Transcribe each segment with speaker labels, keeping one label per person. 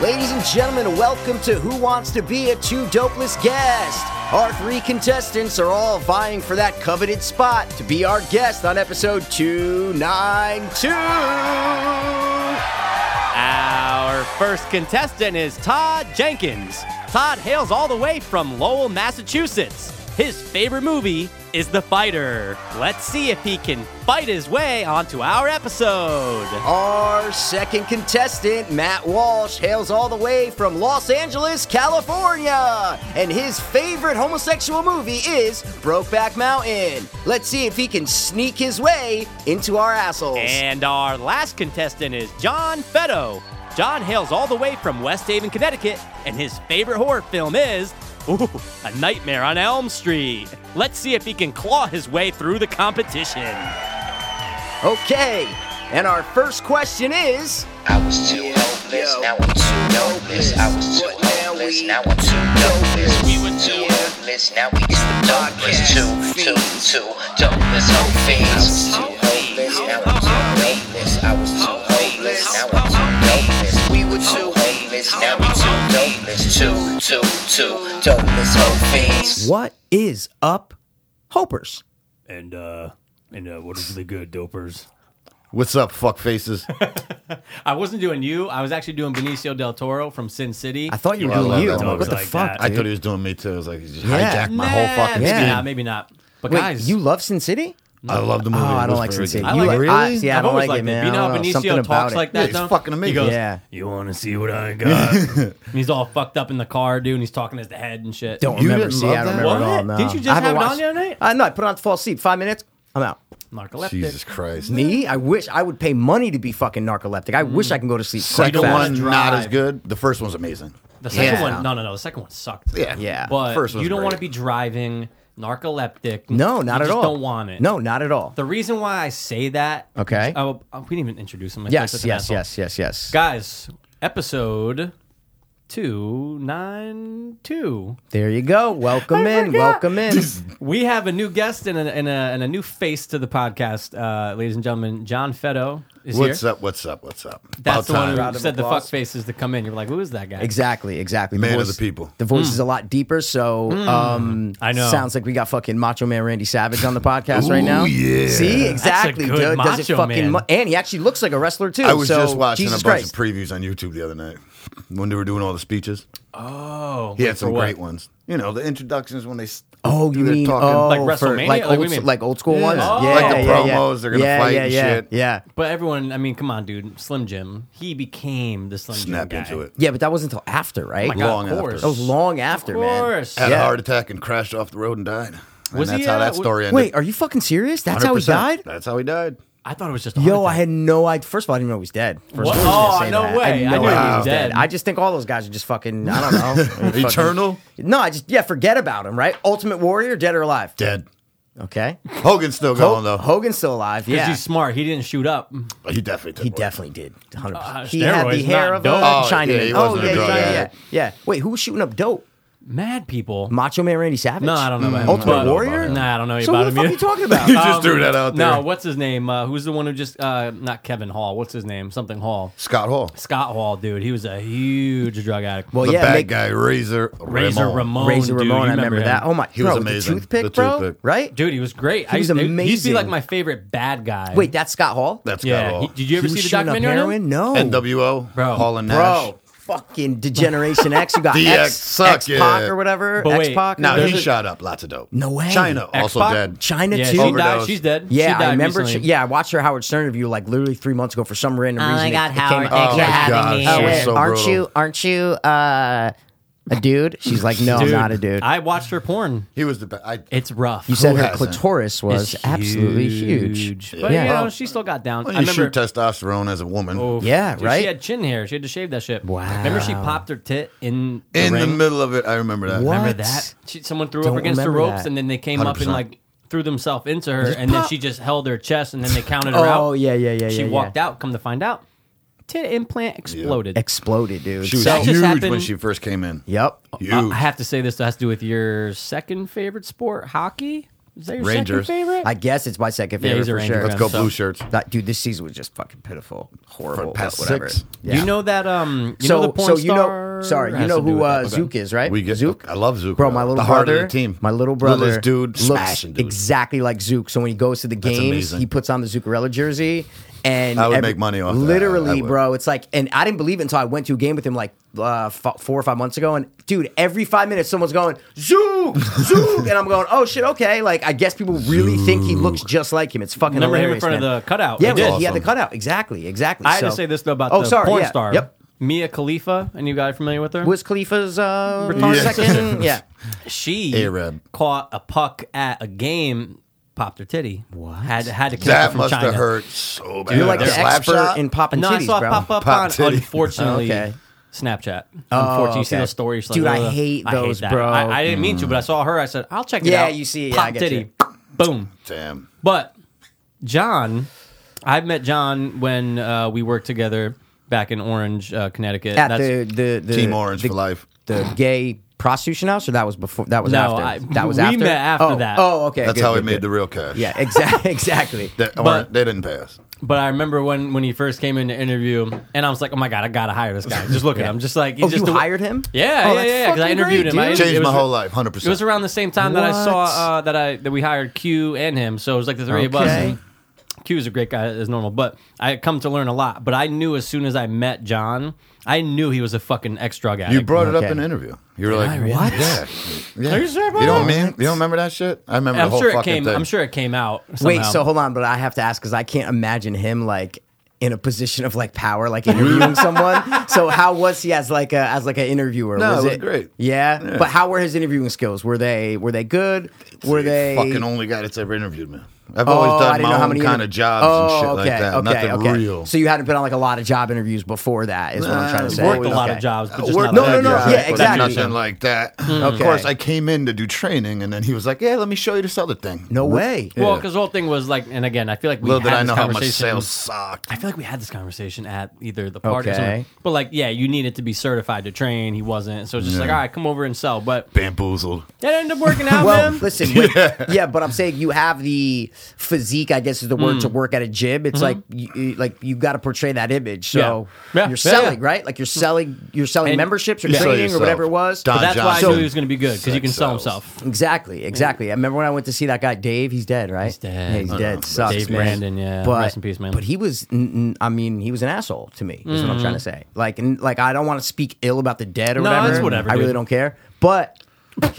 Speaker 1: Ladies and gentlemen, welcome to Who Wants to Be a Two Dopeless Guest. Our three contestants are all vying for that coveted spot to be our guest on episode 292.
Speaker 2: Our first contestant is Todd Jenkins. Todd hails all the way from Lowell, Massachusetts. His favorite movie is The Fighter. Let's see if he can fight his way onto our episode.
Speaker 1: Our second contestant, Matt Walsh, hails all the way from Los Angeles, California. And his favorite homosexual movie is Brokeback Mountain. Let's see if he can sneak his way into our assholes.
Speaker 2: And our last contestant is John Fetto. John hails all the way from West Haven, Connecticut, and his favorite horror film is ooh, A Nightmare on Elm Street. Let's see if he can claw his way through the competition.
Speaker 1: Okay, and our first question is
Speaker 3: I was too hopeless, now I'm too hopeless. I was too hopeless, now I'm too hopeless. We were too hopeless, now we just the darkest. Two, two, two, dopeless hope fiends. I was too hopeless, now I'm too hopeless. I was too hopeless, now I'm too hopeless. We were too hopeless, now we too hopeless. Two, two, two, dopeless hope fiends.
Speaker 1: What is up, Hopers?
Speaker 4: and uh and uh, what is the good dopers?
Speaker 5: What's up, fuck faces?
Speaker 2: I wasn't doing you. I was actually doing Benicio del Toro from Sin City.
Speaker 1: I thought you were
Speaker 5: Well, I
Speaker 1: doing you.
Speaker 5: love that.
Speaker 1: What the
Speaker 4: Like
Speaker 1: fuck?
Speaker 4: that.
Speaker 5: I
Speaker 1: dude?
Speaker 5: thought he was doing me too. I was like, he just
Speaker 1: Yeah.
Speaker 5: hijacked my whole fucking
Speaker 2: maybe
Speaker 1: yeah.
Speaker 2: not.
Speaker 5: scheme.
Speaker 2: Maybe not. But
Speaker 1: Wait,
Speaker 2: guys,
Speaker 1: you love Sin City?
Speaker 5: I love the movie.
Speaker 1: Oh, I
Speaker 5: It
Speaker 1: don't
Speaker 5: was
Speaker 1: like
Speaker 5: very
Speaker 1: Sin City.
Speaker 5: good.
Speaker 2: I
Speaker 1: You
Speaker 2: like-
Speaker 1: like,
Speaker 5: really?
Speaker 1: I, yeah, I
Speaker 2: I've
Speaker 1: don't
Speaker 2: always
Speaker 1: like it,
Speaker 2: liked it.
Speaker 1: man.
Speaker 2: You
Speaker 1: I
Speaker 2: know
Speaker 1: don't
Speaker 2: how Benicio
Speaker 1: Something about
Speaker 2: talks
Speaker 1: it.
Speaker 2: like
Speaker 5: Yeah,
Speaker 2: that,
Speaker 5: he's
Speaker 2: though?
Speaker 5: fucking amazing.
Speaker 1: Yeah.
Speaker 4: You want to see what I got?
Speaker 2: And he's all fucked up in the car, dude, and he's talking as the head and shit.
Speaker 1: Don't
Speaker 5: You
Speaker 1: remember.
Speaker 5: didn't
Speaker 1: See,
Speaker 5: love
Speaker 1: I don't
Speaker 5: that?
Speaker 1: remember
Speaker 2: What?
Speaker 1: at all. No.
Speaker 2: Didn't you just
Speaker 1: I haven't
Speaker 2: have it on
Speaker 1: watched-
Speaker 2: the other night?
Speaker 1: Uh, no, I put it on to fall asleep. Five minutes, I'm out.
Speaker 2: narcoleptic.
Speaker 5: Jesus Christ.
Speaker 1: Me, I wish I would pay money to be fucking narcoleptic. I
Speaker 2: Mm.
Speaker 1: wish I can go to sleep. quick
Speaker 5: Second
Speaker 1: fast.
Speaker 5: one, not as
Speaker 2: drive.
Speaker 5: good. The first one's amazing.
Speaker 2: The second
Speaker 1: Yeah.
Speaker 2: one, no, no, no. The second one sucked.
Speaker 5: Yeah.
Speaker 1: Yeah.
Speaker 2: but
Speaker 5: First one's
Speaker 2: you don't
Speaker 5: great.
Speaker 2: want to be driving narcoleptic.
Speaker 1: No, not
Speaker 2: you
Speaker 1: at
Speaker 2: just
Speaker 1: all.
Speaker 2: Don't want it.
Speaker 1: No, not at all.
Speaker 2: The reason why I say that.
Speaker 1: Okay.
Speaker 2: Oh, oh, we didn't even introduce him. I feel like
Speaker 1: yes,
Speaker 2: such an
Speaker 1: yes,
Speaker 2: asshole.
Speaker 1: yes, yes, yes.
Speaker 2: Guys, episode two nine two.
Speaker 1: There you go. Welcome in. Welcome in.
Speaker 2: We have a new guest and a, and a, and a new face to the podcast, uh, ladies and gentlemen. John Fetto is
Speaker 5: What's
Speaker 2: here.
Speaker 5: up? What's up? What's up? About
Speaker 2: That's the one
Speaker 5: time.
Speaker 2: who
Speaker 1: of
Speaker 2: said the fuck
Speaker 1: applause.
Speaker 2: faces to come in. You're like, who is that guy?
Speaker 1: Exactly, exactly.
Speaker 5: Man of the people.
Speaker 1: The voice is a lot deeper, so um,
Speaker 2: Hmm. I know.
Speaker 1: Sounds like we got fucking Macho Man Randy Savage on the podcast right now.
Speaker 5: Ooh, yeah.
Speaker 1: See, exactly,
Speaker 2: good
Speaker 1: dude. Does
Speaker 2: Macho
Speaker 1: it fucking
Speaker 2: Man.
Speaker 1: mu- and he actually looks like a wrestler too.
Speaker 5: I was
Speaker 1: so,
Speaker 5: just watching
Speaker 1: Jesus
Speaker 5: a bunch
Speaker 1: Christ.
Speaker 5: of previews on YouTube the other night when they were doing all the speeches.
Speaker 2: Oh,
Speaker 5: He
Speaker 2: wait,
Speaker 5: had
Speaker 2: for
Speaker 5: some
Speaker 2: what?
Speaker 5: great ones. You know, the introductions when they. s-
Speaker 1: Oh,
Speaker 5: do
Speaker 1: you
Speaker 5: their
Speaker 1: mean
Speaker 5: talking.
Speaker 1: oh,
Speaker 2: Like
Speaker 1: for-
Speaker 2: WrestleMania?
Speaker 1: like
Speaker 2: Like,
Speaker 1: old,
Speaker 2: what do you mean?
Speaker 1: like old school
Speaker 5: Yeah.
Speaker 1: ones?
Speaker 5: Oh.
Speaker 1: Yeah,
Speaker 5: Like the
Speaker 1: yeah, yeah.
Speaker 5: promos, they're gonna
Speaker 1: yeah,
Speaker 5: fight
Speaker 1: yeah,
Speaker 5: and
Speaker 1: yeah,
Speaker 5: shit.
Speaker 1: Yeah,
Speaker 2: But everyone, I mean, come on, dude. Slim Jim, he became the Slim Jim
Speaker 5: Snap
Speaker 2: guy.
Speaker 5: into it.
Speaker 1: yeah, but that wasn't until after, right?
Speaker 2: My God,
Speaker 5: Long
Speaker 2: of
Speaker 5: after.
Speaker 2: course.
Speaker 1: That was long after,
Speaker 2: course.
Speaker 1: man.
Speaker 5: Had
Speaker 1: Yeah.
Speaker 5: a heart attack and crashed off the road and died. And
Speaker 2: Was
Speaker 5: that's
Speaker 2: he,
Speaker 5: how
Speaker 2: uh,
Speaker 5: that
Speaker 2: w-
Speaker 5: story ended.
Speaker 1: Wait, are you fucking serious? That's how he
Speaker 5: 100%.
Speaker 1: died?
Speaker 5: That's how he died.
Speaker 2: I thought it was just.
Speaker 1: Yo, I had no idea. First of all, I didn't know he was dead. First
Speaker 2: What?
Speaker 1: of all, I was
Speaker 2: Oh,
Speaker 1: gonna say
Speaker 2: no
Speaker 1: that.
Speaker 2: way. I
Speaker 1: I, had
Speaker 2: knew
Speaker 1: no
Speaker 2: he
Speaker 1: idea
Speaker 2: was
Speaker 1: he was dead.
Speaker 2: dead.
Speaker 1: I just think all those guys are just fucking. I don't know. Fucking-
Speaker 5: Eternal?
Speaker 1: No, I just yeah, forget about him. Right? Ultimate Warrior, dead or alive?
Speaker 5: Dead. Oh,
Speaker 1: Okay. Oh,
Speaker 5: Hogan's still going, though.
Speaker 1: Hogan's still alive.
Speaker 2: Because
Speaker 1: Yeah,
Speaker 2: he's smart. He didn't shoot up.
Speaker 5: he definitely did.
Speaker 1: he
Speaker 5: work.
Speaker 1: definitely did. 100.
Speaker 2: Uh,
Speaker 1: percent he had the
Speaker 2: steroids,
Speaker 1: hair
Speaker 2: not
Speaker 1: of a
Speaker 2: dope.
Speaker 5: Oh,
Speaker 1: Chinaman.
Speaker 5: yeah, he
Speaker 1: oh
Speaker 5: wasn't a
Speaker 1: yeah,
Speaker 5: drug
Speaker 1: yeah, yeah,
Speaker 5: addict.
Speaker 1: yeah. Wait, who was shooting up dope?
Speaker 2: Mad people.
Speaker 1: Macho Man Randy Savage?
Speaker 2: no, I don't know. About him.
Speaker 1: Ultimate
Speaker 2: But-
Speaker 1: Warrior?
Speaker 2: Nah, I don't know
Speaker 1: Mm. So
Speaker 2: about
Speaker 1: who the
Speaker 2: him.
Speaker 1: fuck are you talking
Speaker 2: either.
Speaker 1: about?
Speaker 5: You just threw that out
Speaker 2: Um, No,
Speaker 5: there.
Speaker 2: what's his name? Uh, who's the one who just uh, not Kevin Hall? What's his name? Something Hall.
Speaker 5: Scott Hall.
Speaker 2: Scott Hall, dude. He was a huge drug addict.
Speaker 1: Well,
Speaker 5: the
Speaker 1: yeah,
Speaker 5: bad
Speaker 1: make-
Speaker 5: guy, Razor
Speaker 2: Razor
Speaker 5: Ramon.
Speaker 2: Ramon.
Speaker 1: Razor
Speaker 2: dude,
Speaker 1: Ramon,
Speaker 2: you
Speaker 1: I remember
Speaker 2: him.
Speaker 1: that. Oh my,
Speaker 5: He
Speaker 1: bro,
Speaker 5: was
Speaker 1: the
Speaker 5: amazing.
Speaker 1: toothpick,
Speaker 5: The
Speaker 1: bro,
Speaker 5: toothpick.
Speaker 1: right?
Speaker 2: Dude, he was great. I
Speaker 1: was
Speaker 2: used, he used to be
Speaker 1: amazing.
Speaker 2: like my favorite bad guy.
Speaker 1: Wait, that's Scott Hall.
Speaker 5: That's Scott
Speaker 2: yeah.
Speaker 5: Hall.
Speaker 2: He, did you ever
Speaker 1: He
Speaker 2: see
Speaker 1: was
Speaker 2: the
Speaker 1: shooting up
Speaker 2: documentary on
Speaker 1: heroin?
Speaker 2: him?
Speaker 1: No,
Speaker 5: NWO,
Speaker 2: Bro.
Speaker 5: Hall and Nash.
Speaker 1: bro, fucking degeneration X. You got
Speaker 5: DX
Speaker 1: X,
Speaker 5: suck,
Speaker 1: X Pac
Speaker 5: yeah.
Speaker 1: or whatever.
Speaker 2: But
Speaker 1: X
Speaker 2: wait,
Speaker 1: Pac.
Speaker 5: Now
Speaker 2: There's
Speaker 5: he
Speaker 2: a-
Speaker 5: shot up lots of dope.
Speaker 1: No way.
Speaker 5: China also
Speaker 2: X-Pac?
Speaker 5: dead.
Speaker 1: China
Speaker 2: Yeah, she
Speaker 1: too.
Speaker 2: died.
Speaker 5: Overdose.
Speaker 2: She's dead. She
Speaker 1: yeah,
Speaker 2: died
Speaker 1: I remember. She,
Speaker 2: recently.
Speaker 1: yeah, I watched her Howard Stern interview like literally three months ago for some random
Speaker 6: Oh
Speaker 1: reason.
Speaker 6: my
Speaker 1: it-
Speaker 6: God,
Speaker 1: it
Speaker 6: Howard!
Speaker 1: came out.
Speaker 6: Thanks for
Speaker 5: Oh my
Speaker 6: having
Speaker 5: God,
Speaker 6: me.
Speaker 5: that
Speaker 6: here.
Speaker 5: was so
Speaker 6: aren't
Speaker 5: brutal.
Speaker 6: you? Aren't you uh, a dude?
Speaker 1: She's like, no,
Speaker 2: Dude,
Speaker 1: I'm not a dude.
Speaker 2: I watched her porn.
Speaker 5: He was the best. I,
Speaker 2: It's rough.
Speaker 1: you said her
Speaker 5: hasn't?
Speaker 1: clitoris was
Speaker 2: It's
Speaker 1: absolutely huge.
Speaker 2: But
Speaker 1: Yeah.
Speaker 2: you know,
Speaker 1: Well,
Speaker 2: she still got down.
Speaker 5: when
Speaker 2: I
Speaker 5: you
Speaker 2: remember.
Speaker 5: shoot testosterone as a woman
Speaker 2: Oh,
Speaker 1: Yeah,
Speaker 2: dude,
Speaker 1: right?
Speaker 2: She had chin hair. She had to shave that shit. Remember, she
Speaker 1: Wow.
Speaker 2: popped her tit in the
Speaker 5: in the
Speaker 2: ring?
Speaker 5: middle of it, I remember that.
Speaker 1: What?
Speaker 2: Remember that? She, someone threw
Speaker 1: Don't
Speaker 2: up against the
Speaker 1: remember
Speaker 2: ropes,
Speaker 1: that.
Speaker 2: and then they came up and
Speaker 5: 100%.
Speaker 2: like threw themselves into her, and then
Speaker 1: pop.
Speaker 2: she just held her chest, and then they counted her out.
Speaker 1: Oh yeah, yeah, yeah.
Speaker 2: She
Speaker 1: yeah,
Speaker 2: walked
Speaker 1: yeah.
Speaker 2: out. Come to find out, tit implant exploded.
Speaker 1: Exploded, dude.
Speaker 5: She was
Speaker 1: So-
Speaker 2: That just
Speaker 5: huge when
Speaker 2: happened-
Speaker 5: she first came in.
Speaker 1: yep.
Speaker 5: Huge.
Speaker 2: Uh, I have to say this has to do with your second favorite sport, hockey. Is that your
Speaker 5: Rangers.
Speaker 2: second favorite?
Speaker 1: I guess it's my second
Speaker 2: Yeah,
Speaker 1: favorite
Speaker 2: he's a
Speaker 1: for
Speaker 2: Ranger
Speaker 1: sure.
Speaker 2: fan.
Speaker 5: Let's go
Speaker 2: So-
Speaker 5: blue shirts.
Speaker 1: That- dude, this season was just fucking pitiful, horrible,
Speaker 5: For the past
Speaker 1: but whatever.
Speaker 5: six.
Speaker 1: Yeah.
Speaker 2: You know that um you
Speaker 1: so,
Speaker 2: know the
Speaker 1: so
Speaker 2: porn
Speaker 1: you know,
Speaker 2: star
Speaker 1: sorry, you
Speaker 2: has
Speaker 1: know
Speaker 2: to do
Speaker 1: who
Speaker 2: with
Speaker 1: uh,
Speaker 2: that.
Speaker 1: Zook is, right?
Speaker 5: We get
Speaker 1: Zook.
Speaker 5: I love Zook.
Speaker 1: Bro, my little
Speaker 5: the heart
Speaker 1: brother,
Speaker 5: of the team.
Speaker 1: my little brother,
Speaker 5: Littlest dude,
Speaker 1: looks
Speaker 5: smashing dude.
Speaker 1: exactly like Zook. So when he goes to the games,
Speaker 5: amazing.
Speaker 1: he puts on the Zuccarello jersey, and
Speaker 5: I would make money off that.
Speaker 1: Literally,
Speaker 5: I would.
Speaker 1: bro, it's like, and I didn't believe it until I went to a game with him like uh, f- four or five months ago. And dude, every five minutes, someone's going Zook, Zook, and I'm going, oh shit, okay. Like I guess people really think he looks just like him. It's fucking
Speaker 2: Remember him in
Speaker 1: hilarious.
Speaker 2: front
Speaker 1: man.
Speaker 2: of the cutout?
Speaker 1: Yeah,
Speaker 2: They
Speaker 1: yeah,
Speaker 2: did.
Speaker 1: he had the
Speaker 5: Awesome.
Speaker 1: cutout. Exactly, exactly.
Speaker 2: I had to
Speaker 1: So-
Speaker 2: say this though about
Speaker 1: oh,
Speaker 2: the
Speaker 1: sorry,
Speaker 2: porn
Speaker 1: yeah,
Speaker 2: star.
Speaker 1: Yep.
Speaker 2: Mia Khalifa, and you guys familiar with her?
Speaker 1: Was Khalifa's uh,
Speaker 2: Yes.
Speaker 1: second? yeah.
Speaker 2: she
Speaker 5: Arab.
Speaker 2: caught a puck at a game, popped her titty. What? Had had to catch it
Speaker 5: That
Speaker 2: from
Speaker 5: must
Speaker 2: China.
Speaker 5: have hurt so bad.
Speaker 1: You're like
Speaker 5: That
Speaker 1: the
Speaker 5: slap
Speaker 1: expert
Speaker 5: shot?
Speaker 1: in popping
Speaker 2: No,
Speaker 1: titties,
Speaker 2: I saw
Speaker 1: bro.
Speaker 2: it pop up
Speaker 5: Pop
Speaker 2: on
Speaker 5: titty.
Speaker 2: unfortunately
Speaker 1: Okay.
Speaker 2: Snapchat.
Speaker 1: Oh,
Speaker 2: unfortunately, you see
Speaker 1: okay.
Speaker 2: those stories. Like,
Speaker 1: Dude, I
Speaker 2: ugh,
Speaker 1: hate those,
Speaker 2: that.
Speaker 1: bro.
Speaker 2: I, I didn't mean to, but I saw her. I said, "I'll check it
Speaker 1: Yeah,
Speaker 2: out."
Speaker 1: you see, yeah,
Speaker 2: pop
Speaker 1: I get
Speaker 2: titty, boom.
Speaker 5: Damn.
Speaker 2: But John, I met John when uh, we worked together back in Orange, uh, Connecticut.
Speaker 1: At
Speaker 2: That's-
Speaker 1: the, the the
Speaker 5: Team Orange
Speaker 1: the,
Speaker 5: for life.
Speaker 1: the gay prostitution house, or that was before? That was
Speaker 2: No,
Speaker 1: after.
Speaker 2: I-
Speaker 1: that was
Speaker 2: we
Speaker 1: after.
Speaker 2: met after
Speaker 1: oh,
Speaker 2: that.
Speaker 1: Oh, okay.
Speaker 5: That's
Speaker 1: good,
Speaker 5: how he
Speaker 1: good,
Speaker 5: made
Speaker 1: good.
Speaker 5: the real cash.
Speaker 1: Yeah, exactly. Exactly.
Speaker 5: That, or,
Speaker 2: But-
Speaker 5: they didn't pass.
Speaker 2: But I remember when when he first came in to interview, and I was like, "Oh my god, I gotta hire this guy." Just look at him. Just like he's
Speaker 1: oh,
Speaker 2: just
Speaker 1: you
Speaker 2: the-
Speaker 1: hired him?
Speaker 2: Yeah,
Speaker 1: Oh,
Speaker 2: yeah,
Speaker 1: that's
Speaker 2: yeah. Because I
Speaker 1: fucking
Speaker 2: interviewed
Speaker 1: great,
Speaker 2: him. I,
Speaker 1: dude.
Speaker 2: it
Speaker 5: Changed
Speaker 2: was-
Speaker 5: my whole life, 100%.
Speaker 2: It was around the same time that I saw
Speaker 1: What?
Speaker 2: uh, that I that we hired Q and him. So it was like the three of us.
Speaker 1: Okay.
Speaker 2: And Q is a great guy as normal, but I had come to learn a lot. But I knew as soon as I met John, I knew he was a fucking ex drug addict.
Speaker 5: you brought it up
Speaker 1: okay.
Speaker 5: in the interview. You were like,
Speaker 2: really?
Speaker 5: what? Yeah. yeah.
Speaker 2: Are you sure about
Speaker 5: You don't
Speaker 2: that?
Speaker 5: mean? You don't remember that shit? I remember the
Speaker 2: I'm
Speaker 5: whole
Speaker 2: sure it
Speaker 5: fucking
Speaker 2: came.
Speaker 5: thing.
Speaker 2: I'm sure it came out.
Speaker 1: Wait,
Speaker 2: somehow.
Speaker 1: so hold on, but I have to ask because I can't imagine him like in a position of like power, like interviewing someone. So how was he as like a as like an interviewer?
Speaker 5: No, it was
Speaker 1: it
Speaker 5: great.
Speaker 1: Yeah?
Speaker 5: Yeah.
Speaker 1: but how were his interviewing skills? Were they were they good? Were
Speaker 5: The
Speaker 1: they
Speaker 5: fucking only guy that's ever interviewed me. I've
Speaker 1: Oh,
Speaker 5: always
Speaker 1: I
Speaker 5: done
Speaker 1: didn't know
Speaker 5: my
Speaker 1: how
Speaker 5: own
Speaker 1: many
Speaker 5: kind
Speaker 1: interv-
Speaker 5: of jobs
Speaker 1: oh,
Speaker 5: and shit
Speaker 1: okay,
Speaker 5: like that.
Speaker 1: Okay,
Speaker 5: Nothing
Speaker 1: okay.
Speaker 5: real.
Speaker 1: So you hadn't been on like a lot of job interviews before that, is what I'm
Speaker 5: Nah,
Speaker 1: trying to
Speaker 5: I've
Speaker 1: say.
Speaker 2: worked a lot of
Speaker 1: Okay.
Speaker 2: jobs, but just not
Speaker 5: Worked
Speaker 1: No,
Speaker 5: at
Speaker 1: no,
Speaker 5: that
Speaker 1: no,
Speaker 5: job,
Speaker 1: yeah,
Speaker 5: but
Speaker 1: exactly.
Speaker 5: Nothing like that. Of
Speaker 1: Okay.
Speaker 5: course, I came in to do training, and then he was like, "Yeah, let me show you this other thing."
Speaker 1: No way.
Speaker 2: Well,
Speaker 5: Yeah.
Speaker 2: because the whole thing was like, and again, I feel like we
Speaker 5: Little
Speaker 2: had
Speaker 5: did I
Speaker 2: this
Speaker 5: know how much
Speaker 2: conversation-
Speaker 5: sales sucked.
Speaker 2: I feel like we had this conversation at either the party or
Speaker 1: Okay.
Speaker 2: something. But like, yeah, you needed to be certified to train. He wasn't, so it's just like, all right, come over and sell. But
Speaker 5: Bamboozled.
Speaker 2: that ended up working out,
Speaker 1: Well,
Speaker 2: man.
Speaker 1: listen, wait, yeah. but I'm saying you have the physique, I guess is the word to
Speaker 2: Mm.
Speaker 1: work at a gym. It's like you, you- like you got to portray that image. So
Speaker 2: Mm-hmm. Yeah.
Speaker 1: you're
Speaker 2: Yeah, yeah, yeah.
Speaker 1: selling, right? Like you're selling, you're selling
Speaker 2: And-
Speaker 1: memberships or
Speaker 5: You sell
Speaker 1: training or
Speaker 5: yourself.
Speaker 1: whatever it was.
Speaker 5: Don
Speaker 2: But that's why I
Speaker 5: Johnson.
Speaker 2: knew he was going to be good because he
Speaker 5: Sex
Speaker 2: can sell
Speaker 5: sells.
Speaker 2: himself.
Speaker 1: Exactly, exactly. I remember when I went to see that guy Dave. He's dead, right? He's
Speaker 2: dead.
Speaker 1: Yeah, he's
Speaker 2: I
Speaker 1: dead. Sucks,
Speaker 2: Dave
Speaker 1: man.
Speaker 2: Brandon, yeah.
Speaker 1: But,
Speaker 2: Rest in peace, man. Mm-hmm.
Speaker 1: But he was, n- n- I mean, he was an asshole to me. Is what I'm trying to say. Like, and, like I don't want to speak ill about the dead or
Speaker 2: No,
Speaker 1: whatever.
Speaker 2: it's whatever,
Speaker 1: I really
Speaker 2: dude.
Speaker 1: don't care. But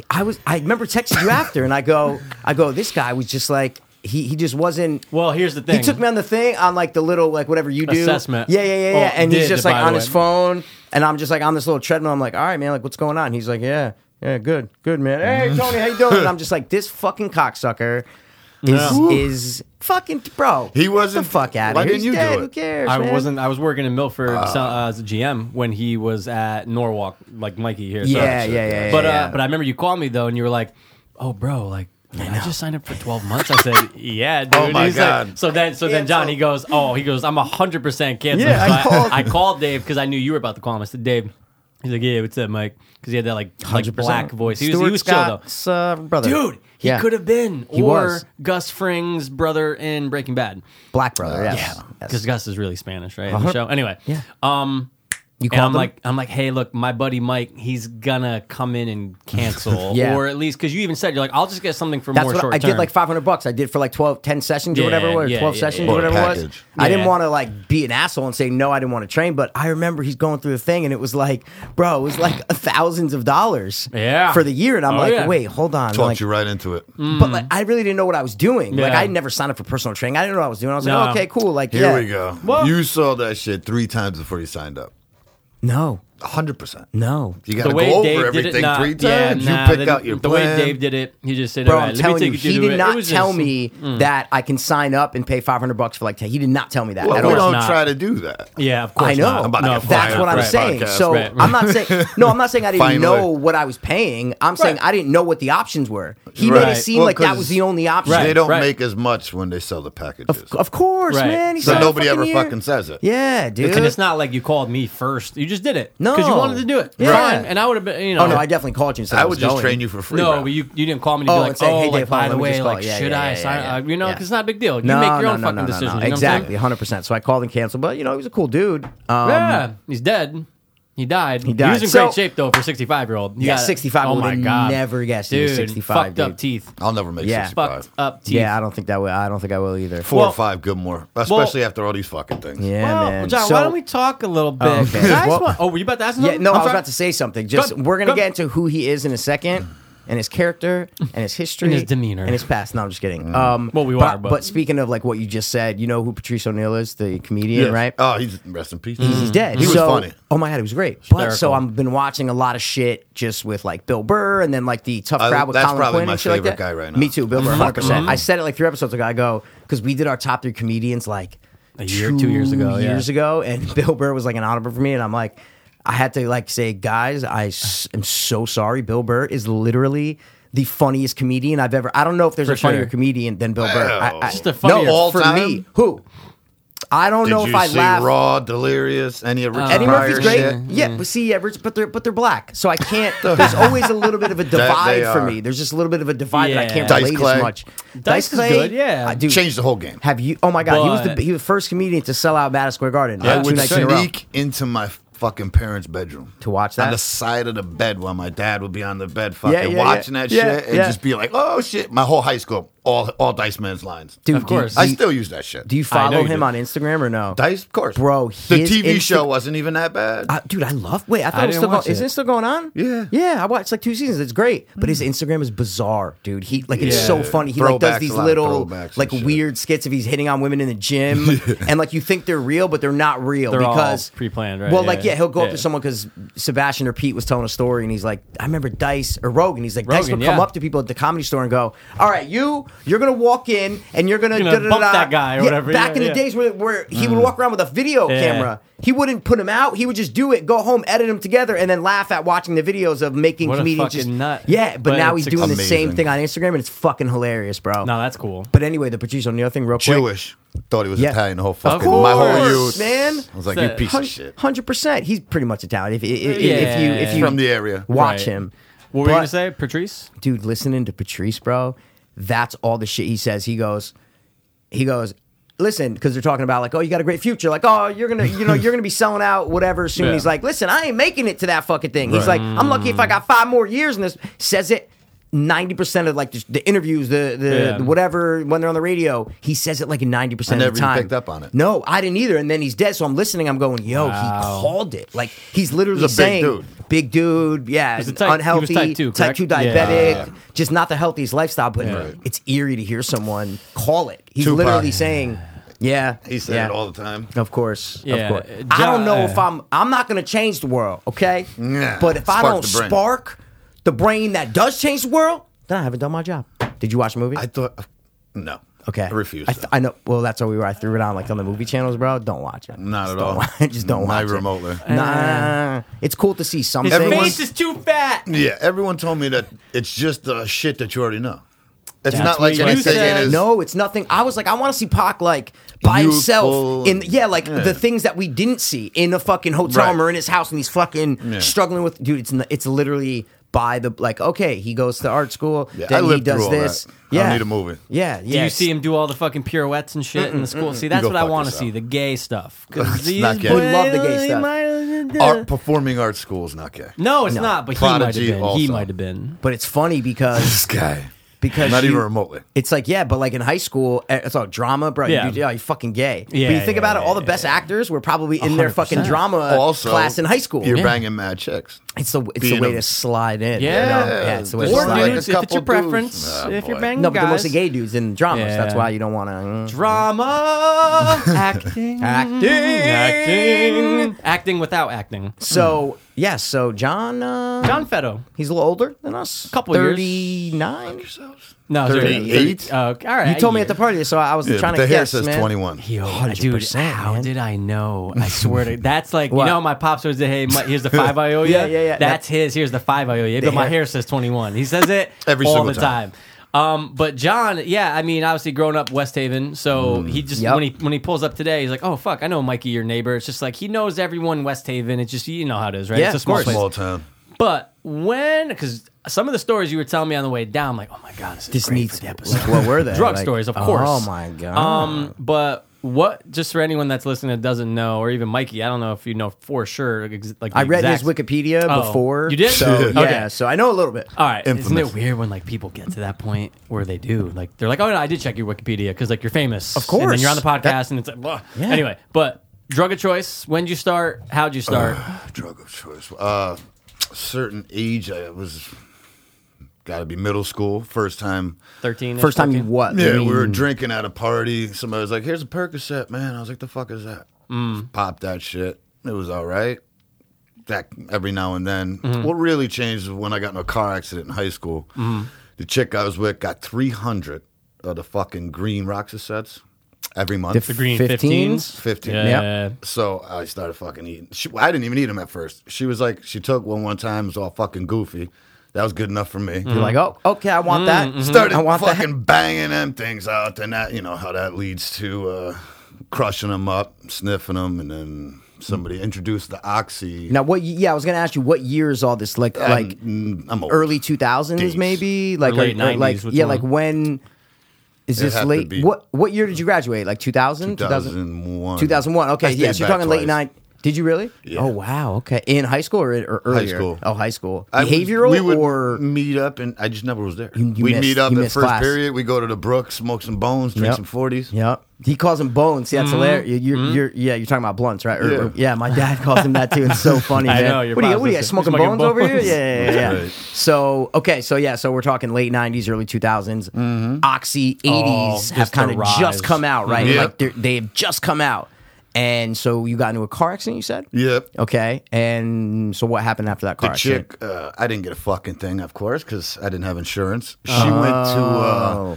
Speaker 1: I was. I remember texting you after, and I go, I go. This guy was just like he. He just wasn't.
Speaker 2: Well, here's the thing.
Speaker 1: He took me on the thing on like the little like whatever you do
Speaker 2: Assessment.
Speaker 1: Yeah, yeah, yeah,
Speaker 2: Well,
Speaker 1: yeah. and he's
Speaker 2: did,
Speaker 1: just
Speaker 2: by
Speaker 1: like
Speaker 2: the
Speaker 1: on
Speaker 2: way.
Speaker 1: his phone, and I'm just like on this little treadmill. I'm like, all right, man, like what's going on? He's like, yeah, yeah, good, good, man.
Speaker 2: Mm-hmm.
Speaker 1: Hey, Tony, how you doing? and I'm just like, this fucking cocksucker is is fucking bro.
Speaker 5: He
Speaker 1: get
Speaker 5: wasn't-
Speaker 1: the fuck out
Speaker 5: why
Speaker 1: of here. He's
Speaker 5: didn't you do
Speaker 1: dead.
Speaker 5: it?
Speaker 1: Who cares?
Speaker 2: I
Speaker 1: man?
Speaker 2: wasn't. I was working in Milford
Speaker 5: Oh.
Speaker 2: so- uh, as a GM when he was at Norwalk, like Mikey here. so-
Speaker 1: Yeah, yeah, yeah, yeah,
Speaker 2: But
Speaker 1: yeah.
Speaker 2: Uh, but I remember you called me though, and you were like, "Oh, bro, like." man, I, just signed up for 12 months. I said, yeah, dude.
Speaker 5: Oh, my
Speaker 2: He's like-
Speaker 5: God.
Speaker 2: so then, so then John, he goes, oh, he goes, I'm 100% canceled.
Speaker 1: Yeah, I
Speaker 2: So
Speaker 1: called-
Speaker 2: I called Dave because I knew you were about to call him. I said, Dave, he's like, yeah, what's up, Mike? Because he had that like, like
Speaker 1: 100%.
Speaker 2: black voice. He was,
Speaker 1: Stuart
Speaker 2: he was chill though.
Speaker 1: Scott's, uh, brother,
Speaker 2: Dude, he
Speaker 1: Yeah.
Speaker 2: could have been.
Speaker 1: He
Speaker 2: or
Speaker 1: was.
Speaker 2: Gus Fring's brother in Breaking Bad.
Speaker 1: black brother. Yes. Yes. Uh-huh.
Speaker 2: Because Gus is really Spanish, right? in the show. Anyway.
Speaker 1: Yeah.
Speaker 2: Um
Speaker 1: You
Speaker 2: and
Speaker 1: called
Speaker 2: I'm
Speaker 1: him?
Speaker 2: like I'm like, hey, look, my buddy Mike, he's gonna come in and cancel.
Speaker 1: Yeah.
Speaker 2: Or at least because you even said you're like, I'll just get something for
Speaker 1: That's
Speaker 2: more
Speaker 1: what
Speaker 2: short
Speaker 1: I did
Speaker 2: term.
Speaker 1: like 500 bucks. I did for like 12, 10 sessions or
Speaker 2: Yeah,
Speaker 1: whatever, or
Speaker 2: yeah,
Speaker 1: 12
Speaker 2: yeah,
Speaker 1: sessions
Speaker 2: yeah.
Speaker 1: or
Speaker 5: Or a
Speaker 1: whatever it was.
Speaker 5: package.
Speaker 1: I didn't
Speaker 2: Yeah.
Speaker 1: want to like be an asshole and say, no, I didn't want to train. But I remember he's going through the thing and it was like, bro, it was like thousands of dollars
Speaker 2: Yeah.
Speaker 1: for the year. And I'm
Speaker 2: Oh,
Speaker 1: like,
Speaker 2: yeah.
Speaker 1: wait, hold on.
Speaker 5: Talked
Speaker 1: Like,
Speaker 5: you right into it.
Speaker 1: But like, I really didn't know what I was doing. Like,
Speaker 2: Yeah.
Speaker 1: I never signed up for personal training. I didn't know what I was doing. I was
Speaker 2: No.
Speaker 1: like, okay, cool. Like,
Speaker 5: Here
Speaker 1: yeah.
Speaker 5: we go.
Speaker 2: Well-
Speaker 5: you saw that shit three times before you signed up.
Speaker 1: No,
Speaker 5: 100%.
Speaker 1: no.
Speaker 5: You got
Speaker 2: the
Speaker 5: to
Speaker 2: way
Speaker 5: go over
Speaker 2: Dave
Speaker 5: everything
Speaker 2: did it, nah,
Speaker 5: three
Speaker 2: yeah,
Speaker 5: times.
Speaker 2: nah,
Speaker 5: you pick
Speaker 2: the,
Speaker 5: out your
Speaker 2: the
Speaker 5: plan.
Speaker 2: way Dave did it, he just said,
Speaker 1: Bro,
Speaker 2: "All right,
Speaker 1: I'm
Speaker 2: let me
Speaker 1: telling
Speaker 2: take
Speaker 1: you,
Speaker 2: you
Speaker 1: he
Speaker 2: through it."
Speaker 1: did
Speaker 2: It
Speaker 1: not
Speaker 2: was
Speaker 1: tell
Speaker 2: just- mm.
Speaker 1: me that I can sign up and pay 500 bucks for like 10. He did not tell me that
Speaker 5: Well,
Speaker 1: at
Speaker 5: we
Speaker 1: all.
Speaker 5: don't
Speaker 2: not.
Speaker 5: try to do that.
Speaker 2: Yeah, of course.
Speaker 1: I know.
Speaker 2: Not.
Speaker 5: about to
Speaker 2: No,
Speaker 5: get
Speaker 2: of course
Speaker 1: That's
Speaker 5: fired
Speaker 1: what
Speaker 2: not.
Speaker 1: I'm
Speaker 5: for a
Speaker 1: saying.
Speaker 5: podcast.
Speaker 1: So
Speaker 2: Right.
Speaker 1: I'm not saying no. I'm not saying I didn't
Speaker 5: Finally.
Speaker 1: know what I was paying. I'm saying
Speaker 2: Right.
Speaker 1: I didn't know what the options were. He made
Speaker 2: Right.
Speaker 1: it seem
Speaker 5: Well,
Speaker 1: like that
Speaker 5: 'cause
Speaker 1: was the only option.
Speaker 5: They
Speaker 2: Right.
Speaker 5: don't make as much when they sell the packages.
Speaker 1: Of course,
Speaker 2: Right.
Speaker 1: man. He's
Speaker 5: so
Speaker 1: not a
Speaker 5: nobody ever
Speaker 1: year.
Speaker 5: fucking says it.
Speaker 1: Yeah, dude.
Speaker 2: And it's not like you called me first. You just did it.
Speaker 1: No,
Speaker 2: because you
Speaker 7: No.
Speaker 2: wanted to do it.
Speaker 7: Yeah.
Speaker 2: Fine. And I would have been, you know.
Speaker 1: Oh no, I definitely called you. And said
Speaker 5: I
Speaker 1: was
Speaker 5: would just
Speaker 1: going.
Speaker 5: train you for free.
Speaker 2: No,
Speaker 5: bro.
Speaker 2: but you, you didn't call me to
Speaker 1: Oh,
Speaker 2: be like,
Speaker 1: and say,
Speaker 2: oh,
Speaker 1: hey,
Speaker 2: like,
Speaker 1: Dave,
Speaker 2: by
Speaker 1: hold
Speaker 2: the
Speaker 1: on, let me
Speaker 2: way,
Speaker 1: just call
Speaker 2: like,
Speaker 1: you. Yeah,
Speaker 2: should
Speaker 1: yeah,
Speaker 2: I
Speaker 1: yeah,
Speaker 2: sign?
Speaker 1: yeah,
Speaker 2: uh, you know,
Speaker 1: yeah.
Speaker 2: 'cause it's not a big deal. You
Speaker 1: No,
Speaker 2: make your
Speaker 1: no,
Speaker 2: own
Speaker 1: no,
Speaker 2: fucking
Speaker 1: no, no,
Speaker 2: decision.
Speaker 1: No,
Speaker 2: you know what I'm
Speaker 1: exactly, hundred percent. So I called and canceled, but you know he was a cool dude. Um,
Speaker 2: saying? yeah, he's dead. He died. He
Speaker 1: died.
Speaker 2: was in
Speaker 1: So-
Speaker 2: great shape though for 65 year old.
Speaker 1: Yeah, 65
Speaker 2: Oh
Speaker 1: would've
Speaker 2: my god,
Speaker 1: never guessed he
Speaker 2: dude,
Speaker 1: was 65,
Speaker 2: Fucked
Speaker 1: dude.
Speaker 2: up teeth.
Speaker 5: I'll never make
Speaker 1: Yeah.
Speaker 5: 65.
Speaker 2: Fucked up teeth.
Speaker 1: Yeah, I don't think that will. I don't think I will either.
Speaker 5: Four
Speaker 2: Well-
Speaker 5: or five good more, especially after all these fucking things.
Speaker 1: Yeah,
Speaker 2: Well,
Speaker 1: man.
Speaker 2: John,
Speaker 1: So-
Speaker 2: why don't we talk a little bit?
Speaker 1: okay.
Speaker 2: 'Cause I just
Speaker 1: Well-
Speaker 2: want- oh, were you about to ask?
Speaker 1: Yeah,
Speaker 2: something?
Speaker 1: no,
Speaker 2: I'm
Speaker 1: I was
Speaker 2: sorry.
Speaker 1: about to say something. Just
Speaker 2: Go-
Speaker 1: we're gonna
Speaker 2: go-
Speaker 1: get into who he is in a second, and his character, and his history,
Speaker 2: And his demeanor.
Speaker 1: and his past. No, I'm just kidding. Um,
Speaker 2: Mm. Well, we
Speaker 1: but,
Speaker 2: are, but-
Speaker 1: speaking of like what you just said, you know who Patrice O'Neill is, the comedian, right?
Speaker 5: Oh, he's rest in peace. Mm.
Speaker 1: He's dead.
Speaker 5: Mm-hmm. He was
Speaker 1: So-
Speaker 5: funny.
Speaker 1: Oh my god, he was great. But
Speaker 2: Hysterical.
Speaker 1: so I've been watching a lot of shit just with like Bill Burr and then like the tough
Speaker 5: I-
Speaker 1: crowd with
Speaker 5: that's
Speaker 1: Colin
Speaker 5: probably
Speaker 1: Quinn
Speaker 5: my
Speaker 1: and shit like
Speaker 5: favorite
Speaker 1: that.
Speaker 5: guy right now. Mm-hmm.
Speaker 1: Me too, Bill Burr, 100. percent I said it like three episodes ago. I go because we did our top three comedians like
Speaker 2: A year, two years ago, yeah.
Speaker 1: years ago, and Bill Burr was like an honorable for me, and I'm like. I had to like say, guys, I s- am so sorry. Bill Burr is literally the funniest comedian I've ever. I don't know if there's
Speaker 2: For
Speaker 1: a funnier
Speaker 2: sure.
Speaker 1: comedian than Bill Burr. I,
Speaker 5: Wow.
Speaker 1: I,
Speaker 5: Just
Speaker 2: a
Speaker 1: no,
Speaker 2: funnier-
Speaker 5: All
Speaker 1: for
Speaker 5: time?
Speaker 1: me. Who? I don't
Speaker 5: Did
Speaker 1: know
Speaker 5: you
Speaker 1: if I
Speaker 5: see
Speaker 1: laugh.
Speaker 5: Raw, Delirious, any of Richard
Speaker 1: Eddie Murphy's great.
Speaker 5: Pryor's shit?
Speaker 1: Yeah, but see, yeah, Rich- but they're but they're black, so I can't. there's always a little bit of a divide for
Speaker 5: are.
Speaker 1: me. There's just a little bit of a divide that I can't
Speaker 5: Yeah. Dice
Speaker 1: relate
Speaker 5: Clay.
Speaker 1: as much.
Speaker 2: Dice is good, yeah.
Speaker 1: I do.
Speaker 5: Changed the whole game.
Speaker 1: Have you? Oh my God, he was
Speaker 2: But-
Speaker 1: the he was the first comedian to sell out Madison Square Garden.
Speaker 5: I
Speaker 1: uh, two
Speaker 5: would
Speaker 1: nights in a row.
Speaker 5: sneak into my fucking parents' bedroom
Speaker 1: To watch that?
Speaker 5: on the side of the bed while my dad would be on the bed fucking
Speaker 1: yeah, yeah.
Speaker 5: watching that
Speaker 1: Yeah,
Speaker 5: shit and
Speaker 1: yeah.
Speaker 5: just be like, "Oh shit!" My whole high school, all all Dice Man's lines.
Speaker 1: Dude,
Speaker 2: Of
Speaker 1: do you-
Speaker 2: course.
Speaker 1: do
Speaker 5: I
Speaker 1: you-
Speaker 5: still use that shit.
Speaker 1: do you
Speaker 2: I know
Speaker 1: follow
Speaker 2: you
Speaker 1: him
Speaker 2: do.
Speaker 1: on Instagram or no?
Speaker 5: Dice, of course,
Speaker 1: Bro,
Speaker 5: The
Speaker 1: his
Speaker 5: TV
Speaker 1: Insta-
Speaker 5: show wasn't even that bad.
Speaker 1: Uh, dude, I love. Wait, I thought
Speaker 2: I
Speaker 1: it was
Speaker 2: didn't
Speaker 1: still going,
Speaker 2: watch
Speaker 1: isn't
Speaker 2: it.
Speaker 1: it still going on?
Speaker 5: Yeah. Hmm.
Speaker 1: yeah. I watched like two seasons. It's great, but his Instagram is bizarre, dude. He like it's so
Speaker 5: Yeah.
Speaker 1: funny. He like
Speaker 5: Throwbacks,
Speaker 1: does these
Speaker 5: a lot of
Speaker 1: little
Speaker 5: throwbacks and
Speaker 1: like
Speaker 5: shit.
Speaker 1: weird skits of he's hitting on women in the gym, and like you think they're real, but they're not real
Speaker 2: They're all
Speaker 1: because
Speaker 2: pre-planned, right?
Speaker 1: Well,
Speaker 2: Yeah,
Speaker 1: like yeah,
Speaker 2: yeah.
Speaker 1: he'll go up
Speaker 2: Yeah.
Speaker 1: to someone because Sebastian or Pete was telling a story, and he's like, I remember Dice or Rogan. He's like, Dice
Speaker 2: Rogan,
Speaker 1: would come
Speaker 2: yeah.
Speaker 1: up to people at the comedy store and go, All right, you, you're gonna walk in and you're gonna,
Speaker 2: You're gonna
Speaker 1: da-da-da-da."
Speaker 2: bump that guy or
Speaker 1: Yeah,
Speaker 2: whatever.
Speaker 1: Back
Speaker 2: Yeah,
Speaker 1: in the
Speaker 2: yeah. Mm.
Speaker 1: days where, where he would walk around with a video
Speaker 2: Yeah.
Speaker 1: camera. He wouldn't put them out. He would just do it, go home, edit them together, and then laugh at watching the videos of making
Speaker 2: What a
Speaker 1: comedians.
Speaker 2: fucking
Speaker 1: just,
Speaker 2: nut.
Speaker 1: Yeah, but,
Speaker 2: But
Speaker 1: now
Speaker 2: it's
Speaker 1: he's doing the
Speaker 5: amazing.
Speaker 1: same thing on Instagram, and it's fucking hilarious, bro.
Speaker 2: No, that's cool.
Speaker 1: But anyway, the producer on the other thing, real quick.
Speaker 5: Jewish. Thought he was
Speaker 1: Yeah.
Speaker 5: Italian the whole fucking
Speaker 2: course,
Speaker 5: my whole youth.
Speaker 1: man.
Speaker 5: I was like,
Speaker 2: It's
Speaker 5: you
Speaker 2: that-
Speaker 5: piece of shit.
Speaker 1: Hundred percent. He's pretty much Italian. If, if, if, if you if
Speaker 2: Yeah.
Speaker 1: you
Speaker 5: From the area.
Speaker 1: watch
Speaker 2: Right.
Speaker 1: him.
Speaker 2: What were you
Speaker 1: But-
Speaker 2: gonna say, Patrice?
Speaker 1: dude, listening to Patrice, bro, that's all the shit he says. He goes, he goes, listen, because they're talking about like, oh, you got a great future, like, oh, you're gonna, you know, you're gonna be selling out whatever soon.
Speaker 2: Yeah.
Speaker 1: He's like, listen, I ain't making it to that fucking thing. He's
Speaker 5: Right.
Speaker 1: like, I'm lucky if I got
Speaker 2: Mm.
Speaker 1: five more years in this. Says it. 90% of like the, the interviews, the, the,
Speaker 2: Yeah.
Speaker 1: the whatever, when they're on the radio, he says it like 90%
Speaker 5: I
Speaker 1: of
Speaker 5: never
Speaker 1: the
Speaker 5: even
Speaker 1: time.
Speaker 5: picked up on it.
Speaker 1: No, I didn't either. And then he's dead. So I'm listening. I'm going, yo,
Speaker 2: Wow.
Speaker 1: he called it. Like he's literally
Speaker 5: He's a big
Speaker 1: saying,
Speaker 5: dude.
Speaker 1: big dude. Yeah.
Speaker 2: He's a type- he was
Speaker 1: unhealthy.
Speaker 2: type two, correct?
Speaker 1: diabetic
Speaker 2: Yeah.
Speaker 1: just not the healthiest lifestyle, but
Speaker 2: Yeah.
Speaker 1: it's eerie to hear someone call it. He's
Speaker 5: Tupac.
Speaker 1: literally saying, "Yeah,
Speaker 5: He said
Speaker 1: yeah,
Speaker 5: it all the time.
Speaker 1: Of course,
Speaker 2: Yeah,
Speaker 1: of course.
Speaker 2: uh,
Speaker 1: I don't
Speaker 2: Ja-
Speaker 1: know if
Speaker 2: yeah.
Speaker 1: I'm. I'm not going to change the world, okay?
Speaker 5: Yeah,
Speaker 1: But if I
Speaker 5: spark
Speaker 1: don't
Speaker 5: the brain.
Speaker 1: spark the brain that does change the world, then I haven't done my job. Did you watch the movie?
Speaker 5: I thought, no.
Speaker 1: okay,
Speaker 5: I refuse.
Speaker 1: I, th- I know. Well, that's where we were. I threw it on like on the movie channels, bro. Don't watch it.
Speaker 5: Not
Speaker 1: Just
Speaker 5: at
Speaker 1: don't
Speaker 5: all.
Speaker 1: watch- just don't
Speaker 5: Not
Speaker 1: watch it.
Speaker 5: remotely.
Speaker 2: Uh,
Speaker 1: Nah, it's cool to see something.
Speaker 5: Everyone-
Speaker 2: Face is too fat.
Speaker 5: Yeah, everyone told me that it's just the shit that you already know. It's
Speaker 2: That's
Speaker 5: not like
Speaker 2: what you
Speaker 5: anything
Speaker 2: said.
Speaker 5: is.
Speaker 1: No, it's nothing. I was like, I want to see Pac like by himself
Speaker 5: Youthful.
Speaker 1: in yeah, like
Speaker 5: Yeah.
Speaker 1: the things that we didn't see in a fucking hotel
Speaker 5: Right.
Speaker 1: room or in his house, and he's fucking
Speaker 5: Yeah.
Speaker 1: struggling with dude. It's n- it's literally by the like. Okay, he goes to art school,
Speaker 5: Yeah, I
Speaker 1: then he
Speaker 5: lived
Speaker 1: does
Speaker 5: through all that.
Speaker 1: this.
Speaker 5: I
Speaker 1: Yeah,
Speaker 5: don't need a movie.
Speaker 1: Yeah, yeah.
Speaker 2: Do you see him do all the fucking pirouettes and shit in the school? See, that's
Speaker 5: go
Speaker 2: what I
Speaker 5: fuck
Speaker 2: want to
Speaker 5: yourself.
Speaker 2: see the gay stuff.
Speaker 5: It's not gay.
Speaker 1: We love the gay stuff.
Speaker 5: Art, performing art school is not gay.
Speaker 2: Oh, No, it's not. But he might have
Speaker 5: Prodigy
Speaker 2: been. He
Speaker 5: also.
Speaker 2: might have been.
Speaker 1: But it's funny because
Speaker 5: This guy.
Speaker 1: because
Speaker 5: Not
Speaker 1: you-
Speaker 5: even remotely.
Speaker 1: It's like yeah, but like in high school, eh, it's all drama, bro.
Speaker 2: Yeah.
Speaker 1: You, do- yeah, you're fucking gay.
Speaker 2: Yeah,
Speaker 1: but you think
Speaker 2: yeah,
Speaker 1: about it,
Speaker 2: yeah,
Speaker 1: all the
Speaker 2: yeah,
Speaker 1: best actors were probably in their fucking
Speaker 2: 100%.
Speaker 1: drama
Speaker 5: also,
Speaker 1: class in high school.
Speaker 5: You're
Speaker 2: Yeah.
Speaker 5: banging mad chicks.
Speaker 1: It's the it's the
Speaker 5: Being
Speaker 1: way
Speaker 5: a-
Speaker 1: to slide in. you know?
Speaker 2: Yeah.
Speaker 1: yeah it's the way
Speaker 5: Or
Speaker 1: to
Speaker 2: Or
Speaker 1: slide in.
Speaker 5: like a
Speaker 2: dudes, if it's
Speaker 5: couple
Speaker 2: your
Speaker 5: dudes.
Speaker 2: preference,
Speaker 5: Oh,
Speaker 2: if you're
Speaker 5: boy.
Speaker 2: banging
Speaker 1: No, but the
Speaker 2: guys,
Speaker 1: mostly gay dudes in dramas. That's
Speaker 2: Yeah.
Speaker 1: why you don't mm. want to.
Speaker 2: drama, acting,
Speaker 1: Acting.
Speaker 2: acting, acting without acting.
Speaker 1: So yeah, so John, uh,
Speaker 2: John Fetto.
Speaker 1: he's a little older than us.
Speaker 2: Couple years.
Speaker 1: thirty nine.
Speaker 2: No, thirty-
Speaker 5: 38?
Speaker 2: thirty- Oh, okay, all right.
Speaker 1: You told me
Speaker 2: yeah.
Speaker 1: at the party, so I was
Speaker 5: Yeah,
Speaker 1: trying
Speaker 5: but
Speaker 1: to
Speaker 5: the hair
Speaker 1: guess.
Speaker 5: says
Speaker 1: man.
Speaker 5: 21.
Speaker 2: Yo,
Speaker 1: 100%,
Speaker 2: dude, how
Speaker 1: man.
Speaker 2: did I know? I swear to that's like you
Speaker 1: What?
Speaker 2: know my pops always say, "Hey, my, here's the five I owe you."
Speaker 1: Yeah, yeah, yeah.
Speaker 2: That's his. Here's the five I owe you. But my
Speaker 1: Yeah.
Speaker 2: hair says twenty one. He says it
Speaker 5: Every
Speaker 2: all
Speaker 5: single
Speaker 2: the time.
Speaker 5: time.
Speaker 8: Um, but John, yeah, I mean, obviously growing up West Haven, so he just
Speaker 1: Mm, Yep.
Speaker 8: when he when he pulls up today, he's like, oh fuck, I know Mikey, your neighbor. It's just like he knows everyone in West Haven. It's just you know how it is, right?
Speaker 1: Yeah,
Speaker 8: it's a
Speaker 1: of
Speaker 8: small
Speaker 1: course.
Speaker 8: place.
Speaker 5: Small town.
Speaker 8: But when, because some of the stories you were telling me on the way down, I'm like, oh my god, this is
Speaker 1: This
Speaker 8: great
Speaker 1: needs.
Speaker 8: for the episode.
Speaker 1: Like, what were they?
Speaker 8: Drug
Speaker 1: Like-
Speaker 8: stories, of course.
Speaker 1: Oh my god. Ah.
Speaker 8: Um, but what? Just for anyone that's listening that doesn't know, or even Mikey, I don't know if you know for sure. Like, ex- like the
Speaker 1: I read
Speaker 8: exact-
Speaker 1: his Wikipedia
Speaker 8: Oh.
Speaker 1: before.
Speaker 8: You did?
Speaker 1: So,
Speaker 8: Okay. Oh,
Speaker 1: Yeah, so I know a little bit.
Speaker 8: All right, isn't
Speaker 5: Infamous.
Speaker 8: it weird when like people get to that point where they do like they're like, oh no, I did check your Wikipedia because like you're famous, of and then
Speaker 1: course.
Speaker 8: you're on the podcast, and it's like, blah. anyway. But drug of choice, when would you start? How'd you start?
Speaker 5: Drug of choice. Uh, certain age. I was got to be middle school. First time.
Speaker 8: Thirteen.
Speaker 1: First time you what?
Speaker 5: Yeah,
Speaker 1: I mean,
Speaker 5: we were drinking at a party. Somebody was like, "Here's a Percocet, man." I was like, "The fuck is that?"
Speaker 8: Mm.
Speaker 5: Pop that shit. It was all right. That every now and then.
Speaker 8: Mm-hmm.
Speaker 5: What really changed was when I got in a car accident in high school. The chick I was with got three hundred of the fucking green Roxasets every month.
Speaker 1: diff-
Speaker 8: The green
Speaker 1: 15s?
Speaker 5: 15.
Speaker 8: Yeah.
Speaker 1: Yep.
Speaker 5: So I started fucking eating. She, I didn't even eat them at first. She was like, she took one one time. It was all fucking goofy. That was good enough for me.
Speaker 1: You're like, oh, okay, I want that.
Speaker 8: Mm-hmm.
Speaker 5: Started
Speaker 1: I want
Speaker 5: fucking
Speaker 1: that.
Speaker 5: banging them things out, and that you know how that leads to uh, crushing them up, sniffing them, and then somebody introduced the oxy.
Speaker 1: Now, what? Yeah, I was gonna ask you what year is all this? Like, like
Speaker 5: Mm, I'm old.
Speaker 1: early two thousands,
Speaker 5: Days.
Speaker 1: maybe? Like,
Speaker 8: Or late
Speaker 1: like
Speaker 8: 90s, which
Speaker 1: yeah,
Speaker 8: one?
Speaker 1: like when? Is
Speaker 5: It'd
Speaker 1: this
Speaker 5: have to
Speaker 1: late?
Speaker 5: be-
Speaker 1: What what year did you graduate? Like 2000?
Speaker 5: 2001.
Speaker 1: 2001.
Speaker 5: I
Speaker 1: Okay,
Speaker 5: stayed
Speaker 1: yes, you're
Speaker 5: back
Speaker 1: talking late
Speaker 5: twice.
Speaker 1: nine. Did you really?
Speaker 5: Yeah.
Speaker 1: Oh wow. Okay, in high school or, or earlier?
Speaker 5: school.
Speaker 1: Oh, high school.
Speaker 5: I was-
Speaker 1: Behavioral
Speaker 5: we would
Speaker 1: or
Speaker 5: meet up, and I just never was there.
Speaker 1: You- you
Speaker 5: we
Speaker 1: missed-
Speaker 5: meet up
Speaker 1: you
Speaker 5: at
Speaker 1: missed
Speaker 5: first
Speaker 1: class.
Speaker 5: period. We go to the brook, smoke some bones, drink
Speaker 1: Yep.
Speaker 5: some forties.
Speaker 1: Yep. He calls them bones. See, that's
Speaker 5: Mm-hmm.
Speaker 1: hilarious. You- You're, you're, yeah, you're talking about blunts, right? Or- or- yeah. my dad calls him that too. It's so funny,
Speaker 8: I
Speaker 1: man.
Speaker 8: know, your
Speaker 1: what, are you,
Speaker 8: pops
Speaker 1: what are you
Speaker 8: is-
Speaker 1: guys, smoking,
Speaker 8: smoking
Speaker 1: bones, over here?
Speaker 8: bones.
Speaker 1: Yeah, yeah, yeah. yeah.
Speaker 5: Right.
Speaker 1: So, okay, so yeah, so we're talking late 90s, early 2000s. Oxy 80s
Speaker 8: Oh,
Speaker 1: have
Speaker 8: just the
Speaker 1: kind of
Speaker 8: rise.
Speaker 1: just come out, right?
Speaker 5: Mm-hmm. Yeah.
Speaker 1: Like they're- they have just come out. And so you got into a car accident, you said?
Speaker 5: Yep.
Speaker 1: Okay. And so what happened after that car
Speaker 5: The
Speaker 1: accident?
Speaker 5: chick, uh, I didn't get a fucking thing, of course, because I didn't have insurance. She went to uh,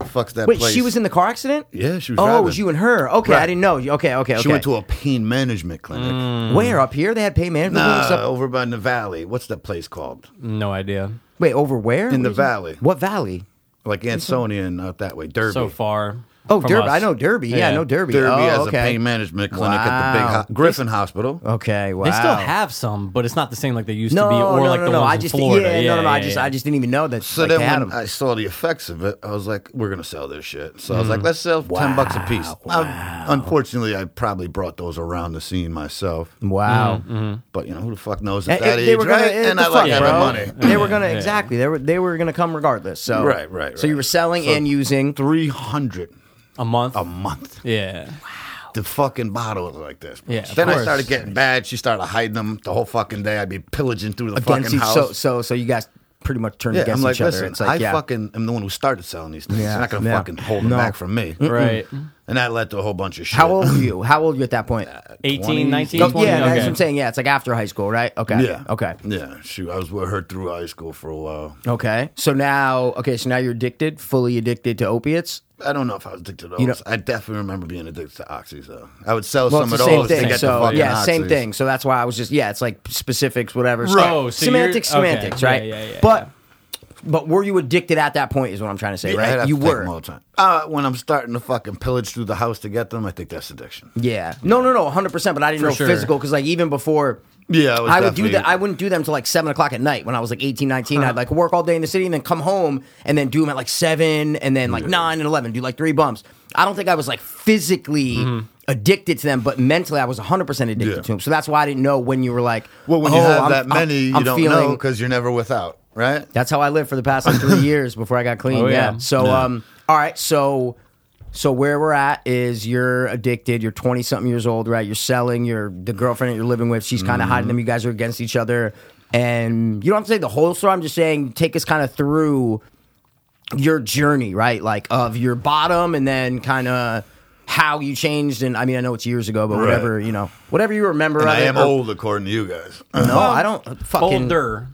Speaker 5: fucks that
Speaker 1: Oh. Wait,
Speaker 5: place.
Speaker 1: she was in the car accident?
Speaker 5: Yeah, she was.
Speaker 1: Oh, it
Speaker 5: driving.
Speaker 1: was you and her. Okay,
Speaker 5: Right.
Speaker 1: I didn't know. Okay, okay, okay.
Speaker 5: She went to a pain management clinic.
Speaker 1: Where? Up here? They had pay management? clinics
Speaker 5: Nah,
Speaker 1: up-
Speaker 5: over by in the valley. What's that place called?
Speaker 8: No idea.
Speaker 1: Wait, over where?
Speaker 5: In the
Speaker 1: What is it?
Speaker 5: valley.
Speaker 1: What valley?
Speaker 5: Like Ansonia and out that way. Derby.
Speaker 8: So far.
Speaker 1: Oh,
Speaker 8: from
Speaker 1: Derby.
Speaker 8: us.
Speaker 1: I know Derby. Yeah, I know Derby.
Speaker 5: Derby
Speaker 1: oh,
Speaker 5: has
Speaker 1: okay.
Speaker 5: a pain management clinic at the big
Speaker 1: Wow. Oh,
Speaker 5: ho- Griffin Hospital.
Speaker 1: Okay, wow.
Speaker 8: They still have some, but it's not the same like they used to
Speaker 1: no,
Speaker 8: be, or
Speaker 1: no,
Speaker 8: like
Speaker 1: no,
Speaker 8: the
Speaker 1: no.
Speaker 8: ones
Speaker 1: I
Speaker 8: in
Speaker 1: just
Speaker 8: Florida.
Speaker 1: yeah, no, no, no. I
Speaker 8: yeah,
Speaker 1: just
Speaker 8: yeah.
Speaker 1: I just didn't even know that.
Speaker 5: So
Speaker 1: like,
Speaker 5: then
Speaker 1: they had
Speaker 5: when
Speaker 1: 'em.
Speaker 5: I saw the effects of it, I was like, we're going to sell this shit. So I
Speaker 1: Mm.
Speaker 5: was like, let's sell 10 bucks a piece. I, unfortunately, I probably brought those around the scene myself.
Speaker 1: wow.
Speaker 5: But, you know, who the fuck knows
Speaker 1: Mm. And-
Speaker 5: at Mm-hmm. that
Speaker 1: and
Speaker 5: age,
Speaker 1: they were gonna,
Speaker 5: right?
Speaker 1: and
Speaker 5: And
Speaker 1: the
Speaker 5: I like
Speaker 1: fuck,
Speaker 5: having
Speaker 1: bro.
Speaker 5: money.
Speaker 1: They were gonna
Speaker 8: Yeah.
Speaker 1: exactly. They were they were gonna come regardless. So
Speaker 5: Right, right,
Speaker 1: So you
Speaker 5: right.
Speaker 1: were selling
Speaker 5: So-
Speaker 1: and using.
Speaker 5: 300
Speaker 8: a month.
Speaker 1: Oh.
Speaker 5: a month.
Speaker 8: yeah.
Speaker 5: The fucking bottle was like this. bro.
Speaker 8: Yeah, of
Speaker 5: then I
Speaker 8: course.
Speaker 5: started getting bad. She started hiding them the whole fucking day. I'd be pillaging through the
Speaker 1: Against
Speaker 5: fucking
Speaker 1: each,
Speaker 5: house.
Speaker 1: so so so you guys pretty much turned
Speaker 5: yeah,
Speaker 1: against
Speaker 5: I'm like,
Speaker 1: each other.
Speaker 5: listen,
Speaker 1: it's like
Speaker 5: I
Speaker 1: yeah.
Speaker 5: fucking am the one who started selling these things.
Speaker 1: Yeah,
Speaker 5: You're not gonna
Speaker 1: yeah.
Speaker 5: fucking hold them
Speaker 1: No.
Speaker 5: back from me,
Speaker 8: Right.
Speaker 1: Hmm.
Speaker 5: And that led to a whole bunch of shit.
Speaker 1: How old were you? How old were you at that point?
Speaker 8: 18, 19,
Speaker 1: Oh,
Speaker 8: 20.
Speaker 1: yeah,
Speaker 8: okay.
Speaker 1: that's what I'm saying. Yeah, it's like after high school, right? Okay.
Speaker 5: Yeah.
Speaker 1: Okay.
Speaker 5: Yeah. She, I was with her through high school for a while.
Speaker 1: Okay. So now, okay, so now you're addicted, fully addicted to opiates.
Speaker 5: I don't know if I was addicted to those.
Speaker 1: You know-
Speaker 5: I definitely remember being addicted to oxys though. I would sell
Speaker 1: Well, it's
Speaker 5: some of
Speaker 1: the
Speaker 5: those
Speaker 1: same
Speaker 5: to
Speaker 1: thing.
Speaker 5: get the
Speaker 1: So
Speaker 5: fucking
Speaker 1: yeah, same
Speaker 5: oxys.
Speaker 1: thing. So that's why I was just yeah, it's like specifics, whatever.
Speaker 8: Right. Oh, so you're-
Speaker 1: semantics,
Speaker 8: okay.
Speaker 1: semantics,
Speaker 8: Yeah,
Speaker 1: right?
Speaker 8: yeah, yeah,
Speaker 1: but but were you addicted at that point? Is what I'm trying to say,
Speaker 5: Yeah, I'd
Speaker 1: right?
Speaker 5: have
Speaker 1: You
Speaker 5: to take
Speaker 1: were.
Speaker 5: them all the time. Uh, when I'm starting to fucking pillage through the house to get them, I think that's addiction.
Speaker 1: Yeah. No, no, no, 100. percent But I didn't know
Speaker 8: sure.
Speaker 1: physical because like even before.
Speaker 5: Yeah, I, was
Speaker 1: I would do
Speaker 5: definitely- Uh-huh.
Speaker 1: that. I wouldn't do them till like seven o'clock at night when I was like 18, 19. I'd like work all day in the city and then come home and then do them at like seven and then like nine and 11, do like three bumps. I don't think I was like physically addicted to them, but mentally I was 100% addicted
Speaker 5: Mm-hmm. Yeah.
Speaker 1: to them. So that's why I didn't know when you were like,
Speaker 5: Well, when
Speaker 1: oh,
Speaker 5: you have
Speaker 1: I'm-
Speaker 5: that
Speaker 1: I'm-
Speaker 5: many, you
Speaker 1: I'm
Speaker 5: don't
Speaker 1: feeling,
Speaker 5: know because you're never without, right?
Speaker 1: That's how I lived for the past like three years before I got clean.
Speaker 8: Oh,
Speaker 1: yeah.
Speaker 8: yeah.
Speaker 1: So, um, all right. So, so where we're at is you're addicted. You're 20 something years old, right? You're selling. You're the girlfriend that you're living with. She's kind of
Speaker 5: Mm-hmm.
Speaker 1: hiding them. You guys are against each other, and you don't have to say the whole story. I'm just saying take us kind of through your journey, right? Like of your bottom, and then kind of. How you changed, and I mean, I know it's years ago, but
Speaker 5: Right.
Speaker 1: whatever you know, whatever you remember.
Speaker 5: And
Speaker 1: of
Speaker 5: I
Speaker 1: it,
Speaker 5: am
Speaker 1: or-
Speaker 5: old according to you guys.
Speaker 1: No, I don't fucking.
Speaker 8: Older.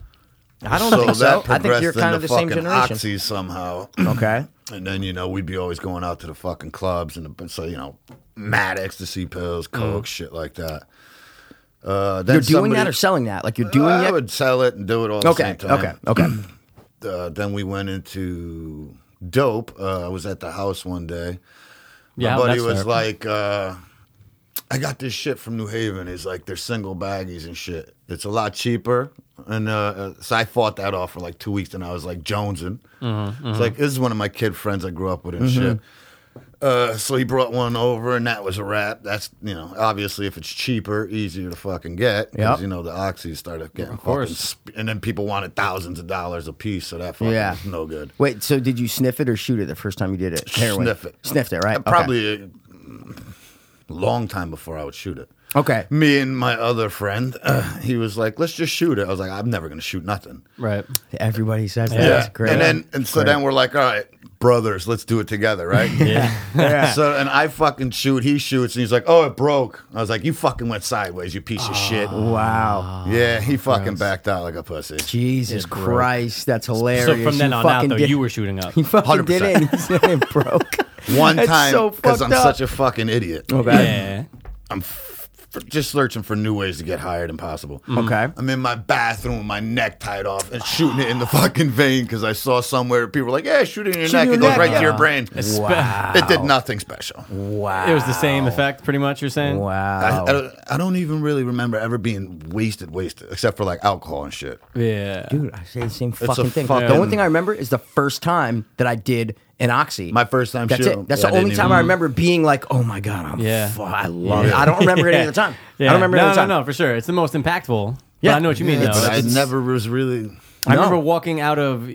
Speaker 1: I don't think so. I think you're kind of the same
Speaker 5: fucking
Speaker 1: generation.
Speaker 5: Oxy somehow.
Speaker 1: Okay.
Speaker 5: and then you know we'd be always going out to the fucking clubs and the, so you know mad ecstasy pills, coke, shit like that. Uh,
Speaker 1: Mm. You're doing
Speaker 5: then somebody-
Speaker 1: that or selling that? Like you're doing
Speaker 5: Uh, I
Speaker 1: that?
Speaker 5: would sell it and do it all at
Speaker 1: Okay,
Speaker 5: the same time.
Speaker 1: okay, okay.
Speaker 5: uh, then we went into dope. Uh, I was at the house one day.
Speaker 2: Yeah,
Speaker 5: My buddy
Speaker 2: that's
Speaker 5: was
Speaker 2: fair.
Speaker 5: like, uh, I got this shit from New Haven. It's like they're single baggies and shit. It's a lot cheaper. And uh, uh, so I fought that off for like two weeks and I was like jonesing.
Speaker 2: Mm-hmm,
Speaker 5: It's like, this is one of my kid friends I grew up with and shit. Uh, so he brought one over and that was a wrap. That's, you know, obviously if it's cheaper, easier to fucking get.
Speaker 1: Yep.
Speaker 5: Because, you know, the oxys started getting of
Speaker 2: course.
Speaker 5: and then people wanted thousands of dollars a piece. So that fucking
Speaker 1: Yeah.
Speaker 5: was no good.
Speaker 1: Wait, so did you sniff it or shoot it the first time you did it? Heroin.
Speaker 5: Sniff it.
Speaker 1: Sniffed it, right?
Speaker 5: Uh,
Speaker 1: Okay.
Speaker 5: Probably a long time before I would shoot it.
Speaker 1: Okay.
Speaker 5: Me and my other friend, uh, he was like, "Let's just shoot it." I was like, "I'm never gonna shoot nothing."
Speaker 2: right.
Speaker 1: Everybody says that. That's great.
Speaker 5: And then and so then we're like, "All right, brothers, let's do it together, right?" yeah. So and I fucking shoot, he shoots, and he's like, "Oh, it broke." I was like, "You fucking went sideways, you piece of shit."
Speaker 1: Oh, wow.
Speaker 2: Ah,
Speaker 5: Yeah, he fucking backed out like a pussy.
Speaker 1: Jesus Christ, that's hilarious.
Speaker 2: So from then
Speaker 1: You
Speaker 2: on out,
Speaker 1: fucking
Speaker 2: though,
Speaker 1: did-
Speaker 2: you were shooting up.
Speaker 1: You fucking did it.
Speaker 5: 100%.
Speaker 1: And you said it broke.
Speaker 5: One
Speaker 1: That's so
Speaker 5: time, because
Speaker 1: fucked
Speaker 5: I'm
Speaker 1: up.
Speaker 5: such a fucking idiot.
Speaker 1: Okay.
Speaker 2: Yeah.
Speaker 5: I'm f- f- just searching for new ways to get hired and possible.
Speaker 1: Mm-hmm. Okay.
Speaker 5: I'm in my bathroom with my neck tied off and shooting it in the fucking vein because I saw somewhere people were like, yeah, shoot it in your
Speaker 1: Shoot it
Speaker 5: neck.
Speaker 1: in
Speaker 5: It
Speaker 1: your
Speaker 5: goes
Speaker 1: neck,
Speaker 5: right
Speaker 1: yeah.
Speaker 5: to your brain.
Speaker 1: Wow.
Speaker 5: It did nothing special.
Speaker 1: Wow.
Speaker 2: It was the same effect, pretty much. You're saying.
Speaker 5: I,
Speaker 1: Wow.
Speaker 5: I, don't, I don't even really remember ever being wasted, wasted, except for like alcohol and shit.
Speaker 2: Yeah.
Speaker 1: Dude, I say the same
Speaker 5: a
Speaker 1: fucking thing.
Speaker 5: fucking-
Speaker 1: The only thing I remember is the first time that I did an oxy.
Speaker 5: My first time
Speaker 1: That's
Speaker 5: shooting.
Speaker 1: it. That's
Speaker 5: Yeah,
Speaker 1: the
Speaker 5: I
Speaker 1: only
Speaker 5: didn't
Speaker 1: time
Speaker 5: even-
Speaker 1: I remember being like, "Oh my god, I'm
Speaker 2: Yeah.
Speaker 1: fu- I love it." I don't remember it any other time.
Speaker 2: Yeah.
Speaker 1: I don't remember
Speaker 2: no,
Speaker 1: it any other time.
Speaker 2: No, no, for sure. It's the most impactful. Yeah.
Speaker 1: Yeah.
Speaker 2: I know what you mean,
Speaker 5: Yeah,
Speaker 2: though.
Speaker 5: but I
Speaker 2: It's-
Speaker 5: never was really.
Speaker 2: I remember
Speaker 1: No.
Speaker 2: walking out of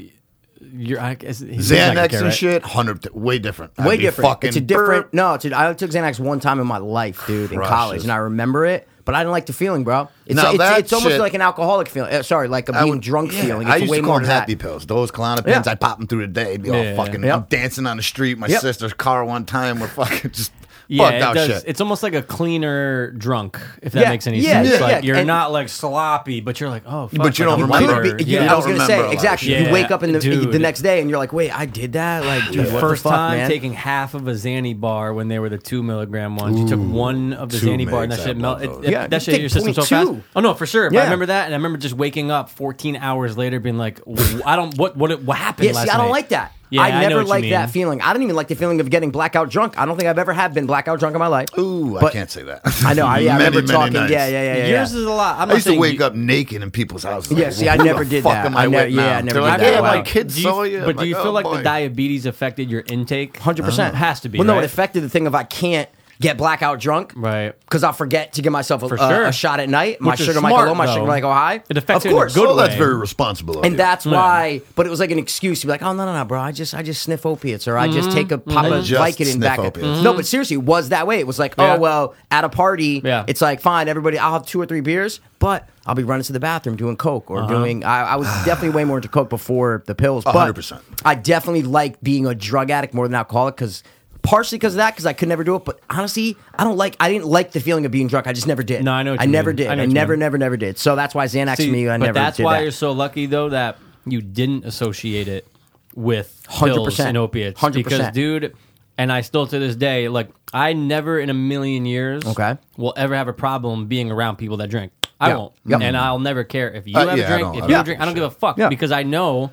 Speaker 2: your I guess, he's not gonna
Speaker 5: Xanax
Speaker 2: care,
Speaker 5: and
Speaker 2: right?
Speaker 5: shit, 100, way different. I'd
Speaker 1: Way
Speaker 5: be
Speaker 1: different.
Speaker 5: Fucking
Speaker 1: it's a different.
Speaker 5: burp.
Speaker 1: No, it's a, I took Xanax one time in my life, dude, in
Speaker 5: Crushes.
Speaker 1: college, and I remember it, but I didn't like the feeling, bro. It's
Speaker 5: Now
Speaker 1: it's,
Speaker 5: that
Speaker 1: it's almost
Speaker 5: shit-
Speaker 1: like an alcoholic feeling. Uh, sorry, like a
Speaker 5: I
Speaker 1: being
Speaker 5: would-
Speaker 1: drunk
Speaker 5: yeah,
Speaker 1: feeling. It's
Speaker 5: I used
Speaker 1: way
Speaker 5: to
Speaker 1: more
Speaker 5: call them
Speaker 1: than that.
Speaker 5: happy pills. Those Klonopins,
Speaker 1: Yeah.
Speaker 5: I pop them through the day. It'd be
Speaker 2: Yeah.
Speaker 5: all fucking.
Speaker 1: Yep.
Speaker 5: I'm dancing on the street. My
Speaker 1: Yep.
Speaker 5: sister's car one time. We're fucking just
Speaker 2: Yeah,
Speaker 5: fucked
Speaker 2: it
Speaker 5: out
Speaker 2: does.
Speaker 5: shit.
Speaker 2: It's almost like a cleaner drunk, if that
Speaker 1: Yeah,
Speaker 2: makes any
Speaker 1: yeah,
Speaker 2: sense.
Speaker 1: yeah,
Speaker 2: like
Speaker 1: yeah.
Speaker 2: you're
Speaker 1: And-
Speaker 2: not like sloppy, but you're like, oh, fuck,
Speaker 5: But you
Speaker 2: like,
Speaker 5: don't
Speaker 2: I'm
Speaker 5: remember.
Speaker 2: wired.
Speaker 5: Could be-
Speaker 1: You-
Speaker 5: Yeah.
Speaker 1: I was gonna
Speaker 5: don't remember a
Speaker 1: say
Speaker 5: lot of
Speaker 1: exactly.
Speaker 2: shit.
Speaker 1: You wake up in the,
Speaker 2: Dude.
Speaker 1: the next day and you're like, "Wait, I did that." Like, dude, what
Speaker 2: First
Speaker 1: the fuck,
Speaker 2: time
Speaker 1: man?
Speaker 2: taking half of a Xanny bar when they were the two milligram ones. you took one of the
Speaker 5: two
Speaker 2: Xanny bar and that
Speaker 5: mgs,
Speaker 2: shit
Speaker 5: I
Speaker 2: melt.
Speaker 5: love
Speaker 2: It,
Speaker 5: those.
Speaker 2: it-
Speaker 1: Yeah,
Speaker 2: that
Speaker 1: you
Speaker 2: shit hit your
Speaker 1: take
Speaker 2: system so
Speaker 1: 22.
Speaker 2: fast. Oh no, for sure. But I
Speaker 1: Yeah.
Speaker 2: remember that, and I remember just waking up 14 hours later, being like, w- I don't what what what happened.
Speaker 1: Yeah,
Speaker 2: last
Speaker 1: see, I don't
Speaker 2: night?
Speaker 1: like that.
Speaker 2: Yeah, I
Speaker 1: I
Speaker 2: know
Speaker 1: never
Speaker 2: what you
Speaker 1: like
Speaker 2: mean.
Speaker 1: that feeling. I don't even like the feeling of getting blackout drunk. I don't think I've ever have been blackout drunk in my life.
Speaker 5: Ooh, I
Speaker 1: But-
Speaker 5: can't say that.
Speaker 1: I know. I, yeah, I
Speaker 5: Many,
Speaker 1: remember
Speaker 5: many
Speaker 1: talking.
Speaker 5: nights.
Speaker 1: Yeah, yeah, yeah, yeah.
Speaker 2: Yours is a lot. I'm
Speaker 5: I
Speaker 2: not
Speaker 5: used to
Speaker 2: saying
Speaker 5: wake
Speaker 2: you-
Speaker 5: up naked in people's houses.
Speaker 1: Yeah,
Speaker 5: like,
Speaker 1: see, I
Speaker 5: "Who
Speaker 1: never
Speaker 5: the
Speaker 1: did
Speaker 5: fuck
Speaker 1: that.
Speaker 5: Am
Speaker 1: I
Speaker 5: I,
Speaker 1: ne-
Speaker 5: with
Speaker 1: yeah,
Speaker 5: now?"
Speaker 1: I never
Speaker 5: They're
Speaker 1: did
Speaker 5: like,
Speaker 1: that.
Speaker 5: Yeah,
Speaker 1: Wow.
Speaker 5: my kids
Speaker 2: do you,
Speaker 5: saw you. I'm
Speaker 2: But do you
Speaker 5: like,
Speaker 2: feel
Speaker 5: "Oh,
Speaker 2: like the
Speaker 5: boy."
Speaker 2: diabetes affected your intake?
Speaker 1: Hundred percent
Speaker 2: has to be.
Speaker 1: Well, no,
Speaker 2: right?
Speaker 1: it affected the thing of I can't get blackout drunk,
Speaker 2: Right.
Speaker 1: Because I forget to give myself a,
Speaker 2: For
Speaker 1: a-
Speaker 2: sure.
Speaker 1: a shot at night. My
Speaker 2: Which is
Speaker 1: sugar might
Speaker 2: smart,
Speaker 1: go low. My
Speaker 2: though.
Speaker 1: sugar might go high.
Speaker 2: It affects
Speaker 1: of
Speaker 2: it in a
Speaker 1: course.
Speaker 2: good
Speaker 5: Well, Oh, that's
Speaker 2: way.
Speaker 5: very responsible. Of
Speaker 1: and
Speaker 5: you.
Speaker 1: that's
Speaker 2: Yeah.
Speaker 1: why, but it was like an excuse to be like, "Oh no, no, no, bro! I just, I just sniff opiates, or I
Speaker 2: Mm-hmm.
Speaker 1: just take a pop of
Speaker 5: Just
Speaker 1: Vicodin
Speaker 5: sniff
Speaker 1: back."
Speaker 5: opiates.
Speaker 1: No, but seriously, it was that way. It was like,
Speaker 2: Yeah.
Speaker 1: "Oh well, at a party,
Speaker 2: Yeah.
Speaker 1: it's like fine, everybody. I'll have two or three beers, but I'll be running to the bathroom doing coke or
Speaker 2: Uh-huh.
Speaker 1: doing." I, I was definitely way more into coke before the pills, but
Speaker 5: 100%.
Speaker 1: I definitely like being a drug addict more than alcoholic because. Partially because of that, because I could never do it. But honestly, I don't like. I didn't like the feeling of being drunk. I just never did.
Speaker 2: No, I know what
Speaker 1: I
Speaker 2: you
Speaker 1: never
Speaker 2: mean.
Speaker 1: did.
Speaker 2: I
Speaker 1: I,
Speaker 2: know what you
Speaker 1: never,
Speaker 2: mean.
Speaker 1: never, never did. So that's why Xanax
Speaker 2: See,
Speaker 1: to me. I
Speaker 2: but
Speaker 1: never.
Speaker 2: that's
Speaker 1: did
Speaker 2: why
Speaker 1: that.
Speaker 2: you're so lucky though that you didn't associate it with pills
Speaker 1: 100%.
Speaker 2: and opiates.
Speaker 1: 100%.
Speaker 2: Because dude, and I still to this day, like I never in a million years
Speaker 1: Okay.
Speaker 2: will ever have a problem being around people that drink. I
Speaker 1: Yeah.
Speaker 2: won't.
Speaker 1: Yep.
Speaker 2: And I'll never care if you
Speaker 5: Uh,
Speaker 2: have
Speaker 5: yeah, I
Speaker 2: a drink,
Speaker 5: don't-
Speaker 2: if
Speaker 5: I
Speaker 2: you
Speaker 5: don't
Speaker 2: drink,
Speaker 5: give
Speaker 2: I
Speaker 5: a
Speaker 2: don't give a
Speaker 5: shit.
Speaker 2: fuck.
Speaker 1: Yeah.
Speaker 2: Because I know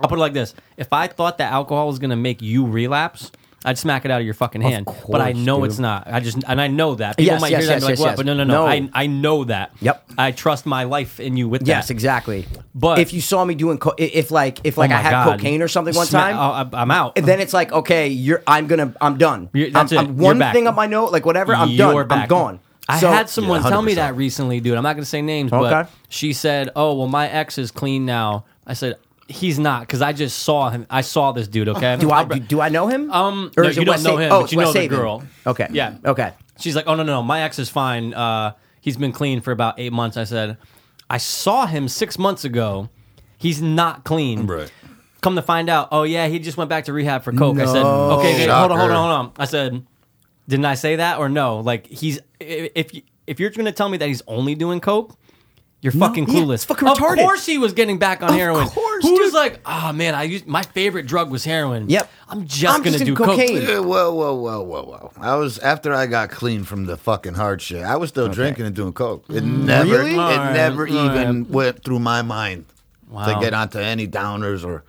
Speaker 2: I'll put it like this. If I thought that alcohol was gonna make you relapse I'd smack it out of your fucking hand, but I
Speaker 1: course,
Speaker 2: know
Speaker 1: dude.
Speaker 2: it's not. I just and I know that people
Speaker 1: Yes,
Speaker 2: might
Speaker 1: yes,
Speaker 2: hear that and be like,
Speaker 1: yes, yes,
Speaker 2: "What?"
Speaker 1: yes.
Speaker 2: But no, no, no,
Speaker 1: No.
Speaker 2: I I know that.
Speaker 1: Yep.
Speaker 2: I trust my life in you with that.
Speaker 1: Yes, exactly.
Speaker 2: But-
Speaker 1: if you saw me doing, co- i- if like, if like
Speaker 2: Oh
Speaker 1: I
Speaker 2: my
Speaker 1: had
Speaker 2: God.
Speaker 1: cocaine or something one
Speaker 2: Sma-
Speaker 1: time,
Speaker 2: oh, I- I'm out.
Speaker 1: and then it's like, okay, you're, I'm gonna, I'm done.
Speaker 2: You're-
Speaker 1: I'm,
Speaker 2: that's it.
Speaker 1: I'm
Speaker 2: You're
Speaker 1: one
Speaker 2: back.
Speaker 1: thing up my note, like whatever. I'm
Speaker 2: You're
Speaker 1: done.
Speaker 2: back.
Speaker 1: I'm gone.
Speaker 2: I
Speaker 1: So-
Speaker 2: had someone
Speaker 5: Yeah,
Speaker 2: tell me
Speaker 5: 100%.
Speaker 2: that recently, dude. I'm not going to say names, but
Speaker 1: Okay.
Speaker 2: she said, "Oh, well, my ex is clean now." I said, "He's not," because I just saw him. I saw this dude. Okay,
Speaker 1: Do I
Speaker 2: I'll-
Speaker 1: do, do I know him?
Speaker 2: Um, no, you don't know
Speaker 1: Sa- oh,
Speaker 2: him, but
Speaker 1: it's
Speaker 2: you know
Speaker 1: Wes
Speaker 2: the
Speaker 1: Haven.
Speaker 2: girl.
Speaker 1: Okay.
Speaker 2: Yeah.
Speaker 1: Okay.
Speaker 2: She's like, "Oh no, no, no, my ex is fine. Uh, he's been clean for about eight months." I said, "I saw him six months ago. He's not clean."
Speaker 5: Right.
Speaker 2: Come to find out, oh yeah, he just went back to rehab for coke. I said, "Okay, okay, hold on, hold on, hold on." I said, "Didn't I say that or no? Like he's i- if y- if you're going to tell me that he's only doing coke." You're fucking
Speaker 1: yeah,
Speaker 2: clueless.
Speaker 1: it's fucking
Speaker 2: of
Speaker 1: retarded.
Speaker 2: course, he was getting back on
Speaker 1: Of
Speaker 2: heroin.
Speaker 1: course,
Speaker 2: Who's
Speaker 1: dude.
Speaker 2: like, oh man, I used my favorite drug was heroin.
Speaker 1: Yep.
Speaker 2: I'm just
Speaker 1: I'm
Speaker 2: gonna
Speaker 1: just
Speaker 2: do
Speaker 1: in cocaine.
Speaker 5: Yeah, whoa, whoa, whoa, whoa, whoa. I was after I got clean from the fucking hard shit. I was still drinking and doing coke. It never,
Speaker 1: Mm. Really?
Speaker 5: it
Speaker 2: Alright,
Speaker 5: never
Speaker 2: alright.
Speaker 5: even went through my mind. to get onto any downers or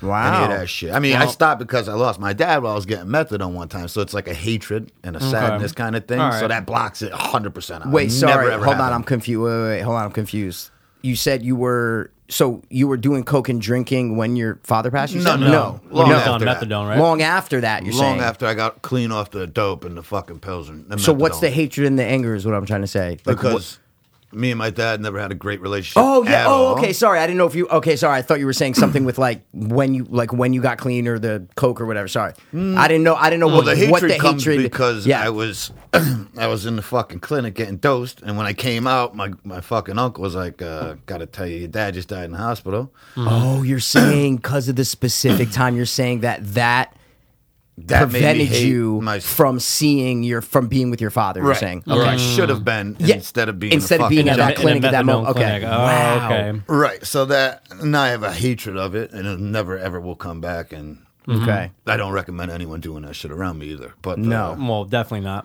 Speaker 1: Wow.
Speaker 5: any of that shit. I mean, I stopped because I lost my dad while I was getting methadone one time, so it's like a hatred and a sadness kind of thing.
Speaker 2: All
Speaker 5: So
Speaker 2: right.
Speaker 5: that blocks it 100. percent
Speaker 1: Wait, sorry. hold on, I'm confused. Wait, wait, wait, hold on, I'm confused. You said you were so you were doing coke and drinking when your father passed. You
Speaker 5: No,
Speaker 1: said?
Speaker 5: no. Long
Speaker 2: Long
Speaker 5: after
Speaker 2: methadone,
Speaker 5: that.
Speaker 2: methadone, right?
Speaker 1: Long after that, you're
Speaker 5: long
Speaker 1: saying.
Speaker 5: after I got clean off the dope and the fucking pills and the
Speaker 1: So what's
Speaker 5: methadone.
Speaker 1: the hatred and the anger? Is what I'm trying to say. Like, what-
Speaker 5: because me and my dad never had a great relationship.
Speaker 1: Oh yeah.
Speaker 5: at
Speaker 1: Oh
Speaker 5: all.
Speaker 1: okay. Sorry, I didn't know if you. Okay, sorry. I thought you were saying something with like when you like when you got clean or the coke or whatever. Sorry, I didn't know. I didn't know
Speaker 5: Mm. Well,
Speaker 1: what
Speaker 5: the
Speaker 1: what
Speaker 5: hatred
Speaker 1: the
Speaker 5: comes
Speaker 1: hatred
Speaker 5: because
Speaker 1: yeah.
Speaker 5: I was I was in the fucking clinic getting dosed, and when I came out, my my fucking uncle was like, uh, "Gotta tell you, your dad just died in the hospital."
Speaker 1: oh, you're saying because of the specific time you're saying that that,
Speaker 5: That made me
Speaker 1: prevented
Speaker 5: hate
Speaker 1: you
Speaker 5: my-
Speaker 1: from seeing your from being with your father. You're
Speaker 5: right.
Speaker 1: saying
Speaker 5: where I should have been
Speaker 1: Yeah.
Speaker 5: instead of being
Speaker 1: Instead
Speaker 5: a
Speaker 1: of being
Speaker 5: fucking
Speaker 1: at that
Speaker 5: junkie.
Speaker 1: clinic at that
Speaker 2: methadone
Speaker 1: moment. Okay.
Speaker 2: clinic.
Speaker 1: Wow.
Speaker 2: Oh, okay.
Speaker 5: Right, so that now I have a hatred of it, and it never ever will come back. And
Speaker 1: Okay.
Speaker 5: I don't recommend anyone doing that shit around me either. But
Speaker 1: No.
Speaker 5: uh,
Speaker 2: Well, definitely not.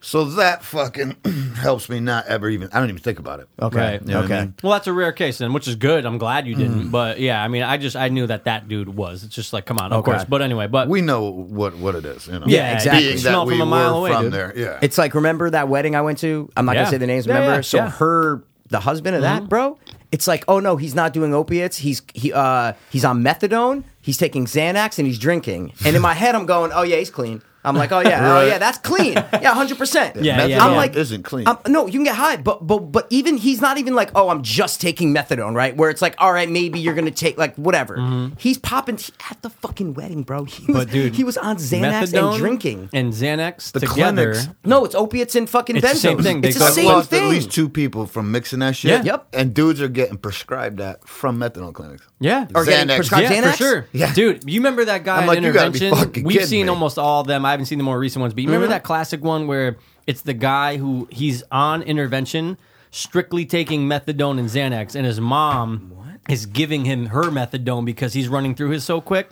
Speaker 5: so that fucking helps me not ever even. I don't even think about it.
Speaker 1: Okay.
Speaker 2: Right.
Speaker 5: You know what I
Speaker 1: okay.
Speaker 5: mean?
Speaker 2: Well, that's a rare case, and which is good. I'm glad you
Speaker 1: Mm.
Speaker 2: didn't. But yeah, I mean, I just I knew that that dude was. It's just like, come on, of
Speaker 1: Okay.
Speaker 2: course. But anyway, but
Speaker 5: We know what what it is. You know.
Speaker 2: yeah,
Speaker 1: exactly.
Speaker 2: you
Speaker 5: Being
Speaker 2: can
Speaker 5: that
Speaker 2: smell
Speaker 5: we
Speaker 2: from a
Speaker 5: were
Speaker 2: mile away,
Speaker 5: from
Speaker 2: dude.
Speaker 5: there. Yeah.
Speaker 1: It's like remember that wedding I went to. I'm not
Speaker 2: Yeah.
Speaker 1: gonna say the names.
Speaker 2: Yeah,
Speaker 1: Remember,
Speaker 2: yeah,
Speaker 1: so
Speaker 2: yeah. Mm-hmm.
Speaker 1: her, the husband of that bro. It's like, oh no, he's not doing opiates. He's he uh he's on methadone. He's taking Xanax and he's drinking. And in my head, I'm going, oh yeah, he's clean. I'm like, oh yeah, oh
Speaker 5: Right.
Speaker 1: yeah, that's clean. Yeah, hundred percent.
Speaker 2: Yeah, yeah,
Speaker 1: I'm
Speaker 2: yeah.
Speaker 1: like,
Speaker 5: Isn't clean.
Speaker 1: I'm- no, you can get high, but but but even he's not even like, oh, I'm just taking methadone, right? Where it's like, all right, maybe you're gonna take like whatever. He's popping t- at the fucking wedding, bro. He was,
Speaker 2: Mm-hmm. But dude,
Speaker 1: he was on Xanax
Speaker 2: methadone
Speaker 1: and drinking.
Speaker 2: and Xanax
Speaker 5: The
Speaker 2: together.
Speaker 5: clinics-
Speaker 1: No, it's opiates and fucking
Speaker 2: It's the
Speaker 1: benzos.
Speaker 2: same thing. They
Speaker 1: It's
Speaker 2: go-
Speaker 1: the
Speaker 5: I've
Speaker 1: same
Speaker 5: lost
Speaker 1: thing.
Speaker 5: at least two people from mixing that shit.
Speaker 2: Yeah.
Speaker 1: Yep.
Speaker 5: And dudes are getting prescribed that from methadone clinics.
Speaker 2: Yeah,
Speaker 1: Or getting
Speaker 5: Xanax.
Speaker 1: prescribed
Speaker 2: yeah,
Speaker 1: Xanax?
Speaker 2: for sure.
Speaker 5: Yeah.
Speaker 2: dude, you remember that guy
Speaker 5: I'm
Speaker 2: at
Speaker 5: like, you gotta be
Speaker 2: intervention?
Speaker 5: fucking
Speaker 2: We've
Speaker 5: kidding
Speaker 2: seen
Speaker 5: me.
Speaker 2: almost all of them. I haven't seen the more recent ones, but you remember that classic one where it's the guy who he's on intervention, strictly taking methadone and Xanax, and his mom is giving him her methadone because he's running through his so quick.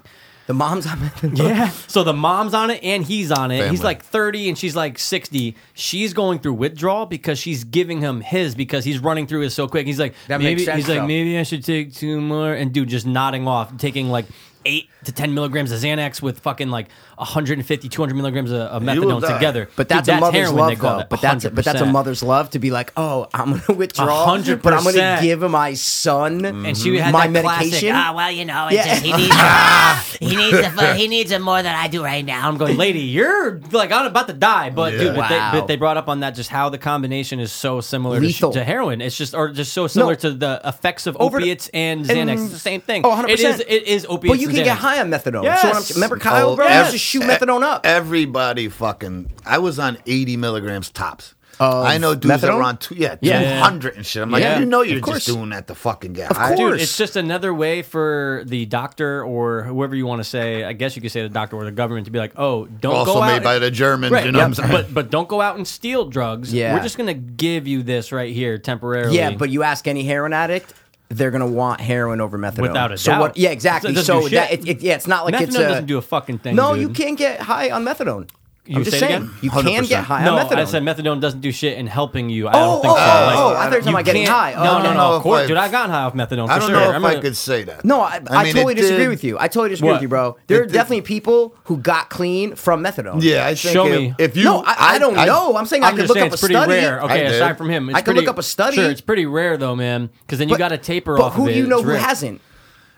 Speaker 1: The mom's on methadone.
Speaker 2: Yeah. So the mom's on it and he's on it. He's
Speaker 5: Family.
Speaker 2: like 30 and she's like 60. She's going through withdrawal because she's giving him his because he's running through his so quick. He's like,
Speaker 1: That
Speaker 2: maybe,
Speaker 1: makes sense,
Speaker 2: he's like,
Speaker 1: though.
Speaker 2: maybe I should take two more. And dude, just nodding off, taking like eight to 10 milligrams of Xanax with fucking like 150, 200 milligrams of, of
Speaker 5: You will
Speaker 2: methadone
Speaker 5: die.
Speaker 2: together.
Speaker 1: But
Speaker 2: Dude,
Speaker 1: that's, a mother's
Speaker 2: heroin, they
Speaker 1: love,
Speaker 2: call
Speaker 1: though.
Speaker 2: that,
Speaker 1: But that's a, but that's a
Speaker 2: 100%.
Speaker 1: mother's love to be like, oh, I'm gonna withdraw,
Speaker 2: A hundred
Speaker 1: but I'm gonna
Speaker 2: percent.
Speaker 1: give my son
Speaker 2: And she had
Speaker 1: my
Speaker 2: that
Speaker 1: medication.
Speaker 2: Classic,
Speaker 9: Ah, well, you know, it's
Speaker 1: Yeah.
Speaker 9: just, he needs it. he needs it. for- He needs it more than I do right now.
Speaker 2: I'm going, lady, you're like I'm about to die, but dude, but,
Speaker 1: Wow.
Speaker 2: they, but they brought up on that just how the combination is so similar to, sh-
Speaker 1: Lethal.
Speaker 2: to heroin. It's just or just so similar to the effects of
Speaker 1: Over-
Speaker 2: opiates and Xanax. it's the same thing.
Speaker 1: Oh, 100%.
Speaker 2: It is. It is opiates.
Speaker 1: but you
Speaker 2: and
Speaker 1: can get
Speaker 2: Xanax.
Speaker 1: high on methadone. So what I'm,
Speaker 2: Yes.
Speaker 1: remember Kyle,
Speaker 5: Oh,
Speaker 1: bro?
Speaker 5: ev-
Speaker 1: Used to shoot methadone up.
Speaker 5: Everybody fucking. I was on 80 milligrams tops.
Speaker 1: Of
Speaker 5: I know dudes that
Speaker 1: methadone?
Speaker 5: are on two, yeah,
Speaker 1: Yeah.
Speaker 5: 200 and shit. I'm like,
Speaker 2: Yeah.
Speaker 5: you know,
Speaker 1: Of
Speaker 5: you're
Speaker 1: course.
Speaker 5: just doing that to fucking get
Speaker 1: Of
Speaker 5: high.
Speaker 1: course.
Speaker 2: Dude, it's just another way for the doctor or whoever you want to say. I guess you could say the doctor or the government to be like, "Oh, don't
Speaker 5: Also
Speaker 2: go
Speaker 5: made
Speaker 2: out
Speaker 5: by the Germans,
Speaker 2: Right,
Speaker 5: you know
Speaker 2: yeah,
Speaker 5: what I'm saying?
Speaker 2: But but don't go out and steal drugs.
Speaker 1: Yeah.
Speaker 2: we're just gonna give you this right here temporarily.
Speaker 1: Yeah, but you ask any heroin addict, they're gonna want heroin over methadone.
Speaker 2: Without a
Speaker 1: so
Speaker 2: doubt.
Speaker 1: What, yeah, exactly.
Speaker 2: It doesn't
Speaker 1: So
Speaker 2: do
Speaker 1: that
Speaker 2: shit.
Speaker 1: it, it, yeah, it's not like
Speaker 2: methadone
Speaker 1: it's a,
Speaker 2: doesn't do a fucking thing.
Speaker 1: No,
Speaker 2: dude.
Speaker 1: you can get high on methadone.
Speaker 2: You
Speaker 1: I'm just
Speaker 2: say it
Speaker 1: saying
Speaker 2: again?
Speaker 1: you can get
Speaker 5: 100%.
Speaker 1: high
Speaker 2: no,
Speaker 1: on methadone.
Speaker 2: I said methadone doesn't do shit in helping you. I
Speaker 1: Oh,
Speaker 2: don't think
Speaker 1: oh,
Speaker 2: so.
Speaker 1: oh, oh,
Speaker 2: Like,
Speaker 1: I thought you were talking about getting
Speaker 2: can't-
Speaker 1: high. Oh,
Speaker 2: no,
Speaker 1: okay.
Speaker 2: no, no.
Speaker 5: know
Speaker 2: Of course,
Speaker 5: if I-
Speaker 2: dude, I got high off methadone. For
Speaker 5: I don't
Speaker 2: sure.
Speaker 5: know if
Speaker 2: I'm
Speaker 5: I
Speaker 2: gonna-
Speaker 5: could say that.
Speaker 1: No, I, I,
Speaker 5: mean, it
Speaker 1: totally disagree
Speaker 5: did-
Speaker 1: with you. I totally disagree
Speaker 2: What?
Speaker 1: with you, bro. There
Speaker 5: It
Speaker 1: are
Speaker 5: did-
Speaker 1: definitely people who got clean from methadone.
Speaker 5: Yeah, I think
Speaker 2: Show
Speaker 5: if,
Speaker 2: me.
Speaker 5: if you.
Speaker 1: no, I, I don't know. I'm saying i
Speaker 2: I'm
Speaker 1: could
Speaker 2: just
Speaker 1: look
Speaker 2: saying
Speaker 1: up a
Speaker 2: it's pretty
Speaker 1: study.
Speaker 2: rare. Okay,
Speaker 5: I did.
Speaker 2: aside from him, it's
Speaker 1: I could
Speaker 2: pretty-
Speaker 1: look up a study.
Speaker 2: Sure, it's pretty rare though, man. Because then you
Speaker 1: But-
Speaker 2: got to taper
Speaker 1: but
Speaker 2: off.
Speaker 1: who
Speaker 2: of it.
Speaker 1: do you know
Speaker 2: It's
Speaker 1: who
Speaker 2: rare.
Speaker 1: hasn't?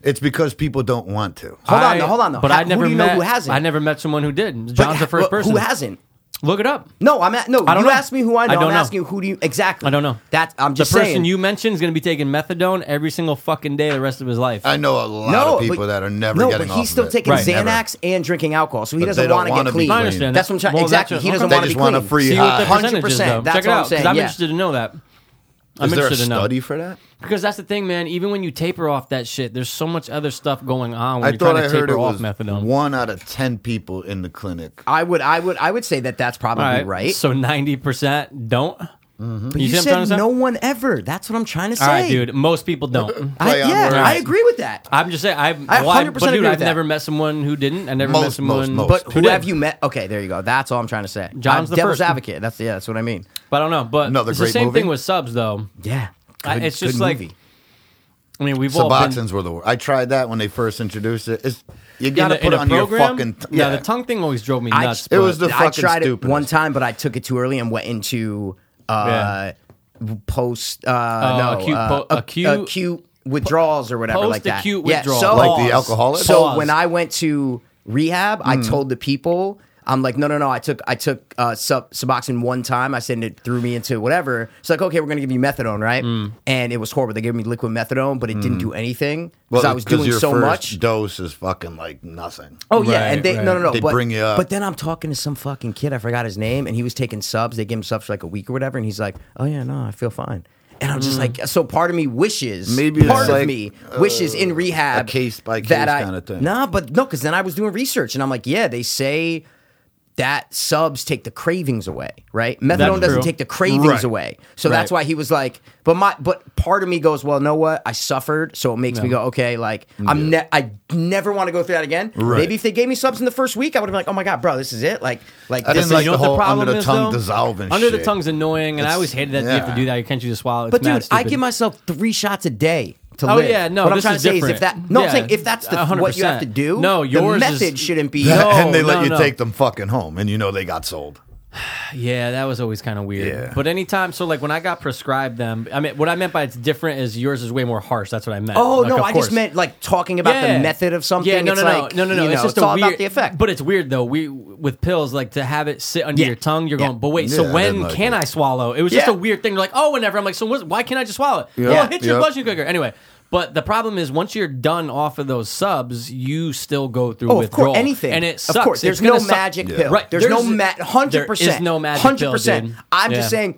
Speaker 5: It's because people don't want to.
Speaker 1: Hold on,
Speaker 2: I-
Speaker 1: though, hold on, though.
Speaker 2: But
Speaker 1: How-
Speaker 2: I
Speaker 1: who
Speaker 2: never
Speaker 1: do you know
Speaker 2: met,
Speaker 1: who hasn't?
Speaker 2: I never met someone who did.
Speaker 1: But
Speaker 2: John's the
Speaker 1: who-
Speaker 2: first person.
Speaker 1: Who hasn't?
Speaker 2: Look it up.
Speaker 1: No, I'm at no.
Speaker 2: I don't
Speaker 1: you
Speaker 2: know.
Speaker 1: asked me who I know.
Speaker 2: I don't
Speaker 1: am
Speaker 2: know.
Speaker 1: asking you who do you exactly?
Speaker 2: I don't know.
Speaker 1: That's I'm
Speaker 2: The
Speaker 1: just
Speaker 2: person
Speaker 1: saying.
Speaker 2: you mentioned is going to be taking methadone every single fucking day the rest of his life.
Speaker 5: I know a lot
Speaker 1: no,
Speaker 5: of people
Speaker 1: but,
Speaker 5: that are never
Speaker 1: no,
Speaker 5: getting
Speaker 1: but
Speaker 5: off
Speaker 1: he's still
Speaker 5: of it.
Speaker 1: taking
Speaker 2: Right.
Speaker 5: Never.
Speaker 1: Xanax and drinking alcohol, so he
Speaker 5: But
Speaker 1: doesn't
Speaker 5: they don't
Speaker 1: want to
Speaker 5: wanna
Speaker 1: get
Speaker 5: be
Speaker 1: clean.
Speaker 5: clean. I
Speaker 2: understand
Speaker 1: That's
Speaker 2: that.
Speaker 1: what I'm trying.
Speaker 2: Well,
Speaker 1: exactly,
Speaker 2: that's
Speaker 1: he
Speaker 2: just-
Speaker 1: doesn't
Speaker 5: They
Speaker 1: want to be
Speaker 5: just want a
Speaker 1: clean.
Speaker 5: free
Speaker 2: See what the
Speaker 5: high.
Speaker 2: percentage is,
Speaker 1: 100%,
Speaker 2: though.
Speaker 1: that's
Speaker 2: Check it
Speaker 1: what I'm
Speaker 2: out. 'cause
Speaker 1: saying,
Speaker 2: I'm
Speaker 1: yeah.
Speaker 2: interested to know that. I'm
Speaker 5: Is there a
Speaker 2: interested to know.
Speaker 5: study for that?
Speaker 2: Because that's the thing, man. Even when you taper off that shit, there's so much other stuff going on when
Speaker 5: I
Speaker 2: you're
Speaker 5: thought
Speaker 2: trying to
Speaker 5: I heard
Speaker 2: taper
Speaker 5: it
Speaker 2: off
Speaker 5: was
Speaker 2: methadone.
Speaker 5: one out of 10 people in the clinic.
Speaker 1: I would, I would, I would say that that's probably
Speaker 2: All right.
Speaker 1: right.
Speaker 2: So 90% don't.
Speaker 1: but you,
Speaker 2: see what I'm trying
Speaker 1: said
Speaker 2: to say?
Speaker 1: no one ever. That's what I'm trying to say.
Speaker 2: All right, dude. Most people don't.
Speaker 1: I,
Speaker 5: Play on
Speaker 1: yeah,
Speaker 5: words.
Speaker 1: I agree with that.
Speaker 2: I'm just saying. I've,
Speaker 1: I
Speaker 2: well, I-
Speaker 1: 100%
Speaker 2: but dude,
Speaker 1: agree
Speaker 2: I've
Speaker 1: with that.
Speaker 2: never met someone who didn't. I never met
Speaker 5: Most, most,
Speaker 2: someone.
Speaker 5: most.
Speaker 1: But
Speaker 2: who
Speaker 1: who
Speaker 2: did.
Speaker 1: have you met? Okay, there you go. That's all I'm trying to say. I'm
Speaker 2: John's the
Speaker 1: devil's
Speaker 2: first.
Speaker 1: advocate. That's yeah. That's what I mean.
Speaker 2: But I don't know. But
Speaker 5: Another
Speaker 2: it's the
Speaker 5: great
Speaker 2: same
Speaker 5: movie.
Speaker 2: thing with subs, though.
Speaker 1: Yeah,
Speaker 2: I- it's just like- I mean, we've all been
Speaker 5: Suboxones were the worst. I tried that when they first introduced it. It's, you
Speaker 2: in
Speaker 5: got to
Speaker 2: a-
Speaker 5: put
Speaker 2: in
Speaker 5: it
Speaker 2: a
Speaker 5: on your
Speaker 2: program.
Speaker 5: fucking. T-
Speaker 2: yeah. the tongue thing always drove me
Speaker 1: I-
Speaker 2: nuts.
Speaker 5: It was
Speaker 2: but-
Speaker 5: the
Speaker 1: I
Speaker 5: fucking
Speaker 1: tried it
Speaker 5: stupidest.
Speaker 1: one time, but I took it too early and went into uh, post uh, no
Speaker 2: acute
Speaker 1: uh,
Speaker 2: po-
Speaker 1: ac-
Speaker 2: acute-
Speaker 1: acute withdrawals or whatever like that.
Speaker 2: Post-acute
Speaker 1: Yeah,
Speaker 2: withdrawals.
Speaker 1: so-
Speaker 5: Like the alcoholic?
Speaker 1: So
Speaker 2: Pause.
Speaker 1: when I went to rehab, I told the people. I'm like, no, no, no. I took I took uh, sub, Suboxone one time. I said it threw me into whatever. It's like, okay, we're gonna give you methadone, right? And it was horrible. They gave me liquid methadone, but it didn't do anything because I was doing
Speaker 5: your
Speaker 1: so
Speaker 5: first
Speaker 1: much.
Speaker 5: Dose is fucking like nothing.
Speaker 1: Oh yeah,
Speaker 2: Right,
Speaker 1: and they no no
Speaker 2: right.
Speaker 1: no.
Speaker 5: They
Speaker 1: but,
Speaker 5: bring you up.
Speaker 1: But then I'm talking to some fucking kid. I forgot his name, and he was taking subs. They gave him subs for like a week or whatever, and he's like, "Oh yeah, no, I feel fine." And I'm just like, so part of me wishes,
Speaker 5: Mm. Maybe it's
Speaker 1: part of
Speaker 5: like,
Speaker 1: me wishes in rehab,
Speaker 5: a case by case
Speaker 1: that I-
Speaker 5: kinda thing.
Speaker 1: Nah, but no, because then I was doing research, and I'm like, yeah, they say that subs take the cravings away, right? Methadone doesn't
Speaker 2: true.
Speaker 1: take the cravings
Speaker 5: Right.
Speaker 1: away, so that's
Speaker 2: Right.
Speaker 1: why he was like, but my, but part of me goes, well, know what? I suffered, so it makes me go, okay, like I'm, ne- I never want to go through that again.
Speaker 5: Right.
Speaker 1: Maybe if they gave me subs in the first week, I would have been like, oh my god, bro, this is it. Like, like
Speaker 5: I
Speaker 1: this
Speaker 5: didn't
Speaker 1: is
Speaker 5: like
Speaker 2: you know
Speaker 5: the
Speaker 2: what
Speaker 5: whole
Speaker 2: the problem
Speaker 5: under the
Speaker 2: is,
Speaker 5: tongue
Speaker 2: though?
Speaker 5: dissolving
Speaker 2: Under the
Speaker 5: shit.
Speaker 2: tongue's annoying, and I
Speaker 5: It's-
Speaker 2: always hated that you have to
Speaker 5: yeah.
Speaker 2: do that. You can't you just swallow? It's
Speaker 1: But
Speaker 2: mad
Speaker 1: dude, I
Speaker 2: stupid.
Speaker 1: give myself three shots a day to
Speaker 2: Oh,
Speaker 1: live.
Speaker 2: yeah, no,
Speaker 1: What I'm
Speaker 2: this
Speaker 1: trying
Speaker 2: is
Speaker 1: to say is if
Speaker 2: different.
Speaker 1: that no,
Speaker 2: Yeah,
Speaker 1: I'm saying if that's the what you have to
Speaker 2: 100%.
Speaker 1: do,
Speaker 2: No, yours
Speaker 1: the
Speaker 2: is-
Speaker 1: method shouldn't be.
Speaker 2: No,
Speaker 5: and they let
Speaker 2: no,
Speaker 5: you
Speaker 2: no.
Speaker 5: take them fucking home, and you know they got sold.
Speaker 2: Yeah, that was always kind of weird.
Speaker 5: Yeah.
Speaker 2: But anytime, so like when I got prescribed them, I mean, what I meant by it's different is yours is way more harsh. That's what I meant.
Speaker 1: Oh
Speaker 2: Like,
Speaker 1: no!
Speaker 2: of
Speaker 1: I
Speaker 2: course.
Speaker 1: just meant like talking about
Speaker 2: Yeah.
Speaker 1: the method of something.
Speaker 2: Yeah, no,
Speaker 1: it's
Speaker 2: no, no,
Speaker 1: like,
Speaker 2: no, no, no.
Speaker 1: you
Speaker 2: It's
Speaker 1: know,
Speaker 2: just
Speaker 1: it's
Speaker 2: a
Speaker 1: all
Speaker 2: weird,
Speaker 1: about the effect.
Speaker 2: But it's weird though. We with pills like to have it sit under
Speaker 1: Yeah.
Speaker 2: your tongue. You're
Speaker 1: Yeah.
Speaker 2: going, but wait.
Speaker 5: Yeah,
Speaker 2: so
Speaker 5: I
Speaker 2: when
Speaker 5: didn't like
Speaker 2: can
Speaker 5: it.
Speaker 2: I swallow? It was just
Speaker 1: Yeah.
Speaker 2: a weird thing. They're like, oh, whenever. I'm like, so what, why can't I just swallow it?
Speaker 5: Yeah.
Speaker 2: Well, it hits your
Speaker 5: Yeah.
Speaker 2: blood sugar quicker. Anyway. But the problem is, once you're done off of those subs, you still go through
Speaker 1: Oh, of
Speaker 2: withdrawal.
Speaker 1: course, anything.
Speaker 2: and it sucks.
Speaker 1: Of course,
Speaker 2: It's
Speaker 1: there's
Speaker 2: gonna
Speaker 1: no
Speaker 2: suck.
Speaker 1: magic pill.
Speaker 2: Right,
Speaker 1: There's, no ma- hundred
Speaker 2: There is
Speaker 1: percent.
Speaker 2: no magic
Speaker 1: Hundred
Speaker 2: pill,
Speaker 1: percent.
Speaker 2: dude.
Speaker 1: I'm
Speaker 2: Yeah.
Speaker 1: just saying.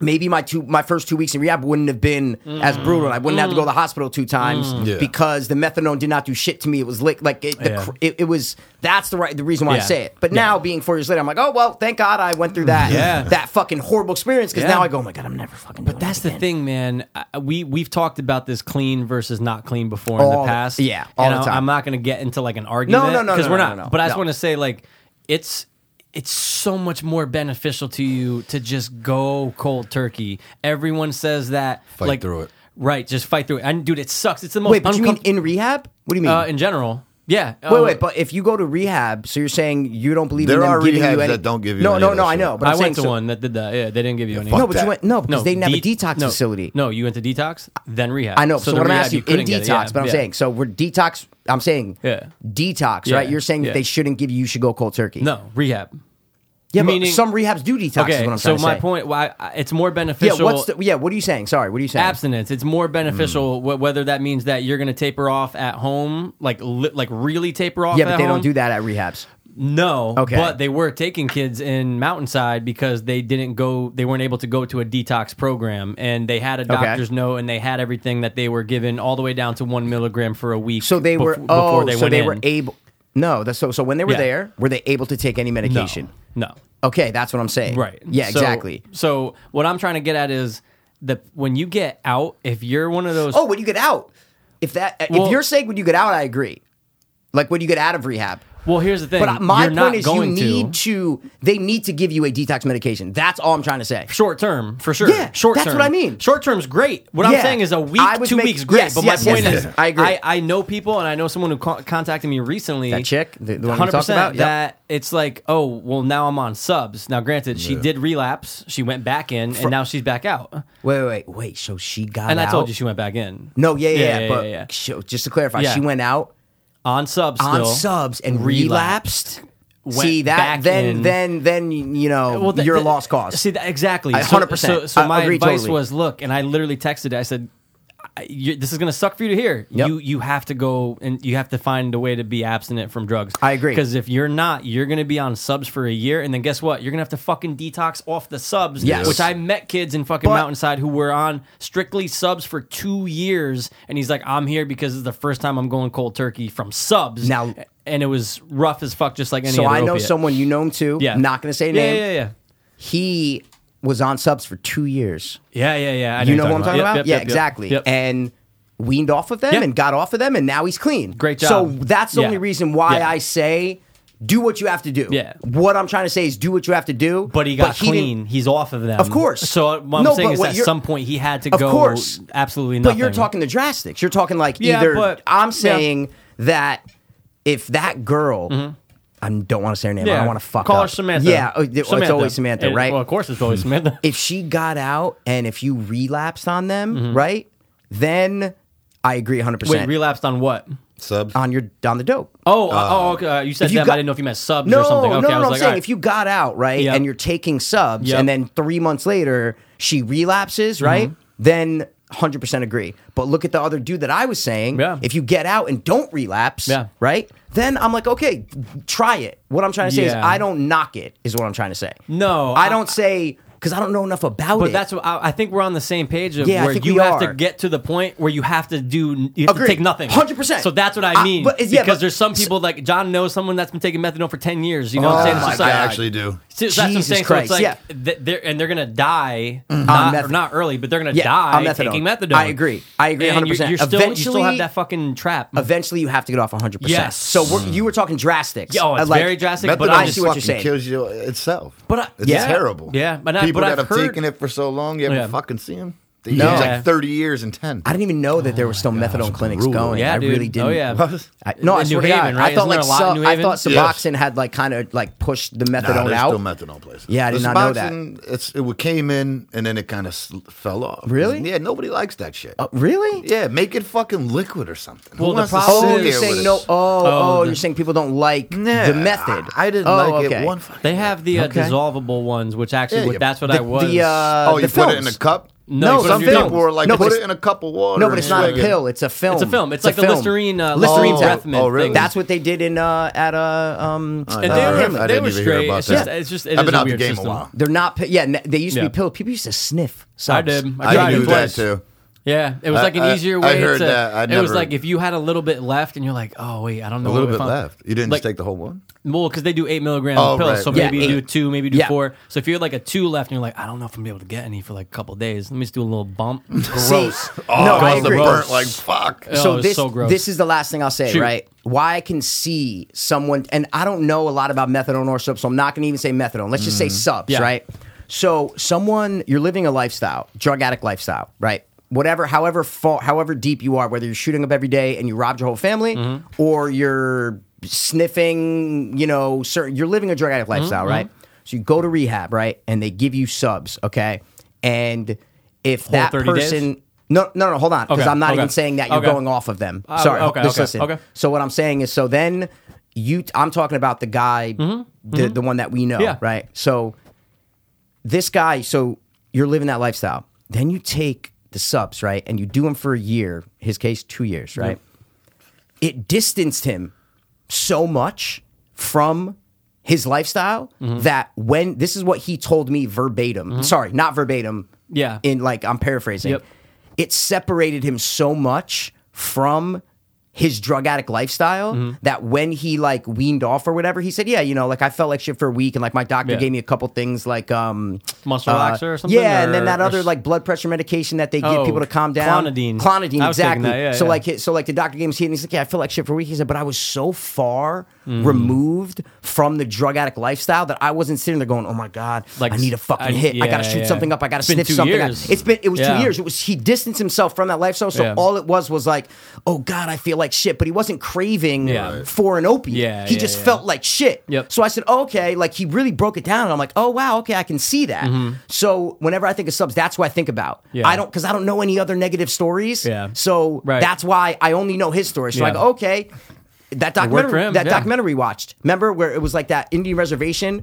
Speaker 1: Maybe my two my first two weeks in rehab wouldn't have been as
Speaker 2: Mm.
Speaker 1: brutal. I wouldn't have to go to the hospital two times
Speaker 5: Yeah.
Speaker 1: because the methadone did not do shit to me. It was lick like it, the,
Speaker 2: Yeah.
Speaker 1: cr- it, it was. That's the right the reason why
Speaker 2: Yeah.
Speaker 1: I say it. But now being four years later, I'm like, oh well, thank God I went through that
Speaker 2: Yeah.
Speaker 1: that fucking horrible experience because
Speaker 2: Yeah.
Speaker 1: now I go, oh my God, I'm never fucking.
Speaker 2: But that's the thing, man. I- We we've talked about this clean versus not clean before in
Speaker 1: All-
Speaker 2: the past.
Speaker 1: yeah, all
Speaker 2: and
Speaker 1: the
Speaker 2: I-
Speaker 1: time.
Speaker 2: I'm not going to get into like an argument.
Speaker 1: no, no,
Speaker 2: because
Speaker 1: no,
Speaker 2: we're
Speaker 1: no,
Speaker 2: not.
Speaker 1: no, no,
Speaker 2: but I just
Speaker 1: no.
Speaker 2: want to say, like, it's it's so much more beneficial to you to just go cold turkey. Everyone says that.
Speaker 5: Fight
Speaker 2: like,
Speaker 5: through it.
Speaker 2: Right, just fight through it. And dude, it sucks. It's the most
Speaker 1: Wait, but you mean
Speaker 2: uncomfortable.
Speaker 1: in rehab? What do you mean?
Speaker 2: uh, in general, yeah.
Speaker 1: Wait,
Speaker 2: uh,
Speaker 1: wait, but if you go to rehab, so you're saying you don't believe
Speaker 5: There
Speaker 1: in them
Speaker 5: are
Speaker 1: giving you
Speaker 5: rehabs
Speaker 1: any,
Speaker 5: that don't give you
Speaker 1: No,
Speaker 5: any
Speaker 1: no,
Speaker 5: of
Speaker 1: no.
Speaker 5: that
Speaker 1: I
Speaker 5: shit.
Speaker 1: know, but
Speaker 2: I
Speaker 1: I'm saying
Speaker 2: went to
Speaker 1: so-
Speaker 2: one that did that. Yeah, they didn't give you any.
Speaker 1: No,
Speaker 5: Fuck
Speaker 1: but you
Speaker 5: that.
Speaker 1: went no because they didn't have
Speaker 2: de-
Speaker 1: a detox
Speaker 2: no,
Speaker 1: facility.
Speaker 2: No, you went to detox, then rehab.
Speaker 1: I know. So,
Speaker 2: the
Speaker 1: what I'm
Speaker 2: rehab,
Speaker 1: asking
Speaker 2: you
Speaker 1: you in
Speaker 2: couldn't get
Speaker 1: detox,
Speaker 2: it. Yeah,
Speaker 1: but I'm
Speaker 2: yeah.
Speaker 1: saying so we're detox. I'm saying
Speaker 2: Yeah.
Speaker 1: detox,
Speaker 2: Yeah,
Speaker 1: right? You're saying
Speaker 2: yeah.
Speaker 1: that they shouldn't give you. You should go cold turkey.
Speaker 2: no rehab.
Speaker 1: yeah, but
Speaker 2: meaning-
Speaker 1: some rehabs do detox. is
Speaker 2: Okay,
Speaker 1: what I'm
Speaker 2: so
Speaker 1: trying to
Speaker 2: my
Speaker 1: say.
Speaker 2: point, why I- it's more
Speaker 1: Yeah,
Speaker 2: beneficial.
Speaker 1: what's the, yeah? Hmm. What are you saying? Sorry, what are you saying?
Speaker 2: abstinence? It's more beneficial wh- whether that means that you're going to taper off at home, like li- like really taper off.
Speaker 1: Yeah,
Speaker 2: at
Speaker 1: but they
Speaker 2: home.
Speaker 1: don't do that at rehabs.
Speaker 2: No,
Speaker 1: Okay.
Speaker 2: but they were taking kids in Mountainside because they didn't go, they weren't able to go to a detox program, and they had a doctor's note and they had everything that they were given all the way down to one milligram for a week.
Speaker 1: So they
Speaker 2: bef-
Speaker 1: were
Speaker 2: before
Speaker 1: oh,
Speaker 2: they
Speaker 1: so
Speaker 2: went
Speaker 1: they
Speaker 2: in.
Speaker 1: were able. No, that's so. So when they were
Speaker 2: Yeah.
Speaker 1: there, were they able to take any
Speaker 2: no,
Speaker 1: medication?
Speaker 2: no.
Speaker 1: Okay, that's what I'm saying.
Speaker 2: Right.
Speaker 1: Yeah,
Speaker 2: So-
Speaker 1: exactly.
Speaker 2: So what I'm trying to get at is the when you get out, if you're one of those
Speaker 1: Oh, when you get out, if that
Speaker 2: Well-
Speaker 1: if you're saying when you get out, I agree. Like when you get out of rehab.
Speaker 2: Well, here's the thing.
Speaker 1: But my
Speaker 2: You're not
Speaker 1: point is, you
Speaker 2: going
Speaker 1: need
Speaker 2: to
Speaker 1: to. They need to give you a detox medication. That's all I'm trying to say.
Speaker 2: short term for sure.
Speaker 1: Yeah,
Speaker 2: short
Speaker 1: that's
Speaker 2: term.
Speaker 1: what I mean.
Speaker 2: Short term's great. What I'm
Speaker 1: Yeah.
Speaker 2: saying is a week,
Speaker 1: I would
Speaker 2: two
Speaker 1: make-
Speaker 2: weeks, great.
Speaker 1: yes,
Speaker 2: but my
Speaker 1: yes,
Speaker 2: point
Speaker 1: yes,
Speaker 2: is,
Speaker 1: yes. I agree.
Speaker 2: I, I know people, and I know someone who con- contacted me recently.
Speaker 1: That chick? The- the one we
Speaker 2: hundred
Speaker 1: talked about?
Speaker 2: percent.
Speaker 1: Yep.
Speaker 2: That it's like, oh, well, now I'm on subs. Now, granted, she did relapse. She went back in, and now she's back out.
Speaker 1: Wait, wait, wait. wait so she got
Speaker 2: And
Speaker 1: out.
Speaker 2: I told you she went back in.
Speaker 1: No, yeah, yeah,
Speaker 2: Yeah,
Speaker 1: yeah.
Speaker 2: yeah,
Speaker 1: but
Speaker 2: yeah, yeah.
Speaker 1: she- just to clarify,
Speaker 2: Yeah.
Speaker 1: she went out
Speaker 2: on subs.
Speaker 1: on
Speaker 2: still.
Speaker 1: subs and
Speaker 2: relapsed,
Speaker 1: relapsed.
Speaker 2: went
Speaker 1: See
Speaker 2: back
Speaker 1: that? Then,
Speaker 2: in.
Speaker 1: then, then you know
Speaker 2: Well, th-
Speaker 1: you're a
Speaker 2: th-
Speaker 1: lost cause.
Speaker 2: See, that, exactly.
Speaker 1: I-
Speaker 2: So-
Speaker 1: 100%.
Speaker 2: So, so
Speaker 1: I
Speaker 2: my
Speaker 1: agree
Speaker 2: advice
Speaker 1: totally.
Speaker 2: was, look, and I literally texted. I said, I, you, "This is going to suck for you to hear.
Speaker 1: Yep.
Speaker 2: You you have to go and you have to find a way to be abstinent from drugs.
Speaker 1: I agree.
Speaker 2: Because if you're not, you're going to be on subs for a year, and then guess what? You're going to have to fucking detox off the subs.
Speaker 1: Yes.
Speaker 2: Which I met kids in fucking
Speaker 1: But-
Speaker 2: Mountainside who were on strictly subs for two years, and he's like, "I'm here because it's the first time I'm going cold turkey from subs."
Speaker 1: Now-
Speaker 2: and it was rough as fuck, just like any.
Speaker 1: so
Speaker 2: other
Speaker 1: I know
Speaker 2: opiate.
Speaker 1: someone you know him too.
Speaker 2: Yeah.
Speaker 1: not gonna say
Speaker 2: Yeah,
Speaker 1: name.
Speaker 2: yeah, yeah.
Speaker 1: He was on subs for two years.
Speaker 2: Yeah, yeah, yeah. I
Speaker 1: You know
Speaker 2: you're
Speaker 1: who I'm talking
Speaker 2: Yep,
Speaker 1: about?
Speaker 2: yep,
Speaker 1: yeah,
Speaker 2: yep, yep,
Speaker 1: exactly.
Speaker 2: yep.
Speaker 1: And weaned off of them
Speaker 2: Yeah.
Speaker 1: and got off of them, and now he's clean.
Speaker 2: Great
Speaker 1: So
Speaker 2: job.
Speaker 1: that's the
Speaker 2: Yeah.
Speaker 1: only reason why
Speaker 2: Yeah.
Speaker 1: I say do what you have to do.
Speaker 2: Yeah.
Speaker 1: What I'm trying to say is do what you have to do.
Speaker 2: But he got
Speaker 1: didn't-
Speaker 2: clean. He's off of them.
Speaker 1: Of course.
Speaker 2: So what I'm
Speaker 1: No,
Speaker 2: saying
Speaker 1: but
Speaker 2: is
Speaker 1: what
Speaker 2: at
Speaker 1: you're-
Speaker 2: some point he had to
Speaker 1: Of
Speaker 2: go
Speaker 1: course.
Speaker 2: absolutely
Speaker 1: But
Speaker 2: nothing.
Speaker 1: you're talking the drastics. You're talking like
Speaker 2: Yeah,
Speaker 1: either.
Speaker 2: but-
Speaker 1: I'm
Speaker 2: yeah.
Speaker 1: saying that if that girl, I don't want to say her name. I
Speaker 2: Mm-hmm. Yeah.
Speaker 1: don't want to fuck
Speaker 2: Call
Speaker 1: up.
Speaker 2: her Samantha.
Speaker 1: Yeah, uh, th- it's always Samantha,
Speaker 2: And-
Speaker 1: right?
Speaker 2: Well, of course it's always Samantha.
Speaker 1: if she got out and if you relapsed on them, right? Then I agree 100
Speaker 2: Mm-hmm. Wait,
Speaker 1: percent
Speaker 2: relapsed on what?
Speaker 5: Subs.
Speaker 1: on your on the dope.
Speaker 2: Oh, uh, oh, okay. uh, You said
Speaker 1: if you
Speaker 2: them.
Speaker 1: got-
Speaker 2: I didn't know if you meant subs
Speaker 1: No,
Speaker 2: or something.
Speaker 1: no,
Speaker 2: Okay,
Speaker 1: no,
Speaker 2: I
Speaker 1: no.
Speaker 2: was
Speaker 1: I'm
Speaker 2: like,
Speaker 1: saying
Speaker 2: all right.
Speaker 1: if you got out, right,
Speaker 2: Yep.
Speaker 1: and you're taking subs,
Speaker 2: Yep. Mm-hmm.
Speaker 1: and then three months later she relapses, right, then 100% agree. But look at the other dude that I was saying.
Speaker 2: Yeah.
Speaker 1: If you get out and don't relapse,
Speaker 2: Yeah.
Speaker 1: right, then I'm like, okay, try it. What I'm trying to say is
Speaker 2: Yeah.
Speaker 1: I don't knock it, is what I'm trying to say.
Speaker 2: No,
Speaker 1: I,
Speaker 2: I-
Speaker 1: don't say, because I don't know enough about
Speaker 2: But
Speaker 1: it.
Speaker 2: that's what I, I think we're on the same page of
Speaker 1: Yeah, I
Speaker 2: where
Speaker 1: think
Speaker 2: you
Speaker 1: we
Speaker 2: have to
Speaker 1: are.
Speaker 2: get to the point where you have to do you have
Speaker 1: Agreed.
Speaker 2: to take nothing,
Speaker 1: 100%.
Speaker 2: So that's what
Speaker 1: I-
Speaker 2: I mean.
Speaker 1: but it's- yeah,
Speaker 2: because
Speaker 1: but-
Speaker 2: there's some people like John knows someone that's been taking methadone for ten years. You know what I'm
Speaker 5: Oh
Speaker 2: saying? It's
Speaker 5: my
Speaker 2: just
Speaker 5: God, I
Speaker 2: like-
Speaker 5: actually do.
Speaker 2: So that's what I'm
Speaker 1: Jesus
Speaker 2: saying.
Speaker 1: Christ,
Speaker 2: so it's like
Speaker 1: yeah. Mm-hmm.
Speaker 2: th- they're, and they're gonna die not,
Speaker 1: meth-
Speaker 2: or not early, but they're gonna
Speaker 1: Yeah,
Speaker 2: die
Speaker 1: on methadone.
Speaker 2: taking methadone.
Speaker 1: I agree. I agree
Speaker 2: And you're-
Speaker 1: 100%.
Speaker 2: You're, still, you still have
Speaker 1: Eventually-
Speaker 2: that fucking trap.
Speaker 1: Eventually, you have to get off 100%.
Speaker 2: Yes.
Speaker 1: So we're, you were talking drastics.
Speaker 2: Yeah, oh, it's
Speaker 1: Uh, like-
Speaker 2: very drastic.
Speaker 5: Methadone
Speaker 2: But
Speaker 1: I
Speaker 2: I'm
Speaker 1: see what
Speaker 2: just,
Speaker 1: you're
Speaker 5: fucking
Speaker 1: saying.
Speaker 5: kills you itself.
Speaker 2: But I-
Speaker 5: it's
Speaker 2: yeah.
Speaker 5: terrible.
Speaker 2: Yeah, but I-
Speaker 5: people
Speaker 2: but
Speaker 5: that
Speaker 2: I've
Speaker 5: have
Speaker 2: heard-
Speaker 5: taken it for so long, you haven't
Speaker 2: Yeah.
Speaker 5: fucking seen them. They
Speaker 1: No.
Speaker 5: age
Speaker 2: Yeah.
Speaker 5: like thirty years and ten.
Speaker 1: I didn't even know that there were
Speaker 2: Oh
Speaker 1: still methadone clinics
Speaker 5: brutal.
Speaker 1: going.
Speaker 2: Yeah,
Speaker 1: I
Speaker 2: dude.
Speaker 1: really didn't.
Speaker 2: Oh, yeah.
Speaker 1: I, no, I
Speaker 2: In
Speaker 1: swear
Speaker 2: New
Speaker 1: to God,
Speaker 2: Haven,
Speaker 1: I
Speaker 2: right?
Speaker 1: thought
Speaker 2: Isn't there
Speaker 1: like
Speaker 2: a lot in
Speaker 1: Su-
Speaker 2: New
Speaker 1: I
Speaker 2: Haven?
Speaker 1: thought
Speaker 5: Yes.
Speaker 1: Suboxone had like kind of like pushed the
Speaker 5: Nah,
Speaker 1: methadone
Speaker 5: there's
Speaker 1: out.
Speaker 5: still methadone places.
Speaker 1: Yeah, I did
Speaker 5: The
Speaker 1: not know that.
Speaker 5: Suboxone, It's, it came in and then it kind of fell off.
Speaker 1: Really?
Speaker 5: Yeah, nobody likes that shit.
Speaker 1: Uh, really?
Speaker 5: Yeah, make it fucking liquid or something. Who
Speaker 2: Well, the
Speaker 5: wants to
Speaker 2: problem
Speaker 1: Oh,
Speaker 5: sit
Speaker 2: is-
Speaker 5: here
Speaker 1: you're
Speaker 5: with
Speaker 1: saying
Speaker 5: it?
Speaker 1: no. Oh, oh,
Speaker 2: the-
Speaker 1: you're saying people don't like
Speaker 5: Nah,
Speaker 1: the method.
Speaker 5: I, I didn't
Speaker 1: Oh,
Speaker 5: like
Speaker 1: okay.
Speaker 5: it one fucking.
Speaker 2: They have the uh,
Speaker 1: Okay.
Speaker 2: dissolvable ones, which actually
Speaker 5: Yeah,
Speaker 2: what-
Speaker 5: yeah.
Speaker 2: that's what I
Speaker 1: The-
Speaker 2: was.
Speaker 1: The, uh,
Speaker 5: Oh, you
Speaker 1: the
Speaker 5: put
Speaker 1: films.
Speaker 5: it in a cup?
Speaker 2: No, you put it
Speaker 5: some
Speaker 2: in your
Speaker 5: people
Speaker 2: cup.
Speaker 5: were like,
Speaker 1: No, but
Speaker 5: put
Speaker 1: it's-
Speaker 5: it in a cup of water.
Speaker 1: No, but it's
Speaker 5: and
Speaker 1: not a
Speaker 5: swig it.
Speaker 1: pill. It's a film.
Speaker 2: It's a film. It's like the
Speaker 1: film.
Speaker 2: Listerine, uh,
Speaker 1: Listerine
Speaker 5: oh,
Speaker 1: type.
Speaker 2: breath mint
Speaker 5: oh, really?
Speaker 2: thing.
Speaker 1: That's what they did in uh, at uh, um.
Speaker 5: I
Speaker 2: And
Speaker 5: didn't
Speaker 2: they
Speaker 5: know
Speaker 2: were-
Speaker 5: that.
Speaker 2: they
Speaker 5: I didn't
Speaker 2: were
Speaker 5: even hear
Speaker 2: straight.
Speaker 5: about
Speaker 2: It's just-
Speaker 5: that.
Speaker 2: it's just- it is
Speaker 5: I've been
Speaker 2: a
Speaker 5: out the
Speaker 2: weird
Speaker 5: game a
Speaker 2: system.
Speaker 5: while.
Speaker 1: They're not. pi- Yeah, they used to
Speaker 2: Yeah.
Speaker 1: be pill. People used to sniff.
Speaker 2: I
Speaker 1: subs.
Speaker 2: did. I,
Speaker 5: I
Speaker 2: tried
Speaker 5: do
Speaker 2: it
Speaker 5: that
Speaker 2: twice.
Speaker 5: too.
Speaker 2: Yeah, it was
Speaker 5: I-
Speaker 2: like an
Speaker 5: I-
Speaker 2: easier
Speaker 5: I
Speaker 2: way.
Speaker 5: heard
Speaker 2: to,
Speaker 5: that. I
Speaker 2: It was
Speaker 5: never-
Speaker 2: like if you had a little bit left, and you're like, oh wait, I don't know.
Speaker 5: A little
Speaker 2: if
Speaker 5: bit
Speaker 2: I'm-
Speaker 5: left. You didn't
Speaker 2: Like-
Speaker 5: just take the whole one?
Speaker 2: Well, because they do eight milligram
Speaker 5: Oh,
Speaker 2: pills,
Speaker 5: right,
Speaker 2: so
Speaker 5: right,
Speaker 2: maybe you
Speaker 1: right.
Speaker 2: do two, maybe you do
Speaker 1: Yeah.
Speaker 2: four. So if you're like a two left, and you're like, I don't know if I'm gonna be able to get any for like a couple days. Let me just do a little bump. Gross.
Speaker 5: Oh,
Speaker 1: no,
Speaker 5: it
Speaker 1: I
Speaker 5: must have
Speaker 1: agree.
Speaker 5: burnt like fuck.
Speaker 2: Oh,
Speaker 1: so
Speaker 2: it's
Speaker 1: this
Speaker 2: so gross.
Speaker 1: this is the last thing I'll say,
Speaker 2: Shoot.
Speaker 1: right? Why I can see someone, and I don't know a lot about methadone or subs, so I'm not going to even say methadone. Let's just say subs,
Speaker 2: Mm-hmm. Yeah.
Speaker 1: right? So someone, you're living a lifestyle, drug addict lifestyle, right? Whatever, however far, however deep you are, whether you're shooting up every day and you robbed your whole family,
Speaker 2: Mm-hmm.
Speaker 1: or you're sniffing, you know, certain, you're living a drug
Speaker 2: Mm-hmm.
Speaker 1: addict lifestyle, right? So you go to rehab, right, and they give you subs, okay, and if that
Speaker 2: 30 days?
Speaker 1: person, no, no, no, hold on, because
Speaker 2: Okay,
Speaker 1: I'm not
Speaker 2: okay.
Speaker 1: even saying that you're
Speaker 2: Okay.
Speaker 1: going off of them.
Speaker 2: Uh,
Speaker 1: Sorry.
Speaker 2: okay,
Speaker 1: just
Speaker 2: okay,
Speaker 1: listen.
Speaker 2: okay.
Speaker 1: So what I'm saying is, so then you, I'm talking about the guy, the, the one that we know,
Speaker 2: Mm-hmm, Yeah.
Speaker 1: right? So this guy, so you're living that lifestyle. Then you take the subs, right, and you do them for a year. His case, two years, right? It distanced him so much from his lifestyle
Speaker 2: Mm-hmm.
Speaker 1: that when this is what he told me verbatim. Sorry, not verbatim.
Speaker 2: Yeah.
Speaker 1: In like I'm paraphrasing.
Speaker 2: Yep.
Speaker 1: It separated him so much from his drug addict lifestyle
Speaker 2: Mm-hmm.
Speaker 1: that when he like weaned off or whatever, he said, "Yeah, you know, like I felt like shit for a week, and like my doctor
Speaker 2: Yeah.
Speaker 1: gave me a couple things like um
Speaker 2: Muscle
Speaker 1: uh,
Speaker 2: relaxer or something.
Speaker 1: Yeah, and then
Speaker 2: or-
Speaker 1: that
Speaker 2: or
Speaker 1: other
Speaker 2: s-
Speaker 1: like blood pressure medication that they give
Speaker 2: Oh,
Speaker 1: people to calm down.
Speaker 2: Clonidine.
Speaker 1: Clonidine,
Speaker 2: I was taking
Speaker 1: exactly.
Speaker 2: that, yeah,
Speaker 1: so
Speaker 2: yeah.
Speaker 1: like hi- so like the doctor gave him shit and he's like, Yeah, I feel like shit for a week. He said, But I was so far
Speaker 2: Mm.
Speaker 1: removed from the drug addict lifestyle that I wasn't sitting there going, Oh my God,
Speaker 2: Like,
Speaker 1: I need a fucking
Speaker 2: I-
Speaker 1: hit. I gotta
Speaker 2: yeah,
Speaker 1: shoot
Speaker 2: yeah.
Speaker 1: something up, I gotta
Speaker 2: It's been
Speaker 1: sniff
Speaker 2: two
Speaker 1: something out."
Speaker 2: years.
Speaker 1: It's been it was
Speaker 2: Yeah.
Speaker 1: two years. It was he distanced himself from that lifestyle. So
Speaker 2: Yeah.
Speaker 1: all it was was like, oh God, I feel like shit. But he wasn't craving
Speaker 2: Yeah.
Speaker 1: for an opiate.
Speaker 2: Yeah,
Speaker 1: he
Speaker 2: yeah,
Speaker 1: just
Speaker 2: yeah.
Speaker 1: felt like shit.
Speaker 2: Yep.
Speaker 1: So I said, oh, okay, like he really broke it down. And I'm like, oh wow, okay, I can see that. So whenever I think of subs, that's what I think about.
Speaker 2: Mm-hmm. Yeah.
Speaker 1: I don't because I don't know any other negative stories.
Speaker 2: Yeah.
Speaker 1: So
Speaker 2: Right.
Speaker 1: that's why I only know his story. So I
Speaker 2: Yeah.
Speaker 1: go, okay. That
Speaker 2: worked for
Speaker 1: documentary,
Speaker 2: him,
Speaker 1: that
Speaker 2: yeah.
Speaker 1: documentary we watched. Remember where it was like that Indian reservation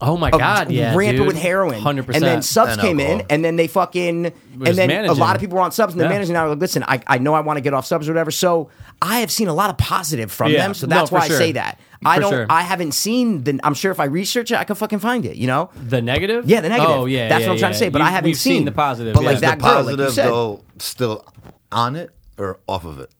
Speaker 2: Oh my god, yeah,
Speaker 1: rampant
Speaker 2: dude.
Speaker 1: with heroin.
Speaker 2: Hundred percent.
Speaker 1: And then subs
Speaker 5: And
Speaker 1: came in,
Speaker 5: alcohol.
Speaker 1: and then they fucking, and
Speaker 2: just
Speaker 1: then a
Speaker 2: managing.
Speaker 1: lot of people were on subs, and the
Speaker 2: Yeah.
Speaker 1: manager now like, listen, I, I know I want to get off subs or whatever. So I have seen a lot of positive from
Speaker 2: Yeah.
Speaker 1: them, so
Speaker 2: No,
Speaker 1: that's
Speaker 2: for
Speaker 1: why
Speaker 2: sure.
Speaker 1: I say that. I
Speaker 2: For
Speaker 1: don't,
Speaker 2: sure.
Speaker 1: I haven't seen the. I'm sure if I research it, I can fucking find it. You know.
Speaker 2: the negative.
Speaker 1: Yeah, the negative.
Speaker 2: Oh yeah,
Speaker 1: That's
Speaker 2: yeah,
Speaker 1: what I'm trying
Speaker 2: yeah.
Speaker 1: to say, but
Speaker 2: You-
Speaker 1: I haven't
Speaker 2: we've seen,
Speaker 1: seen.
Speaker 2: the positive.
Speaker 1: But,
Speaker 2: yeah.
Speaker 1: like, that
Speaker 5: the
Speaker 1: girl, like you
Speaker 5: positive,
Speaker 1: said.
Speaker 5: though, still on it or off of it?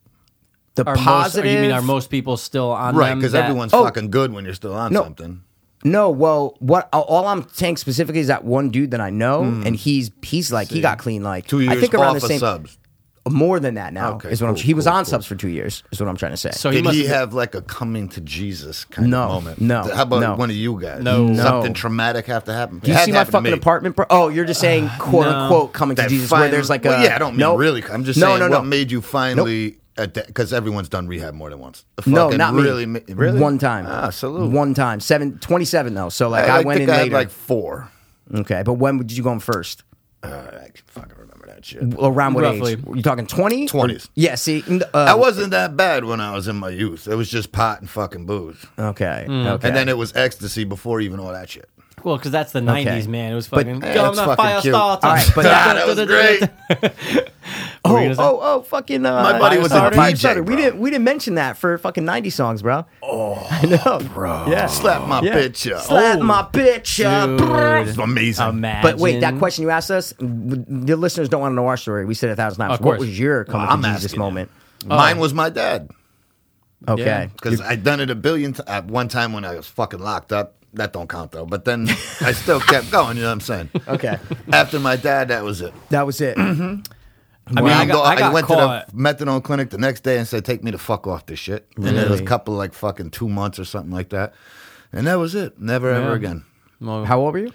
Speaker 1: The
Speaker 2: Are most- oh,
Speaker 1: positive.
Speaker 2: you mean are most people still on
Speaker 5: Right,
Speaker 2: them
Speaker 5: because
Speaker 2: that-
Speaker 5: everyone's fucking good when you're still on
Speaker 1: No.
Speaker 5: something.
Speaker 1: No, well, what all I'm saying
Speaker 2: Hmm.
Speaker 1: specifically is that one dude that I know, and he's he's like he got clean like
Speaker 5: Two
Speaker 1: I
Speaker 5: years
Speaker 1: think around
Speaker 5: off
Speaker 1: the
Speaker 5: of
Speaker 1: same
Speaker 5: subs.
Speaker 1: more than that now.
Speaker 5: Okay,
Speaker 1: is what I'm,
Speaker 5: cool,
Speaker 1: he was
Speaker 5: cool,
Speaker 1: on
Speaker 5: cool.
Speaker 1: subs for two years. Is what I'm trying to say.
Speaker 2: So he
Speaker 5: Did
Speaker 2: must
Speaker 5: he have like a coming to Jesus kind
Speaker 1: No,
Speaker 5: of moment?
Speaker 1: no,
Speaker 5: How about
Speaker 1: no.
Speaker 5: one of you guys?
Speaker 2: No. No.
Speaker 5: Something traumatic have to happen.
Speaker 1: Do you
Speaker 5: It had
Speaker 1: see
Speaker 5: to
Speaker 1: my
Speaker 5: happen to
Speaker 1: fucking
Speaker 5: me.
Speaker 1: apartment? Pro- oh, you're just saying quote unquote coming to
Speaker 5: That
Speaker 1: Jesus, where
Speaker 5: final-
Speaker 1: there's like a
Speaker 5: well, yeah, I don't mean
Speaker 1: Nope.
Speaker 5: really. I'm just
Speaker 1: no,
Speaker 5: saying
Speaker 1: no, no.
Speaker 5: what made you finally because everyone's done rehab more than once.
Speaker 1: no,
Speaker 5: Fucking
Speaker 1: not
Speaker 5: really,
Speaker 1: me.
Speaker 5: ma- Really,
Speaker 1: One time.
Speaker 5: Ah, salute.
Speaker 1: One time. Seven, 27 though. So like I, went
Speaker 5: think
Speaker 1: in
Speaker 5: I had
Speaker 1: later.
Speaker 5: like four.
Speaker 1: okay, but when did you go in first?
Speaker 5: Uh, I can fucking remember that shit.
Speaker 1: Around what
Speaker 2: Roughly.
Speaker 1: age? Were you talking twenty?
Speaker 5: 20s.
Speaker 1: Yeah. See, n- uh,
Speaker 5: I wasn't that bad when I was in my youth. It was just pot and fucking booze,
Speaker 1: okay.
Speaker 2: Hmm.
Speaker 1: Okay.
Speaker 5: and then it was ecstasy before even all that shit.
Speaker 2: Well, because that's the '90s, man. It was fucking.
Speaker 5: Yeah,
Speaker 2: Go on
Speaker 5: that's
Speaker 2: the
Speaker 5: fucking
Speaker 2: fire
Speaker 5: cute.
Speaker 2: starter.
Speaker 1: All right, but
Speaker 5: Ah, that was great.
Speaker 2: Were you
Speaker 1: oh,
Speaker 2: gonna say-
Speaker 1: oh, oh, fucking. Uh,
Speaker 5: My buddy was a
Speaker 1: Firestarter.
Speaker 5: DJ,
Speaker 1: Firestarter. We
Speaker 5: bro.
Speaker 1: didn't, we didn't mention that for fucking ninety songs, bro. Oh, I know, bro. Yeah.
Speaker 5: Slap my
Speaker 1: Yeah.
Speaker 5: bitch up.
Speaker 1: Slap my bitch up.
Speaker 2: Dude.
Speaker 5: It's amazing.
Speaker 2: Imagine.
Speaker 1: But wait, that question you asked us, w- the listeners don't want to know our story. We said it a thousand times.
Speaker 2: Of
Speaker 1: What
Speaker 2: course.
Speaker 1: was your
Speaker 5: Well,
Speaker 1: coming
Speaker 5: I'm
Speaker 1: to Jesus
Speaker 5: asking
Speaker 1: moment?
Speaker 5: Mine was my dad.
Speaker 1: Okay.
Speaker 2: Yeah.
Speaker 5: because I'd done it a billion times. At one time when I was fucking locked up, that don't count though. But then I still kept going. You know what I'm saying?
Speaker 1: Okay.
Speaker 5: After my dad, that was it.
Speaker 1: That was it.
Speaker 2: I mean, I
Speaker 5: Even though
Speaker 2: got, I got
Speaker 5: went
Speaker 2: caught.
Speaker 5: to the methadone clinic the next day and said, "Take me the fuck off this shit." And it was a
Speaker 1: Really?
Speaker 5: couple like fucking two months or something like that. And that was it. Never ever
Speaker 2: Yeah.
Speaker 5: again.
Speaker 1: How old were you?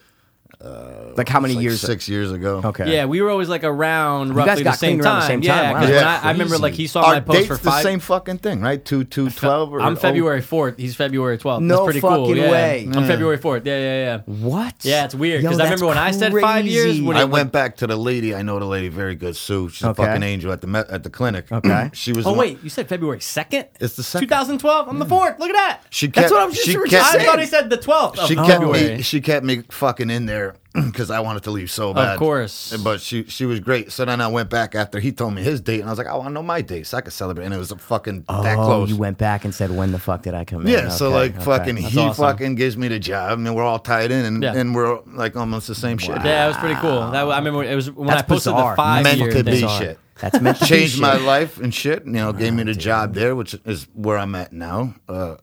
Speaker 1: like how many
Speaker 5: Like
Speaker 1: years?
Speaker 5: six years ago.
Speaker 1: Okay.
Speaker 2: yeah, we were always like around
Speaker 1: guys
Speaker 2: roughly the
Speaker 1: got
Speaker 2: same
Speaker 1: clean around
Speaker 2: time.
Speaker 1: the same
Speaker 2: Yeah,
Speaker 1: time. Wow.
Speaker 2: 'cause when I,
Speaker 5: That's
Speaker 2: I remember
Speaker 5: crazy.
Speaker 2: like he saw
Speaker 5: Our
Speaker 2: my post
Speaker 5: dates
Speaker 2: for five.
Speaker 5: the same fucking thing, right? Two, two, twelve. Or
Speaker 2: I'm
Speaker 5: oh,
Speaker 2: February 4th. He's February 12th.
Speaker 1: No
Speaker 2: That's pretty cool.
Speaker 1: fucking
Speaker 2: yeah.
Speaker 1: way.
Speaker 2: I'm February 4th. Yeah, yeah, yeah.
Speaker 1: What?
Speaker 2: Yeah, it's weird,
Speaker 1: Yo,
Speaker 2: 'cause I
Speaker 1: that's
Speaker 2: remember when I said five years,
Speaker 1: crazy.
Speaker 2: when
Speaker 5: I went back to the lady. I know the lady very good, Sue. She's
Speaker 1: Okay.
Speaker 5: a fucking angel at the me- at the clinic.
Speaker 1: Okay.
Speaker 5: she was.
Speaker 2: Oh
Speaker 5: the one-
Speaker 2: wait, you said February 2nd?
Speaker 5: It's the second.
Speaker 2: 2012.
Speaker 1: Hmm.
Speaker 2: I'm the 4th. Look at that.
Speaker 5: She kept,
Speaker 1: That's what I was just-
Speaker 5: she
Speaker 1: you were
Speaker 5: kept,
Speaker 1: just
Speaker 2: I thought he said the 12th. of
Speaker 5: She kept
Speaker 2: February.
Speaker 5: me. She kept me fucking in there because I wanted to leave so bad.
Speaker 2: course.
Speaker 5: But she she was great. So then I went back after he told me his date, and I was like, "Oh, I want to know my date so I could celebrate. And it was a fucking that
Speaker 1: oh,
Speaker 5: close.
Speaker 1: you went back and said, "When the fuck did I come in?"
Speaker 5: yeah, so
Speaker 1: Okay,
Speaker 5: like
Speaker 1: okay.
Speaker 5: fucking he
Speaker 2: awesome.
Speaker 5: fucking gives me the job, and we're all tied in, and,
Speaker 2: Yeah.
Speaker 5: and we're like almost the same shit.
Speaker 2: Yeah, it was pretty cool. That, I remember it was when
Speaker 1: That's
Speaker 2: I posted
Speaker 1: bizarre.
Speaker 2: the five
Speaker 5: Meant
Speaker 2: year
Speaker 5: to be
Speaker 2: thing.
Speaker 5: shit.
Speaker 1: That's meant to be
Speaker 5: Changed my
Speaker 1: shit.
Speaker 5: life and shit. You know, gave me the job there, which is where I'm at now. Uh,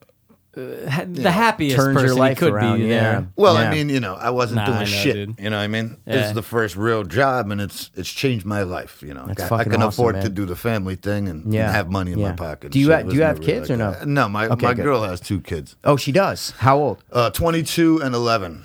Speaker 2: The happiest
Speaker 1: Turns your
Speaker 2: person he
Speaker 1: life
Speaker 2: could
Speaker 1: around,
Speaker 2: be
Speaker 1: yeah.
Speaker 2: there.
Speaker 5: Well,
Speaker 1: Yeah.
Speaker 5: I mean, you know, I wasn't
Speaker 2: Nah, I
Speaker 5: doing
Speaker 2: know,
Speaker 5: shit.
Speaker 2: dude.
Speaker 5: You know what I mean? This
Speaker 2: Yeah.
Speaker 5: is the first real job, and it's it's changed my life. You know,
Speaker 1: That's
Speaker 5: I, I
Speaker 1: fucking
Speaker 5: can
Speaker 1: awesome,
Speaker 5: afford
Speaker 1: man.
Speaker 5: to do the family thing and, and
Speaker 1: Yeah.
Speaker 5: have money in
Speaker 1: Yeah.
Speaker 5: my pocket.
Speaker 1: Do you
Speaker 5: Shit
Speaker 1: ha- do
Speaker 5: was
Speaker 1: you have
Speaker 5: never
Speaker 1: kids or no?
Speaker 5: that. No, my
Speaker 1: Okay,
Speaker 5: my
Speaker 1: good.
Speaker 5: girl has two kids,
Speaker 1: Oh, she does. How old?
Speaker 5: uh, twenty two and eleven.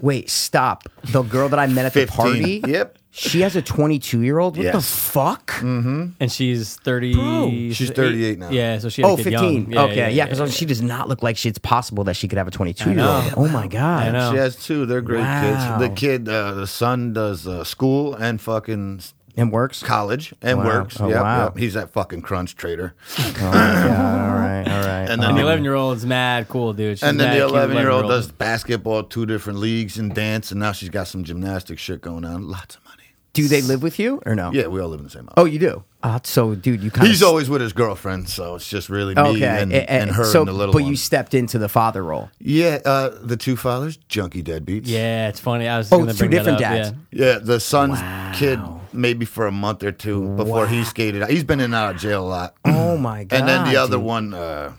Speaker 1: Wait, stop. The girl that I met at the
Speaker 5: 15.
Speaker 1: party.
Speaker 5: Yep.
Speaker 1: She has a 22 year old. What the
Speaker 5: Yes.
Speaker 1: fuck?
Speaker 2: And she's 30.
Speaker 5: She's 38 now.
Speaker 2: Yeah, so she had
Speaker 1: Oh,
Speaker 2: a kid young.
Speaker 1: 15.
Speaker 2: Yeah,
Speaker 1: okay, yeah, because
Speaker 2: yeah.
Speaker 1: she does not look like she, it's possible that she could have a 22 year old. Oh my God.
Speaker 2: I know.
Speaker 5: She has two. They're great
Speaker 1: Wow.
Speaker 5: kids. The kid, uh, the son, does uh, school and fucking s-
Speaker 1: And works.
Speaker 5: college and
Speaker 1: Wow.
Speaker 5: works.
Speaker 1: Oh,
Speaker 5: yep,
Speaker 1: wow.
Speaker 5: yep. He's that fucking crunch trader.
Speaker 1: Oh, my God. All right, all right. Uh,
Speaker 5: And then
Speaker 2: And the
Speaker 5: Um,
Speaker 2: 11 year old's mad cool, dude. She's
Speaker 5: and then
Speaker 2: mad
Speaker 5: the
Speaker 2: cute
Speaker 5: 11 year old
Speaker 2: 11-year-old.
Speaker 5: does basketball, two different leagues, and dance, and now she's got some gymnastics shit going on. Lots of money.
Speaker 1: do they live with you or no?
Speaker 5: Yeah, we all live in the same house.
Speaker 1: Oh, you do? Uh, so, dude, you kind
Speaker 5: He's
Speaker 1: of.
Speaker 5: always with his girlfriend, so it's just really me
Speaker 1: Okay.
Speaker 5: and,
Speaker 1: eh, eh,
Speaker 5: and her
Speaker 1: so,
Speaker 5: and the little
Speaker 1: but
Speaker 5: one.
Speaker 1: you stepped into the father role.
Speaker 5: yeah, uh, the two fathers, junkie deadbeats.
Speaker 2: Yeah, it's funny. I was
Speaker 1: Oh,
Speaker 2: gonna
Speaker 1: it's two
Speaker 2: bring that
Speaker 1: different
Speaker 2: up,
Speaker 1: dads.
Speaker 2: yeah.
Speaker 5: Yeah, the son's kid maybe for a month or two before he skated out. He's been in and out of jail a lot.
Speaker 1: Oh my God.
Speaker 5: and then the other
Speaker 1: dude.
Speaker 5: one, uh,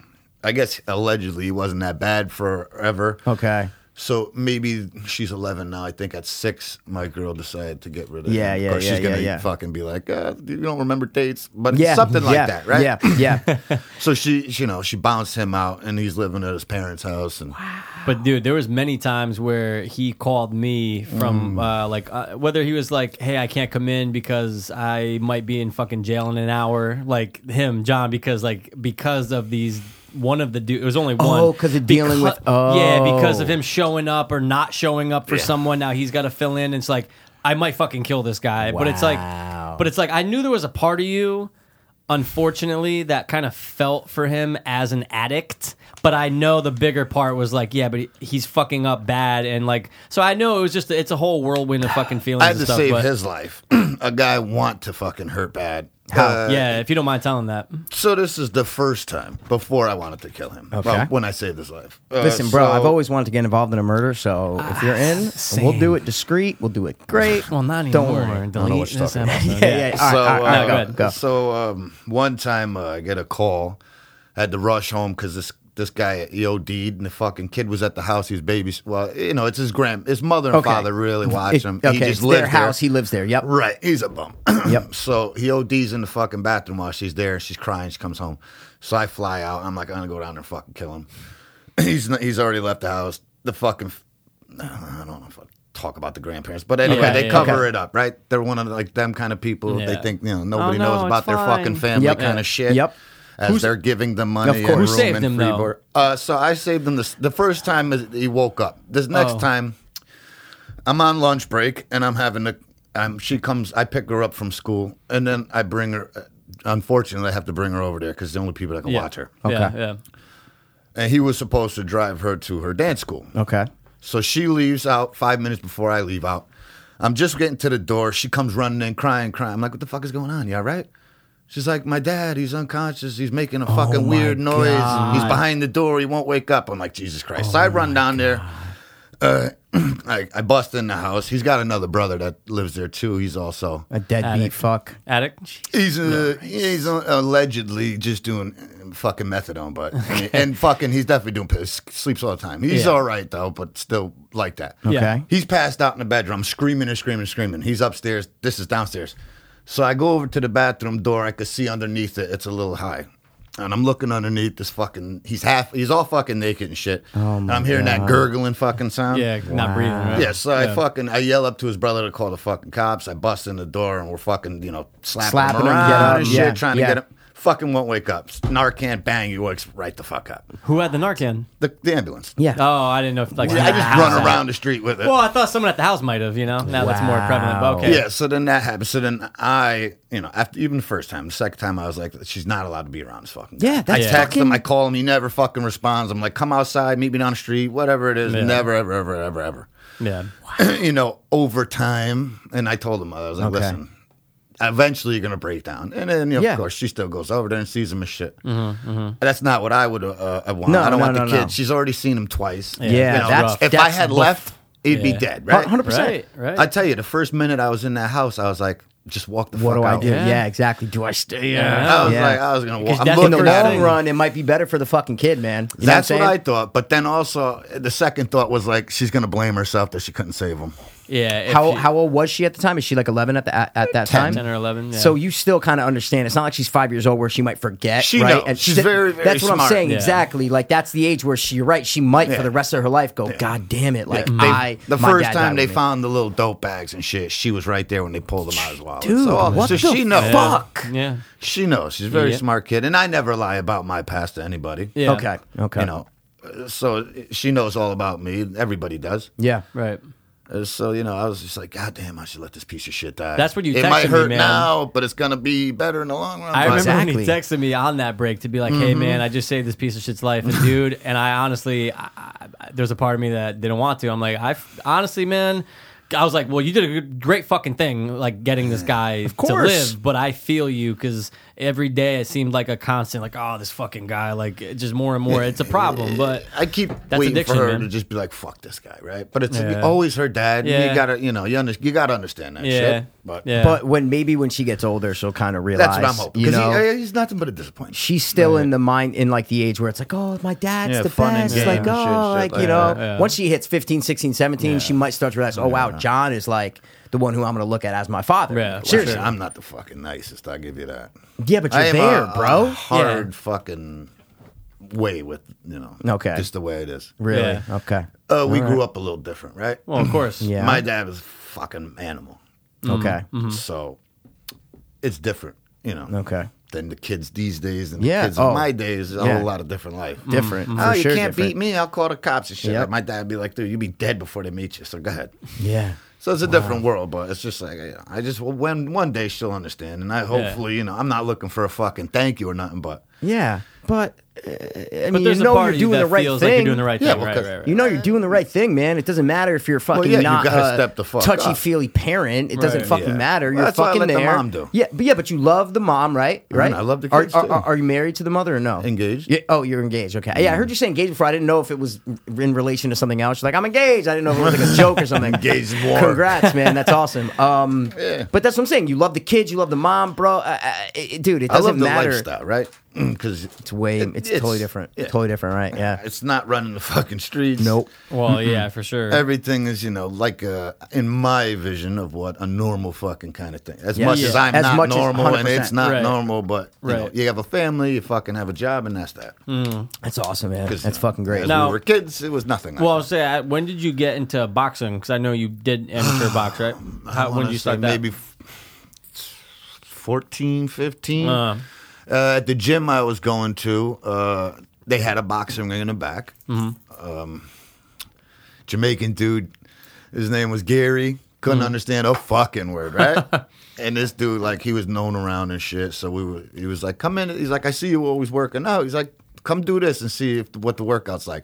Speaker 5: I guess allegedly he wasn't that bad forever.
Speaker 1: Okay.
Speaker 5: So maybe she's 11 now. I think at six, my girl decided to get rid of
Speaker 1: Yeah,
Speaker 5: him.
Speaker 1: yeah,
Speaker 5: Of course,
Speaker 1: yeah,
Speaker 5: she's gonna
Speaker 1: yeah, yeah.
Speaker 5: fucking be like, uh, you don't remember dates, but
Speaker 1: Yeah.
Speaker 5: something like
Speaker 1: yeah,
Speaker 5: that, right?
Speaker 1: Yeah. Yeah.
Speaker 5: So she, you know, she bounced him out, and he's living at his parents' house. And
Speaker 2: But dude, there was many times where he called me
Speaker 1: Mm.
Speaker 2: from uh, like uh, whether he was like, "Hey, I can't come in because I might be in fucking jail in an hour," like him, John, because like because of these one of the dude, it was only one.
Speaker 1: Oh, 'cause of dealing with-
Speaker 2: yeah, because of
Speaker 1: oh.
Speaker 2: him showing up or not showing up for someone. Now he's got to fill in. It's like I might fucking kill this guy, but it's like,
Speaker 1: Wow.
Speaker 2: but it's like I knew there was a part of you unfortunately that kind of felt for him as an addict but i know the bigger part was like yeah but he- he's fucking up bad and like so i know it was just it's a whole whirlwind of fucking feelings
Speaker 5: I had
Speaker 2: and
Speaker 5: to
Speaker 2: stuff
Speaker 5: save
Speaker 2: but
Speaker 5: his life. a guy want to fucking hurt bad. Uh,
Speaker 2: yeah if you don't mind telling that
Speaker 5: So this is the first time before I wanted to kill him.
Speaker 1: Okay.
Speaker 5: Well, when I saved his life. Uh,
Speaker 1: Listen, bro,
Speaker 5: so- Ah,
Speaker 1: I've always wanted to get involved in a murder, so if you're in, we'll do it discreet. We'll do it great.
Speaker 2: well not
Speaker 1: Don't
Speaker 2: anymore
Speaker 1: worry.
Speaker 2: Delete
Speaker 5: what you're
Speaker 2: this
Speaker 5: talking about.
Speaker 2: episode.
Speaker 1: Yeah, yeah. yeah. All right,
Speaker 5: so,
Speaker 1: all right,
Speaker 5: uh,
Speaker 2: no, go
Speaker 1: go, go.
Speaker 5: so um, one time uh, I get a call, had to rush home because this this guy EOD'd, and the fucking kid was at the house. He's babys. Well, you know, it's his grand, his mother and
Speaker 1: Okay.
Speaker 5: father really watch
Speaker 1: It-
Speaker 5: him.
Speaker 1: okay,
Speaker 5: he just
Speaker 1: it's
Speaker 5: lived
Speaker 1: their
Speaker 5: there.
Speaker 1: house. He lives there. Yep.
Speaker 5: Right, he's a bum.
Speaker 1: Yep.
Speaker 5: So he ODs in the fucking bathroom while she's there. She's crying. She comes home. So I fly out. I'm like, I'm gonna go down there and fucking kill him. He's not, he's already left the house. The fucking I don't know if I talk about the grandparents, but anyway,
Speaker 8: Okay,
Speaker 5: they
Speaker 8: yeah,
Speaker 5: cover
Speaker 1: okay.
Speaker 5: it up, right? They're one of the, like them kind of people.
Speaker 8: Yeah.
Speaker 5: They think you know nobody
Speaker 8: Oh, no,
Speaker 5: knows about
Speaker 8: it's
Speaker 5: their
Speaker 8: fine.
Speaker 5: fucking family
Speaker 1: Yep.
Speaker 5: kind
Speaker 1: Yeah.
Speaker 5: of shit.
Speaker 1: Yep.
Speaker 5: As they're giving them money,
Speaker 1: Of course.
Speaker 5: and
Speaker 1: Who
Speaker 5: room
Speaker 8: saved
Speaker 5: and
Speaker 8: him,
Speaker 5: free
Speaker 8: though?
Speaker 5: board. Uh, so I saved him the the first time is- he woke up. This next
Speaker 8: Oh.
Speaker 5: time, I'm on lunch break and I'm having a. I'm, she comes. I pick her up from school and then I bring her. uh, Unfortunately, I have to bring her over there because the only people that can
Speaker 8: Yeah.
Speaker 5: watch her.
Speaker 8: Yeah,
Speaker 1: Okay.
Speaker 8: yeah.
Speaker 5: And he was supposed to drive her to her dance school.
Speaker 1: Okay.
Speaker 5: So she leaves out five minutes before I leave out. I'm just getting to the door. She comes running in, crying, crying. I'm like, what the fuck is going on? You all right? She's like, my dad, he's unconscious. He's making a fucking weird noise. He's behind the door. He won't wake up. I'm like, Jesus Christ. so I run down there. Uh, I, I bust in the house. He's got another brother that lives there too. He's also
Speaker 1: A deadbeat fuck.
Speaker 8: Attic.
Speaker 5: He's uh, he's allegedly just doing uh, fucking methadone, but and fucking he's definitely doing piss. Sleeps all the time. He's
Speaker 8: Yeah.
Speaker 5: all right though, but still like that.
Speaker 1: Okay.
Speaker 8: Yeah.
Speaker 5: He's passed out in the bedroom, screaming and screaming and screaming. He's upstairs. This is downstairs. So I go over to the bathroom door. I could see underneath it. It's a little high. And I'm looking underneath this fucking. He's half. He's all fucking naked and shit. and I'm hearing that gurgling fucking sound.
Speaker 8: Oh Yeah, not breathing. Right?
Speaker 5: Yeah, so I fucking I yell up to his brother to call the fucking cops. I bust in the door and we're fucking you know slapping,
Speaker 1: Slapping him,
Speaker 5: him
Speaker 1: get
Speaker 5: around
Speaker 1: up,
Speaker 5: and
Speaker 1: yeah,
Speaker 5: shit, trying
Speaker 1: yeah.
Speaker 5: to get him. Fucking won't wake up. Narcan, bang, he wakes right the fuck up.
Speaker 8: Who had the Narcan?
Speaker 5: The, the ambulance.
Speaker 1: Yeah.
Speaker 8: Oh, I didn't know if like
Speaker 5: I
Speaker 8: someone at
Speaker 5: just
Speaker 8: the
Speaker 5: run
Speaker 8: house had
Speaker 5: around
Speaker 8: it.
Speaker 5: the street with it.
Speaker 8: Well, I thought someone at the house might have. You know, now that's more prevalent. But okay.
Speaker 5: Yeah, so then that happened. So then I, you know, after even the first time, the second time I was like, she's not allowed to be around this fucking. guy.
Speaker 1: Yeah, that's
Speaker 5: I text him,
Speaker 1: fucking-
Speaker 5: I call him, he never fucking responds. I'm like, come outside, meet me down the street, whatever it is.
Speaker 8: Yeah.
Speaker 5: Never, ever, ever, ever, ever.
Speaker 8: yeah.
Speaker 5: you know, over time. And I told him, I was like,
Speaker 1: Okay.
Speaker 5: listen, eventually you're going to break down. And then, you know,
Speaker 1: Yeah. Mm-hmm,
Speaker 5: of course, she still goes over there and sees him as shit. That's not what I would uh, uh, want.
Speaker 1: No,
Speaker 5: I don't
Speaker 1: no,
Speaker 5: want the
Speaker 1: no,
Speaker 5: kid.
Speaker 1: no.
Speaker 5: She's already seen him twice. Yeah,
Speaker 1: that's-
Speaker 5: if I
Speaker 1: that's
Speaker 5: had
Speaker 1: rough.
Speaker 5: left, he'd be
Speaker 8: Yeah.
Speaker 5: dead, right?
Speaker 1: 100%.
Speaker 8: Right. Right.
Speaker 5: I tell you, the first minute I was in that house, I was like, just walk the
Speaker 1: What
Speaker 5: fuck
Speaker 1: do I
Speaker 5: out.
Speaker 1: do?
Speaker 8: Yeah.
Speaker 1: Yeah. exactly. Do I stay?
Speaker 8: Yeah.
Speaker 5: I was
Speaker 1: Yeah.
Speaker 5: like, "Oh, I was going to
Speaker 8: Because
Speaker 5: walk.
Speaker 8: that's
Speaker 5: I'm
Speaker 1: In the
Speaker 5: looking at
Speaker 1: long
Speaker 5: it.
Speaker 1: run, it might be better for the fucking kid, man. You know
Speaker 5: That's
Speaker 1: what,
Speaker 5: what
Speaker 1: I'm
Speaker 5: I
Speaker 1: saying?
Speaker 5: thought. But then also, the second thought was like, she's going to blame herself that she couldn't save him.
Speaker 8: yeah. if
Speaker 1: How
Speaker 8: you-
Speaker 1: how old was she at the time? Is she like 11 at the at, at that time?
Speaker 8: 10 or 11, yeah.
Speaker 1: So you still kind of understand. It's not like she's five years old where she might forget.
Speaker 5: She
Speaker 1: right?
Speaker 5: knows. She's
Speaker 1: si-
Speaker 5: very, very
Speaker 1: That's what I'm
Speaker 5: smart.
Speaker 1: saying.
Speaker 8: Yeah.
Speaker 1: Exactly. Like that's the age where she. You're right. She might for
Speaker 5: Yeah.
Speaker 1: the rest of her life go. God damn it! Like I.
Speaker 5: the
Speaker 1: my
Speaker 5: first
Speaker 1: dad
Speaker 5: time
Speaker 1: died
Speaker 5: they
Speaker 1: with me."
Speaker 5: found the little dope bags and shit, she was right there when they pulled them out as well.
Speaker 1: Dude,
Speaker 5: so, all-
Speaker 1: what
Speaker 5: so
Speaker 1: the
Speaker 5: she knows.
Speaker 1: fuck?
Speaker 8: Yeah.
Speaker 5: She knows. She's a very
Speaker 8: Yeah.
Speaker 5: smart kid, and I never lie about my past to anybody.
Speaker 8: Yeah.
Speaker 1: Okay. Okay.
Speaker 5: you know. Uh, So she knows all about me. Everybody does.
Speaker 1: Yeah.
Speaker 8: Right.
Speaker 5: Uh, So you know, I was just like, God damn, I should let this piece of shit die.
Speaker 8: That's what you
Speaker 5: It
Speaker 8: texted
Speaker 5: might
Speaker 8: me,
Speaker 5: hurt
Speaker 8: man.
Speaker 5: now, but it's gonna be better in the long run.
Speaker 8: I remember when
Speaker 5: But-
Speaker 8: he
Speaker 1: Exactly. Mm-hmm.
Speaker 8: texted me on that break to be like, "Hey man, I just saved this piece of shit's life," and dude, and I honestly, I, I, there's a part of me that didn't want to. I'm like, I f- honestly, man, I was like, "Well, you did a good- great fucking thing, like getting this guy to
Speaker 1: course.
Speaker 8: live." But I feel you because every day it seemed like a constant, like, "Oh, this fucking guy," like it just more and more. It's a problem, but
Speaker 5: I keep
Speaker 8: That's
Speaker 5: waiting
Speaker 8: addiction,
Speaker 5: for her
Speaker 8: man.
Speaker 5: to just be like, "Fuck this guy," right? But it's
Speaker 8: Yeah.
Speaker 5: always her dad.
Speaker 8: Yeah.
Speaker 5: You gotta, you know, you, under- you gotta understand that
Speaker 8: yeah,
Speaker 5: shit. But
Speaker 8: yeah,
Speaker 1: But when maybe when she gets older, she'll kind of realize.
Speaker 5: That's what I'm hoping.
Speaker 1: You
Speaker 5: Because
Speaker 1: know,
Speaker 5: he's nothing but a disappointment.
Speaker 1: she's still in the mind in like the age where it's like oh my dad's
Speaker 5: Yeah,
Speaker 1: the
Speaker 5: fun and
Speaker 1: best
Speaker 5: games
Speaker 1: like
Speaker 5: and shit,
Speaker 1: oh
Speaker 5: shit
Speaker 1: like you
Speaker 5: like
Speaker 1: know
Speaker 5: that.
Speaker 1: once she hits 15 16 17 she might start to realize oh wow john is like the one who i'm gonna look at as my father
Speaker 8: Yeah, for
Speaker 1: seriously
Speaker 8: sure.
Speaker 5: I'm not the fucking nicest. I give you that.
Speaker 1: yeah but you're
Speaker 5: I am
Speaker 1: there
Speaker 5: a, a
Speaker 1: bro
Speaker 5: hard fucking way with you know.
Speaker 1: Okay.
Speaker 5: just the way it is.
Speaker 1: really
Speaker 8: Yeah.
Speaker 1: okay
Speaker 5: Uh, we grew up a little different, right?
Speaker 8: well, of course,
Speaker 1: Yeah.
Speaker 5: My dad was a fucking animal,
Speaker 8: Mm.
Speaker 1: okay
Speaker 8: Mm-hmm.
Speaker 5: so it's different, you know.
Speaker 1: Okay.
Speaker 5: Than the kids these days and
Speaker 1: Yeah,
Speaker 5: the kids
Speaker 1: oh.
Speaker 5: of my days is a
Speaker 1: Yeah. Mm-hmm.
Speaker 5: whole lot of different life.
Speaker 1: different
Speaker 5: Oh,
Speaker 1: for
Speaker 5: you
Speaker 1: sure
Speaker 5: can't
Speaker 1: different.
Speaker 5: beat me! I'll call the cops and shit.
Speaker 1: Yep.
Speaker 5: Like, my dad would be like, "Dude, you'd be dead before they meet you." So go ahead.
Speaker 1: yeah
Speaker 5: So it's a different world, but it's just like you know, I just well, when one day she'll understand, and I hopefully you know I'm not looking for a fucking thank you or nothing, but
Speaker 1: yeah but uh, I
Speaker 8: But
Speaker 1: mean,
Speaker 8: there's
Speaker 1: you know
Speaker 8: a part
Speaker 1: you're
Speaker 8: of you
Speaker 1: doing
Speaker 8: that
Speaker 1: the right
Speaker 8: feels
Speaker 1: thing.
Speaker 8: like you're doing the right
Speaker 5: Yeah,
Speaker 8: thing,
Speaker 5: well,
Speaker 8: right,
Speaker 5: 'cause-
Speaker 8: right, right.
Speaker 1: You know you're doing the right thing, man. It doesn't matter if you're fucking
Speaker 5: yeah, you
Speaker 1: not
Speaker 5: gotta
Speaker 1: uh,
Speaker 5: step the fuck up.
Speaker 1: touchy feely parent. It doesn't
Speaker 8: Right.
Speaker 1: fucking
Speaker 5: Yeah.
Speaker 1: matter.
Speaker 5: Well,
Speaker 1: You're
Speaker 5: that's what I
Speaker 1: fucking
Speaker 5: let the
Speaker 1: there.
Speaker 5: mom do.
Speaker 1: Yeah, but yeah, but you love the mom, right? Right.
Speaker 5: I love the
Speaker 1: Are-
Speaker 5: kids,
Speaker 1: Are,
Speaker 5: too.
Speaker 1: are, are you married to the mother or no?
Speaker 5: Engaged. Mm-hmm.
Speaker 1: Yeah, oh, you're engaged. Okay. Yeah, I heard you say engaged before. I didn't know if it was in relation to something else. You're like, I'm engaged. I didn't know if it was like a joke or something.
Speaker 5: Engaged war.
Speaker 1: Congrats, man. That's awesome. Um, but that's what I'm saying. You love the kids. You love the mom, bro. Uh, uh, it- dude, it
Speaker 5: I
Speaker 1: doesn't
Speaker 5: love the
Speaker 1: matter.
Speaker 5: lifestyle, right? because
Speaker 1: It's way.
Speaker 5: It-
Speaker 1: it's,
Speaker 5: it's-
Speaker 1: totally different.
Speaker 5: yeah.
Speaker 1: Totally different, right? Yeah.
Speaker 5: it's not running the fucking streets.
Speaker 1: Nope.
Speaker 2: Well, yeah, for sure.
Speaker 5: Everything is, you know, like uh in my vision of what a normal fucking kind of thing. As much
Speaker 2: Yeah.
Speaker 5: as I'm
Speaker 1: As
Speaker 5: not
Speaker 1: much as
Speaker 5: normal and it's
Speaker 1: 100%.
Speaker 5: not
Speaker 2: Right.
Speaker 5: normal, but you, know,
Speaker 2: Right. Mm.
Speaker 5: you have a family, you fucking have a job, and that's that.
Speaker 1: That's awesome, man.
Speaker 5: 'Cause,
Speaker 1: That's
Speaker 5: you know,
Speaker 1: fucking great.
Speaker 5: As
Speaker 2: Now-
Speaker 5: we were kids, it was nothing. Like
Speaker 2: Well,
Speaker 5: that.
Speaker 2: say, I- when did you get into boxing? Because I know you did amateur box, right? How, when did you
Speaker 5: Honestly,
Speaker 2: start that?
Speaker 5: Maybe f- 14, 15.
Speaker 2: Uh.
Speaker 5: Uh, at the gym I was going to, uh, they had a boxing ring in the back. Um, Jamaican dude, his name was Gary. Couldn't understand a fucking word, right? and this dude, like, he was known around and shit. So we were, he was like, "Come in." He's like, "I see you always working out." He's like, "Come do this and see if what the workout's like."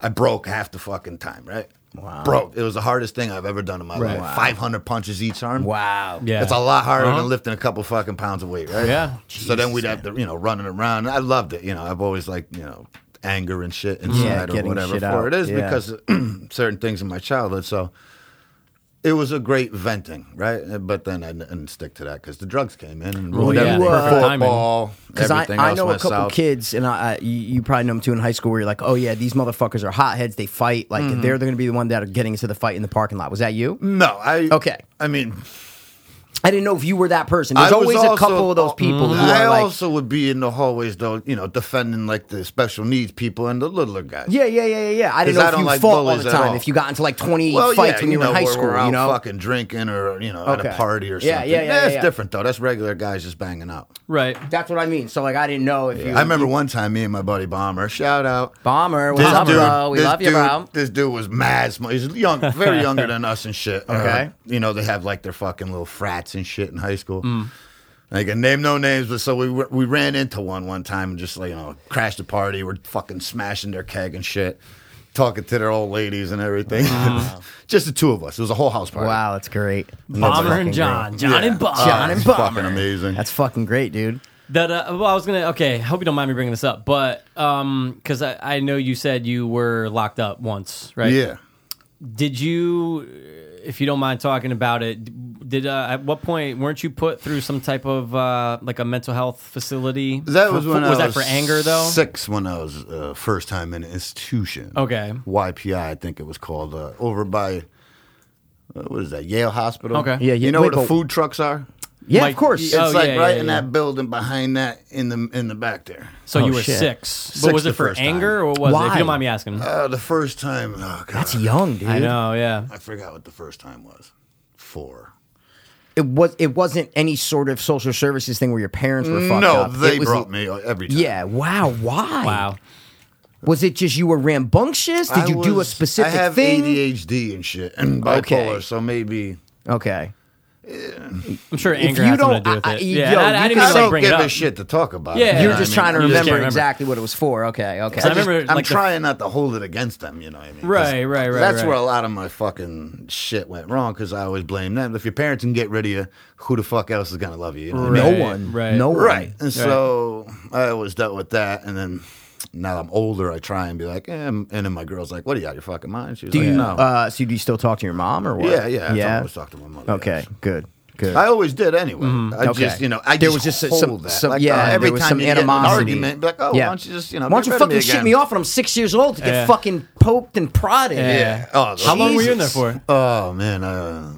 Speaker 5: I broke half the fucking time, right? Wow. Broke. It was the hardest thing I've ever done in my life. Five hundred punches each arm.
Speaker 1: wow.
Speaker 2: Yeah.
Speaker 5: It's a lot harder
Speaker 2: Uh-huh.
Speaker 5: than lifting a couple fucking pounds of weight, right?
Speaker 2: Yeah.
Speaker 5: so then we'd have to, you know, running around. I loved it. You know, I've always like, you know, anger and shit
Speaker 1: Yeah,
Speaker 5: inside or
Speaker 1: getting
Speaker 5: whatever
Speaker 1: shit
Speaker 5: for
Speaker 1: out.
Speaker 5: it is
Speaker 1: Yeah.
Speaker 5: because certain things in my childhood. So it was a great venting, right? But then I didn't stick to that because the drugs came in and ruined
Speaker 2: yeah,
Speaker 5: everything.
Speaker 2: perfect timing.
Speaker 5: Football,
Speaker 1: Because I,
Speaker 5: everything
Speaker 1: I
Speaker 5: else
Speaker 1: know a
Speaker 5: went
Speaker 1: couple
Speaker 5: south.
Speaker 1: kids, and I, I you, you probably know them too in high school, where you're like, oh yeah, these motherfuckers are hotheads. They fight like
Speaker 5: Mm-hmm.
Speaker 1: they're, they're going to be the one that are getting into the fight in the parking lot. Was that you?
Speaker 5: No, I
Speaker 1: Okay.
Speaker 5: I mean,
Speaker 1: I didn't know if you were that person. There's
Speaker 5: I was
Speaker 1: always a
Speaker 5: also-
Speaker 1: couple of those people who
Speaker 5: I
Speaker 1: are like,
Speaker 5: also would be in the hallways though, you know, defending like the special needs people and the littler guys.
Speaker 1: yeah, yeah, yeah, yeah, yeah. I didn't
Speaker 5: 'Cause
Speaker 1: know
Speaker 5: I
Speaker 1: if
Speaker 5: don't
Speaker 1: you
Speaker 5: like
Speaker 1: fought all
Speaker 5: bullies
Speaker 1: the
Speaker 5: at
Speaker 1: time.
Speaker 5: all.
Speaker 1: If you got into like 20 fights when you were in high
Speaker 5: we're-
Speaker 1: school,
Speaker 5: we're
Speaker 1: you
Speaker 5: out
Speaker 1: know,
Speaker 5: fucking drinking or you know at
Speaker 1: Okay.
Speaker 5: a party or something.
Speaker 1: Yeah, yeah, yeah, yeah,
Speaker 5: That's
Speaker 1: yeah.
Speaker 5: different though. That's regular guys just banging out.
Speaker 2: right.
Speaker 1: that's what I mean. So like, I didn't know if you.
Speaker 5: I remember one time me and my buddy Bomber, shout out.
Speaker 1: Bomber, what's up, bro? We
Speaker 5: this
Speaker 1: love you,
Speaker 5: dude-
Speaker 1: bro.
Speaker 5: This dude was mad smart. He's young, very younger than us and shit. Uh,
Speaker 1: Okay.
Speaker 5: you know, they have like their fucking little frats and shit in high school.
Speaker 1: Mm.
Speaker 5: I can name no names, but so we we ran into one one time and just like you know crashed the party. We're fucking smashing their keg and shit, talking to their old ladies and everything. just the two of us. It was a whole house party.
Speaker 1: Mm. Wow, that's great.
Speaker 2: Bomber
Speaker 1: fucking
Speaker 2: and John.
Speaker 1: great.
Speaker 2: John and Bomber.
Speaker 1: John and
Speaker 5: Ah, It's
Speaker 1: Bomber.
Speaker 5: fucking amazing.
Speaker 1: That's fucking great, dude.
Speaker 2: That uh, well, I was gonna. Okay, I hope you don't mind me bringing this up, but um, because I, I know you said you were locked up once, right?
Speaker 5: yeah.
Speaker 2: Did you, if you don't mind talking about it, did uh, at what point weren't you put through some type of uh, like a mental health facility?
Speaker 5: That
Speaker 2: For-
Speaker 5: was
Speaker 2: for-
Speaker 5: when I
Speaker 2: was that
Speaker 5: was
Speaker 2: for anger though?
Speaker 5: Six when I was uh, first time in an institution.
Speaker 2: Okay.
Speaker 5: YPI, I think it was called uh, over by. Uh, what is that? Yale Hospital.
Speaker 2: Okay.
Speaker 1: Yeah, yeah.
Speaker 5: You know
Speaker 1: Wait,
Speaker 5: where
Speaker 1: but-
Speaker 5: the food trucks are?
Speaker 1: Yeah,
Speaker 2: Mike,
Speaker 1: of course.
Speaker 2: Oh,
Speaker 5: It's like
Speaker 2: yeah,
Speaker 5: right
Speaker 2: yeah,
Speaker 5: in
Speaker 2: yeah.
Speaker 5: that building behind that in the in the back there.
Speaker 2: So
Speaker 1: Oh,
Speaker 2: you were
Speaker 1: shit.
Speaker 2: six, but
Speaker 5: Six
Speaker 2: was
Speaker 5: the
Speaker 2: it for
Speaker 5: first time.
Speaker 2: anger or was it? If
Speaker 1: Why?
Speaker 2: you don't mind me asking,
Speaker 5: Uh, the first time, oh God,
Speaker 1: That's young, dude.
Speaker 2: I know. Yeah.
Speaker 5: I forgot what the first time was. Four.
Speaker 1: It was. It wasn't any sort of social services thing where your parents were fucked
Speaker 5: No,
Speaker 1: up.
Speaker 5: they
Speaker 1: it was,
Speaker 5: brought me uh, every time.
Speaker 1: Yeah. Wow. Why?
Speaker 2: Wow.
Speaker 1: Was it just you were rambunctious? Did
Speaker 5: I
Speaker 1: you do a
Speaker 5: was-
Speaker 1: specific
Speaker 5: I have
Speaker 1: thing?
Speaker 5: ADHD and shit and bipolar,
Speaker 1: Okay.
Speaker 5: so maybe
Speaker 1: Okay.
Speaker 2: I'm sure anger
Speaker 1: you
Speaker 2: has
Speaker 1: don't-
Speaker 2: something to do with
Speaker 1: I- I-
Speaker 2: it. yeah,
Speaker 1: yo,
Speaker 2: and I, I
Speaker 1: you can
Speaker 2: didn't even
Speaker 5: I
Speaker 2: like
Speaker 5: don't
Speaker 2: bring
Speaker 5: give
Speaker 2: it up.
Speaker 5: a shit to talk about.
Speaker 2: Yeah.
Speaker 5: it, you
Speaker 1: You're
Speaker 5: know what I
Speaker 1: just
Speaker 5: mean?
Speaker 1: trying to
Speaker 2: You just
Speaker 1: remember,
Speaker 2: can't remember.
Speaker 1: exactly what it was for. Okay. Okay.
Speaker 2: I remember,
Speaker 5: I'm
Speaker 2: like, the-
Speaker 5: trying not to hold it against them. You know what I mean? 'Cause
Speaker 2: Right, right, right,
Speaker 5: That's
Speaker 2: right.
Speaker 5: where a lot of my fucking shit went wrong because I always blame them. If your parents can get rid of you, who the fuck else is gonna love you? you know what I mean?
Speaker 1: no
Speaker 2: Right,
Speaker 1: one.
Speaker 2: right.
Speaker 1: No one.
Speaker 5: Right. And so I always dealt with that, and then. Now I'm older. I try and be like, eh, and then my girl's like, "What are you out of your fucking mind?" She's
Speaker 1: Do
Speaker 5: like,
Speaker 1: you?
Speaker 5: "No,
Speaker 1: Uh, so do you still talk to your mom or what?
Speaker 5: yeah, yeah." I
Speaker 1: Yeah.
Speaker 5: always talk to my mother.
Speaker 1: Okay.
Speaker 5: yes.
Speaker 1: Good. Good.
Speaker 5: I always did anyway. I
Speaker 1: Mm-hmm. Okay.
Speaker 5: just, you know, I
Speaker 1: There
Speaker 5: just
Speaker 1: was just
Speaker 5: hold
Speaker 1: some-
Speaker 5: that.
Speaker 1: some-
Speaker 5: like,
Speaker 1: yeah,
Speaker 5: uh,
Speaker 1: there
Speaker 5: every
Speaker 1: was
Speaker 5: time
Speaker 1: some
Speaker 5: you get in an
Speaker 1: animosity.
Speaker 5: argument, be like, oh,
Speaker 1: Yeah.
Speaker 5: why don't you just, you know,
Speaker 1: Why don't
Speaker 5: get
Speaker 1: you
Speaker 5: rid of
Speaker 1: fucking shit
Speaker 5: again?
Speaker 1: me off when I'm six years old to get
Speaker 2: Yeah.
Speaker 1: fucking poked and prodded?
Speaker 2: Yeah.
Speaker 5: Oh, the-
Speaker 2: How long were you in there
Speaker 1: Jesus.
Speaker 2: for?
Speaker 5: Oh man, uh,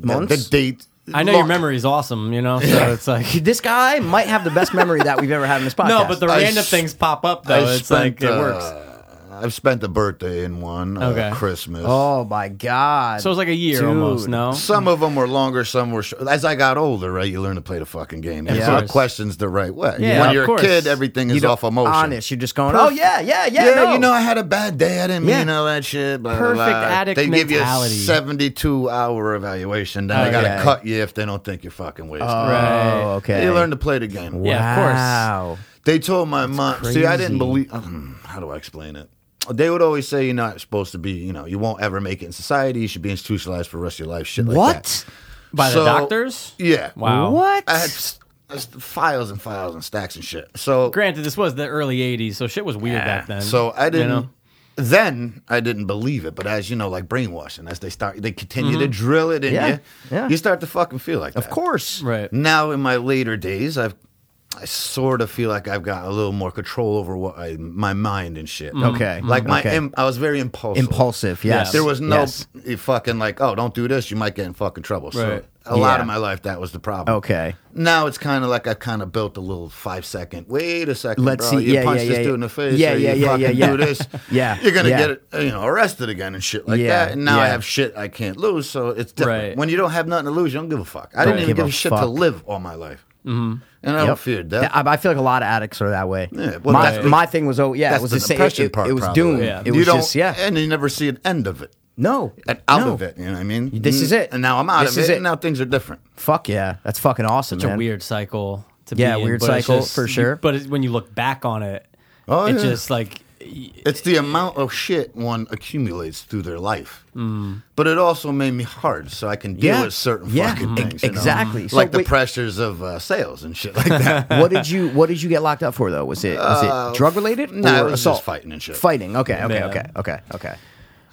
Speaker 5: the-
Speaker 1: Months?
Speaker 5: The date.
Speaker 2: I know
Speaker 5: Look,
Speaker 2: your memory's awesome, you know. So it's like
Speaker 1: This guy might have the best memory that we've ever had in this podcast.
Speaker 2: no, but the
Speaker 5: I
Speaker 2: random
Speaker 5: s-
Speaker 2: things pop up though.
Speaker 5: I
Speaker 2: it's like
Speaker 5: spent,
Speaker 2: it
Speaker 5: uh,
Speaker 2: works.
Speaker 5: I've spent a birthday in one. Uh,
Speaker 2: Okay.
Speaker 5: Christmas.
Speaker 1: Oh my god!
Speaker 2: So it was like a year almost.
Speaker 1: Dude.
Speaker 2: No,
Speaker 5: Some of them were longer, some were short. As I got older, right, you learn to play the fucking game. You
Speaker 1: Of
Speaker 5: answer the
Speaker 2: course.
Speaker 5: questions the right way.
Speaker 2: Yeah,
Speaker 5: when
Speaker 2: of
Speaker 5: you're
Speaker 2: course.
Speaker 5: a kid, everything is
Speaker 1: You don't-
Speaker 5: off emotion.
Speaker 1: Honest, you're just going. Oh yeah, yeah, yeah.
Speaker 5: Yeah,
Speaker 1: no.
Speaker 5: you know, I had a bad day. I didn't
Speaker 1: Yeah.
Speaker 5: mean all that shit. Blah,
Speaker 2: Perfect
Speaker 5: blah, blah.
Speaker 2: addict
Speaker 5: They give
Speaker 2: mentality.
Speaker 5: you a 72 hour evaluation. Then they got
Speaker 1: Okay.
Speaker 5: to cut you if they don't think you're fucking wasted.
Speaker 2: right.
Speaker 1: Oh, okay.
Speaker 5: You learn to play the game.
Speaker 2: Yeah, of course.
Speaker 1: Wow.
Speaker 5: They told my mom. See, I
Speaker 1: crazy.
Speaker 5: didn't believe. um, How do I explain it? They would always say you're not supposed to be. You know, you won't ever make it in society. You should be institutionalized for the rest of your life. Shit like
Speaker 1: What?
Speaker 2: by the
Speaker 5: so-
Speaker 2: doctors.
Speaker 5: that. Yeah.
Speaker 2: Wow.
Speaker 1: What?
Speaker 5: I had s- I s- files and files and stacks and shit. So
Speaker 2: Granted, this was the early '80s, so shit was weird back then.
Speaker 5: So I didn't.
Speaker 2: know?
Speaker 5: Then I didn't believe it, but as you know, like brainwashing, as they start, they continue to drill it in
Speaker 1: Mm-hmm. Yeah,
Speaker 5: you.
Speaker 1: yeah.
Speaker 5: You start to fucking feel like that.
Speaker 1: of course.
Speaker 2: right?
Speaker 5: Now in my later days, I've I sort of feel like I've got a little more control over what I, my mind and shit.
Speaker 1: Okay.
Speaker 5: Like my,
Speaker 1: Mm-hmm. Okay.
Speaker 5: im- I was very impulsive.
Speaker 1: Impulsive, yes.
Speaker 5: There was no
Speaker 1: Yes.
Speaker 5: p- fucking like, oh, don't do this. You might get in fucking trouble.
Speaker 2: Right.
Speaker 5: So a lot
Speaker 1: Yeah.
Speaker 5: of my life, that was the problem.
Speaker 1: Okay.
Speaker 5: Now it's kind of like I kind of built a little five second. Wait a second,
Speaker 1: Let's
Speaker 5: bro.
Speaker 1: see.
Speaker 5: You
Speaker 1: Yeah,
Speaker 5: punch
Speaker 1: yeah,
Speaker 5: this
Speaker 1: yeah,
Speaker 5: dude in
Speaker 1: yeah.
Speaker 5: the face.
Speaker 1: Yeah,
Speaker 5: or
Speaker 1: yeah,
Speaker 5: you
Speaker 1: yeah,
Speaker 5: fucking
Speaker 1: yeah, yeah.
Speaker 5: Do this.
Speaker 1: Yeah,
Speaker 5: You're gonna
Speaker 1: yeah.
Speaker 5: get uh, you know arrested again and shit like
Speaker 1: Yeah,
Speaker 5: that. And now I
Speaker 1: yeah.
Speaker 5: have shit I can't lose, so it's different.
Speaker 2: Right.
Speaker 5: When you don't have nothing to lose, you don't give a fuck. I
Speaker 1: Don't
Speaker 5: didn't even
Speaker 1: give
Speaker 5: give
Speaker 1: a
Speaker 5: a shit to
Speaker 1: fuck.
Speaker 5: live all my life, mm-hmm. and I
Speaker 1: Yep.
Speaker 5: don't fear death.
Speaker 1: I, I feel like a lot of addicts are that way.
Speaker 5: Yeah, well,
Speaker 1: my,
Speaker 5: that's the-
Speaker 1: my thing was oh yeah, it
Speaker 5: That's
Speaker 1: was
Speaker 5: the
Speaker 1: the same. It,
Speaker 5: depression
Speaker 1: it,
Speaker 5: part,
Speaker 1: it was
Speaker 5: probably.
Speaker 1: doom.
Speaker 2: Yeah.
Speaker 1: It was
Speaker 5: you don't,
Speaker 1: just yeah.
Speaker 5: and you never see an end of it,
Speaker 1: no,
Speaker 5: an out
Speaker 1: no.
Speaker 5: of it. You know what I mean? Mm.
Speaker 1: This is it.
Speaker 5: And now I'm out
Speaker 1: This
Speaker 5: of
Speaker 1: is
Speaker 5: it.
Speaker 1: it.
Speaker 5: And now things are different.
Speaker 1: Fuck yeah, that's fucking awesome,
Speaker 2: It's a
Speaker 1: man.
Speaker 2: weird cycle to
Speaker 1: Yeah,
Speaker 2: be in,
Speaker 1: weird
Speaker 2: but it's
Speaker 1: cycle,
Speaker 2: just-
Speaker 1: for sure.
Speaker 2: But it, when you look back on it,
Speaker 5: Oh,
Speaker 2: it's
Speaker 5: yeah.
Speaker 2: just like
Speaker 5: It's the amount of shit one accumulates through their life. But it also made me hard, so I can deal
Speaker 1: Yeah.
Speaker 5: with certain
Speaker 1: Yeah.
Speaker 5: fucking
Speaker 1: Mhm.
Speaker 5: things. you know?
Speaker 1: Exactly. So
Speaker 5: Like the
Speaker 1: wait-
Speaker 5: pressures of uh, sales and shit like that.
Speaker 1: what did you What did you get locked up for though? Was it was it drug related?
Speaker 5: no,
Speaker 1: or
Speaker 5: Uh, it was just
Speaker 1: assault?
Speaker 5: fighting and shit.
Speaker 1: Fighting. Okay. Okay.
Speaker 2: Yeah.
Speaker 1: Okay. Okay. Okay.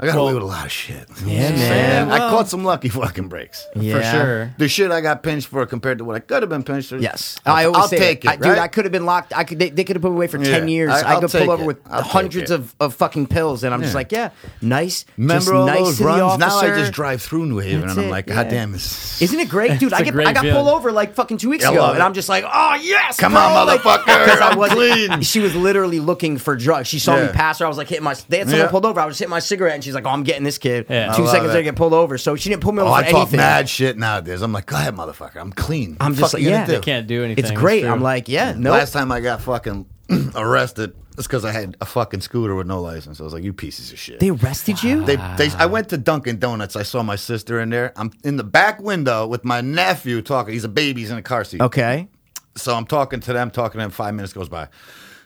Speaker 5: I got away with a lot of shit.
Speaker 1: Yeah,
Speaker 5: Man,
Speaker 1: man.
Speaker 5: I caught some lucky fucking breaks.
Speaker 2: for
Speaker 1: Yeah.
Speaker 2: sure.
Speaker 5: The shit I got pinched for compared to what I could have been pinched for.
Speaker 1: Yes,
Speaker 5: I'll,
Speaker 1: I always
Speaker 5: I'll
Speaker 1: say
Speaker 5: take
Speaker 1: that.
Speaker 5: it,
Speaker 1: I, dude.
Speaker 5: right?
Speaker 1: I could have been locked. I could. They, they could have put me away for ten
Speaker 5: Yeah,
Speaker 1: years.
Speaker 5: I-
Speaker 1: I,
Speaker 5: I'll
Speaker 1: could
Speaker 5: take
Speaker 1: pull over
Speaker 5: it.
Speaker 1: with
Speaker 5: I'll take
Speaker 1: hundreds
Speaker 5: it.
Speaker 1: of, of fucking pills, and I'm just
Speaker 5: Yeah.
Speaker 1: like, yeah, nice. just
Speaker 5: Remember all
Speaker 1: nice
Speaker 5: those
Speaker 1: to
Speaker 5: runs?
Speaker 1: the
Speaker 5: Now
Speaker 1: officer.
Speaker 5: I just drive through New Haven,
Speaker 1: That's
Speaker 5: and I'm
Speaker 1: it,
Speaker 5: like,
Speaker 1: yeah.
Speaker 5: God damn, it's
Speaker 1: Isn't it great, dude? I
Speaker 2: a
Speaker 1: get
Speaker 2: great
Speaker 1: I got
Speaker 2: feeling.
Speaker 1: pulled over like fucking two weeks
Speaker 5: I
Speaker 1: ago,
Speaker 5: love
Speaker 1: and
Speaker 5: it.
Speaker 1: I'm just like, oh yes,
Speaker 5: Come
Speaker 1: bro,
Speaker 5: on,
Speaker 1: like-
Speaker 5: motherfucker,
Speaker 1: 'cause I
Speaker 5: I'm
Speaker 1: was
Speaker 5: clean.
Speaker 1: She was literally looking for drugs. She saw
Speaker 5: Yeah.
Speaker 1: me pass her. I was like hitting my. They had someone
Speaker 5: Yeah.
Speaker 1: pulled over. I was hitting my cigarette, and she's like, oh, I'm getting this kid.
Speaker 2: Yeah.
Speaker 1: Two
Speaker 5: I love
Speaker 1: seconds
Speaker 5: it.
Speaker 1: later, I get pulled over. So she didn't pull me over
Speaker 5: Oh,
Speaker 1: for
Speaker 5: I talk
Speaker 1: anything.
Speaker 5: mad shit nowadays. I'm like, go ahead, motherfucker. I'm clean.
Speaker 1: I'm
Speaker 5: Fuck
Speaker 1: just like,
Speaker 5: you gonna
Speaker 1: yeah,
Speaker 5: do?
Speaker 1: they
Speaker 2: can't do anything.
Speaker 1: It's great.
Speaker 2: true.
Speaker 1: I'm like, yeah, no.
Speaker 5: Last time I got fucking arrested, it's because I had a fucking scooter with no license. I was like, you pieces of shit.
Speaker 1: They arrested you?
Speaker 5: They, they, I went to Dunkin' Donuts. I saw my sister in there. I'm in the back window with my nephew talking. He's a baby. He's in a car seat.
Speaker 1: okay.
Speaker 5: So I'm talking to them, talking to them. Five minutes goes by.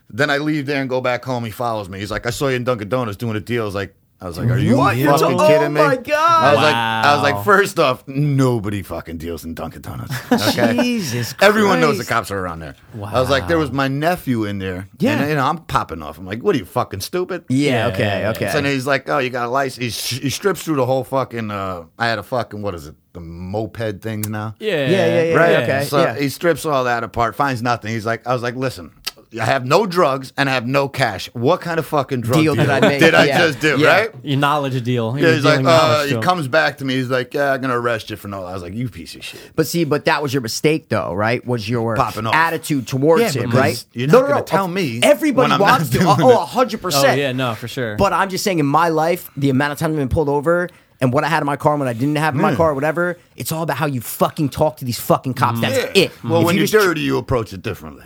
Speaker 5: Then I leave there and go back home. He follows me. He's like, I saw you in Dunkin' Donuts doing a deal. I was like, I was like, are you
Speaker 1: What? You're
Speaker 5: fucking
Speaker 1: t-
Speaker 5: kidding
Speaker 1: oh
Speaker 5: me?
Speaker 1: my God.
Speaker 5: I was like, I was
Speaker 2: Wow.
Speaker 5: like, first off, nobody fucking deals in Dunkin' Donuts. Okay.
Speaker 1: Jesus.
Speaker 5: Everyone knows the
Speaker 1: Christ.
Speaker 5: cops are around there. I was like, there was my nephew in there.
Speaker 1: Yeah.
Speaker 5: And, you know, I'm popping off. I'm like, what are you fucking stupid?
Speaker 1: Yeah. Okay. Okay.
Speaker 5: So then he's like, oh, you got a license. He, he strips through the whole fucking, uh, I had a fucking, what is it, the moped things now?
Speaker 2: yeah,
Speaker 1: yeah, yeah, yeah,
Speaker 5: Right.
Speaker 1: okay,
Speaker 5: So
Speaker 1: yeah.
Speaker 5: he strips all that apart, finds nothing. He's like, I was like, listen, I have no drugs and I have no cash. What kind of fucking drug
Speaker 1: Deal did I make?
Speaker 5: Did I
Speaker 1: Yeah.
Speaker 5: just do,
Speaker 1: Yeah.
Speaker 5: right?
Speaker 2: Your knowledge deal.
Speaker 5: Yeah, he's like, uh, he
Speaker 2: you
Speaker 5: comes back to me. He's like, yeah, I'm going to arrest you for no. I was like, you piece of shit.
Speaker 1: But see, but that was your mistake, though, right? Was your
Speaker 5: Popping off.
Speaker 1: attitude towards
Speaker 5: Yeah,
Speaker 1: him,
Speaker 5: because
Speaker 1: right?
Speaker 5: you're not gonna tell me when
Speaker 1: Everybody
Speaker 5: I'm not
Speaker 1: wants to.
Speaker 5: doing
Speaker 1: Oh,
Speaker 5: it.
Speaker 1: oh, 100%.
Speaker 2: Oh yeah, no, for sure.
Speaker 1: But I'm just saying, in my life, the amount of time I've been pulled over and what I had in my car and what I didn't have in my
Speaker 5: Yeah.
Speaker 1: car, whatever, it's all about how you fucking talk to these fucking cops. That's it.
Speaker 5: Well,
Speaker 1: If
Speaker 5: when
Speaker 1: you
Speaker 5: you're
Speaker 1: just tr-
Speaker 5: dirty, you approach it differently.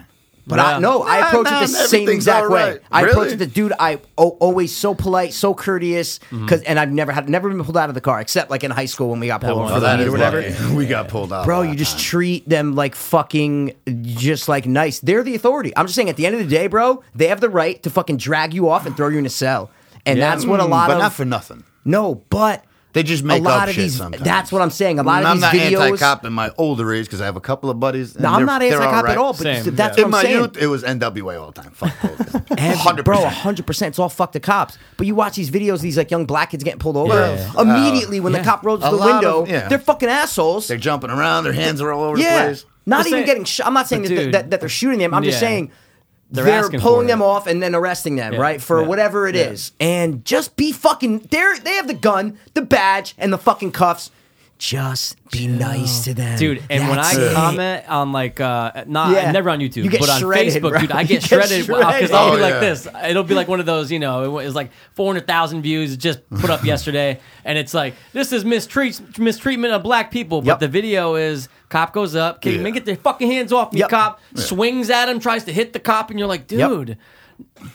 Speaker 1: But I, no, I
Speaker 5: Nah,
Speaker 1: approach
Speaker 5: man,
Speaker 1: it the same
Speaker 5: everything's
Speaker 1: exact
Speaker 5: all
Speaker 1: way.
Speaker 5: right.
Speaker 1: I approach
Speaker 5: Really?
Speaker 1: it the dude. I o- always so polite, so courteous,
Speaker 5: Mm-hmm.
Speaker 1: because and I've never had never been pulled out of the car except like in high school when we got pulled
Speaker 2: one.
Speaker 1: over
Speaker 2: Oh,
Speaker 1: for the
Speaker 2: that
Speaker 1: weed
Speaker 2: is
Speaker 1: or whatever.
Speaker 5: lucky. we got pulled out.
Speaker 1: Bro,
Speaker 5: a lot
Speaker 1: you
Speaker 5: of
Speaker 1: just
Speaker 5: times.
Speaker 1: treat them like fucking just like nice. They're the authority. I'm just saying at the end of the day, bro, they have the right to fucking drag you off and throw you in a cell. And that's what a
Speaker 5: Mm,
Speaker 1: lot
Speaker 5: but
Speaker 1: of
Speaker 5: not for nothing.
Speaker 1: No, but
Speaker 5: They just make
Speaker 1: a lot
Speaker 5: up
Speaker 1: of
Speaker 5: shit
Speaker 1: these
Speaker 5: sometimes.
Speaker 1: that's what I'm saying. A lot
Speaker 5: I'm
Speaker 1: of
Speaker 5: not
Speaker 1: these videos
Speaker 5: anti-cop in my older age because I have a couple of buddies. and
Speaker 1: No, I'm
Speaker 5: they're-
Speaker 1: not
Speaker 5: they're
Speaker 1: anti cop at
Speaker 5: right.
Speaker 1: all, but
Speaker 2: Same,
Speaker 1: that's
Speaker 5: in
Speaker 1: what I'm
Speaker 5: my
Speaker 1: saying.
Speaker 5: youth, it was NWA all the time. Fuck
Speaker 1: Every-
Speaker 5: COVID.
Speaker 1: Bro, 100%. It's all fucked to cops. But you watch these videos of these like young black kids getting pulled over.
Speaker 5: Yeah.
Speaker 1: Immediately when the cop rolls
Speaker 5: A
Speaker 1: to the
Speaker 5: lot
Speaker 1: window,
Speaker 5: of- yeah.
Speaker 1: they're fucking assholes.
Speaker 5: They're jumping around. Their hands are all over
Speaker 1: yeah.
Speaker 5: the place.
Speaker 1: Not
Speaker 2: But
Speaker 1: even
Speaker 2: say-
Speaker 1: getting shot. I'm not saying
Speaker 2: but
Speaker 1: that,
Speaker 2: dude,
Speaker 1: that, that they're shooting them. I'm just
Speaker 2: yeah.
Speaker 1: saying
Speaker 2: They're
Speaker 1: they're,
Speaker 2: asking for
Speaker 1: pulling them
Speaker 2: it.
Speaker 1: off and then arresting them,
Speaker 2: Yeah.
Speaker 1: right? For
Speaker 2: Yeah.
Speaker 1: whatever it is.
Speaker 2: Yeah.
Speaker 1: And just be fucking they're they have the gun, the badge, and the fucking cuffs. Just be nice to them.
Speaker 2: dude. And when I
Speaker 1: That's it.
Speaker 2: comment on like, uh, not
Speaker 1: Yeah.
Speaker 2: never on YouTube,
Speaker 1: You get
Speaker 2: but on
Speaker 1: shredded,
Speaker 2: Facebook,
Speaker 1: bro.
Speaker 2: dude, I
Speaker 1: You
Speaker 2: get
Speaker 1: get
Speaker 2: shredded because
Speaker 1: shredded.
Speaker 2: I'll be
Speaker 5: Oh,
Speaker 2: like
Speaker 5: yeah.
Speaker 2: this. It'll be like one of those, you know, it wa- it was like four hundred thousand views just put up yesterday, and it's like this is mistreat mistreatment of black people. But
Speaker 1: Yep.
Speaker 2: the video is cop goes up, kid,
Speaker 5: Yeah.
Speaker 2: man, get their fucking hands off me,
Speaker 1: Yep.
Speaker 2: cop swings at him, tries to hit the cop, and you're like,
Speaker 1: Yep.
Speaker 2: dude.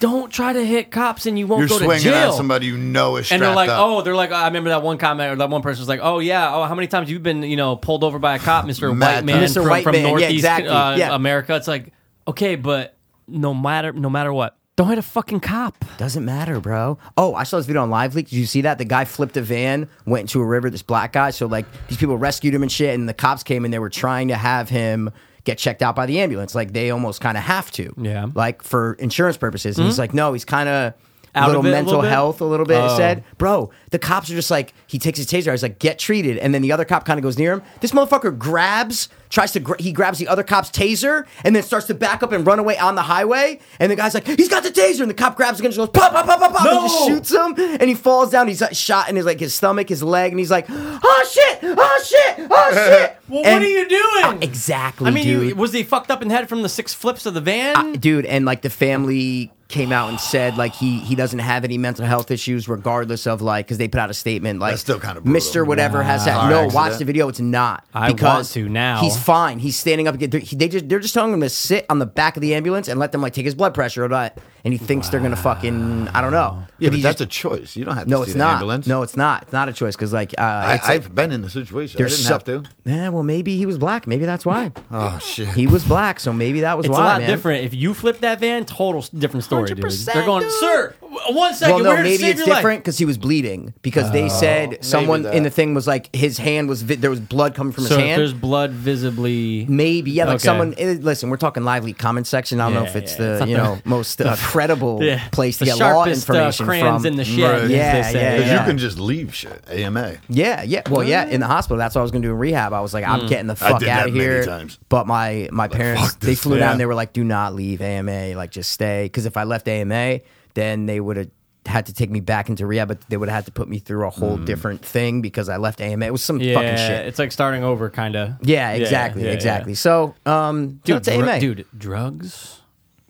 Speaker 2: Don't try to hit cops and you won't
Speaker 5: You're
Speaker 2: go to
Speaker 5: swinging
Speaker 2: jail
Speaker 5: at somebody you know is strapped
Speaker 2: and they're like,
Speaker 5: up.
Speaker 2: oh, they're like, I remember that one comment or that one person was like, oh yeah, oh how many times you've been you know pulled over by a cop, Mister
Speaker 5: Mad
Speaker 2: White Man,
Speaker 5: times.
Speaker 1: Mr.
Speaker 2: from,
Speaker 1: White
Speaker 2: from
Speaker 1: Man, yeah,
Speaker 2: Northeast
Speaker 1: exactly,
Speaker 2: uh,
Speaker 1: yeah.
Speaker 2: America. It's like, okay, but no matter no matter what, don't hit a fucking cop.
Speaker 1: Doesn't matter, bro. Oh, I saw this video on Live Leak. Did you see that? The guy flipped a van, went into a river, this black guy. So, like, these people rescued him and shit, and the cops came and they were trying to have him get checked out by the ambulance. Like, they almost kind of have to.
Speaker 2: Yeah. Hmm?
Speaker 1: Like, for insurance purposes. And he's like, no, he's kind of.
Speaker 2: Out of
Speaker 1: little
Speaker 2: it a little
Speaker 1: mental
Speaker 2: bit?
Speaker 1: health a little bit.
Speaker 2: Oh.
Speaker 1: It said, bro, the cops are just like he takes his taser. I was like, get treated, and then the other cop kind of goes near him. This motherfucker grabs, tries to gra- he grabs the other cop's taser, and then starts to back up and run away on the highway. And the guy's like, he's got the taser, and the cop grabs again, and just goes pop pop pop pop pop, and just shoots him, and he falls down. He's like, shot in his like his stomach, his leg, and he's like, oh shit, oh shit, oh shit.
Speaker 2: Well, what
Speaker 1: And-
Speaker 2: are you doing?
Speaker 1: Uh, exactly,
Speaker 2: I mean,
Speaker 1: dude
Speaker 2: you, was he fucked up in the head from the six flips of the van?
Speaker 1: dude and like the family came out and said like he he doesn't have any mental health issues regardless of like because they put out a statement like
Speaker 5: That's still kinda brutal.
Speaker 1: mr whatever has
Speaker 5: Car
Speaker 1: had no watch
Speaker 5: accident.
Speaker 1: the video it's not
Speaker 2: I want
Speaker 1: because
Speaker 2: to now.
Speaker 1: he's fine he's standing up again They're- he- they just they're just telling him to sit on the back of the ambulance and let them like take his blood pressure or not and he thinks they're gonna fucking i don't know
Speaker 5: Yeah,
Speaker 1: he
Speaker 5: but that's
Speaker 1: just-
Speaker 5: a choice. You don't have to
Speaker 1: no
Speaker 5: see
Speaker 1: it's
Speaker 5: the
Speaker 1: not
Speaker 5: ambulance.
Speaker 1: no it's not it's not a choice because like uh
Speaker 5: I,
Speaker 1: it's like,
Speaker 5: I've been in the situation. I
Speaker 1: there's
Speaker 5: didn't
Speaker 1: so-
Speaker 5: have to.
Speaker 1: yeah well maybe he was black maybe that's why
Speaker 5: Oh shit.
Speaker 1: he was black so maybe that was
Speaker 2: it's
Speaker 1: why
Speaker 2: a lot
Speaker 1: man.
Speaker 2: different. If you flip that van, total s- different story, dude.
Speaker 1: 100%,
Speaker 2: They're going,
Speaker 1: dude.
Speaker 2: sir, w- one second,
Speaker 1: well,
Speaker 2: we're
Speaker 1: no,
Speaker 2: here to
Speaker 1: maybe
Speaker 2: save
Speaker 1: it's
Speaker 2: your
Speaker 1: different
Speaker 2: life.
Speaker 1: because he was bleeding. Because they said someone in
Speaker 5: Oh, that.
Speaker 1: the thing was like his hand was vi- there was blood coming from
Speaker 2: So
Speaker 1: his
Speaker 2: if there's
Speaker 1: hand.
Speaker 2: blood visibly.
Speaker 1: Maybe yeah, like
Speaker 2: Okay.
Speaker 1: someone. eh, Listen, we're talking lively comment section. I don't know
Speaker 2: Yeah,
Speaker 1: if it's
Speaker 2: yeah,
Speaker 1: the
Speaker 2: it's not
Speaker 1: you
Speaker 2: the-
Speaker 1: know most uh, credible
Speaker 2: Yeah.
Speaker 1: place to
Speaker 2: the
Speaker 1: get law
Speaker 2: sharpest,
Speaker 1: information
Speaker 2: uh, crayons
Speaker 1: from.
Speaker 2: in the shed.
Speaker 5: Right.
Speaker 2: as
Speaker 1: Yeah,
Speaker 2: they say.
Speaker 1: yeah,
Speaker 5: 'Cause
Speaker 1: yeah.
Speaker 5: you can just leave shit. AMA.
Speaker 1: yeah, yeah. Well, yeah, in the hospital. That's what I was gonna do in rehab. I was like,
Speaker 2: Mm.
Speaker 1: I'm getting the
Speaker 5: I
Speaker 1: fuck
Speaker 5: did
Speaker 1: out
Speaker 5: that
Speaker 1: of
Speaker 5: many
Speaker 1: here.
Speaker 5: times.
Speaker 1: But my my parents
Speaker 5: fuck
Speaker 1: they
Speaker 5: this,
Speaker 1: flew down.
Speaker 5: yeah.
Speaker 1: They were like, do not leave AMA. Like, just stay. Because if I left AMA, then they would have had to take me back into rehab. But they would have had to put me through a whole
Speaker 5: Mm.
Speaker 1: different thing because I left AMA. It was some
Speaker 2: Yeah,
Speaker 1: fucking shit.
Speaker 2: It's like starting over, kind of.
Speaker 1: Yeah, exactly,
Speaker 2: yeah, yeah.
Speaker 1: exactly. So, um,
Speaker 2: Dude,
Speaker 1: shout out to
Speaker 2: dru-
Speaker 1: AMA.
Speaker 2: dude, drugs,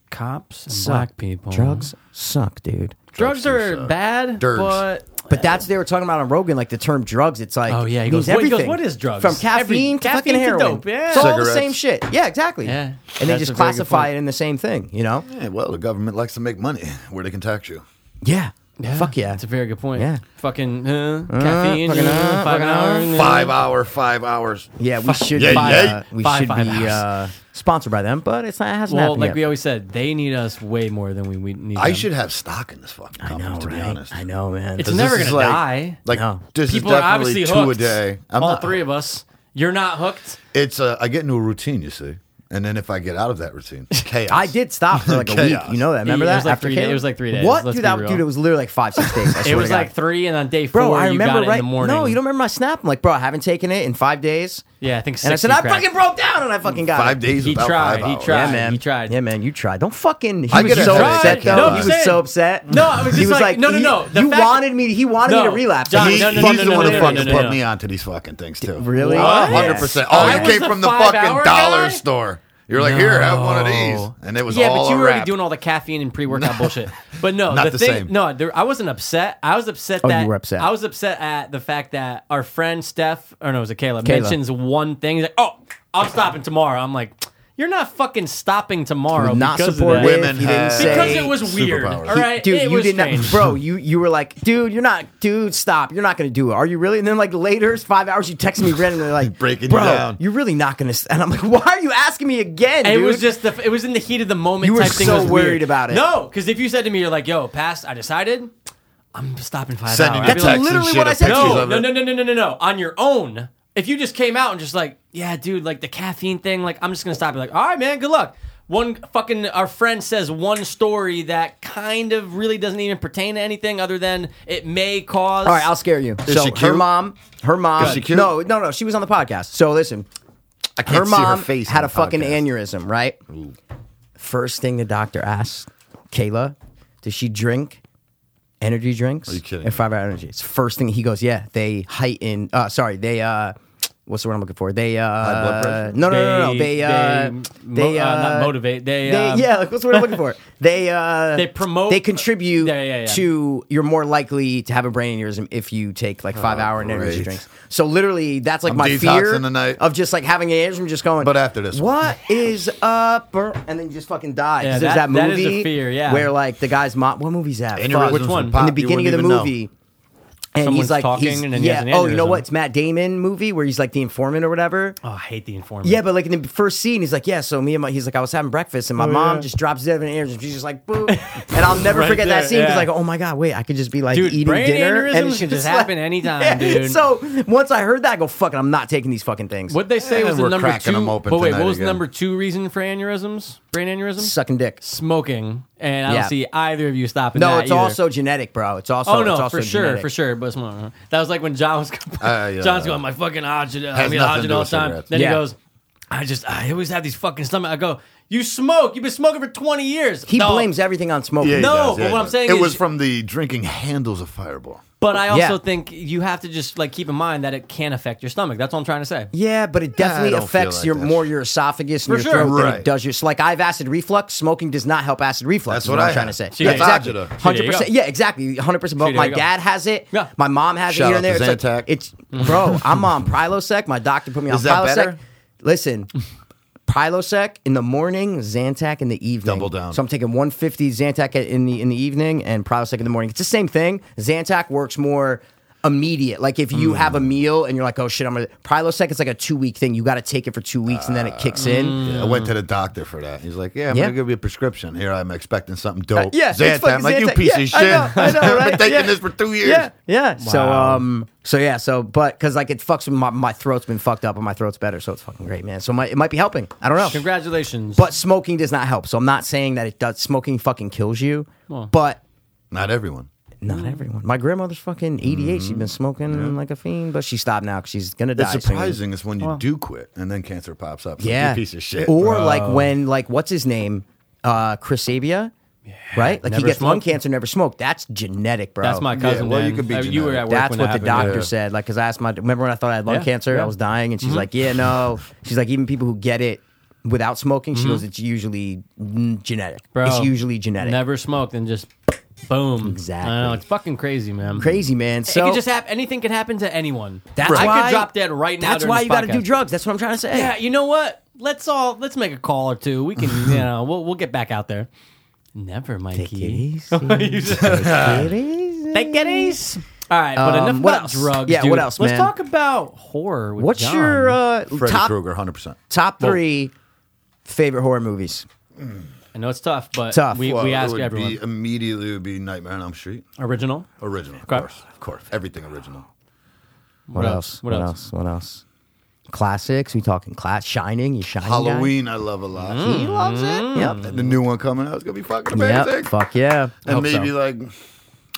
Speaker 2: cops, and
Speaker 1: Suck.
Speaker 2: black people.
Speaker 1: drugs suck, dude.
Speaker 2: drugs are bad,
Speaker 5: Dergs.
Speaker 2: but
Speaker 1: But that's what they were talking about on Rogan, like the term drugs. It's like,
Speaker 2: Oh, yeah, he
Speaker 1: it
Speaker 2: goes,
Speaker 1: means
Speaker 2: what- he goes,
Speaker 1: everything.
Speaker 2: what is drugs?
Speaker 1: From caffeine
Speaker 2: Every-
Speaker 1: to fucking
Speaker 2: caffeine to
Speaker 1: heroin.
Speaker 2: dope, yeah.
Speaker 1: It's all the
Speaker 5: Cigarettes.
Speaker 1: same shit. Yeah, exactly.
Speaker 2: Yeah.
Speaker 1: and they
Speaker 2: That's
Speaker 1: just
Speaker 2: a very good
Speaker 1: classify
Speaker 2: point.
Speaker 1: it in the same thing, you know?
Speaker 5: Yeah, well, the government likes to make money where they can tax you.
Speaker 1: Yeah. Fuck yeah.
Speaker 2: It's a very good point.
Speaker 1: Yeah.
Speaker 2: Fucking uh, caffeine,
Speaker 1: fucking,
Speaker 2: uh,
Speaker 1: uh,
Speaker 2: five
Speaker 1: fucking,
Speaker 2: hours.
Speaker 5: Five hour, five hours.
Speaker 1: yeah, we should
Speaker 5: yeah,
Speaker 1: buy,
Speaker 5: yeah.
Speaker 1: uh, we
Speaker 2: Five,
Speaker 1: should
Speaker 2: five
Speaker 1: be uh, sponsored by them, but it's not, it hasn't
Speaker 2: Well,
Speaker 1: happened
Speaker 2: like
Speaker 1: yet.
Speaker 2: we always said, they need us way more than we, we need.
Speaker 5: I
Speaker 2: them.
Speaker 5: should have stock in this fucking company, to be honest.
Speaker 1: I know, man.
Speaker 2: It's
Speaker 5: This
Speaker 2: never
Speaker 5: is
Speaker 2: gonna
Speaker 5: like-
Speaker 2: die.
Speaker 5: Like
Speaker 1: No.
Speaker 5: this
Speaker 2: People
Speaker 5: is
Speaker 2: are
Speaker 5: definitely
Speaker 2: obviously
Speaker 5: two
Speaker 2: hooked.
Speaker 5: a day. I'm
Speaker 2: all
Speaker 5: not
Speaker 2: three of us. You're not hooked.
Speaker 5: It's uh, I get into a routine, you see, and then if I get out of that routine, chaos.
Speaker 1: I did stop for like a week.
Speaker 5: Chaos.
Speaker 1: You know that? Remember
Speaker 2: Yeah,
Speaker 1: that?
Speaker 2: it was like
Speaker 1: After
Speaker 2: three days-
Speaker 1: Caleb?
Speaker 2: it was like three days.
Speaker 1: What,
Speaker 2: Let's
Speaker 1: dude?
Speaker 2: be
Speaker 1: That,
Speaker 2: real.
Speaker 1: dude, it was literally like five, six days. I
Speaker 2: It
Speaker 1: swear
Speaker 2: was
Speaker 1: to God.
Speaker 2: like three, and on day four,
Speaker 1: bro, I
Speaker 2: you
Speaker 1: remember
Speaker 2: got it
Speaker 1: right.
Speaker 2: in the morning.
Speaker 1: No, you don't remember my snap. I'm like, bro, I haven't taken it in five days.
Speaker 2: Yeah, I think. 60
Speaker 1: And I said, I
Speaker 2: cracked.
Speaker 1: fucking broke down, and I fucking got
Speaker 5: five
Speaker 1: it.
Speaker 5: days.
Speaker 2: He
Speaker 5: without
Speaker 2: tried,
Speaker 5: Five
Speaker 2: he
Speaker 5: hours.
Speaker 2: tried.
Speaker 1: Yeah, man.
Speaker 2: You tried.
Speaker 1: Yeah, man. You tried. Don't fucking. He
Speaker 5: I
Speaker 1: was
Speaker 5: get a
Speaker 1: so
Speaker 5: headache.
Speaker 1: upset though.
Speaker 5: No,
Speaker 1: he
Speaker 5: I'm
Speaker 1: was
Speaker 2: saying-
Speaker 1: so upset.
Speaker 2: No, I was
Speaker 1: he was
Speaker 2: just like,
Speaker 1: like,
Speaker 2: no, no,
Speaker 1: he-
Speaker 2: no. The
Speaker 1: you
Speaker 2: fact-
Speaker 1: wanted me. To, he wanted me
Speaker 2: No,
Speaker 1: to relapse.
Speaker 2: John,
Speaker 5: He,
Speaker 2: No, no, no,
Speaker 5: he's
Speaker 2: no,
Speaker 5: the
Speaker 2: no,
Speaker 5: one
Speaker 2: no,
Speaker 5: that
Speaker 2: no,
Speaker 5: fucking
Speaker 2: no, no,
Speaker 5: put
Speaker 2: no.
Speaker 5: me onto these fucking things too.
Speaker 1: Really?
Speaker 2: What?
Speaker 5: hundred percent. Oh,
Speaker 2: I
Speaker 5: you
Speaker 2: was
Speaker 5: came
Speaker 2: the
Speaker 5: from the
Speaker 2: five-hour
Speaker 5: fucking dollar
Speaker 2: guy?
Speaker 5: store. You're like, here, have one of
Speaker 1: Oh.
Speaker 5: these, and it was
Speaker 2: yeah,
Speaker 5: all
Speaker 2: but you
Speaker 5: a
Speaker 2: were already
Speaker 5: wrap.
Speaker 2: doing all the caffeine and pre-workout bullshit. But no,
Speaker 5: Not
Speaker 2: the,
Speaker 5: the
Speaker 2: thing,
Speaker 5: same.
Speaker 2: no, there, I wasn't upset. I was upset
Speaker 1: Oh, you
Speaker 2: that
Speaker 1: were upset.
Speaker 2: I was upset at the fact that our friend Steph, or no, it was a Caleb,
Speaker 1: Caleb.
Speaker 2: mentions one thing. He's like, "Oh, I'm stopping tomorrow." I'm like, "You're not fucking stopping tomorrow."
Speaker 1: not
Speaker 2: because of
Speaker 1: supportive.
Speaker 2: that.
Speaker 5: Women
Speaker 1: He didn't
Speaker 5: have
Speaker 1: say-
Speaker 2: because it was weird. All
Speaker 5: Superpowers.
Speaker 2: right,
Speaker 1: dude,
Speaker 2: it
Speaker 1: you
Speaker 2: was
Speaker 1: did
Speaker 2: strange.
Speaker 1: not, bro. You you were like, dude, you're not, dude, stop. You're not gonna do it. Are you really? And then like later, it's five hours, you text me randomly like,
Speaker 5: Breaking you
Speaker 1: bro,
Speaker 5: down.
Speaker 1: You're really not gonna. s-" And I'm like, why are you asking me again?
Speaker 2: It
Speaker 1: dude?
Speaker 2: was just the. It was in the heat of the moment.
Speaker 1: You were
Speaker 2: type thing. It
Speaker 1: so
Speaker 2: was
Speaker 1: worried
Speaker 2: weird.
Speaker 1: about it.
Speaker 2: No, because if you said to me, you're like, "Yo, past, I decided, I'm stopping five
Speaker 5: Sending
Speaker 2: hours."
Speaker 5: you
Speaker 2: I'd be
Speaker 5: texts
Speaker 2: like,
Speaker 5: and
Speaker 1: literally
Speaker 5: shit
Speaker 1: what
Speaker 5: of
Speaker 1: I said to
Speaker 5: pictures
Speaker 1: you.
Speaker 2: No,
Speaker 5: of
Speaker 2: no,
Speaker 5: it.
Speaker 2: no, no, no, no, no, no. On your own. If you just came out and just like, yeah, dude, like the caffeine thing, like I'm just gonna stop. you like, all right, man, good luck. One fucking our friend says one story that kind of really doesn't even pertain to anything other than it may cause.
Speaker 1: All right, I'll scare you. so
Speaker 5: she
Speaker 1: her
Speaker 5: cute?
Speaker 1: mom, her mom,
Speaker 5: Is she cute?
Speaker 1: no, no, no, she was on the podcast. So listen,
Speaker 5: I
Speaker 1: her
Speaker 5: can't see
Speaker 1: mom
Speaker 5: her face
Speaker 1: had
Speaker 5: on
Speaker 1: a fucking
Speaker 5: podcast.
Speaker 1: aneurysm, right? First thing the doctor asked Kayla, does she drink energy drinks? Are
Speaker 5: you
Speaker 1: And
Speaker 5: kidding me?
Speaker 1: five hour energy. It's first thing he goes, yeah, they heighten, uh, sorry, they, uh, what's the word I'm looking for? They, uh,
Speaker 5: blood pressure?
Speaker 1: no, no, no, no, no, they, uh,
Speaker 2: mo-
Speaker 1: they,
Speaker 2: uh,
Speaker 1: uh,
Speaker 2: not motivate. They,
Speaker 1: they-
Speaker 2: um,
Speaker 1: yeah, like what's the word I'm looking for? They uh,
Speaker 2: They promote-
Speaker 1: They contribute
Speaker 2: Yeah, yeah, yeah.
Speaker 1: to. You're more likely to have a brain aneurysm if you take like five hour energy
Speaker 5: Oh, great.
Speaker 1: drinks. So literally, that's like
Speaker 5: I'm
Speaker 1: my
Speaker 5: detoxing
Speaker 1: fear
Speaker 5: tonight.
Speaker 1: of just like having an aneurysm, just going.
Speaker 5: But after this one.
Speaker 1: what is up? Or- And then you just fucking die. 'Cause
Speaker 2: Yeah,
Speaker 1: there's that,
Speaker 2: that- that is
Speaker 1: movie
Speaker 2: a fear, yeah.
Speaker 1: where like the guy's mom. What movie's that?
Speaker 5: Aneurysms
Speaker 1: Fuck.
Speaker 5: would
Speaker 2: one?
Speaker 5: pop,
Speaker 1: In the
Speaker 5: you
Speaker 1: beginning of
Speaker 5: wouldn't
Speaker 1: the
Speaker 5: even know.
Speaker 1: movie. and
Speaker 2: Someone's
Speaker 1: he's like
Speaker 2: talking
Speaker 1: he's-
Speaker 2: and then he
Speaker 1: yeah.
Speaker 2: has an
Speaker 1: oh, you know
Speaker 2: aneurysm.
Speaker 1: what? It's Matt Damon movie where he's like the informant or whatever.
Speaker 2: Oh, I hate the informant.
Speaker 1: Yeah, but like in the first scene, he's like, yeah. So me and my, he's like, I was having breakfast, and my mom just drops dead of an aneurysm. She's just like, boom, and I'll never
Speaker 2: Oh, Right
Speaker 1: forget that
Speaker 2: there,
Speaker 1: scene. He's
Speaker 2: yeah.
Speaker 1: like, oh my god, wait, I could just be like
Speaker 2: Dude,
Speaker 1: eating
Speaker 2: brain
Speaker 1: dinner, and
Speaker 2: aneurysms
Speaker 1: it's
Speaker 2: can just
Speaker 1: like-
Speaker 2: happen anytime, dude.
Speaker 1: So once I heard that, I go, fuck it, I'm not taking these fucking things.
Speaker 2: What they say
Speaker 5: And
Speaker 2: was the
Speaker 5: we're
Speaker 2: number
Speaker 5: cracking
Speaker 2: two.
Speaker 5: 'em open
Speaker 2: but wait, what
Speaker 5: tonight
Speaker 2: was the
Speaker 5: again.
Speaker 2: number two reason for aneurysms? Brain aneurysms?
Speaker 1: Sucking dick.
Speaker 2: Smoking. And I don't
Speaker 1: Yeah.
Speaker 2: see either of you stopping.
Speaker 1: No,
Speaker 2: that
Speaker 1: it's
Speaker 2: either.
Speaker 1: also genetic, bro. It's also
Speaker 2: Oh no,
Speaker 1: it's also
Speaker 2: for sure,
Speaker 1: genetic.
Speaker 2: for sure. But it's more- that was like when John was
Speaker 5: Uh, yeah.
Speaker 2: John's going, my fucking Ajit, I
Speaker 5: Has
Speaker 2: mean
Speaker 5: nothing
Speaker 2: Ajit
Speaker 5: to do
Speaker 2: all the
Speaker 5: with
Speaker 2: time.
Speaker 5: cigarettes.
Speaker 2: Then
Speaker 1: Yeah.
Speaker 2: he goes, I just I always have these fucking stomach. I go, you smoke. You've been smoking for twenty years.
Speaker 1: He
Speaker 2: No.
Speaker 1: blames everything on smoking.
Speaker 5: he
Speaker 2: No,
Speaker 5: does,
Speaker 2: but what
Speaker 5: he
Speaker 2: I'm
Speaker 5: does.
Speaker 2: saying
Speaker 5: it
Speaker 2: is-
Speaker 5: was from the drinking handles of Fireball.
Speaker 2: But I also
Speaker 1: Yeah.
Speaker 2: think you have to just like keep in mind that it can affect your stomach. That's all I'm trying to say.
Speaker 1: Yeah, but it definitely
Speaker 5: don't feel
Speaker 1: affects
Speaker 5: like
Speaker 1: your
Speaker 5: that.
Speaker 1: more your esophagus and your
Speaker 2: sure.
Speaker 1: throat than it
Speaker 5: Right.
Speaker 1: does your. So like I have acid reflux. Smoking does not help acid reflux.
Speaker 5: That's
Speaker 1: is
Speaker 5: what
Speaker 1: I'm
Speaker 5: I
Speaker 1: trying to
Speaker 5: have.
Speaker 1: say.
Speaker 5: See,
Speaker 1: yeah,
Speaker 5: that's
Speaker 1: exactly.
Speaker 5: agita.
Speaker 2: See, there
Speaker 1: Hundred
Speaker 2: you
Speaker 1: percent.
Speaker 2: go.
Speaker 1: Yeah, exactly. Hundred percent.
Speaker 2: there
Speaker 1: My
Speaker 2: you go.
Speaker 1: dad has it.
Speaker 2: Yeah.
Speaker 1: My mom has it
Speaker 5: Shout
Speaker 1: here
Speaker 5: out
Speaker 1: and there.
Speaker 5: to
Speaker 1: It's, like,
Speaker 5: Zantac.
Speaker 1: it's bro. I'm on Prilosec. My doctor put me on
Speaker 5: Is that
Speaker 1: Prilosec.
Speaker 5: better?
Speaker 1: Listen. Prilosec in the morning, Zantac in the evening.
Speaker 5: Double down.
Speaker 1: So I'm taking 150 Zantac in the in the evening and Prilosec in the morning. It's the same thing. Zantac works more immediate. Like if you have a meal and you're like, oh shit, I'm gonna Prilosec. It's like a two week thing. You got to take it for two weeks and then it kicks in.
Speaker 5: Yeah, I went to the doctor for that. He's like, "Yeah, I'm
Speaker 1: Yeah.
Speaker 5: gonna give you a prescription. Here, I'm expecting something dope.
Speaker 1: Uh, yeah, it's
Speaker 5: Zantac.
Speaker 1: fucking
Speaker 5: I'm like you
Speaker 1: Zantac.
Speaker 5: piece
Speaker 1: Yeah,
Speaker 5: of shit.
Speaker 1: I know, I know,
Speaker 5: have
Speaker 1: right?
Speaker 5: been taking
Speaker 1: Yeah.
Speaker 5: this for two years.
Speaker 1: Yeah, yeah. So um, so yeah, so but because like it fucks with my my throat's been fucked up and my throat's better, so it's fucking great, man. So my, it might be helping. I don't know.
Speaker 2: Congratulations.
Speaker 1: But smoking does not help. So I'm not saying that it does. Smoking fucking kills you. But
Speaker 5: Not everyone.
Speaker 1: not
Speaker 2: Mm.
Speaker 1: everyone. My grandmother's fucking 88. She's been smoking like a fiend, but she stopped now because she's gonna die.
Speaker 5: It's
Speaker 1: soon.
Speaker 5: surprising is when you do quit and then cancer pops up. It's like,
Speaker 1: Yeah,
Speaker 5: you piece of shit.
Speaker 1: Or like when like what's his name, uh, Chris Sabia. Right, like he
Speaker 2: never
Speaker 1: gets lung
Speaker 2: smoked.
Speaker 1: cancer, never smoked. That's genetic, bro.
Speaker 2: That's my cousin.
Speaker 5: well, you
Speaker 2: Dan.
Speaker 5: could be
Speaker 2: Uh, you were
Speaker 5: genetic.
Speaker 2: at work
Speaker 1: That's
Speaker 2: when
Speaker 1: what
Speaker 2: that
Speaker 1: the
Speaker 2: happened.
Speaker 1: doctor said. Like, cause I asked my remember when I thought I had lung
Speaker 2: Yeah,
Speaker 1: cancer,
Speaker 2: yeah. Mm-hmm.
Speaker 1: I was dying, and she's like, "Yeah, no." She's like, even people who get it without smoking, she goes, "It's usually mm, genetic.
Speaker 2: Mm-hmm. Bro,
Speaker 1: it's usually genetic."
Speaker 2: Never smoked and just boom.
Speaker 1: Exactly.
Speaker 2: I know it's fucking crazy, man.
Speaker 1: Crazy man.
Speaker 2: it
Speaker 1: So
Speaker 2: could just happen. Anything can happen to anyone.
Speaker 1: that's
Speaker 2: I
Speaker 1: why
Speaker 2: could drop dead right now.
Speaker 1: That's
Speaker 2: during
Speaker 1: why
Speaker 2: this
Speaker 1: you gotta do
Speaker 2: podcast.
Speaker 1: drugs. That's what I'm trying to say.
Speaker 2: Yeah, you know what? Let's all let's make a call or two. We can, you know, we'll we'll get back out there. Never, Mikey.
Speaker 1: Take it easy.
Speaker 2: You just-
Speaker 1: Take it easy.
Speaker 2: Take it easy. All right, but
Speaker 1: Um,
Speaker 2: enough
Speaker 1: what
Speaker 2: about
Speaker 1: else?
Speaker 2: drugs.
Speaker 1: Yeah,
Speaker 2: dude.
Speaker 1: what else,
Speaker 2: Let's
Speaker 1: man?
Speaker 2: talk about horror. With
Speaker 1: What's
Speaker 2: John.
Speaker 1: your uh,
Speaker 5: Freddy
Speaker 1: top
Speaker 5: Krueger, hundred percent.
Speaker 1: top three favorite horror movies?
Speaker 2: I know it's tough, but
Speaker 1: Tough.
Speaker 2: We,
Speaker 5: Well,
Speaker 2: we
Speaker 5: it
Speaker 2: ask
Speaker 5: would
Speaker 2: everyone.
Speaker 5: Be, immediately, it would be Nightmare on Elm Street.
Speaker 2: Original.
Speaker 5: Original, of
Speaker 2: Okay.
Speaker 5: course, of course, everything original.
Speaker 1: What,
Speaker 2: else? What else?
Speaker 1: What else? Classics. We talking class? Shining. You shining? guy?
Speaker 5: Halloween, I love a lot.
Speaker 1: Mm. He loves it. Yep.
Speaker 5: And The new one coming out is gonna be fucking amazing.
Speaker 1: Yep. Fuck yeah.
Speaker 5: and
Speaker 2: Hope
Speaker 5: maybe
Speaker 2: so.
Speaker 5: like,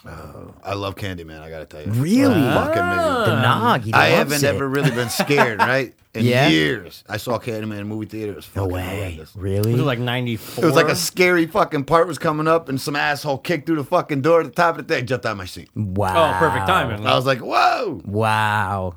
Speaker 5: oh, I love Candyman. I gotta tell you,
Speaker 1: Really? Ah.
Speaker 5: fucking amazing.
Speaker 1: The nog. He
Speaker 5: um, I
Speaker 1: loves
Speaker 5: haven't
Speaker 1: it.
Speaker 5: ever really been scared, right? In
Speaker 1: Yeah.
Speaker 5: years. I saw Candyman in movie theater. It was
Speaker 1: No
Speaker 5: fucking
Speaker 1: way.
Speaker 5: horrendous.
Speaker 1: Really?
Speaker 2: It was like ninety four.
Speaker 5: It was like a scary fucking part was coming up, and some asshole kicked through the fucking door at the top of the thing, jumped out of my seat.
Speaker 1: wow.
Speaker 2: oh, perfect timing.
Speaker 5: I was like, whoa.
Speaker 1: Wow.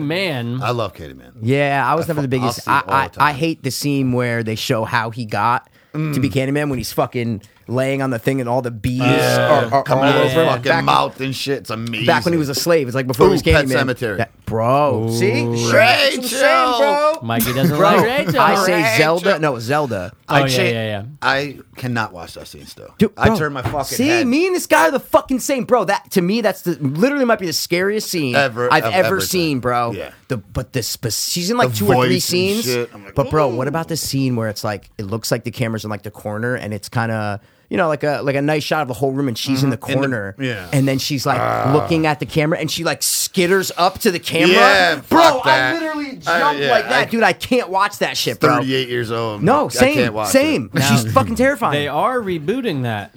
Speaker 2: Man.
Speaker 5: I love Candyman.
Speaker 1: Yeah, I was never
Speaker 5: fu-
Speaker 1: the
Speaker 5: I'll
Speaker 1: biggest.
Speaker 5: see it
Speaker 1: I,
Speaker 5: all
Speaker 1: I,
Speaker 5: the
Speaker 1: I
Speaker 5: time. Mm.
Speaker 1: hate the scene where they show how he got to be Candyman when he's fucking laying on the thing and all the bees are, are all
Speaker 5: Coming out of his
Speaker 1: over him.
Speaker 5: fucking
Speaker 1: back,
Speaker 5: mouth and shit. It's amazing.
Speaker 1: back when he was a slave. It's like before he
Speaker 5: Ooh,
Speaker 1: was
Speaker 5: Pet
Speaker 1: Candyman.
Speaker 5: Sematary.
Speaker 1: That- bro, see? Shit, that's what I'm saying,
Speaker 5: Rachel!
Speaker 1: bro.
Speaker 2: Mikey doesn't
Speaker 5: Oh,
Speaker 1: Bro,
Speaker 2: like Rachel.
Speaker 1: I say Zelda.
Speaker 5: Rachel.
Speaker 1: No, Zelda.
Speaker 5: I
Speaker 2: Oh, yeah,
Speaker 5: cha-
Speaker 2: yeah, yeah.
Speaker 5: I cannot watch that scene still.
Speaker 1: Dude,
Speaker 5: I
Speaker 1: bro,
Speaker 5: turn my fucking
Speaker 1: See,
Speaker 5: head.
Speaker 1: me and this guy are the fucking same, bro. That to me, that's the literally might be the scariest scene
Speaker 5: Ever-
Speaker 1: I've
Speaker 5: of
Speaker 1: ever
Speaker 5: everything.
Speaker 1: seen, bro.
Speaker 5: Yeah.
Speaker 1: The but this spe- she's in like
Speaker 5: The
Speaker 1: two or
Speaker 5: voice
Speaker 1: three
Speaker 5: and
Speaker 1: scenes.
Speaker 5: shit. I'm like,
Speaker 1: but bro,
Speaker 5: "Ooh."
Speaker 1: what about the scene where it's like it looks like the camera's in like the corner and it's kind of you know like a like a nice shot of the whole room and she's in the corner.
Speaker 5: Mm-hmm. yeah. Ah.
Speaker 1: And then she's like looking at the camera and she like skitters up to the camera.
Speaker 5: Yeah,
Speaker 1: bro,
Speaker 5: fuck
Speaker 1: I
Speaker 5: that.
Speaker 1: literally jumped
Speaker 5: I- yeah,
Speaker 1: like that,
Speaker 5: I-
Speaker 1: dude. I can't watch that shit, bro.
Speaker 5: 38 years old.
Speaker 1: No,
Speaker 5: I
Speaker 1: same,
Speaker 5: can't watch
Speaker 1: same.
Speaker 5: it.
Speaker 1: She's fucking terrifying.
Speaker 2: They are rebooting that.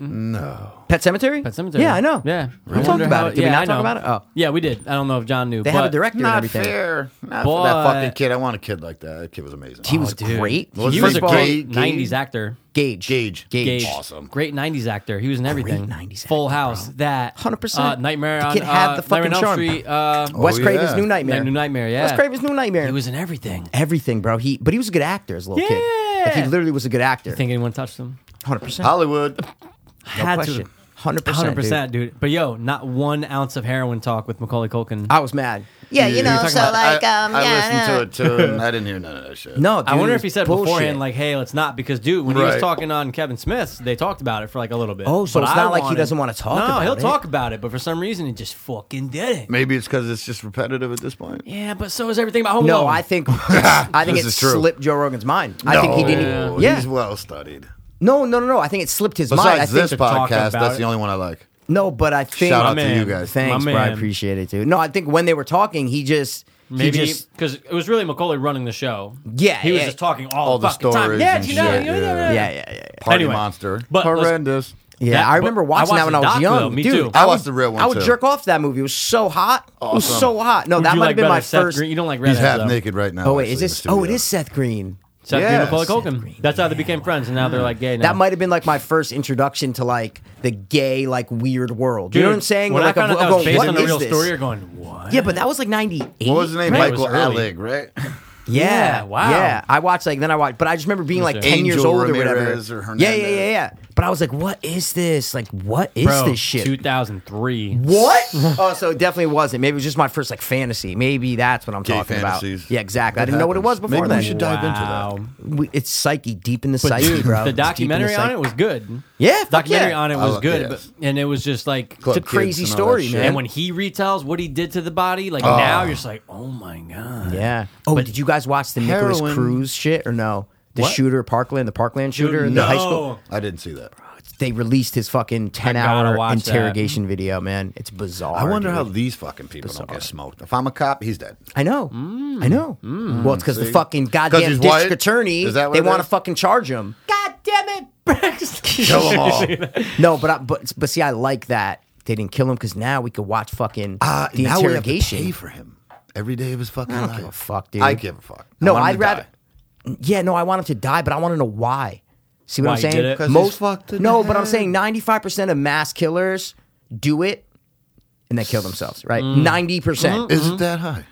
Speaker 1: Pet Cemetery?
Speaker 2: Pet Cemetery.
Speaker 1: Yeah, I know.
Speaker 2: Yeah.
Speaker 1: We talked about it. Did
Speaker 2: yeah,
Speaker 1: we
Speaker 2: I
Speaker 1: not talk
Speaker 2: know.
Speaker 1: about it? Oh.
Speaker 2: Yeah, we did. I don't know if John knew.
Speaker 1: They
Speaker 2: but
Speaker 1: have a director and
Speaker 5: Not
Speaker 1: everything.
Speaker 5: fair. Not for
Speaker 2: But-
Speaker 5: that fucking kid. I want a kid like that. That kid was amazing. Uh,
Speaker 1: He was
Speaker 2: Oh, dude.
Speaker 1: great.
Speaker 5: Well,
Speaker 2: He was
Speaker 5: First
Speaker 2: a
Speaker 5: of all,
Speaker 2: great
Speaker 5: Gage-
Speaker 2: 90s actor.
Speaker 1: Gage.
Speaker 5: Gage.
Speaker 1: Gage.
Speaker 2: Gage.
Speaker 5: Awesome.
Speaker 2: Great 90s actor. He was in everything.
Speaker 1: 90s
Speaker 2: Full
Speaker 1: actor,
Speaker 2: House. That.
Speaker 1: 100%.
Speaker 2: Uh, Nightmare
Speaker 1: The
Speaker 2: on
Speaker 1: kid had
Speaker 2: uh,
Speaker 1: the fucking
Speaker 2: Nightmare on Elm
Speaker 1: charm.
Speaker 2: Street. Uh,
Speaker 1: Wes
Speaker 5: Oh,
Speaker 1: Craven's
Speaker 5: yeah.
Speaker 1: New Nightmare.
Speaker 2: New Nightmare, yeah.
Speaker 1: Wes Craven's New Nightmare.
Speaker 2: he was in everything. I
Speaker 1: everything, bro. He but he was a good actor as a little kid. Like, he
Speaker 2: Yeah.
Speaker 1: literally was a good actor.
Speaker 2: think anyone touched him.
Speaker 1: 100%.
Speaker 5: Hollywood.
Speaker 2: Had
Speaker 1: question.
Speaker 2: to.
Speaker 1: Hundred percent.
Speaker 2: Hundred percent, dude. But yo, not one ounce of heroin talk with Macaulay Culkin.
Speaker 1: I was mad.
Speaker 10: Yeah, you know,
Speaker 2: talking
Speaker 10: so
Speaker 2: about-
Speaker 10: like,
Speaker 5: I,
Speaker 10: um,
Speaker 5: I
Speaker 10: yeah. no.
Speaker 5: listened to it too, and I didn't hear none of that shit.
Speaker 1: No, dude,
Speaker 2: I wonder
Speaker 1: it
Speaker 2: if he
Speaker 1: was
Speaker 2: said
Speaker 1: bullshit.
Speaker 2: beforehand, like, "Hey, let's not," because dude, when he was
Speaker 5: Right.
Speaker 2: talking on Kevin Smith, they talked about it for like a little bit.
Speaker 1: Oh, so
Speaker 2: But
Speaker 1: it's
Speaker 2: I
Speaker 1: not like he
Speaker 2: wanted-
Speaker 1: doesn't wanna talk
Speaker 2: No,
Speaker 1: about
Speaker 2: he'll
Speaker 1: it.
Speaker 2: talk about it, but for some reason, he just fucking did it.
Speaker 5: Maybe it's because it's just repetitive at this point.
Speaker 2: Yeah, but so is everything about Home
Speaker 1: No,
Speaker 2: Alone.
Speaker 1: I think I think
Speaker 5: This
Speaker 1: it
Speaker 5: is true.
Speaker 1: slipped Joe Rogan's mind. I think he
Speaker 5: No,
Speaker 1: didn't. Yeah.
Speaker 5: he's well studied.
Speaker 1: no, no, no, no. I think it slipped his mind. I
Speaker 5: Besides
Speaker 1: think
Speaker 5: this
Speaker 1: they're talking
Speaker 5: podcast,
Speaker 1: about
Speaker 5: that's
Speaker 1: it.
Speaker 5: the only one I like.
Speaker 1: No, but I think
Speaker 5: Shout out
Speaker 2: My
Speaker 5: to you
Speaker 2: man.
Speaker 5: guys.
Speaker 1: Thanks,
Speaker 2: My
Speaker 1: bro. I
Speaker 2: man.
Speaker 1: appreciate it too. No, I think when they were talking, he just
Speaker 2: maybe
Speaker 1: he just
Speaker 2: because it was really Macaulay running the show.
Speaker 1: Yeah,
Speaker 2: he was
Speaker 1: yeah.
Speaker 2: just talking all,
Speaker 5: All the
Speaker 2: fucking Time.
Speaker 5: stories
Speaker 2: Yeah,
Speaker 5: and
Speaker 2: you know,
Speaker 5: shit,
Speaker 2: you know,
Speaker 5: yeah.
Speaker 2: yeah.
Speaker 1: yeah, yeah, yeah.
Speaker 5: Party
Speaker 2: Anyway,
Speaker 5: monster,
Speaker 2: but let's-
Speaker 5: horrendous.
Speaker 1: Yeah,
Speaker 2: That-
Speaker 1: I remember
Speaker 2: but I
Speaker 1: watching
Speaker 2: watched
Speaker 1: that when
Speaker 2: the
Speaker 1: I was
Speaker 2: doc,
Speaker 1: young.
Speaker 2: though. Me
Speaker 1: Dude,
Speaker 2: too.
Speaker 5: I
Speaker 1: would-
Speaker 5: watched the real one,
Speaker 1: I would
Speaker 5: too.
Speaker 1: jerk off to that movie. It was so hot. It was
Speaker 5: Awesome.
Speaker 1: so hot. No,
Speaker 2: Would
Speaker 1: that
Speaker 2: you
Speaker 1: might
Speaker 2: like
Speaker 1: have been my
Speaker 2: better Seth
Speaker 1: first.
Speaker 2: Green? You don't like
Speaker 5: He's
Speaker 2: Red
Speaker 5: half
Speaker 2: though.
Speaker 5: naked right now.
Speaker 1: Oh wait,
Speaker 5: actually,
Speaker 1: is this?
Speaker 5: in the
Speaker 1: Oh, it
Speaker 5: studio.
Speaker 1: is Seth Green.
Speaker 2: Seth Green
Speaker 5: Yes.
Speaker 2: and Macaulay
Speaker 1: Seth
Speaker 2: Culkin.
Speaker 1: Green,
Speaker 2: That's how they became friends, and now they're like gay. Now.
Speaker 1: That might have been like my first introduction to like the gay, like weird world. you know
Speaker 2: Dude,
Speaker 1: what I'm saying?
Speaker 2: When
Speaker 1: like,
Speaker 2: I found
Speaker 1: I'm
Speaker 2: out that was
Speaker 1: going,
Speaker 2: based
Speaker 1: "What
Speaker 2: on a
Speaker 1: is
Speaker 2: real
Speaker 1: this?"
Speaker 2: story, you're going, "What?"
Speaker 1: Yeah, but that was like '98.
Speaker 5: What was his name?
Speaker 2: Right, it was
Speaker 5: Michael
Speaker 2: early.
Speaker 5: Alec, right?
Speaker 1: Yeah,
Speaker 2: Yeah, wow.
Speaker 1: Yeah, I watched like then I watched, but I just remember being like
Speaker 2: it?
Speaker 1: ten years
Speaker 5: Angel
Speaker 1: old or
Speaker 5: Ramirez
Speaker 1: whatever.
Speaker 5: or
Speaker 1: yeah, yeah,
Speaker 5: Hernandez.
Speaker 1: yeah, yeah. But I was like, what is this? Like, what is
Speaker 2: Bro,
Speaker 1: this shit?
Speaker 2: 2003.
Speaker 1: What? oh, so it definitely wasn't. Maybe it was just my first like fantasy. Maybe that's what I'm
Speaker 5: Gay
Speaker 1: talking
Speaker 5: fantasies.
Speaker 1: about. Yeah, exactly. I
Speaker 5: That
Speaker 1: didn't know what it was
Speaker 5: happens.
Speaker 1: before
Speaker 5: Maybe we
Speaker 1: that.
Speaker 5: should dive into that.
Speaker 1: We- it's psyche deep in the
Speaker 2: But
Speaker 1: psyche,
Speaker 2: dude,
Speaker 1: bro.
Speaker 2: the
Speaker 1: It's deep in
Speaker 2: documentary on
Speaker 1: psyche.
Speaker 2: it was good.
Speaker 1: Yeah, fuck
Speaker 2: documentary
Speaker 1: yeah.
Speaker 2: on it
Speaker 5: I
Speaker 2: was
Speaker 5: love
Speaker 2: good,
Speaker 5: it.
Speaker 2: but, and it was just like.
Speaker 5: Club
Speaker 1: It's a crazy
Speaker 5: kids and all that
Speaker 1: story,
Speaker 5: shit.
Speaker 1: man.
Speaker 2: And when he retells what he did to the body, like now you're just like, oh my god.
Speaker 1: Yeah. Oh, did you guys watch the Nicholas
Speaker 5: Heroin.
Speaker 1: Cruz shit or no? The
Speaker 5: What?
Speaker 1: shooter, Parkland, the Parkland shooter, in the
Speaker 5: no.
Speaker 1: high school.
Speaker 5: I didn't see that.
Speaker 1: They released his fucking ten
Speaker 2: gotta
Speaker 1: hour
Speaker 2: watch that.
Speaker 1: interrogation video, man. It's bizarre.
Speaker 5: I wonder
Speaker 1: dude.
Speaker 5: how these fucking people don't get smoked. If I'm a cop, he's dead.
Speaker 1: I know. I know. Well, it's because the
Speaker 5: Mm. See?
Speaker 1: fucking
Speaker 5: 'Cause
Speaker 1: goddamn
Speaker 5: he's
Speaker 1: district
Speaker 5: white?
Speaker 1: attorney,
Speaker 5: Is that what
Speaker 1: they
Speaker 5: it
Speaker 1: want to
Speaker 5: is?
Speaker 1: fucking charge him.
Speaker 9: God damn it,
Speaker 5: Kill them all.
Speaker 1: No, but I, but but see, I like that they didn't kill him because now we could watch fucking
Speaker 5: Uh,
Speaker 1: the
Speaker 5: now we have to
Speaker 1: interrogation.
Speaker 5: pay for him every day of his fucking
Speaker 1: I
Speaker 5: life.
Speaker 1: don't give a fuck, dude.
Speaker 5: I give a fuck. I
Speaker 1: No,
Speaker 5: want him
Speaker 1: I'd
Speaker 5: to
Speaker 1: rather.
Speaker 5: die.
Speaker 1: Yeah, no, I want him to die, but I want to know why. See what
Speaker 2: Why
Speaker 1: I'm
Speaker 2: he
Speaker 1: saying?
Speaker 2: did it? 'Cause
Speaker 5: he's
Speaker 1: Most
Speaker 5: fucked in
Speaker 1: No,
Speaker 5: the
Speaker 1: but I'm
Speaker 5: head.
Speaker 1: saying 95 percent of mass killers do it and they kill themselves, right?
Speaker 5: Mm.
Speaker 1: 90 percent, Uh,
Speaker 5: Is it that high?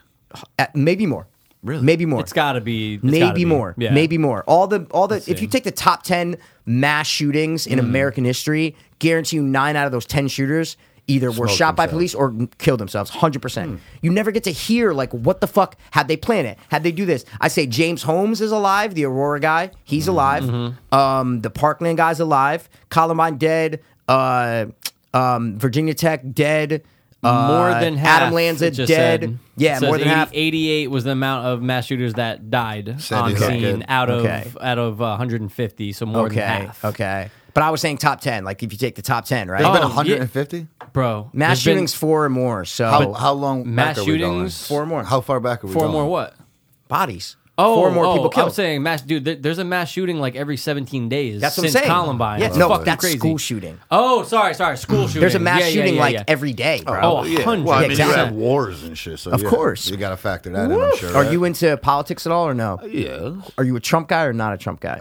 Speaker 1: maybe more.
Speaker 5: Really?
Speaker 1: Maybe more.
Speaker 2: It's got to be it's gotta
Speaker 1: maybe
Speaker 2: be.
Speaker 1: more
Speaker 2: Yeah.
Speaker 1: maybe more all the all the if you take the top 10 mass shootings
Speaker 2: Mm.
Speaker 1: in american history guarantee you 9 out of those 10 shooters either were
Speaker 5: Smoked
Speaker 1: shot by police
Speaker 5: themselves.
Speaker 1: or killed themselves 100%
Speaker 2: Mm.
Speaker 1: you never get to hear like what the fuck had they plan it had they do this i say james holmes is alive the aurora guy he's
Speaker 2: Mm-hmm.
Speaker 1: alive um, the parkland guy's alive columbine dead uh, um, virginia tech dead
Speaker 2: More
Speaker 1: uh,
Speaker 2: than half.
Speaker 1: adam lanza
Speaker 2: it just
Speaker 1: dead
Speaker 2: said.
Speaker 1: yeah
Speaker 2: It says
Speaker 1: more than
Speaker 2: 80
Speaker 1: half
Speaker 2: 88 was the amount of mass shooters that died
Speaker 5: Said
Speaker 2: on
Speaker 5: he's not
Speaker 2: scene
Speaker 5: good.
Speaker 2: out of
Speaker 1: Okay.
Speaker 2: out of uh, 150, so more
Speaker 1: okay,
Speaker 2: than half.
Speaker 1: Okay. But I was saying top 10, like if you take the top 10, right?
Speaker 5: There's been
Speaker 2: yeah.
Speaker 5: 150.
Speaker 2: Bro,
Speaker 1: mass
Speaker 2: there's been
Speaker 1: shootings, four or more. So
Speaker 5: How, how long
Speaker 2: mass
Speaker 5: back are we going?
Speaker 2: shootings-
Speaker 1: Four more.
Speaker 5: How far back are we
Speaker 2: four
Speaker 5: going?
Speaker 2: more what?
Speaker 1: bodies.
Speaker 2: Oh,
Speaker 1: Four more
Speaker 2: oh,
Speaker 1: people killed.
Speaker 2: I'm saying mass, dude. There, there's a mass shooting like every 17 days.
Speaker 1: that's what I'm
Speaker 2: since
Speaker 1: saying.
Speaker 2: Columbine.
Speaker 1: Yeah,
Speaker 2: It's
Speaker 1: no,
Speaker 2: fucking
Speaker 1: that's
Speaker 2: crazy.
Speaker 1: school shooting.
Speaker 2: Oh, sorry, sorry. School shooting.
Speaker 1: There's a mass
Speaker 2: Yeah, yeah,
Speaker 1: shooting
Speaker 2: yeah,
Speaker 1: like
Speaker 2: yeah.
Speaker 1: every day, bro.
Speaker 2: Oh,
Speaker 5: Yeah.
Speaker 2: 100%.
Speaker 5: Well, I mean,
Speaker 1: Exactly.
Speaker 5: you have wars and shit. So
Speaker 1: Of
Speaker 5: yeah,
Speaker 1: course.
Speaker 5: you got to factor that in. I'm sure.
Speaker 1: Are
Speaker 5: right?
Speaker 1: you into politics at all or no?
Speaker 5: Yeah. Oh.
Speaker 1: Are you a Trump guy or not a Trump guy?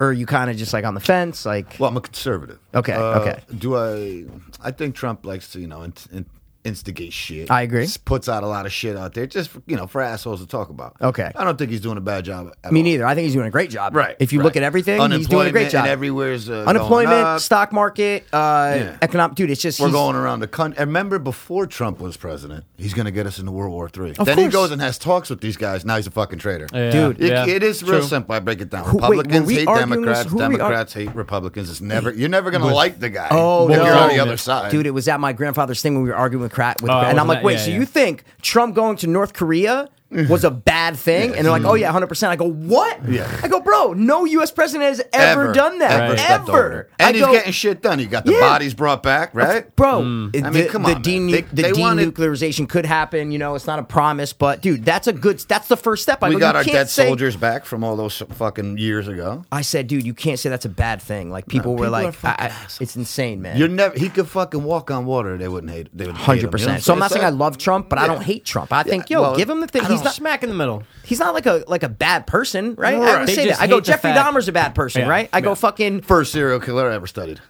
Speaker 1: Or are you kind of just like on the fence? Like,
Speaker 5: Well, I'm a conservative.
Speaker 1: Okay,
Speaker 5: Uh,
Speaker 1: okay.
Speaker 5: Do I? I think Trump likes to, you know, in, in, instigate shit.
Speaker 1: I agree.
Speaker 5: S- Puts out a lot of shit out there, just for, you know, for assholes to talk about.
Speaker 1: Okay.
Speaker 5: I don't think he's doing a bad job. At
Speaker 1: me
Speaker 5: all.
Speaker 1: neither. I think he's doing a great job.
Speaker 5: Right.
Speaker 1: If you
Speaker 5: right.
Speaker 1: look at everything,
Speaker 5: unemployment
Speaker 1: he's doing a great job.
Speaker 5: And everywhere's uh, going
Speaker 1: Unemployment,
Speaker 5: up.
Speaker 1: stock market, uh, economic. Dude, it's just
Speaker 5: We're
Speaker 1: he's-
Speaker 5: going around the country. Remember, before Trump was president, he's going to get us into World War Three.
Speaker 1: Of
Speaker 5: then he
Speaker 1: course.
Speaker 5: goes and has talks with these guys. Now he's a fucking traitor,
Speaker 1: Dude.
Speaker 5: It,
Speaker 2: Yeah.
Speaker 5: it is real
Speaker 2: True.
Speaker 5: simple. I break it down.
Speaker 1: Who- wait, were
Speaker 5: Republicans
Speaker 1: we
Speaker 5: hate
Speaker 1: arguing this?
Speaker 5: Democrats.
Speaker 1: Who were we ar-
Speaker 5: Democrats hate Republicans. It's never. You're never going to like the guy.
Speaker 1: Oh,
Speaker 5: when
Speaker 1: no.
Speaker 5: you're on the other side,
Speaker 1: Dude, it was at my grandfather's thing when we were arguing with Krat. With
Speaker 2: Oh,
Speaker 1: and I'm
Speaker 2: wasn't
Speaker 1: like,
Speaker 2: that-
Speaker 1: wait,
Speaker 2: yeah,
Speaker 1: so
Speaker 2: yeah.
Speaker 1: you think Trump going to North Korea
Speaker 5: Mm-hmm.
Speaker 1: was a bad thing? And they're like, oh, yeah, 100%. I go, what?
Speaker 5: Yeah.
Speaker 1: I go, bro, no U.S. president has ever, done that.
Speaker 5: Ever. stepped
Speaker 1: Ever.
Speaker 5: over it. And
Speaker 1: I
Speaker 5: he's
Speaker 1: go,
Speaker 5: getting shit done. He got the
Speaker 1: Yeah.
Speaker 5: bodies brought back, right?
Speaker 1: Bro,
Speaker 2: Mm.
Speaker 1: it-
Speaker 5: I mean,
Speaker 1: the,
Speaker 5: come
Speaker 1: the
Speaker 5: on, man.
Speaker 1: denu-
Speaker 5: They-
Speaker 1: the
Speaker 5: they wanted-
Speaker 1: denuclearization could happen. You know, it's not a promise, but dude, that's a good. That's the first step. I
Speaker 5: We
Speaker 1: go,
Speaker 5: got
Speaker 1: you
Speaker 5: our
Speaker 1: can't
Speaker 5: dead
Speaker 1: say-
Speaker 5: soldiers back from all those fucking years ago.
Speaker 1: I said, dude, you can't say that's a bad thing. Like people were
Speaker 5: people are
Speaker 1: like, I-
Speaker 5: fucking
Speaker 1: I- it's insane, man.
Speaker 5: You're never. He could fucking walk on water. They wouldn't hate. They would
Speaker 1: Hundred percent. So I'm not saying I love Trump, but I
Speaker 5: Yeah.
Speaker 1: don't hate Trump. I think, yo,
Speaker 5: well,
Speaker 1: give him the thing. He's
Speaker 2: I don't-
Speaker 1: not
Speaker 2: smack in the middle.
Speaker 1: He's not like a like a bad person, right? I
Speaker 5: Right.
Speaker 1: always
Speaker 5: They
Speaker 1: say that.
Speaker 2: just
Speaker 1: I go
Speaker 2: hate the
Speaker 1: Jeffrey
Speaker 2: fact-
Speaker 1: Dahmer's a bad person,
Speaker 2: Yeah.
Speaker 1: right? I go
Speaker 2: Yeah.
Speaker 1: fucking
Speaker 5: first serial killer I ever studied.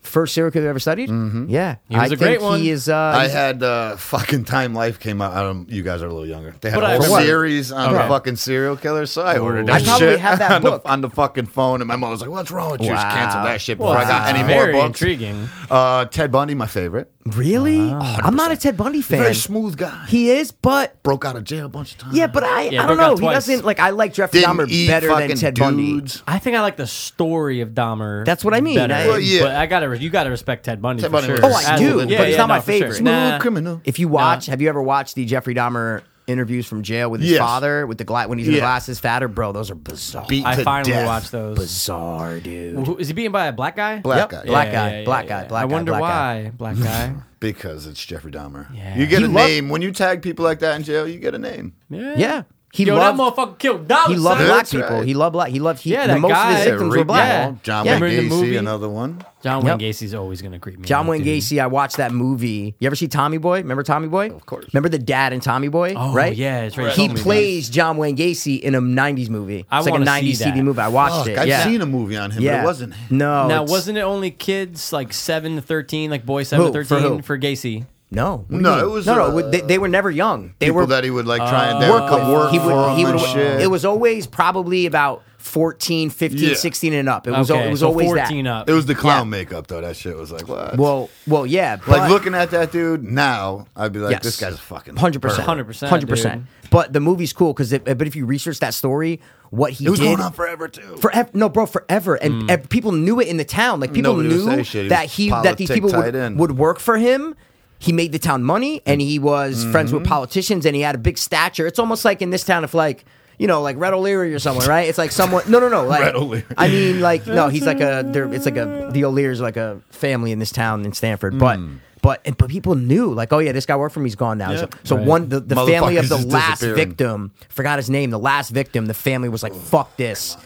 Speaker 1: First serial killer ever studied? Mm-hmm. Yeah.
Speaker 2: was
Speaker 1: I
Speaker 2: a
Speaker 1: think
Speaker 2: great one.
Speaker 1: He is. Uh,
Speaker 5: I
Speaker 1: he's-
Speaker 5: had uh, fucking Time Life came out. I don't, you guys are a little younger. They had
Speaker 2: But I-
Speaker 5: a
Speaker 2: For
Speaker 5: whole
Speaker 2: what?
Speaker 5: series on
Speaker 1: Okay. Oh.
Speaker 5: fucking serial killers, so I ordered
Speaker 1: I
Speaker 5: that
Speaker 1: probably
Speaker 5: shit
Speaker 1: have that
Speaker 5: on,
Speaker 1: book.
Speaker 5: The, on the fucking phone, and my mom was like, "What's wrong with you? She
Speaker 1: Wow.
Speaker 5: canceled that shit before
Speaker 2: Well,
Speaker 5: I got
Speaker 2: it's
Speaker 5: any
Speaker 2: very
Speaker 5: more books."
Speaker 2: intriguing.
Speaker 5: Uh, Ted Bundy, my favorite.
Speaker 1: really? Oh, I'm not a Ted Bundy fan.
Speaker 5: Very smooth guy.
Speaker 1: He is, but
Speaker 5: broke out of jail a bunch of times.
Speaker 1: yeah, but I,
Speaker 2: Yeah,
Speaker 1: I don't
Speaker 2: broke out
Speaker 1: know. He
Speaker 2: twice.
Speaker 1: doesn't like. I like Jeffrey
Speaker 5: Didn't
Speaker 1: Dahmer
Speaker 5: eat
Speaker 1: better than
Speaker 5: fucking
Speaker 1: Ted Bundy.
Speaker 5: dudes.
Speaker 2: I think I like the story of Dahmer.
Speaker 1: That's what I mean.
Speaker 2: better,
Speaker 1: I- Well,
Speaker 5: yeah.
Speaker 2: But I gotta re- you gotta respect Ted Bundy.
Speaker 5: Ted
Speaker 2: for
Speaker 5: Bundy
Speaker 2: sure.
Speaker 5: was Oh, I
Speaker 2: Absolutely.
Speaker 5: do, but he's
Speaker 1: not my
Speaker 2: no, for sure.
Speaker 1: favorite.
Speaker 5: Smooth
Speaker 2: Nah.
Speaker 5: criminal.
Speaker 1: If you watch, have you ever watched the Jeffrey Dahmer interviews from jail with his
Speaker 5: Yes.
Speaker 1: father with the gla- when he's in the
Speaker 5: Yeah.
Speaker 1: glasses, fatter, bro? Those are bizarre.
Speaker 5: Beat
Speaker 2: I
Speaker 5: to
Speaker 2: finally
Speaker 5: death.
Speaker 2: watched those.
Speaker 1: bizarre, dude.
Speaker 2: Who- Is he being by a black guy?
Speaker 5: Black guy.
Speaker 1: Black
Speaker 2: Yeah,
Speaker 1: guy,
Speaker 2: yeah, yeah,
Speaker 1: black
Speaker 2: yeah.
Speaker 1: guy, black
Speaker 2: I
Speaker 1: guy,
Speaker 2: wonder
Speaker 1: black guy.
Speaker 2: why black guy.
Speaker 5: Because it's Jeffrey Dahmer.
Speaker 2: Yeah.
Speaker 5: You get
Speaker 1: He
Speaker 5: a
Speaker 1: loved-
Speaker 5: name. When you tag people like that in jail, you get a name.
Speaker 1: Yeah, he
Speaker 2: Yo,
Speaker 1: loved.
Speaker 2: that motherfucker killed Dollar.
Speaker 1: he loved
Speaker 2: son.
Speaker 5: That's
Speaker 1: black people.
Speaker 5: right.
Speaker 1: He loved black. He loved. He,
Speaker 2: Yeah,
Speaker 1: the
Speaker 2: that
Speaker 1: most of
Speaker 2: guy.
Speaker 1: his victims
Speaker 5: Rick
Speaker 1: were black.
Speaker 5: Wall, John
Speaker 2: Yeah.
Speaker 5: Wayne
Speaker 2: Remember the movie?
Speaker 5: Gacy, another one.
Speaker 2: John
Speaker 1: Yep.
Speaker 2: Wayne Gacy's always gonna creep me.
Speaker 1: John
Speaker 2: out,
Speaker 1: Wayne
Speaker 2: dude.
Speaker 1: Gacy. I watched that movie. You ever see Tommy Boy? Remember Tommy Boy? Of
Speaker 5: course.
Speaker 1: Remember the dad in Tommy Boy?
Speaker 2: Oh,
Speaker 1: right?
Speaker 2: yeah, it's right. You
Speaker 1: He
Speaker 2: told me
Speaker 1: plays John Wayne Gacy in a '90s movie.
Speaker 2: I
Speaker 1: it's like a
Speaker 2: wanna see
Speaker 1: '90s
Speaker 2: that.
Speaker 1: TV movie. I watched
Speaker 5: Fuck,
Speaker 1: it.
Speaker 5: I've
Speaker 1: yeah.
Speaker 5: seen a movie on him, but
Speaker 1: yeah.
Speaker 5: it wasn't him.
Speaker 1: No.
Speaker 2: Now,
Speaker 1: it's-
Speaker 2: wasn't it only kids like seven to thirteen, like boys seven
Speaker 1: Who?
Speaker 2: to
Speaker 1: For who?
Speaker 2: thirteen for, Gacy?
Speaker 1: No. What do you
Speaker 5: No,
Speaker 1: mean?
Speaker 5: it was,
Speaker 1: no, no.
Speaker 5: uh,
Speaker 1: they, they were never young. They
Speaker 5: People
Speaker 1: were
Speaker 5: that he would like try and they would
Speaker 1: work
Speaker 5: come
Speaker 1: with.
Speaker 5: work
Speaker 1: he
Speaker 5: for
Speaker 1: would, he
Speaker 5: him
Speaker 1: would,
Speaker 5: and shit.
Speaker 1: It was always probably about 14, 15,
Speaker 5: Yeah.
Speaker 1: 16 and up. It was.
Speaker 2: okay,
Speaker 1: al- It was
Speaker 2: so
Speaker 1: always
Speaker 2: fourteen
Speaker 1: that.
Speaker 2: up.
Speaker 5: It was the clown makeup though. That shit was like what?
Speaker 1: Well, well, yeah. But,
Speaker 5: like looking at that dude now, I'd be like,
Speaker 1: Yes.
Speaker 5: this guy's a fucking
Speaker 1: Hundred percent,
Speaker 2: 100%,
Speaker 1: hundred percent. But the movie's cool because, but if you research that story, what he
Speaker 5: It was
Speaker 1: did
Speaker 5: going on forever too.
Speaker 1: forever. No, bro, forever, and ev- people knew it in the town. Like people
Speaker 5: Hmm. Nobody would
Speaker 1: knew
Speaker 5: say shit. He
Speaker 1: that
Speaker 5: was
Speaker 1: he that these
Speaker 5: politic
Speaker 1: people would,
Speaker 5: tied in.
Speaker 1: would work for him. He made the town money, and he was
Speaker 5: Hmm.
Speaker 1: friends with politicians, and he had a big stature. It's almost like in this town, if like you know, like Red O'Leary or someone, right? It's like someone. No, no, no. Like,
Speaker 5: Red O'Leary.
Speaker 1: I mean, like no, he's like a. They're, it's like a the O'Leary's like a family in this town in
Speaker 5: Hmm.
Speaker 1: Stanford, but. But and- but people knew like oh yeah this guy worked for me he's gone now so, so one the, the family of
Speaker 5: Motherfuckers
Speaker 1: the
Speaker 5: is
Speaker 1: last
Speaker 5: disappearing.
Speaker 1: victim victim, forgot his name, the last victim, the family was like, fuck this.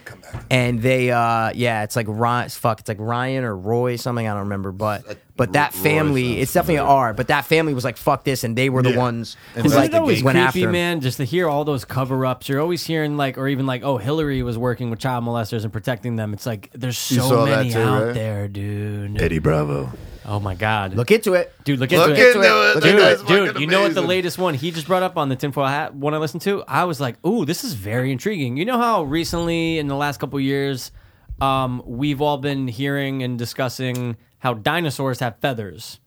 Speaker 1: And they, uh, yeah, it's like Ryan, fuck, it's like Ryan or Roy, something, I don't remember, but. But that
Speaker 5: Roy
Speaker 1: family,
Speaker 5: sounds
Speaker 1: it's definitely an R. But that family was like, "Fuck this," and they were the
Speaker 5: Yeah.
Speaker 1: ones who
Speaker 5: And
Speaker 2: Isn't
Speaker 5: like
Speaker 2: it
Speaker 5: the
Speaker 2: always
Speaker 5: gate.
Speaker 1: went
Speaker 2: creepy,
Speaker 1: after him.
Speaker 2: man? Just to hear all those cover ups. You're always hearing like, or even like, oh, Hillary was working with child molesters and protecting them. It's like there's
Speaker 5: You
Speaker 2: so
Speaker 5: saw that
Speaker 2: many
Speaker 5: too,
Speaker 2: out
Speaker 5: right?
Speaker 2: there, dude.
Speaker 5: Eddie Bravo.
Speaker 2: Oh my god,
Speaker 1: Look into it.
Speaker 2: dude, look,
Speaker 5: Look
Speaker 2: into it.
Speaker 5: into
Speaker 1: Look
Speaker 5: it. That
Speaker 2: Dude,
Speaker 1: into
Speaker 5: guy's
Speaker 1: it.
Speaker 2: dude,
Speaker 5: fucking
Speaker 2: you know what the
Speaker 5: amazing.
Speaker 2: latest one he just brought up on the tinfoil hat one I listened to? I was like, ooh, this is very intriguing. You know how recently in the last couple years, um, we've all been hearing and discussing how dinosaurs have feathers.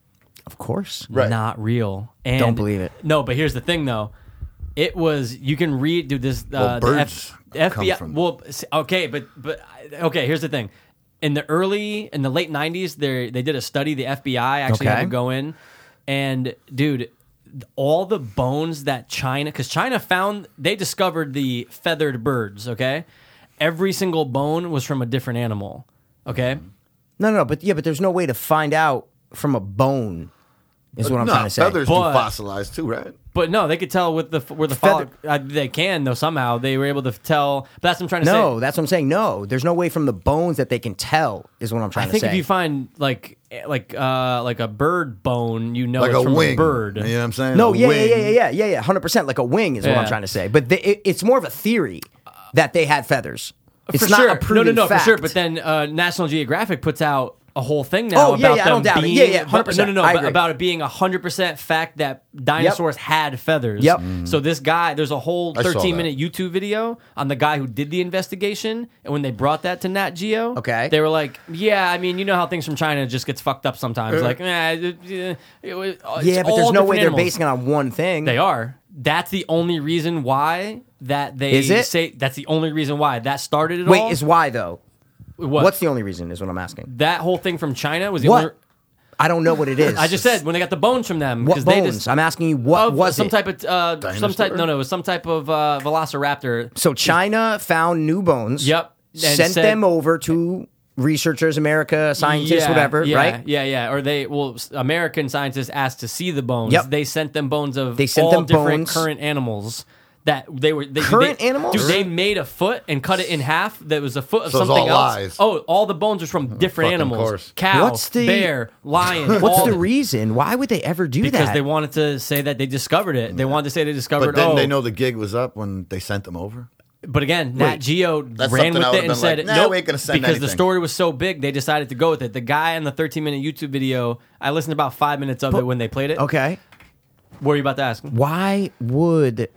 Speaker 1: Of course,
Speaker 5: Right.
Speaker 2: Not real. And
Speaker 1: Don't believe it.
Speaker 2: No, but here's the thing though. It was you can read dude this uh,
Speaker 5: Well,
Speaker 2: the
Speaker 5: birds
Speaker 2: F-
Speaker 5: come
Speaker 2: FBI
Speaker 5: from-
Speaker 2: well s- okay but but okay here's the thing in the early in the late 90s they they did a study the FBI actually had
Speaker 1: Okay.
Speaker 2: to go in and dude all the bones that China cuz China found they discovered the feathered birds okay every single bone was from a different animal okay
Speaker 1: no, no, no, but yeah, but there's no way to find out from a bone. Is what I'm
Speaker 5: no,
Speaker 1: trying to say.
Speaker 5: feathers
Speaker 2: But-
Speaker 5: do fossilize too, right?
Speaker 2: But no, they could tell with the where the
Speaker 1: Feather-
Speaker 2: follic, uh, they can though somehow they were able to tell. But that's what I'm trying to
Speaker 1: No,
Speaker 2: say.
Speaker 1: that's what I'm saying. No, there's no way from the bones that they can tell. Is what I'm
Speaker 2: I
Speaker 1: trying
Speaker 2: think
Speaker 1: to say.
Speaker 2: if you find like eh, like uh like a bird bone, you know
Speaker 5: Like
Speaker 2: it's
Speaker 5: a
Speaker 2: from
Speaker 5: wing.
Speaker 2: a bird.
Speaker 5: You know what I'm saying?
Speaker 1: No,
Speaker 5: A
Speaker 1: yeah, yeah,
Speaker 5: wing.
Speaker 1: yeah, yeah, yeah, yeah, yeah, hundred percent. Like a wing is what I'm
Speaker 2: Yeah.
Speaker 1: trying to say, but the, it, it's more of a theory that they had feathers. It's
Speaker 2: Uh, for
Speaker 1: not
Speaker 2: sure.
Speaker 1: a proven
Speaker 2: no, no, no,
Speaker 1: fact.
Speaker 2: for sure. But then uh, National Geographic puts out a whole thing now
Speaker 1: Oh, yeah,
Speaker 2: about
Speaker 1: yeah, I
Speaker 2: them
Speaker 1: don't doubt it.
Speaker 2: being
Speaker 1: Yeah, yeah,
Speaker 2: but-
Speaker 1: 100%.
Speaker 2: no, no, no,
Speaker 1: I
Speaker 2: but
Speaker 1: agree.
Speaker 2: about it being hundred percent fact that dinosaurs had feathers.
Speaker 1: Yep. Mm.
Speaker 2: So this guy, there's a whole
Speaker 5: I saw
Speaker 2: 13
Speaker 5: that.
Speaker 2: minute YouTube video on the guy who did the investigation, and when they brought that to Nat Geo,
Speaker 1: Okay.
Speaker 2: they were like, yeah, I mean, you know how things from China just gets fucked up sometimes,
Speaker 5: Uh-huh.
Speaker 2: like, eh, it, it, it was- it's
Speaker 1: yeah, but
Speaker 2: all
Speaker 1: there's no
Speaker 2: different
Speaker 1: way
Speaker 2: animals.
Speaker 1: they're basing it on one thing.
Speaker 2: They are. That's the only reason why that they
Speaker 1: Is it?
Speaker 2: say that's the only reason why that started it all.
Speaker 1: Wait, is why though?
Speaker 2: What?
Speaker 1: What's the only reason? Is what I'm asking.
Speaker 2: that whole thing from China was the
Speaker 1: What?
Speaker 2: only.
Speaker 1: I don't know what it is.
Speaker 2: I just said when they got the bones from them.
Speaker 1: what
Speaker 2: 'cause They
Speaker 1: bones.
Speaker 2: just,
Speaker 1: I'm asking you what
Speaker 2: of
Speaker 1: was
Speaker 2: some
Speaker 1: it?
Speaker 2: type of uh, some type.
Speaker 5: Dinosaur?
Speaker 2: No, no, it was some type of uh, Velociraptor.
Speaker 1: so China found new bones.
Speaker 2: Yep, and
Speaker 1: Sent
Speaker 2: said-
Speaker 1: them over to researchers, America, scientists,
Speaker 2: Yeah,
Speaker 1: whatever.
Speaker 2: yeah,
Speaker 1: Right.
Speaker 2: Yeah, yeah. Or they well, s- American scientists asked to see the bones.
Speaker 1: Yep.
Speaker 2: They sent them bones of
Speaker 1: They sent
Speaker 2: all
Speaker 1: them
Speaker 2: different
Speaker 1: bones.
Speaker 2: current animals. That they were they,
Speaker 1: Current
Speaker 2: they,
Speaker 1: animals?
Speaker 2: Dude, they made a foot and cut it in half. That was a foot of
Speaker 5: So it's
Speaker 2: something
Speaker 5: all
Speaker 2: else.
Speaker 5: lies.
Speaker 2: Oh, all the bones are from different
Speaker 5: fucking
Speaker 2: animals:
Speaker 5: course.
Speaker 2: cow,
Speaker 1: What's the-
Speaker 2: bear, lion.
Speaker 1: What's
Speaker 2: all
Speaker 1: the
Speaker 2: the-
Speaker 1: reason? Why would they ever do
Speaker 2: Because
Speaker 1: that?
Speaker 2: they wanted to say that they discovered it. They wanted to say they discovered.
Speaker 5: But then
Speaker 2: oh,
Speaker 5: they know the gig was up when they sent them over.
Speaker 2: But again, Nat Geo
Speaker 5: That's
Speaker 2: ran
Speaker 5: something
Speaker 2: with
Speaker 5: I would've
Speaker 2: it and
Speaker 5: been like,
Speaker 2: said,
Speaker 5: "Nah,
Speaker 2: nope,"
Speaker 5: we ain't gonna send
Speaker 2: because the
Speaker 5: anything."
Speaker 2: story was so big, they decided to go with it. The guy on the 13 minute YouTube video, I listened to about five minutes of it when they played it.
Speaker 1: Okay.
Speaker 2: What were you about to ask?
Speaker 1: Why would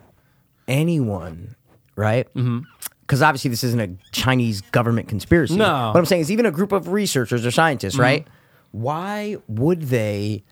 Speaker 1: anyone, right? Mm-hmm. Because obviously this isn't a Chinese government conspiracy.
Speaker 2: No. Mm-hmm.
Speaker 1: What I'm saying is even a group of researchers or scientists, right? Why would they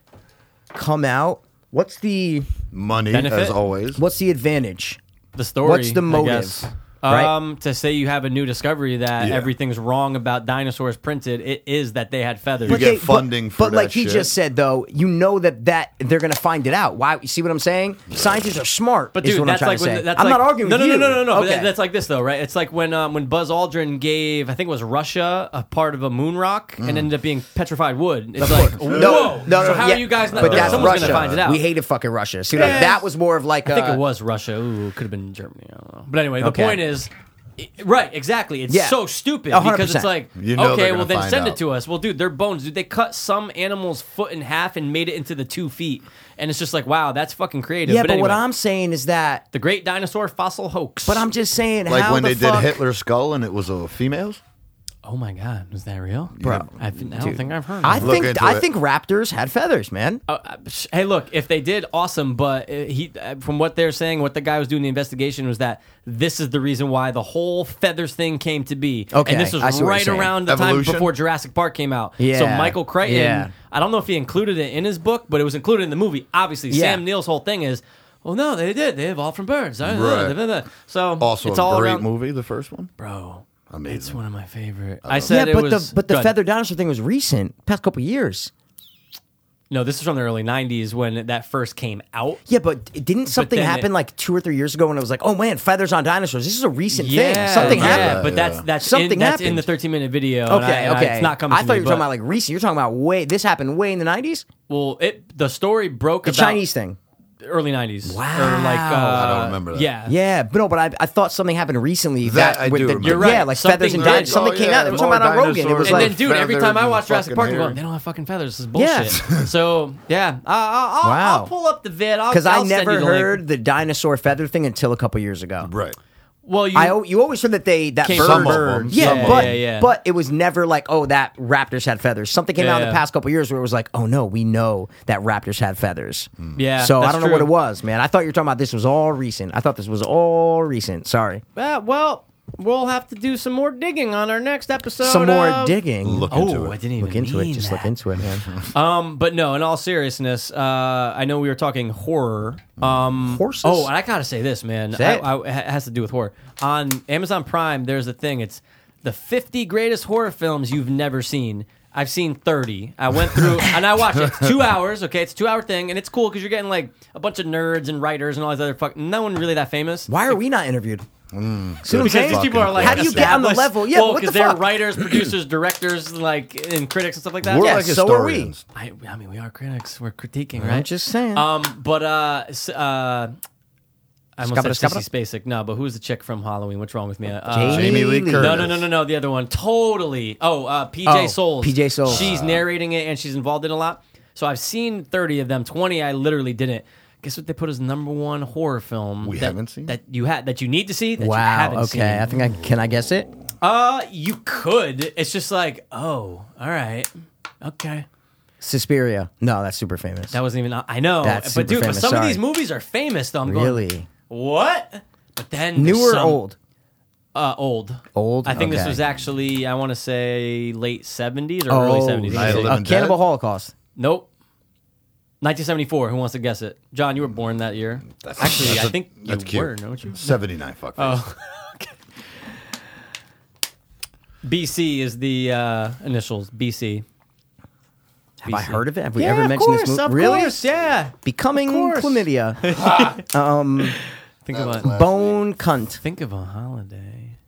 Speaker 1: come out? What's the
Speaker 5: Money,
Speaker 2: Benefit?
Speaker 5: as always.
Speaker 1: what's the advantage?
Speaker 2: The story.
Speaker 1: What's the
Speaker 2: I
Speaker 1: motive,
Speaker 2: guess.
Speaker 1: right?
Speaker 2: Um, to say you have a new discovery that
Speaker 5: Yeah.
Speaker 2: everything's wrong about dinosaurs printed, it is that they had feathers.
Speaker 5: You get funding
Speaker 1: but,
Speaker 5: for
Speaker 1: but
Speaker 5: that
Speaker 1: like he
Speaker 5: shit.
Speaker 1: just said though, you know that that they're gonna find it out. Why? You see what I'm saying? Scientists are smart.
Speaker 2: But
Speaker 1: is
Speaker 2: dude,
Speaker 1: what
Speaker 2: that's
Speaker 1: I'm
Speaker 2: like
Speaker 1: trying to
Speaker 2: when
Speaker 1: say.
Speaker 2: that's
Speaker 1: I'm
Speaker 2: like,
Speaker 1: not arguing
Speaker 2: No,
Speaker 1: with
Speaker 2: no,
Speaker 1: you.
Speaker 2: no, no, no, no. but
Speaker 1: Okay.
Speaker 2: that- That's like this though, right? It's like when um, when Buzz Aldrin gave I think it was Russia a part of a moon rock and ended up being petrified wood. It's like whoa.
Speaker 1: Mm. No, no, no.
Speaker 2: so how
Speaker 1: yeah,
Speaker 2: are you guys not?
Speaker 1: But that's
Speaker 2: someone's
Speaker 1: Russia.
Speaker 2: gonna find it out.
Speaker 1: We uh, hated fucking Russia. See, like, that was more of like
Speaker 2: I think
Speaker 1: a-
Speaker 2: it was Russia. Ooh, it could have been Germany. I don't know. But anyway, the
Speaker 1: Okay.
Speaker 2: point is, i- right? Exactly. It's
Speaker 1: Yeah.
Speaker 2: so stupid
Speaker 1: A hundred
Speaker 2: because it's
Speaker 1: percent.
Speaker 2: like,
Speaker 5: You know
Speaker 2: okay,
Speaker 5: they're
Speaker 2: well
Speaker 5: gonna
Speaker 2: then
Speaker 5: find
Speaker 2: send it
Speaker 5: out.
Speaker 2: to us. Well, dude, they're bones. Dude, they cut some animal's foot in half and made it into the two feet, and it's just like, wow, that's fucking creative.
Speaker 1: Yeah, but, what
Speaker 2: anyway,
Speaker 1: I'm saying is that.
Speaker 2: the Great Dinosaur Fossil Hoax.
Speaker 1: But I'm just saying,
Speaker 5: like
Speaker 1: how
Speaker 5: when
Speaker 1: the
Speaker 5: they
Speaker 1: fuck,
Speaker 5: did Hitler's skull and it was a females.
Speaker 2: Oh my God, is that real,
Speaker 1: Bro,
Speaker 2: I've, I don't think I've heard.
Speaker 1: I
Speaker 2: I,
Speaker 5: Look
Speaker 1: think
Speaker 5: into
Speaker 1: I
Speaker 5: it.
Speaker 1: think raptors had feathers, man.
Speaker 2: Uh, hey, look, if they did, awesome. But uh, he, uh, from what they're saying, what the guy was doing the investigation was that this is the reason why the whole feathers thing came to be.
Speaker 1: Okay,
Speaker 2: and this was
Speaker 1: I see what you're
Speaker 2: right
Speaker 1: saying.
Speaker 2: around the time
Speaker 5: Evolution?
Speaker 2: before Jurassic Park came out. So
Speaker 1: Yeah,
Speaker 2: Michael Crichton,
Speaker 1: yeah.
Speaker 2: I don't know if he included it in his book, but it was included in the movie. Obviously,
Speaker 1: Yeah.
Speaker 2: Sam Neill's whole thing is. Well, no, they did. They evolved from birds. I-
Speaker 5: Right.
Speaker 2: blah, blah, blah. So
Speaker 5: Also,
Speaker 2: it's
Speaker 5: a
Speaker 2: all
Speaker 5: great
Speaker 2: around,
Speaker 5: movie, the first one.
Speaker 2: bro.
Speaker 5: Amazing.
Speaker 2: It's one of my favorite. I, said
Speaker 1: Uh, Yeah,
Speaker 2: it
Speaker 1: but
Speaker 2: was.
Speaker 1: the but the
Speaker 2: good.
Speaker 1: feathered dinosaur thing was recent, past couple years.
Speaker 2: No, this is from the early '90s when that first came out.
Speaker 1: Yeah, but it- didn't something
Speaker 2: then
Speaker 1: happen
Speaker 2: it-
Speaker 1: like two or three years ago when it was like, oh man, feathers on dinosaurs? This is a recent thing. Something
Speaker 2: yeah,
Speaker 1: happened.
Speaker 2: But that's that's something in,
Speaker 1: Something
Speaker 2: that's in
Speaker 1: happened.
Speaker 2: the 13 minute video. and I-
Speaker 1: Okay,
Speaker 2: and I-
Speaker 1: okay.
Speaker 2: it's not coming.
Speaker 1: I
Speaker 2: to
Speaker 1: thought
Speaker 2: me,
Speaker 1: you were talking
Speaker 2: but-
Speaker 1: about like recent. You're talking about way. This happened way in the '90s.
Speaker 2: well, it the story broke
Speaker 1: The
Speaker 2: about
Speaker 1: Chinese thing.
Speaker 2: early 90s. Wow, or like
Speaker 1: Wow.
Speaker 2: uh,
Speaker 5: I don't remember that.
Speaker 2: Yeah,
Speaker 1: Yeah, but no, but I, I thought something happened recently.
Speaker 5: That
Speaker 1: That,
Speaker 5: I
Speaker 1: with
Speaker 5: do
Speaker 1: the,
Speaker 5: remember. You're
Speaker 1: Yeah,
Speaker 2: right.
Speaker 1: like
Speaker 2: Something
Speaker 1: feathers and
Speaker 2: did.
Speaker 1: dinosaurs. Something
Speaker 5: Oh,
Speaker 1: came
Speaker 5: yeah,
Speaker 1: out. They were
Speaker 5: more
Speaker 1: talking about on Rogan. It was
Speaker 5: dinosaurs.
Speaker 2: And
Speaker 1: like
Speaker 2: then, dude, every
Speaker 5: feathers
Speaker 2: time I
Speaker 5: and
Speaker 2: watch Jurassic
Speaker 5: fucking
Speaker 2: Park, I'm
Speaker 5: hair.
Speaker 2: going, they don't have fucking feathers. This is
Speaker 1: Yeah.
Speaker 2: bullshit. so, yeah. I- I- I'll,
Speaker 1: Wow.
Speaker 2: I'll pull up the vid. I'll-
Speaker 1: because
Speaker 2: I'll
Speaker 1: I
Speaker 2: send you
Speaker 1: never
Speaker 2: the link.
Speaker 1: heard the dinosaur feather thing until a couple years ago.
Speaker 5: Right.
Speaker 2: Well, you,
Speaker 1: I al- you always heard that they that
Speaker 2: Came
Speaker 1: bird.
Speaker 5: Some of
Speaker 2: birds.
Speaker 5: them.
Speaker 1: Yeah,
Speaker 5: some of
Speaker 1: but
Speaker 2: yeah, yeah.
Speaker 1: but it was never like oh that raptors had feathers. Something came out in
Speaker 2: Yeah.
Speaker 1: the past couple years where it was like oh no we know that raptors had feathers.
Speaker 5: Hmm.
Speaker 2: Yeah,
Speaker 1: so I
Speaker 2: that's
Speaker 1: don't know what
Speaker 2: true.
Speaker 1: it was, man. I thought you were talking about this was all recent. I thought this was all recent. Sorry,
Speaker 2: Yeah, well, we'll have to do some more digging on our next episode.
Speaker 1: some more
Speaker 2: of-
Speaker 1: digging.
Speaker 5: Look into
Speaker 2: Oh,
Speaker 5: it.
Speaker 2: I didn't Oh, even
Speaker 1: Look into it.
Speaker 2: mean
Speaker 1: Just
Speaker 2: that.
Speaker 1: look into it, man.
Speaker 2: Um, but no, in all seriousness, uh, I know we were talking horror. Um,
Speaker 1: Horses.
Speaker 2: Oh, and I gotta say this, man.
Speaker 1: Say it.
Speaker 2: I, I, it has to do with horror. On Amazon Prime, there's a thing. It's the 50 greatest horror films you've never seen. I've seen 30. I went through and I watched it. It's two hours. Okay, it's a two hour thing, and it's cool because you're getting like a bunch of nerds and writers and all these other fuck. No one really that famous.
Speaker 1: Why are we not interviewed? See what I'm
Speaker 5: Because
Speaker 1: saying?
Speaker 5: these people are, like,
Speaker 1: how do you get on the
Speaker 2: established-
Speaker 1: level? Yeah,
Speaker 2: well,
Speaker 1: what the
Speaker 2: because they're
Speaker 1: fuck?
Speaker 2: writers, producers, directors, like and critics and stuff like that.
Speaker 5: We're
Speaker 1: Yeah,
Speaker 5: like
Speaker 1: so are we.
Speaker 5: historians.
Speaker 2: I, I mean, we are critics. We're critiquing, right?
Speaker 1: I'm just saying.
Speaker 2: Um, but uh, s- uh, I
Speaker 1: Scabra,
Speaker 2: almost said
Speaker 1: scabra?
Speaker 2: Sissy Spacek. No, but who's the chick from Halloween? What's wrong with me? Uh,
Speaker 5: Jamie Lee Curtis.
Speaker 2: No, no, no, no, no. The other one, totally. Oh, uh, PJ
Speaker 1: Oh,
Speaker 2: Souls.
Speaker 1: PJ Souls.
Speaker 2: She's narrating it and she's involved in a lot. So I've seen thirty of them. Twenty, I literally didn't. Guess what they put as number one horror film
Speaker 5: We
Speaker 2: that,
Speaker 5: haven't seen?
Speaker 2: that you had that you need to see that you haven't
Speaker 1: Wow.
Speaker 2: seen.
Speaker 1: Okay. I think I can. I guess it.
Speaker 2: Uh, you could. It's just like, oh, all right, okay.
Speaker 1: Suspiria. No, that's super famous.
Speaker 2: That wasn't even. I know,
Speaker 1: That's
Speaker 2: but
Speaker 1: super
Speaker 2: dude,
Speaker 1: famous,
Speaker 2: but some of
Speaker 1: sorry.
Speaker 2: these movies are famous. Though I'm going,
Speaker 1: really
Speaker 2: What? But then
Speaker 1: new
Speaker 2: there's
Speaker 1: or
Speaker 2: some-
Speaker 1: old?
Speaker 2: Uh, old.
Speaker 1: Old?
Speaker 2: I think this
Speaker 1: Okay.
Speaker 2: was actually I want to say late seventies or early
Speaker 1: Oh,
Speaker 2: seventies. Uh,
Speaker 1: shit.
Speaker 5: I live
Speaker 1: Uh,
Speaker 5: in
Speaker 1: Cannibal
Speaker 5: Dead.
Speaker 1: Holocaust.
Speaker 2: Nope. 1974. Who wants to guess it? John, you were born that year. Actually, Oh. I
Speaker 5: that's a-
Speaker 2: think you
Speaker 5: that's cute.
Speaker 2: were, don't you?
Speaker 5: Seventy nine. Fuck.
Speaker 2: BC is the uh, initials. BC.
Speaker 1: Have I heard of it? Have we
Speaker 2: Yeah,
Speaker 1: ever
Speaker 2: of
Speaker 1: mentioned
Speaker 2: course,
Speaker 1: this movie?
Speaker 2: Of
Speaker 1: really?
Speaker 2: course, yeah.
Speaker 1: Becoming
Speaker 2: Of course.
Speaker 1: chlamydia.
Speaker 2: Think of a
Speaker 1: Bone cunt.
Speaker 2: think of a holiday.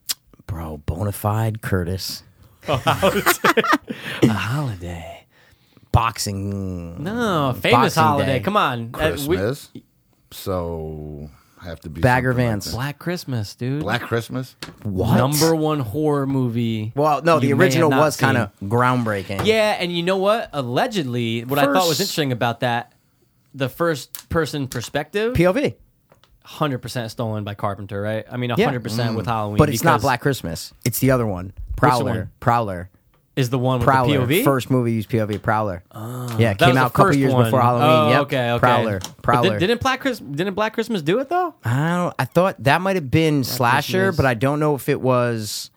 Speaker 1: Bro, bona fide Curtis.
Speaker 2: A holiday.
Speaker 1: Boxing.
Speaker 2: No, famous
Speaker 1: Boxing
Speaker 2: holiday.
Speaker 1: Day.
Speaker 2: Come on, Uh, we-
Speaker 5: Christmas. so have to be
Speaker 1: Bagger
Speaker 5: something like
Speaker 1: Vance.
Speaker 5: that.
Speaker 2: Black Christmas, dude.
Speaker 5: Black Christmas.
Speaker 1: What?
Speaker 2: Number one horror movie.
Speaker 1: Well, no, the
Speaker 2: you may have
Speaker 1: original
Speaker 2: not
Speaker 1: was kind
Speaker 2: seen.
Speaker 1: of groundbreaking.
Speaker 2: Yeah, and you know what? Allegedly, what I thought was
Speaker 1: First-
Speaker 2: interesting about that, the first person perspective.
Speaker 1: POV.
Speaker 2: hundred percent stolen by Carpenter, right? I mean, hundred percent with Halloween.
Speaker 1: Mm. But it's not
Speaker 2: because
Speaker 1: Black Christmas. It's the other one. Prowler.
Speaker 2: one?
Speaker 1: Prowler.
Speaker 2: Is the one with
Speaker 1: Prowler.
Speaker 2: the POV
Speaker 1: First movie used POV. Prowler. yeah, it
Speaker 2: Ah, That was
Speaker 1: came
Speaker 2: the
Speaker 1: out a couple
Speaker 2: first
Speaker 1: years
Speaker 2: one.
Speaker 1: before Halloween.
Speaker 2: Oh,
Speaker 1: yep.
Speaker 2: Okay, okay.
Speaker 1: Prowler.
Speaker 2: But
Speaker 1: Prowler.
Speaker 2: Did, didn't Black Christmas? Didn't Black Christmas do it though?
Speaker 1: I don't. I thought that might have been slasher, but I don't know if it was.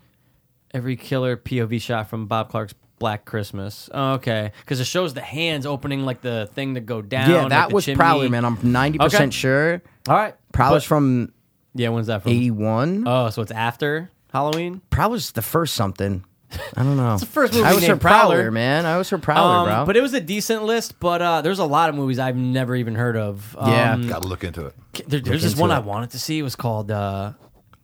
Speaker 2: Every killer POV shot from Bob Clark's Black Christmas. Oh, okay, because it shows the hands opening like the thing to go down.
Speaker 1: Yeah,
Speaker 2: like,
Speaker 1: that
Speaker 2: the
Speaker 1: was
Speaker 2: chimney.
Speaker 1: Prowler, man. I'm 90
Speaker 2: Okay.
Speaker 1: percent sure.
Speaker 2: All right,
Speaker 1: Prowler's
Speaker 2: But-
Speaker 1: from
Speaker 2: yeah. When's that from?
Speaker 1: 81.
Speaker 2: Oh, so it's after Halloween.
Speaker 1: Prowler's the first something. I don't know. it's the
Speaker 2: first movie
Speaker 1: I was
Speaker 2: named
Speaker 1: her Prowler,
Speaker 2: Prowler.
Speaker 1: man. I was her Prowler,
Speaker 2: Um,
Speaker 1: bro.
Speaker 2: But it was a decent list. But uh, there's a lot of movies I've never even heard of. Um,
Speaker 1: Yeah.
Speaker 5: Gotta look into it.
Speaker 2: there- there's this
Speaker 1: into
Speaker 2: one I
Speaker 1: it. Mm-hmm.
Speaker 2: wanted to see. It was called uh,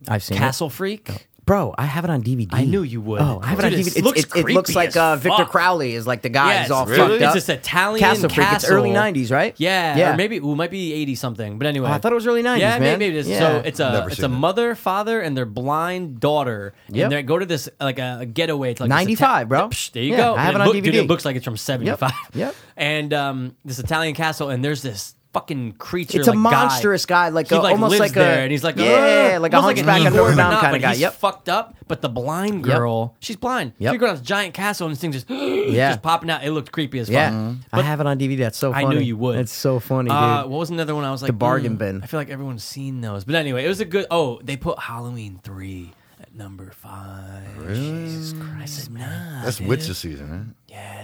Speaker 1: I've seen it.
Speaker 2: Castle Freak.
Speaker 1: Bro, I have it on DVD.
Speaker 2: I knew you would.
Speaker 1: Oh, I have
Speaker 2: Dude,
Speaker 1: it on
Speaker 2: it
Speaker 1: DVD. It's-
Speaker 2: looks
Speaker 1: it, it looks
Speaker 2: creepy
Speaker 1: like
Speaker 2: as
Speaker 1: uh, Victor
Speaker 2: fuck.
Speaker 1: Crowley is like the guy.
Speaker 2: Yeah,
Speaker 1: he's
Speaker 2: it's
Speaker 1: all
Speaker 2: really-
Speaker 1: fucked
Speaker 2: it's
Speaker 1: up.
Speaker 2: just Italian
Speaker 1: Castle Freak. It's early
Speaker 2: castle.
Speaker 1: 90s, right?
Speaker 2: Yeah,
Speaker 1: yeah.
Speaker 2: or maybe ooh, it might be eighty something. But anyway,
Speaker 1: Oh, I thought it was early 90s,
Speaker 2: Yeah,
Speaker 1: man.
Speaker 2: maybe it is.
Speaker 1: Yeah.
Speaker 2: So it's a
Speaker 5: Never
Speaker 2: it's
Speaker 5: seen
Speaker 2: a
Speaker 5: it.
Speaker 2: mother, father, and their blind daughter,
Speaker 1: Yep.
Speaker 2: and they go to this like a, a getaway. It's like this
Speaker 1: 95, bro.
Speaker 2: Psh, there you
Speaker 1: Yeah,
Speaker 2: go.
Speaker 1: I have
Speaker 2: And
Speaker 1: it on
Speaker 2: look- dude,
Speaker 1: DVD.
Speaker 2: it looks like it's from seventy five.
Speaker 1: Yep.
Speaker 2: And um, this Italian castle, and there's this fucking creature.
Speaker 1: It's a
Speaker 2: like,
Speaker 1: monstrous guy, like,
Speaker 2: He,
Speaker 1: a,
Speaker 2: like
Speaker 1: almost
Speaker 2: lives
Speaker 1: like
Speaker 2: there,
Speaker 1: a
Speaker 2: and he's like
Speaker 1: yeah,
Speaker 2: "Ugh,"
Speaker 1: like a
Speaker 2: almost
Speaker 1: hunchback
Speaker 2: an
Speaker 1: like
Speaker 2: Igor,
Speaker 1: Notre
Speaker 2: but
Speaker 1: Dame
Speaker 2: not,
Speaker 1: kind of
Speaker 2: but
Speaker 1: guy.
Speaker 2: he's
Speaker 1: Yep.
Speaker 2: fucked up. But the blind
Speaker 1: Yep.
Speaker 2: girl, she's blind.
Speaker 1: Yep.
Speaker 2: You go down this giant castle, and this thing just
Speaker 1: Yeah.
Speaker 2: just popping out. It looked creepy as fuck.
Speaker 1: Yeah, I
Speaker 2: But-
Speaker 1: have it on DVD. That's so.
Speaker 2: I
Speaker 1: funny.
Speaker 2: knew you would.
Speaker 1: It's so funny, dude.
Speaker 2: Uh, what was another one? I was like
Speaker 1: bargain
Speaker 2: mm,
Speaker 1: bin.
Speaker 2: I feel like everyone's seen those, but anyway, it was a good. Oh, they put Halloween three at number five. Jesus Christ! I said, nah,
Speaker 5: That's witches season, right?
Speaker 2: yeah,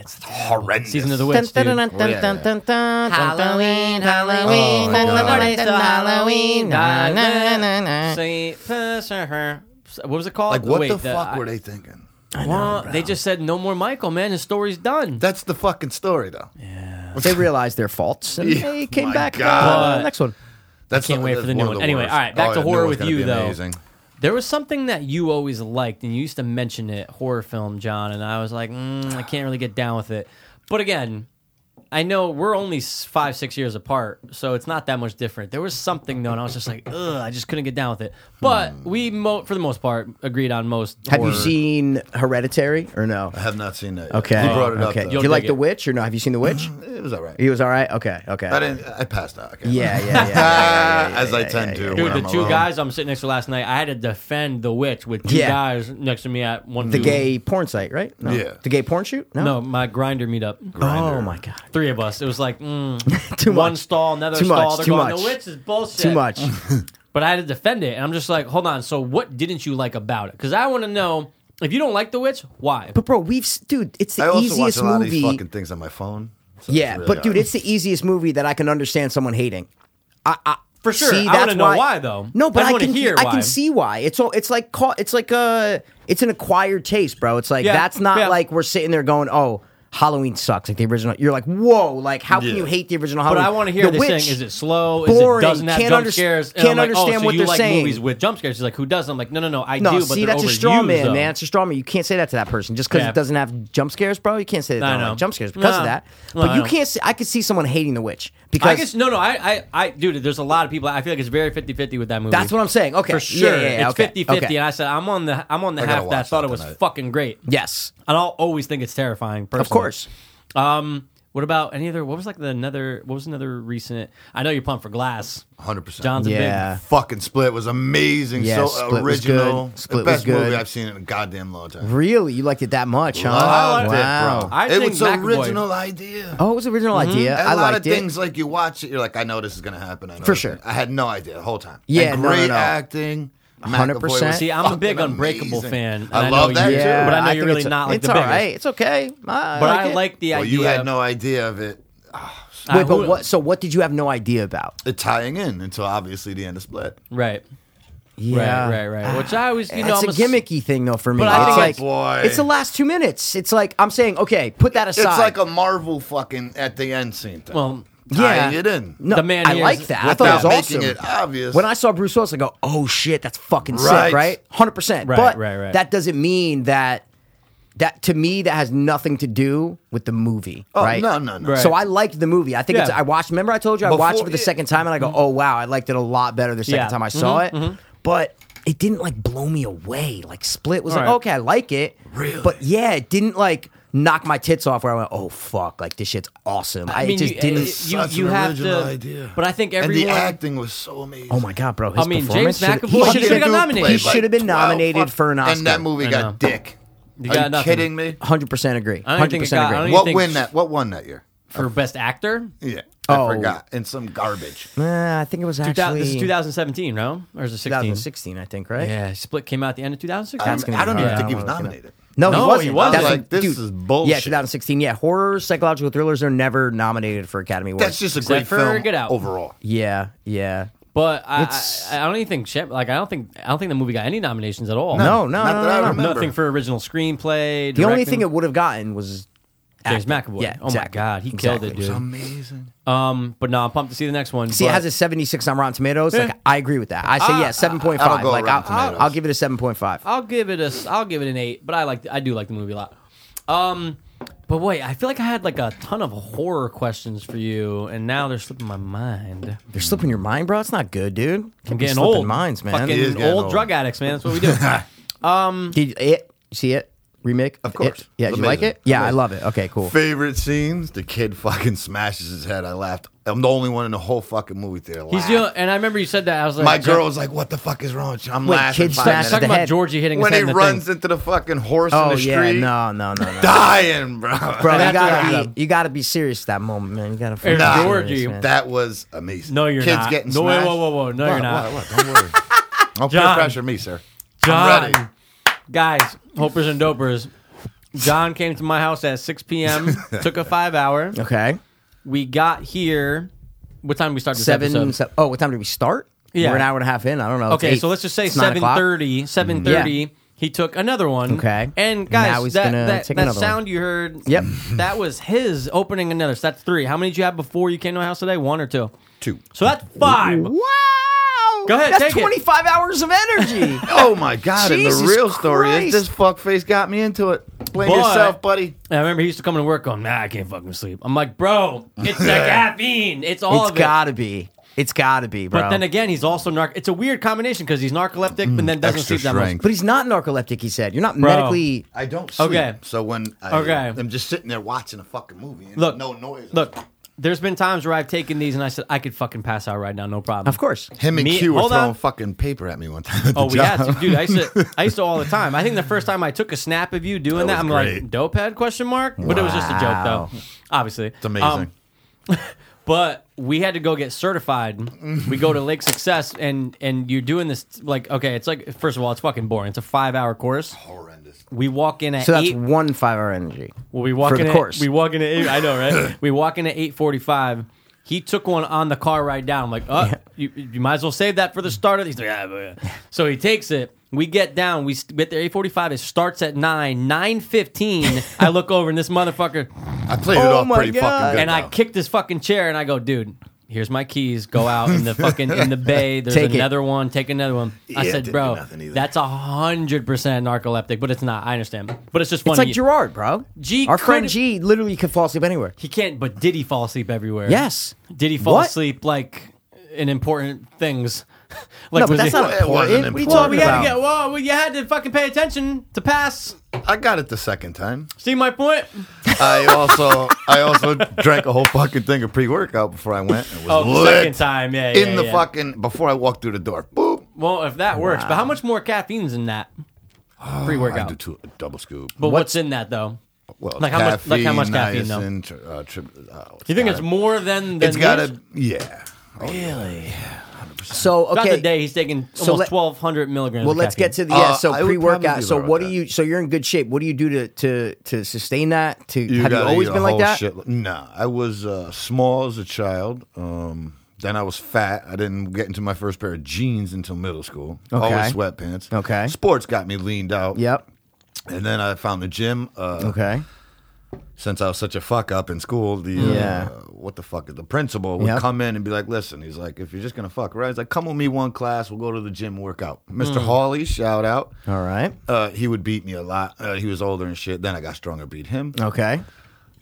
Speaker 2: it's
Speaker 5: Horrendous.
Speaker 2: season of the witch. dude.
Speaker 5: Well, yeah, yeah.
Speaker 1: Halloween, Halloween,
Speaker 5: Oh, my God.
Speaker 1: Halloween, Halloween, na, na, na, na.
Speaker 2: Saint Pastor- What was it called?
Speaker 5: Like, what
Speaker 2: Wait,
Speaker 5: the fuck
Speaker 2: I-
Speaker 5: were they thinking?
Speaker 2: Well, they just said no more Michael. Man, his story's done.
Speaker 5: That's the fucking story, though.
Speaker 1: They realized their faults and
Speaker 5: Yeah,
Speaker 1: they came
Speaker 5: my
Speaker 1: back.
Speaker 5: God.
Speaker 1: Uh, next one.
Speaker 5: That's
Speaker 2: can't
Speaker 5: not-
Speaker 2: wait
Speaker 5: that's
Speaker 2: for the new
Speaker 5: of Oh,
Speaker 2: one. Anyway, all right, back to
Speaker 5: yeah, new
Speaker 2: horror
Speaker 5: one's
Speaker 2: with
Speaker 5: gonna
Speaker 2: you,
Speaker 5: be
Speaker 2: though.
Speaker 5: amazing.
Speaker 2: There was something that you always liked, and you used to mention it, horror film, John, and I was like, mm, I can't really get down with it. But again, I know we're only s- five, six years apart, so it's not that much different. There was something though, and I was just like, ugh, I just couldn't get down with it. But we, mo- for the most part, agreed on most.
Speaker 1: Hmm. Have you
Speaker 2: horror-
Speaker 1: seen Hereditary or no?
Speaker 5: I have not seen that. Yet.
Speaker 1: Okay,
Speaker 5: he brought it
Speaker 1: okay.
Speaker 5: up.
Speaker 1: Do
Speaker 5: though.
Speaker 1: you like
Speaker 2: dig
Speaker 1: The
Speaker 2: it.
Speaker 1: Witch or no? Have you seen The Witch?
Speaker 5: It was all right.
Speaker 1: He was all right. Okay, okay.
Speaker 5: I didn't. I passed out. Okay.
Speaker 1: Yeah, yeah, yeah. yeah, yeah, yeah,
Speaker 5: As I
Speaker 1: yeah,
Speaker 5: tend
Speaker 1: yeah,
Speaker 5: to.
Speaker 2: Dude,
Speaker 5: when
Speaker 2: the
Speaker 5: I'm
Speaker 2: two
Speaker 5: alone.
Speaker 2: guys I'm sitting next to last night, I had to defend the witch with two
Speaker 1: Yeah.
Speaker 2: guys next to me at one.
Speaker 1: The
Speaker 2: food-
Speaker 1: gay porn site, right? No.
Speaker 5: Yeah.
Speaker 1: The gay porn shoot? No.
Speaker 2: No, my grinder meetup.
Speaker 1: Oh my god.
Speaker 2: Three of us. It was like mm,
Speaker 1: Too
Speaker 2: one
Speaker 1: much.
Speaker 2: stall, another
Speaker 1: Too much,
Speaker 2: stall. They're
Speaker 1: too
Speaker 2: going,
Speaker 1: much.
Speaker 2: the witch is bullshit.
Speaker 1: Too much.
Speaker 2: But I had to defend it, and I'm just like, hold on. So what didn't you like about it? Because I want to know if you don't like the witch, why?
Speaker 1: But bro, we've s- dude, it's
Speaker 5: I
Speaker 1: the
Speaker 5: also watch
Speaker 1: easiest
Speaker 5: a lot of
Speaker 1: movie.
Speaker 5: these fucking things on my phone. so
Speaker 1: yeah,
Speaker 5: really
Speaker 1: but dude,
Speaker 5: hard.
Speaker 1: it's the easiest movie that I can understand someone hating.
Speaker 2: For sure,
Speaker 1: See,
Speaker 2: I
Speaker 1: that's
Speaker 2: want to know why, though.
Speaker 1: No, but
Speaker 2: I,
Speaker 1: I,
Speaker 2: want
Speaker 1: can
Speaker 2: to hear
Speaker 1: I
Speaker 2: why.
Speaker 1: can see why. It's all it's like ca- it's like a it's an acquired taste, bro. It's like
Speaker 2: Yeah,
Speaker 1: that's not
Speaker 2: yeah.
Speaker 1: like we're sitting there going, "Oh, Halloween sucks." Like the original. You're like, "Whoa, like how can
Speaker 5: Yeah.
Speaker 1: you hate the original
Speaker 2: But
Speaker 1: Halloween?"
Speaker 2: I want to hear
Speaker 1: The
Speaker 2: this
Speaker 1: Witch,
Speaker 2: thing. Is it slow?
Speaker 1: boring,
Speaker 2: Is it doesn't have
Speaker 1: can't
Speaker 2: jump
Speaker 1: underst-
Speaker 2: scares? And
Speaker 1: can't
Speaker 2: I'm like,
Speaker 1: understand
Speaker 2: oh, so
Speaker 1: what
Speaker 2: you
Speaker 1: they're
Speaker 2: like
Speaker 1: saying.
Speaker 2: movies with jump scares? She's like, who doesn't? I'm like, no, no, no, I
Speaker 1: No,
Speaker 2: do. But
Speaker 1: see,
Speaker 2: they're
Speaker 1: that's a
Speaker 2: overused,
Speaker 1: straw man,
Speaker 2: though.
Speaker 1: man. It's a straw man. You can't say that to that person just because
Speaker 2: Yeah.
Speaker 1: it doesn't have jump scares, bro. You can't say that
Speaker 2: I
Speaker 1: they don't
Speaker 2: know.
Speaker 1: like jump scares because
Speaker 2: No.
Speaker 1: of that.
Speaker 2: No,
Speaker 1: But
Speaker 2: I
Speaker 1: you
Speaker 2: know.
Speaker 1: can't. See, I could see someone hating the witch because
Speaker 2: I guess no, no. I, I, I, dude. There's a lot of people. I feel like it's very 50-50 with that movie.
Speaker 1: that's what I'm saying. Okay,
Speaker 2: for sure.
Speaker 1: Yeah, yeah, yeah,
Speaker 2: it's
Speaker 1: okay,
Speaker 2: 50-50
Speaker 1: okay.
Speaker 2: and I said I'm on the I'm on the
Speaker 5: I gotta
Speaker 2: half that I
Speaker 5: watch
Speaker 2: thought
Speaker 5: that
Speaker 2: it was
Speaker 5: tonight.
Speaker 2: fucking great.
Speaker 1: Yes,
Speaker 2: And I'll always think it's terrifying. Personally.
Speaker 1: of course.
Speaker 2: Um, what about any other? What was like the another? What was another recent? I know you're pumped for Glass.
Speaker 5: 100%.
Speaker 2: John's a
Speaker 1: Yeah.
Speaker 2: big.
Speaker 5: Fucking Split was amazing.
Speaker 1: Yeah,
Speaker 5: so
Speaker 1: Split was good.
Speaker 5: original.
Speaker 1: Split
Speaker 5: the
Speaker 1: was
Speaker 5: best
Speaker 1: good.
Speaker 5: movie I've seen in a goddamn long time.
Speaker 1: Really, you liked it that much, huh?
Speaker 5: Loved
Speaker 1: wow.
Speaker 5: it, bro.
Speaker 2: I
Speaker 5: it
Speaker 2: think
Speaker 5: was
Speaker 2: McAvoy-
Speaker 5: original idea.
Speaker 1: Oh, it was an original
Speaker 2: Mm-hmm.
Speaker 1: idea.
Speaker 5: A
Speaker 1: I
Speaker 5: lot of
Speaker 1: liked it.
Speaker 5: things like you watch it, you're like, I know this is gonna happen. I know
Speaker 1: For
Speaker 5: this-
Speaker 1: sure.
Speaker 5: I had no idea the whole time.
Speaker 1: Yeah,
Speaker 5: And
Speaker 1: no, no,
Speaker 5: great
Speaker 1: no.
Speaker 5: acting.
Speaker 1: 100%.
Speaker 2: See, I'm a big
Speaker 5: fucking
Speaker 2: Unbreakable
Speaker 5: amazing.
Speaker 2: fan. and
Speaker 5: I,
Speaker 2: I
Speaker 5: love
Speaker 2: know
Speaker 5: that
Speaker 2: you-
Speaker 5: too.
Speaker 2: but I know
Speaker 1: think
Speaker 2: you're really
Speaker 1: it's-
Speaker 2: not like
Speaker 1: it's
Speaker 2: the
Speaker 1: all
Speaker 2: biggest.
Speaker 1: right. It's okay. I
Speaker 2: But
Speaker 1: like
Speaker 2: I
Speaker 1: it.
Speaker 2: like the
Speaker 5: Well,
Speaker 2: idea.
Speaker 5: you had
Speaker 2: of-
Speaker 5: no idea of it
Speaker 2: I-
Speaker 1: Wait, but
Speaker 2: who-
Speaker 1: what? So what did you have no idea about?
Speaker 5: it tying in until obviously the end of Split.
Speaker 2: Right.
Speaker 1: Yeah. Ah.
Speaker 2: Right. Right.
Speaker 5: Ah,
Speaker 2: Right. Which I always, you know,
Speaker 1: it's
Speaker 2: I'm
Speaker 1: a
Speaker 2: s-
Speaker 1: gimmicky thing though for me.
Speaker 2: But
Speaker 1: it's
Speaker 2: I think Oh,
Speaker 1: like
Speaker 5: it's- boy.
Speaker 1: it's the last two minutes. It's like I'm saying, okay, put that
Speaker 5: It's
Speaker 1: aside.
Speaker 5: like a Marvel fucking at the end scene. Thing.
Speaker 2: Well,
Speaker 5: tying it in.
Speaker 1: No,
Speaker 2: The man
Speaker 1: I
Speaker 2: here
Speaker 1: like
Speaker 2: is-
Speaker 1: that. I thought it was
Speaker 5: Without
Speaker 1: awesome.
Speaker 5: making it obvious.
Speaker 1: When I saw Bruce Willis, I go, "Oh shit, that's fucking
Speaker 5: Right.
Speaker 1: sick!" Right, hundred percent.
Speaker 2: Right,
Speaker 1: But
Speaker 2: right, right.
Speaker 1: that doesn't mean that that to me that has nothing to do with the movie.
Speaker 5: Oh,
Speaker 1: right?
Speaker 5: no, no, no. Right.
Speaker 1: So I liked the movie. I think it's.
Speaker 2: Yeah. Mm-hmm.
Speaker 1: I watched. Remember, I told you I
Speaker 5: Before
Speaker 1: watched it for the
Speaker 5: it-
Speaker 1: second time, and I go, "Oh wow, I liked it a lot better the second
Speaker 2: Yeah. Mm-hmm.
Speaker 1: time I saw it." But it didn't like blow me away. Like Split was like,
Speaker 2: right.
Speaker 1: "Okay, I like it," really. But yeah, it didn't like. knock my tits off where I went, oh fuck, like this shit's awesome. I,
Speaker 2: I mean,
Speaker 1: just
Speaker 2: you,
Speaker 1: didn't.
Speaker 2: You,
Speaker 5: Such
Speaker 2: you
Speaker 5: an
Speaker 2: have
Speaker 5: original
Speaker 2: to.
Speaker 5: idea.
Speaker 2: But I think
Speaker 5: and the
Speaker 2: everyone.
Speaker 5: acting was so amazing.
Speaker 1: oh my god, bro, his
Speaker 2: I mean,
Speaker 1: performance.
Speaker 2: James
Speaker 1: should've-
Speaker 2: McAvoy Well,
Speaker 1: he
Speaker 2: should've
Speaker 1: should've-
Speaker 2: been nominated.
Speaker 1: He should have been nominated for an Oscar.
Speaker 5: And that movie
Speaker 2: I know.
Speaker 5: got dick. Are
Speaker 2: got
Speaker 5: you
Speaker 2: nothing.
Speaker 5: kidding me?
Speaker 1: Hundred percent agree.
Speaker 2: I don't
Speaker 1: Hundred
Speaker 2: think it
Speaker 1: percent
Speaker 2: got- I
Speaker 1: agree.
Speaker 2: don't
Speaker 5: What
Speaker 2: think
Speaker 5: win
Speaker 2: sh-
Speaker 5: that? What won that year?
Speaker 2: for best actor.
Speaker 5: Yeah,
Speaker 1: Oh.
Speaker 5: I forgot. And some garbage.
Speaker 1: Nah, I think it was
Speaker 2: Two thou- this is
Speaker 1: actually
Speaker 2: 2017, no? Or is it 16?
Speaker 1: 2016. I think right.
Speaker 2: Yeah, Split came out at the end of 2016.
Speaker 5: I'm-
Speaker 1: That's gonna
Speaker 5: I
Speaker 1: be
Speaker 5: don't
Speaker 1: hard.
Speaker 5: even
Speaker 1: I
Speaker 5: think he
Speaker 1: don't
Speaker 5: was
Speaker 1: wanna look it up.
Speaker 5: nominated.
Speaker 1: No,
Speaker 2: No,
Speaker 1: he
Speaker 2: he
Speaker 1: wasn't.
Speaker 2: wasn't.
Speaker 1: That's
Speaker 5: Like,
Speaker 1: what-
Speaker 5: this
Speaker 1: dude,
Speaker 5: is bullshit.
Speaker 1: Yeah, 2016. Yeah, horror psychological thrillers are never nominated for Academy Awards.
Speaker 5: That's just a
Speaker 2: Except
Speaker 5: great
Speaker 2: for
Speaker 5: film
Speaker 2: Get Out.
Speaker 5: overall.
Speaker 1: yeah, yeah.
Speaker 2: But I,
Speaker 1: It's-
Speaker 2: I, I don't even think Shep- like I don't think I don't think the movie got any nominations at all.
Speaker 1: No, Oh, no, no,
Speaker 5: not that
Speaker 1: no,
Speaker 5: I
Speaker 1: no.
Speaker 5: remember.
Speaker 2: nothing for original screenplay.
Speaker 1: The only
Speaker 2: directing.
Speaker 1: thing it would have gotten was
Speaker 2: James
Speaker 1: acting.
Speaker 2: McAvoy.
Speaker 1: Yeah,
Speaker 2: oh my
Speaker 1: exactly.
Speaker 2: god, he
Speaker 1: Exactly.
Speaker 2: killed it, dude.
Speaker 5: Amazing.
Speaker 2: Um, but no, I'm pumped to see the next one.
Speaker 1: See,
Speaker 2: but Ah,
Speaker 1: it has a 76 on Rotten Tomatoes. Like, I agree with that. I say, yeah, 7.5.
Speaker 5: That'll go
Speaker 1: Like,
Speaker 5: Rotten
Speaker 1: I'll,
Speaker 5: Tomatoes.
Speaker 1: I'll give it a 7.5.
Speaker 2: I'll give it a s- I'll give it an eight. But I like I do like the movie a lot. Um, but wait, I feel like I had like a ton of horror questions for you, and now they're slipping my mind.
Speaker 1: You're slipping your mind, bro. It's not good, dude.
Speaker 2: I'm
Speaker 1: Can't be
Speaker 2: getting
Speaker 1: slipping
Speaker 2: old.
Speaker 1: minds, man.
Speaker 2: Fucking
Speaker 5: It is
Speaker 2: old,
Speaker 5: getting old.
Speaker 2: drug addicts, man. That's what we do.
Speaker 1: Did it? You see it? Remake?
Speaker 5: Of course.
Speaker 1: It? Yeah,
Speaker 5: It's
Speaker 1: you like
Speaker 5: amazing.
Speaker 1: it? Yeah, I
Speaker 5: Amazing.
Speaker 1: love it. Okay, cool.
Speaker 5: Favorite scenes? The kid fucking smashes his head. I laughed. I'm the only one in the whole fucking movie theater.
Speaker 2: He's
Speaker 5: laughing.
Speaker 2: doing, and I remember you said that. I was like,
Speaker 5: My
Speaker 2: so-
Speaker 5: girl was like, "What the fuck is wrong?" with you?" I'm
Speaker 1: Wait,
Speaker 5: laughing.
Speaker 1: kid
Speaker 5: five
Speaker 1: smashed
Speaker 5: minutes.
Speaker 2: talking
Speaker 1: the
Speaker 2: about
Speaker 1: head.
Speaker 2: Georgie hitting his
Speaker 5: when
Speaker 2: head
Speaker 5: he
Speaker 2: in the
Speaker 5: runs
Speaker 2: thing.
Speaker 5: into the fucking horse
Speaker 1: Oh,
Speaker 5: in the
Speaker 1: yeah.
Speaker 5: street,
Speaker 1: No, no, no, no.
Speaker 5: dying, bro.
Speaker 1: Bro, you
Speaker 2: That's what I
Speaker 1: gotta,
Speaker 2: said.
Speaker 1: be, you gotta be serious at that moment, man. You gotta fucking
Speaker 2: Nah.
Speaker 1: be serious,
Speaker 2: Georgie.
Speaker 1: man.
Speaker 5: that was amazing.
Speaker 2: No, you're
Speaker 5: Kids
Speaker 2: not.
Speaker 5: getting
Speaker 2: No, whoa,
Speaker 5: smashed.
Speaker 2: whoa, whoa, whoa. No,
Speaker 5: What,
Speaker 2: you're not.
Speaker 5: What, what? Don't worry. Don't peer
Speaker 2: John.
Speaker 5: pressure me, sir.
Speaker 2: John.
Speaker 5: I'm ready.
Speaker 2: Guys, hopers and dopers. John came to my house at 6 p.m. took a five hour.
Speaker 1: Okay.
Speaker 2: We got here. What time did we start this
Speaker 1: Seven.
Speaker 2: episode?
Speaker 1: Se- oh, what time did we start?
Speaker 2: Yeah.
Speaker 1: We're an hour and a half in. I don't know. It's
Speaker 2: Okay,
Speaker 1: eight.
Speaker 2: so let's just say
Speaker 1: It's nine
Speaker 2: seven
Speaker 1: o'clock. Mm,
Speaker 2: thirty. Seven thirty. He took another one.
Speaker 1: Okay.
Speaker 2: And guys,
Speaker 1: Now he's
Speaker 2: that,
Speaker 1: gonna
Speaker 2: that,
Speaker 1: take
Speaker 2: that
Speaker 1: another one.
Speaker 2: sound you heard,
Speaker 1: Yep.
Speaker 2: that was his opening another. So that's three. How many did you have before you came to my house today? One or two?
Speaker 5: Two.
Speaker 2: So that's five.
Speaker 1: Wow.
Speaker 2: Go ahead,
Speaker 1: That's
Speaker 2: take it.
Speaker 1: 25 hours of energy.
Speaker 5: Oh my god! and
Speaker 1: Jesus
Speaker 5: the real story
Speaker 1: Christ.
Speaker 5: is this fuckface got me into it. Blame
Speaker 2: But-
Speaker 5: yourself, buddy.
Speaker 2: And I remember he used to come to work going, nah, I can't fucking sleep. I'm like, bro, it's the caffeine. It's all
Speaker 1: it's
Speaker 2: of it.
Speaker 1: gotta be. It's gotta be, bro. Mm.
Speaker 2: But then again, he's also narc. It's a weird combination because he's narcoleptic and then doesn't
Speaker 5: extra
Speaker 2: sleep that
Speaker 5: strength.
Speaker 1: But he's not narcoleptic, he said. You're not
Speaker 2: Bro.
Speaker 1: medically.
Speaker 5: I don't sleep.
Speaker 2: Okay.
Speaker 5: So when I,
Speaker 2: Okay.
Speaker 5: I'm just sitting there watching a fucking movie, and
Speaker 2: Look,
Speaker 5: no
Speaker 2: much.
Speaker 5: noise.
Speaker 2: Look, there's been times where I've taken these and I said I could fucking pass out right now, no problem.
Speaker 1: Of course.
Speaker 5: him and
Speaker 2: me-
Speaker 5: Q were
Speaker 2: hold
Speaker 5: throwing
Speaker 2: on.
Speaker 5: fucking paper at me one time. at
Speaker 2: Oh,
Speaker 5: the
Speaker 2: we had
Speaker 5: job.
Speaker 2: to, dude. I used to, I used to all the time. I think the first time I took a snap of you doing that,
Speaker 5: That
Speaker 2: I'm
Speaker 5: was
Speaker 2: like,
Speaker 5: great.
Speaker 2: "Dopehead?" Question mark. But it was just a joke,
Speaker 1: Wow.
Speaker 2: though. Obviously, it's
Speaker 5: amazing.
Speaker 2: but we had to go get certified. we go to Lake Success, and and you're doing this like, okay, it's like first of all, it's fucking boring. It's a five hour course.
Speaker 5: Horrendous.
Speaker 2: We walk in at
Speaker 1: So that's
Speaker 2: eight.
Speaker 1: one five hour energy.
Speaker 2: Well, we walk
Speaker 1: for the
Speaker 2: in at,
Speaker 1: course.
Speaker 2: We walk in at eight. I know, right? we walk in at eight forty-five. He took one on the car ride down. I'm like, oh, you, you might as well save that for the start of these. Yeah, but yeah. So he takes it. We get down. We st- get there eight forty-five. It starts at nine nine fifteen. I look over and this motherfucker
Speaker 5: I played it
Speaker 1: Oh
Speaker 5: off
Speaker 1: my
Speaker 5: pretty
Speaker 1: God.
Speaker 5: fucking good.
Speaker 2: and I
Speaker 5: though.
Speaker 2: kicked his fucking chair and I go, dude. Here's my keys. Go out in the fucking in the bay. There's
Speaker 1: Take it.
Speaker 2: another one. Take another one. I
Speaker 5: Yeah,
Speaker 2: said,
Speaker 5: didn't
Speaker 2: bro,
Speaker 5: do nothing either."
Speaker 2: that's a hundred percent narcoleptic, but it's not. I understand, but it's just funny.
Speaker 1: It's like Gerard, bro.
Speaker 2: G
Speaker 1: Our friend
Speaker 2: could-
Speaker 1: G literally could fall asleep anywhere.
Speaker 2: He can't, but did he fall asleep everywhere?
Speaker 1: Yes.
Speaker 2: Did he fall
Speaker 1: What?
Speaker 2: asleep like in important things? like
Speaker 1: no, but
Speaker 2: was
Speaker 1: that's
Speaker 2: he-
Speaker 1: not
Speaker 5: It wasn't
Speaker 1: important. What are you
Speaker 5: important.
Speaker 2: Well,
Speaker 1: talking
Speaker 2: we had to
Speaker 1: about?
Speaker 2: get. Well, well, you had to fucking pay attention to pass.
Speaker 5: I got it the second time.
Speaker 2: See my point?
Speaker 5: I also I also drank a whole fucking thing of pre workout before I went. It was
Speaker 2: Oh, the
Speaker 5: lit
Speaker 2: second time. Yeah, yeah,
Speaker 5: in the
Speaker 2: yeah.
Speaker 5: fucking before I walked through the door. Boop.
Speaker 2: Well, if that works, but how much more caffeine's in that
Speaker 5: Ah, I do
Speaker 2: pre-workout?
Speaker 5: two, a double scoop.
Speaker 2: But what's in that though?
Speaker 5: Well,
Speaker 2: like how much- like how much caffeine, though?
Speaker 5: niacin, tr- uh, tri- oh,
Speaker 2: You think
Speaker 5: gotta-
Speaker 2: it's more than than
Speaker 5: It's got
Speaker 2: this?
Speaker 5: to yeah.
Speaker 1: Really? So
Speaker 2: Not
Speaker 1: okay.
Speaker 2: the day he's taking almost
Speaker 1: let-
Speaker 2: twelve hundred milligrams.
Speaker 1: Well,
Speaker 2: of
Speaker 1: let's
Speaker 2: caffeine.
Speaker 1: get to the yeah.
Speaker 5: Uh, I
Speaker 1: so
Speaker 5: would
Speaker 1: pre workout.
Speaker 5: probably be
Speaker 1: So
Speaker 5: right
Speaker 1: what do
Speaker 5: about
Speaker 1: you? So you're in good shape. What do you do to to to sustain that? To have you
Speaker 5: gotta
Speaker 1: always
Speaker 5: eat a
Speaker 1: been like
Speaker 5: whole
Speaker 1: that?
Speaker 5: shit- Nah, I was uh, small as a child. Um, then I was fat. I didn't get into my first pair of jeans until middle school.
Speaker 1: Okay.
Speaker 5: Always sweatpants.
Speaker 1: Okay.
Speaker 5: Sports got me leaned out.
Speaker 1: Yep.
Speaker 5: And then I found the gym. Uh,
Speaker 1: Okay.
Speaker 5: Since I was such a fuck up in school, the
Speaker 1: Yeah.
Speaker 5: uh, what the fuck the principal would
Speaker 1: Yep.
Speaker 5: come in and be like, "Listen, he's like, if you're just gonna fuck around, he's like, come with me one class. We'll go to the gym, work out." Mr.
Speaker 2: Hmm.
Speaker 5: Hawley, shout out.
Speaker 1: All right.
Speaker 5: Uh, he would beat me a lot. Uh, he was older and shit. Then I got stronger, beat him.
Speaker 1: Okay.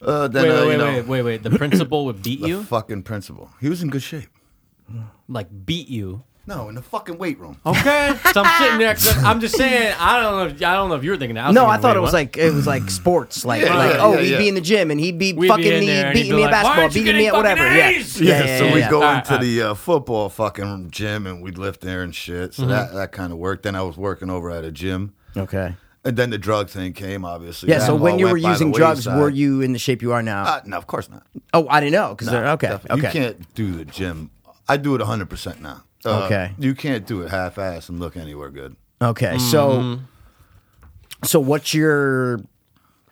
Speaker 5: Uh, then
Speaker 2: Wait,
Speaker 5: uh,
Speaker 2: wait,
Speaker 5: you
Speaker 2: wait,
Speaker 5: know,
Speaker 2: wait, wait, wait. The principal would beat
Speaker 5: the
Speaker 2: you,
Speaker 5: fucking principal. He was in good shape.
Speaker 2: like beat you.
Speaker 5: No, in the fucking weight room.
Speaker 2: Okay. so I'm sitting there. 'cause I'm just saying. I don't know. If, I don't know if you were thinking that. was
Speaker 1: No,
Speaker 2: thinking,
Speaker 1: I thought
Speaker 2: wait,
Speaker 1: it was
Speaker 2: what?
Speaker 1: like it was like sports, like
Speaker 5: Yeah,
Speaker 1: like
Speaker 5: yeah,
Speaker 1: oh
Speaker 5: yeah,
Speaker 1: he'd be
Speaker 5: yeah.
Speaker 1: in the gym and he'd be
Speaker 2: We'd be
Speaker 1: fucking
Speaker 2: in
Speaker 1: me,
Speaker 2: there and he'd
Speaker 1: beating
Speaker 2: be
Speaker 1: me
Speaker 2: like,
Speaker 1: at
Speaker 2: "Why aren't
Speaker 1: basketball,
Speaker 2: you
Speaker 1: beating me
Speaker 2: getting
Speaker 1: at
Speaker 2: fucking
Speaker 1: whatever. Yeah.
Speaker 2: A's?
Speaker 1: Yeah, yeah,
Speaker 5: so
Speaker 1: yeah,
Speaker 5: we
Speaker 1: yeah.
Speaker 5: go
Speaker 2: All right,
Speaker 5: into
Speaker 2: all right.
Speaker 5: the uh, football fucking gym and we'd lift there and shit.
Speaker 2: Mm-hmm.
Speaker 5: So that, that kind of worked. Then I was working over at a gym.
Speaker 1: Okay.
Speaker 5: And then the drug thing came, obviously.
Speaker 1: Yeah.
Speaker 5: That
Speaker 1: So when
Speaker 5: all
Speaker 1: you
Speaker 5: went
Speaker 1: were
Speaker 5: by the
Speaker 1: using drugs,
Speaker 5: wayside.
Speaker 1: were you in the shape you are now?
Speaker 5: Uh, no, of course not.
Speaker 1: oh, I didn't know because they're
Speaker 5: Nah,
Speaker 1: okay.
Speaker 5: definitely.
Speaker 1: Okay.
Speaker 5: You can't do the gym. I do it 100% now. Uh,
Speaker 1: Okay.
Speaker 5: You can't do it half ass and look anywhere good.
Speaker 1: Okay, so
Speaker 5: Mm-hmm.
Speaker 1: so what's your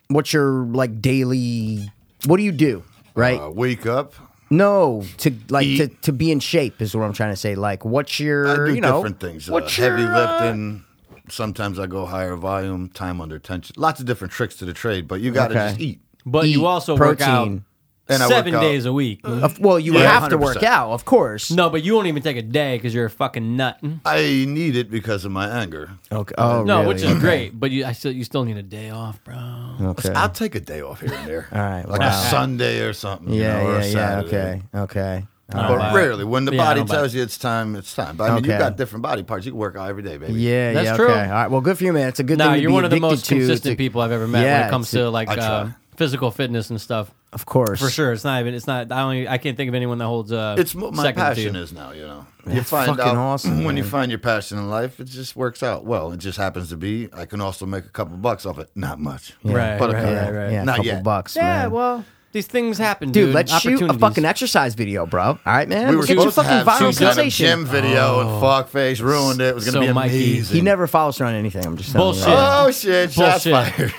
Speaker 1: what's your like daily? What do you do? Right?
Speaker 5: Uh, wake up.
Speaker 1: no, to like
Speaker 5: eat.
Speaker 1: to, to be in shape is what I'm trying to say. Like, what's
Speaker 5: I
Speaker 1: your
Speaker 5: do
Speaker 1: you know
Speaker 5: different things. Uh,
Speaker 1: What's
Speaker 5: heavy
Speaker 1: your, uh,
Speaker 5: lifting. Sometimes I go higher volume, time under tension. Lots of different tricks to the trade, but you got to
Speaker 1: Okay.
Speaker 5: just eat.
Speaker 2: But
Speaker 1: eat,
Speaker 2: you also
Speaker 1: protein?
Speaker 2: work
Speaker 5: And I
Speaker 2: out
Speaker 5: work
Speaker 2: seven
Speaker 5: out. Mm-hmm.
Speaker 2: days a week.
Speaker 1: Of- well, you
Speaker 5: Yeah,
Speaker 1: have to work
Speaker 5: 100%.
Speaker 1: out, of course.
Speaker 2: No, but you won't even take a day because you're a fucking nut.
Speaker 1: Mm-hmm.
Speaker 5: I need it because of my anger.
Speaker 1: Okay. Oh,
Speaker 2: No,
Speaker 1: really?
Speaker 2: which is great. But you, I still, you still need a day off, bro.
Speaker 1: Okay.
Speaker 5: I'll take a day off here and there.
Speaker 1: All right,
Speaker 5: Like
Speaker 1: wow.
Speaker 5: a Sunday or something. you
Speaker 1: yeah,
Speaker 5: know, or a
Speaker 1: yeah, yeah.
Speaker 5: Saturday.
Speaker 1: Okay, okay. All
Speaker 5: But
Speaker 1: right.
Speaker 2: buy it.
Speaker 5: rarely. When the
Speaker 2: Yeah, I
Speaker 5: body
Speaker 2: don't buy
Speaker 5: tells you it's time, it's time. But I mean,
Speaker 1: Okay.
Speaker 5: you got different body parts. You can work out every day, baby.
Speaker 1: Yeah,
Speaker 2: That's
Speaker 1: yeah.
Speaker 2: true.
Speaker 1: Okay. All right. Well, good for you, man. It's a good
Speaker 2: No,
Speaker 1: thing to
Speaker 2: you're
Speaker 1: be
Speaker 2: one of the
Speaker 1: addicted
Speaker 2: most
Speaker 1: to. It's
Speaker 2: consistent
Speaker 1: a-
Speaker 2: people I've ever met
Speaker 1: Yeah,
Speaker 2: when it comes
Speaker 1: it's a-
Speaker 2: to like
Speaker 5: I try.
Speaker 2: uh, physical fitness and stuff.
Speaker 1: Of course,
Speaker 2: For sure, it's not even. It's not. I only. I can't think of anyone that holds. Uh,
Speaker 5: It's what my
Speaker 2: second to you.
Speaker 5: passion is now, you know. you find
Speaker 1: fucking
Speaker 5: out
Speaker 1: awesome,
Speaker 5: when you
Speaker 1: man.
Speaker 5: find your passion in life, it just works out well. It just happens to be. I can also make a couple bucks off it. Not much,
Speaker 2: Right,
Speaker 5: But a
Speaker 2: right,
Speaker 5: couple.
Speaker 2: right,
Speaker 1: Yeah,
Speaker 2: right.
Speaker 1: yeah, a
Speaker 5: Not
Speaker 1: couple
Speaker 5: yet.
Speaker 1: bucks.
Speaker 2: Yeah,
Speaker 1: man.
Speaker 2: well, these things happen, dude.
Speaker 1: Dude, let's shoot a
Speaker 2: Opportunities.
Speaker 1: fucking exercise video, bro. All right, man.
Speaker 5: We were
Speaker 1: Let's get your
Speaker 5: supposed to
Speaker 1: fucking
Speaker 5: have
Speaker 1: viral
Speaker 5: some kind of
Speaker 1: sensation.
Speaker 5: gym video, and fuckface ruined it. It was going to
Speaker 2: Oh. So
Speaker 5: be
Speaker 2: Mikey-
Speaker 5: amazing.
Speaker 1: He never follows her on anything. I'm just telling you.
Speaker 2: Bullshit.
Speaker 1: right now.
Speaker 5: Oh shit! Shots
Speaker 2: Bullshit.
Speaker 5: fired.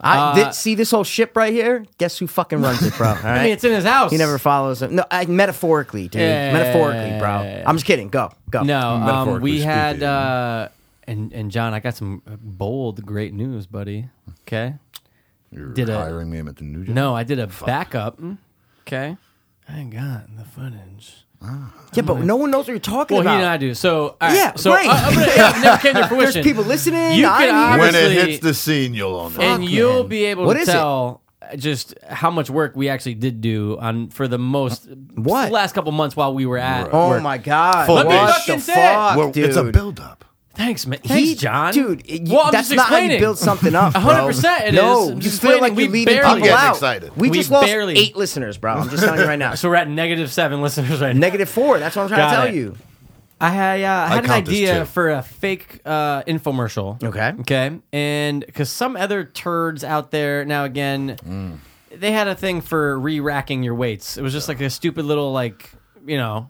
Speaker 1: I
Speaker 5: Uh,
Speaker 1: did see this whole ship right here. Guess who fucking runs it, bro? All right?
Speaker 2: I mean, it's in his house.
Speaker 1: he never follows him. No, I, metaphorically, dude.
Speaker 2: Yeah.
Speaker 1: Metaphorically, bro. I'm just kidding. Go, go.
Speaker 2: No, um,
Speaker 5: Mm, Metaphorically
Speaker 2: we had
Speaker 5: speaking.
Speaker 2: uh, and and John, I got some bold, great news, buddy. Okay,
Speaker 5: You're
Speaker 2: Did a-
Speaker 5: hiring me at the new gym.
Speaker 2: no, I did a backup. Okay, I ain't got the footage.
Speaker 1: Yeah, but no one knows what you're talking
Speaker 2: Well, he
Speaker 1: about.
Speaker 2: and I do. So, all right,
Speaker 1: Yeah,
Speaker 2: so uh,
Speaker 1: right.
Speaker 2: I, I'm gonna, it never came to fruition.
Speaker 1: There's people listening.
Speaker 2: You
Speaker 1: I
Speaker 2: could
Speaker 1: mean-
Speaker 2: obviously-
Speaker 5: When it
Speaker 2: Honestly-
Speaker 5: hits the scene, you'll all know.
Speaker 2: and you'll be able
Speaker 1: What
Speaker 2: to
Speaker 1: is it?
Speaker 2: tell just how much work we actually did do on for the most
Speaker 1: What?
Speaker 2: last couple months while we were at.
Speaker 1: oh my god.
Speaker 5: Full
Speaker 1: What
Speaker 5: Let me
Speaker 1: the
Speaker 2: fucking say it.
Speaker 1: fuck,
Speaker 5: Well,
Speaker 1: dude?
Speaker 5: it's a build-up.
Speaker 2: Thanks, man. Thanks,
Speaker 1: He-
Speaker 2: John.
Speaker 1: Dude, it- you-
Speaker 2: well, I'm
Speaker 1: that's
Speaker 2: just
Speaker 1: not how you
Speaker 2: explaining.
Speaker 1: build something up.
Speaker 2: 100% it is.
Speaker 1: No,
Speaker 2: I'm
Speaker 1: you
Speaker 2: just
Speaker 1: feel
Speaker 2: explaining
Speaker 1: like
Speaker 2: we
Speaker 1: you're leaving
Speaker 2: barely- I'm
Speaker 1: people
Speaker 5: getting
Speaker 1: out.
Speaker 5: excited.
Speaker 1: We,
Speaker 2: We
Speaker 1: just lost
Speaker 2: barely-
Speaker 1: eight listeners, bro. I'm just telling you right now.
Speaker 2: So we're at negative seven listeners right now.
Speaker 1: Negative four. That's what I'm trying
Speaker 2: Got
Speaker 1: to tell
Speaker 2: it.
Speaker 1: you.
Speaker 2: I had, uh, I had an
Speaker 5: count this
Speaker 2: idea
Speaker 5: too.
Speaker 2: for a fake uh, infomercial.
Speaker 1: Okay.
Speaker 2: Okay. And because some other turds out there, now again,
Speaker 1: Mm.
Speaker 2: they had a thing for re racking your weights. It was just like a stupid little, like, you know,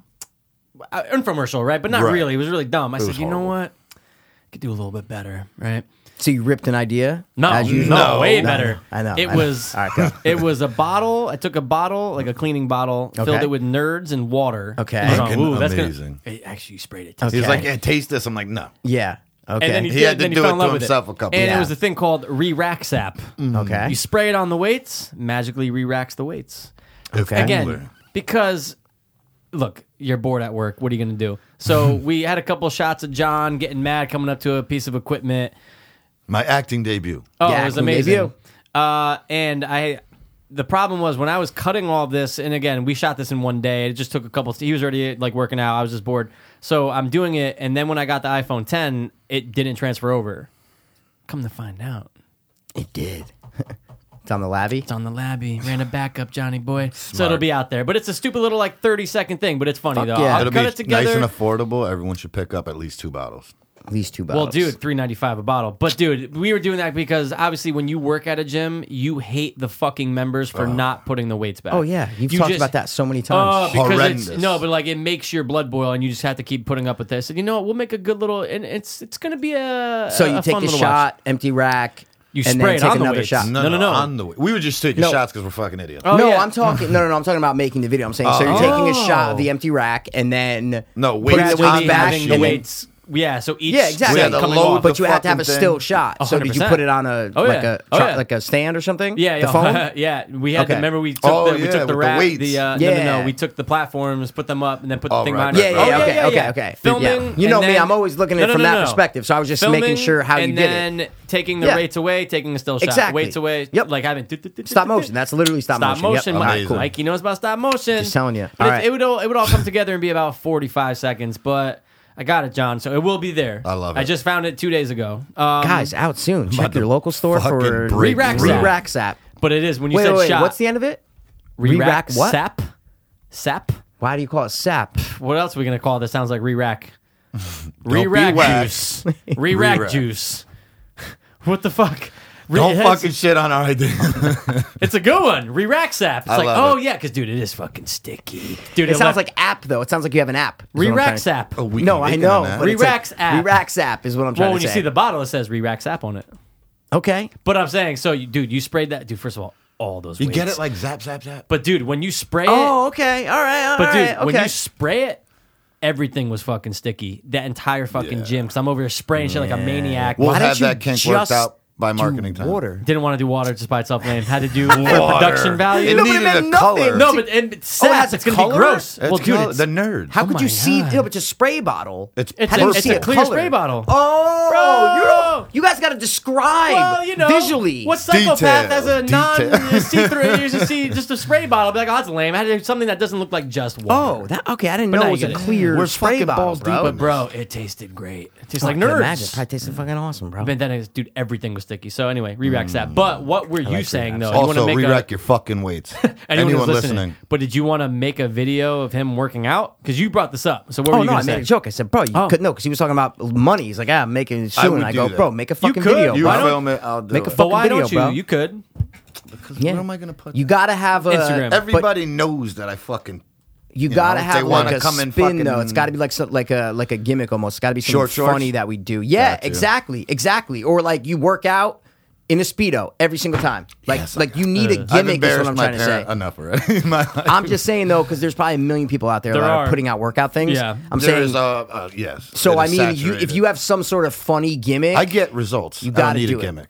Speaker 2: uh, infomercial, right? But not
Speaker 5: Right.
Speaker 2: really. It was really dumb. I said,
Speaker 5: was
Speaker 2: you know
Speaker 5: horrible.
Speaker 2: what? I could do a little bit better, right?
Speaker 1: So you ripped an idea?
Speaker 2: No,
Speaker 1: As usual?
Speaker 2: no,
Speaker 5: No.
Speaker 2: way
Speaker 1: No,
Speaker 2: better.
Speaker 1: I know,
Speaker 2: It
Speaker 1: I know.
Speaker 2: was
Speaker 1: All right, go.
Speaker 2: it was a bottle. I took a bottle, like a cleaning bottle, filled
Speaker 1: Okay.
Speaker 2: it with nerds and water.
Speaker 1: Okay.
Speaker 2: I was like,
Speaker 5: Fucking
Speaker 2: Ooh, that's
Speaker 5: amazing.
Speaker 2: Gonna, Hey, actually, you sprayed it.
Speaker 5: He's
Speaker 1: Okay.
Speaker 5: like, "Yeah, taste this." I'm like, "No."
Speaker 1: Yeah. Okay.
Speaker 2: And then he,
Speaker 5: He
Speaker 2: did,
Speaker 5: had to
Speaker 2: then he
Speaker 5: do
Speaker 2: fell
Speaker 5: it
Speaker 2: in love
Speaker 5: to
Speaker 2: with
Speaker 5: himself
Speaker 2: it.
Speaker 5: a couple
Speaker 2: And it
Speaker 5: times. Mm-hmm.
Speaker 2: was a thing called re-rack sap.
Speaker 1: okay.
Speaker 2: You spray it on the weights, magically re-racks the weights.
Speaker 1: Okay.
Speaker 2: Again,
Speaker 5: Cooler.
Speaker 2: because look, you're bored at work. What are you going to do? So we had a couple shots of John getting mad coming up to a piece of equipment.
Speaker 5: My acting debut.
Speaker 2: Oh,
Speaker 1: Yeah,
Speaker 2: it was
Speaker 1: acting
Speaker 2: amazing.
Speaker 1: debut.
Speaker 2: Uh, and I, the problem was when I was cutting all this, and again, we shot this in one day. It just took a couple. He was already like working out. I was just bored, so I'm doing it. And then when I got the iPhone 10, it didn't transfer over. Come to find out,
Speaker 1: It did. it's on the labby.
Speaker 2: it's on the labby. Ran a backup, Johnny boy. So it'll be out there, but it's a stupid little like 30 second thing. But it's funny though.
Speaker 1: yeah.
Speaker 2: I'll
Speaker 5: It'll
Speaker 2: cut
Speaker 5: be
Speaker 2: it together.
Speaker 5: nice and affordable. Everyone should pick up at least two bottles.
Speaker 1: At least two
Speaker 2: Well,
Speaker 1: bottles.
Speaker 2: dude, three ninety five a bottle. But dude, we were doing that because obviously, when you work at a gym, you hate the fucking members for not putting the weights back.
Speaker 1: Oh yeah, you've
Speaker 2: You
Speaker 1: talked
Speaker 2: just-
Speaker 1: about that so many
Speaker 2: Oh,
Speaker 1: times.
Speaker 2: because it's
Speaker 5: Horrendous.
Speaker 2: no, but like it makes your blood boil, and you just have to keep putting up with this. And you know what? We'll make a good little, and it's it's gonna be a
Speaker 1: so
Speaker 2: a-
Speaker 1: you
Speaker 2: a
Speaker 1: take
Speaker 2: fun
Speaker 1: the
Speaker 2: little
Speaker 1: shot, empty rack.
Speaker 2: You
Speaker 1: and then
Speaker 2: spray it
Speaker 1: take
Speaker 2: on the
Speaker 1: another
Speaker 2: weights.
Speaker 1: shot.
Speaker 2: No, no, no.
Speaker 5: On the way. We were just taking
Speaker 2: No.
Speaker 5: shots because we're fucking idiots.
Speaker 2: Watch.
Speaker 1: no,
Speaker 2: Oh, yeah. Oh.
Speaker 1: I'm talking. No, no, no. I'm talking about making the video. I'm saying so. You're taking a shot of the empty rack and then
Speaker 5: No,
Speaker 1: putting
Speaker 5: weights
Speaker 1: the
Speaker 5: on
Speaker 1: weights
Speaker 5: the
Speaker 1: back.
Speaker 2: Having
Speaker 1: And
Speaker 5: machine.
Speaker 2: the
Speaker 1: then,
Speaker 2: weights, yeah. So each
Speaker 1: Yeah, exactly.
Speaker 5: Yeah, the
Speaker 2: coming
Speaker 5: load
Speaker 2: off.
Speaker 5: the
Speaker 1: but you have to have a
Speaker 5: fucking
Speaker 1: still
Speaker 5: thing.
Speaker 1: shot. So did you
Speaker 2: 100%.
Speaker 1: put it on a
Speaker 2: Oh,
Speaker 1: like
Speaker 2: yeah.
Speaker 1: a
Speaker 2: Oh,
Speaker 1: try-
Speaker 2: yeah.
Speaker 1: like a stand or something?
Speaker 2: yeah,
Speaker 1: the
Speaker 2: yeah,
Speaker 1: phone.
Speaker 2: yeah. We had
Speaker 1: Okay.
Speaker 2: to remember we took
Speaker 5: Oh,
Speaker 2: the, we
Speaker 5: yeah,
Speaker 2: took
Speaker 5: with
Speaker 2: the
Speaker 5: the
Speaker 2: rack, the,
Speaker 5: weights.
Speaker 2: uh, no, no, no,
Speaker 1: Yeah.
Speaker 2: we took the platforms, put them up, and then put the
Speaker 5: Oh,
Speaker 2: thing
Speaker 5: right,
Speaker 2: behind.
Speaker 5: right,
Speaker 1: Yeah,
Speaker 5: right,
Speaker 1: yeah,
Speaker 5: right.
Speaker 1: okay, okay, okay.
Speaker 2: Filming,
Speaker 1: Yeah. You
Speaker 2: and
Speaker 1: know me,
Speaker 2: then-
Speaker 1: I'm always looking at
Speaker 2: No,
Speaker 1: it
Speaker 2: no,
Speaker 1: from
Speaker 2: no,
Speaker 1: that
Speaker 2: no.
Speaker 1: perspective, so I was just making
Speaker 2: Filming
Speaker 1: sure how you
Speaker 2: and
Speaker 1: did it.
Speaker 2: then taking the
Speaker 1: Yeah.
Speaker 2: rates away, taking a still shot,
Speaker 1: Exactly.
Speaker 2: weights away.
Speaker 1: Yep.
Speaker 2: like having
Speaker 1: Stop motion. That's literally stop,
Speaker 2: stop motion.
Speaker 1: Yep. All right,
Speaker 2: Mike.
Speaker 5: Amazing.
Speaker 2: Mikey knows about stop motion.
Speaker 1: Just telling you.
Speaker 2: But
Speaker 1: All
Speaker 2: it,
Speaker 1: right.
Speaker 2: it would all it would all come together and be about forty five seconds. But I got it, John. So it will be there.
Speaker 5: I love
Speaker 2: I
Speaker 5: it.
Speaker 2: just found it two days ago. Um,
Speaker 1: Guys, out soon. Check your local store
Speaker 5: fucking
Speaker 1: for
Speaker 5: break
Speaker 2: Re-rack
Speaker 5: through.
Speaker 2: Zap.
Speaker 1: Re-rack Zap.
Speaker 2: but it is when you
Speaker 1: Wait,
Speaker 2: said
Speaker 1: wait, wait,
Speaker 2: shop.
Speaker 1: what's the end of it?
Speaker 2: re-rack?
Speaker 1: what?
Speaker 2: Sap. Sap.
Speaker 1: Why do you call it Sap?
Speaker 2: What else are we gonna call this? Sounds like re-rack. re-rack juice. re-rack
Speaker 5: Re-rack.
Speaker 2: juice. what the fuck? Re-
Speaker 5: Don't
Speaker 2: it's-
Speaker 5: fucking shit on our idea.
Speaker 2: It's a good one. Re-rack sap. It's
Speaker 5: I
Speaker 2: like,
Speaker 5: love
Speaker 2: oh
Speaker 5: it.
Speaker 2: yeah, because dude, it is fucking sticky. Dude,
Speaker 1: It sounds
Speaker 2: left-
Speaker 1: like app though. It sounds like you have an app. is what I'm trying
Speaker 2: re-rack
Speaker 1: to-
Speaker 2: sap.
Speaker 5: We
Speaker 1: No,
Speaker 5: can
Speaker 1: I
Speaker 5: make it
Speaker 1: know.
Speaker 5: on that.
Speaker 1: but it's
Speaker 2: Re-rack
Speaker 1: like-
Speaker 2: Zap.
Speaker 1: Re-rack Zap is what I'm trying
Speaker 2: Well, when
Speaker 1: to
Speaker 2: you
Speaker 1: say.
Speaker 2: see the bottle, it says re-rack sap on it.
Speaker 1: okay.
Speaker 2: But I'm saying, so you, dude, you sprayed that. Dude, first of all, all those.
Speaker 5: You get
Speaker 2: weights.
Speaker 5: it like zap, zap, zap.
Speaker 2: But dude, when you spray
Speaker 1: Oh,
Speaker 2: it,
Speaker 1: okay. All right. all
Speaker 2: but dude,
Speaker 1: right,
Speaker 2: when
Speaker 1: okay.
Speaker 2: you spray it, everything was fucking sticky. That entire fucking
Speaker 5: Yeah.
Speaker 2: gym. Because I'm over here spraying shit like a maniac.
Speaker 5: We'll
Speaker 1: Why
Speaker 5: have
Speaker 1: don't you
Speaker 5: that kink
Speaker 1: just
Speaker 5: worked out by
Speaker 1: do
Speaker 5: marketing time.
Speaker 1: Water.
Speaker 2: Didn't want to do water just by itself, man. Had to do for production value.
Speaker 5: It
Speaker 1: No, but it
Speaker 5: needed
Speaker 1: meant
Speaker 5: a
Speaker 1: nothing.
Speaker 5: color.
Speaker 2: no, but Oh, and sap,
Speaker 1: has a
Speaker 2: it's gonna
Speaker 1: color?
Speaker 2: be gross.
Speaker 5: It's
Speaker 2: well, dude,
Speaker 5: called
Speaker 2: it's,
Speaker 5: the nerd.
Speaker 1: How could
Speaker 2: my
Speaker 1: you see?
Speaker 2: God.
Speaker 1: No, it's a spray bottle.
Speaker 5: It's
Speaker 2: it's,
Speaker 5: purple.
Speaker 2: a, it's a clear
Speaker 1: color?
Speaker 2: spray bottle.
Speaker 1: Oh,
Speaker 2: Bro.
Speaker 1: you don't- you guys got to describe
Speaker 2: Well, you know,
Speaker 1: visually.
Speaker 2: What psychopath
Speaker 5: Detail,
Speaker 2: has a non
Speaker 5: detail.
Speaker 2: see through? You just see just a spray bottle. Be like, oh, that's lame. I had to do something that doesn't look like just water.
Speaker 1: Oh, that okay. I didn't
Speaker 2: now
Speaker 1: know
Speaker 2: you
Speaker 1: it was
Speaker 2: get
Speaker 1: a
Speaker 2: it.
Speaker 1: clear
Speaker 5: We're
Speaker 1: spray
Speaker 5: fucking
Speaker 1: bottle,
Speaker 5: balls
Speaker 1: bro.
Speaker 5: deep,
Speaker 2: but bro, it tasted great. It tastes
Speaker 1: Oh, I
Speaker 2: like
Speaker 1: can
Speaker 2: nerds.
Speaker 1: Imagine, probably tasted fucking awesome, bro.
Speaker 2: But then it was, dude, everything was sticky. So anyway, re-rack
Speaker 1: Mm.
Speaker 2: that. But what were you saying though? you
Speaker 5: also,
Speaker 2: wanna make a-
Speaker 5: re-rack your fucking weights.
Speaker 2: anyone,
Speaker 5: Anyone
Speaker 2: who's listening,
Speaker 5: listening?
Speaker 2: But did you want to make a video of him working out? Because you brought this up. So what were
Speaker 1: Oh
Speaker 2: you
Speaker 1: no! I
Speaker 2: going to
Speaker 1: made a
Speaker 2: say?
Speaker 1: joke. I said, "Bro, you
Speaker 2: Oh.
Speaker 1: could no," because he was talking about money. He's like, "Ah, I'm making it
Speaker 5: I
Speaker 1: soon."
Speaker 5: would
Speaker 1: I,
Speaker 5: do
Speaker 1: go,
Speaker 5: that.
Speaker 1: "Bro, make a fucking
Speaker 2: could.
Speaker 1: video,
Speaker 5: You
Speaker 1: bro."
Speaker 5: film it. I'll do
Speaker 1: Make a
Speaker 5: it.
Speaker 2: But
Speaker 1: fucking
Speaker 2: why
Speaker 1: video,
Speaker 2: don't you?
Speaker 1: bro.
Speaker 2: You could.
Speaker 1: yeah.
Speaker 5: Where am I gonna put?
Speaker 1: You gotta have a
Speaker 2: Instagram.
Speaker 1: but
Speaker 5: Everybody knows that I fucking
Speaker 1: You
Speaker 5: know,
Speaker 1: gotta
Speaker 5: if
Speaker 1: have
Speaker 5: they
Speaker 1: like
Speaker 5: wanna
Speaker 1: a
Speaker 5: come
Speaker 1: spin
Speaker 5: and
Speaker 1: though.
Speaker 5: fucking-
Speaker 1: It's got to be like some, like a like a gimmick almost. It's got to be something
Speaker 5: Short shorts?
Speaker 1: funny that we do. Yeah,
Speaker 5: Gotcha.
Speaker 1: exactly, exactly. Or like you work out in a speedo every single time. Like
Speaker 5: Yes, I
Speaker 1: like you need a
Speaker 5: I've
Speaker 1: gimmick. Is what
Speaker 5: embarrassed
Speaker 1: I'm
Speaker 5: my
Speaker 1: trying to
Speaker 5: parent
Speaker 1: say.
Speaker 5: enough already. in My life.
Speaker 1: I'm just saying though, because there's probably a million people out there,
Speaker 2: There
Speaker 1: that are.
Speaker 2: are.
Speaker 1: putting out workout things.
Speaker 2: Yeah.
Speaker 1: I'm
Speaker 5: There
Speaker 1: saying.
Speaker 5: is, uh, uh, yes.
Speaker 1: so
Speaker 5: It
Speaker 1: I
Speaker 5: is
Speaker 1: mean, you, if
Speaker 5: saturated.
Speaker 1: you have some sort of funny gimmick,
Speaker 5: I get results. You
Speaker 1: gotta
Speaker 5: need
Speaker 1: do
Speaker 5: a
Speaker 1: it.
Speaker 5: gimmick.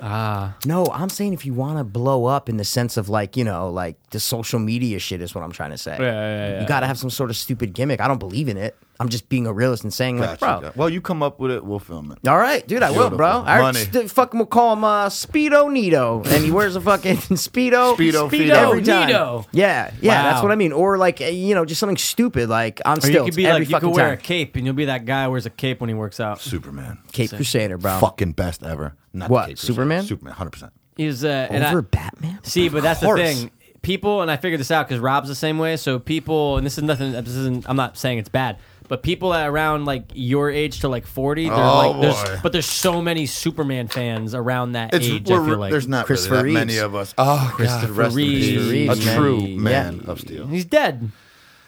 Speaker 1: No, I'm saying if you want to blow up in the sense of like, you know, like the social media shit is what I'm trying to say.
Speaker 2: yeah, yeah,
Speaker 1: You got to have some sort of stupid gimmick. I don't believe in it. I'm just being a realist and saying, like,
Speaker 5: Gotcha,
Speaker 1: bro.
Speaker 5: gotcha. Well, you come up with it. We'll film it.
Speaker 1: All right, dude, I will,
Speaker 5: Beautiful.
Speaker 1: bro. I
Speaker 5: Money.
Speaker 1: st- fucking will call him uh, Speedo Nito, and he wears a fucking Speedo.
Speaker 5: Speedo,
Speaker 2: Speedo.
Speaker 5: Fido.
Speaker 1: Every time.
Speaker 2: Neato.
Speaker 1: Yeah, yeah,
Speaker 2: Wow.
Speaker 1: that's what I mean. Or like, uh, you know, just something stupid like on
Speaker 2: Or you
Speaker 1: stilts
Speaker 2: could be
Speaker 1: every
Speaker 2: like you
Speaker 1: fucking
Speaker 2: could wear a
Speaker 1: time.
Speaker 2: cape and you'll be that guy who wears a cape when he works out.
Speaker 5: Superman.
Speaker 1: Cape Crusader, bro.
Speaker 5: Fucking best ever. Not
Speaker 1: What,
Speaker 5: the Cape Crusader.
Speaker 1: Superman?
Speaker 5: Superman, hundred percent.
Speaker 2: He's uh, and I-
Speaker 1: Over Batman.
Speaker 2: See, but that's the
Speaker 5: course.
Speaker 2: thing. People, and I figured this out because Rob's the same way. So people, and this is nothing. This isn't. I'm not saying it's bad, but people that are around like your age to like 40, they're
Speaker 5: Oh,
Speaker 2: like, there's,
Speaker 5: boy.
Speaker 2: but there's so many Superman fans around that
Speaker 5: It's
Speaker 2: age. I
Speaker 5: we're,
Speaker 2: feel like
Speaker 5: there's not really
Speaker 1: Christopher
Speaker 5: that
Speaker 1: Reeves.
Speaker 5: many of us. Oh,
Speaker 2: Christopher
Speaker 5: God, rest in
Speaker 2: Reeves.
Speaker 5: peace.
Speaker 1: Reeves,
Speaker 5: a
Speaker 1: man.
Speaker 5: true
Speaker 1: Yeah.
Speaker 5: man of steel.
Speaker 2: He's dead.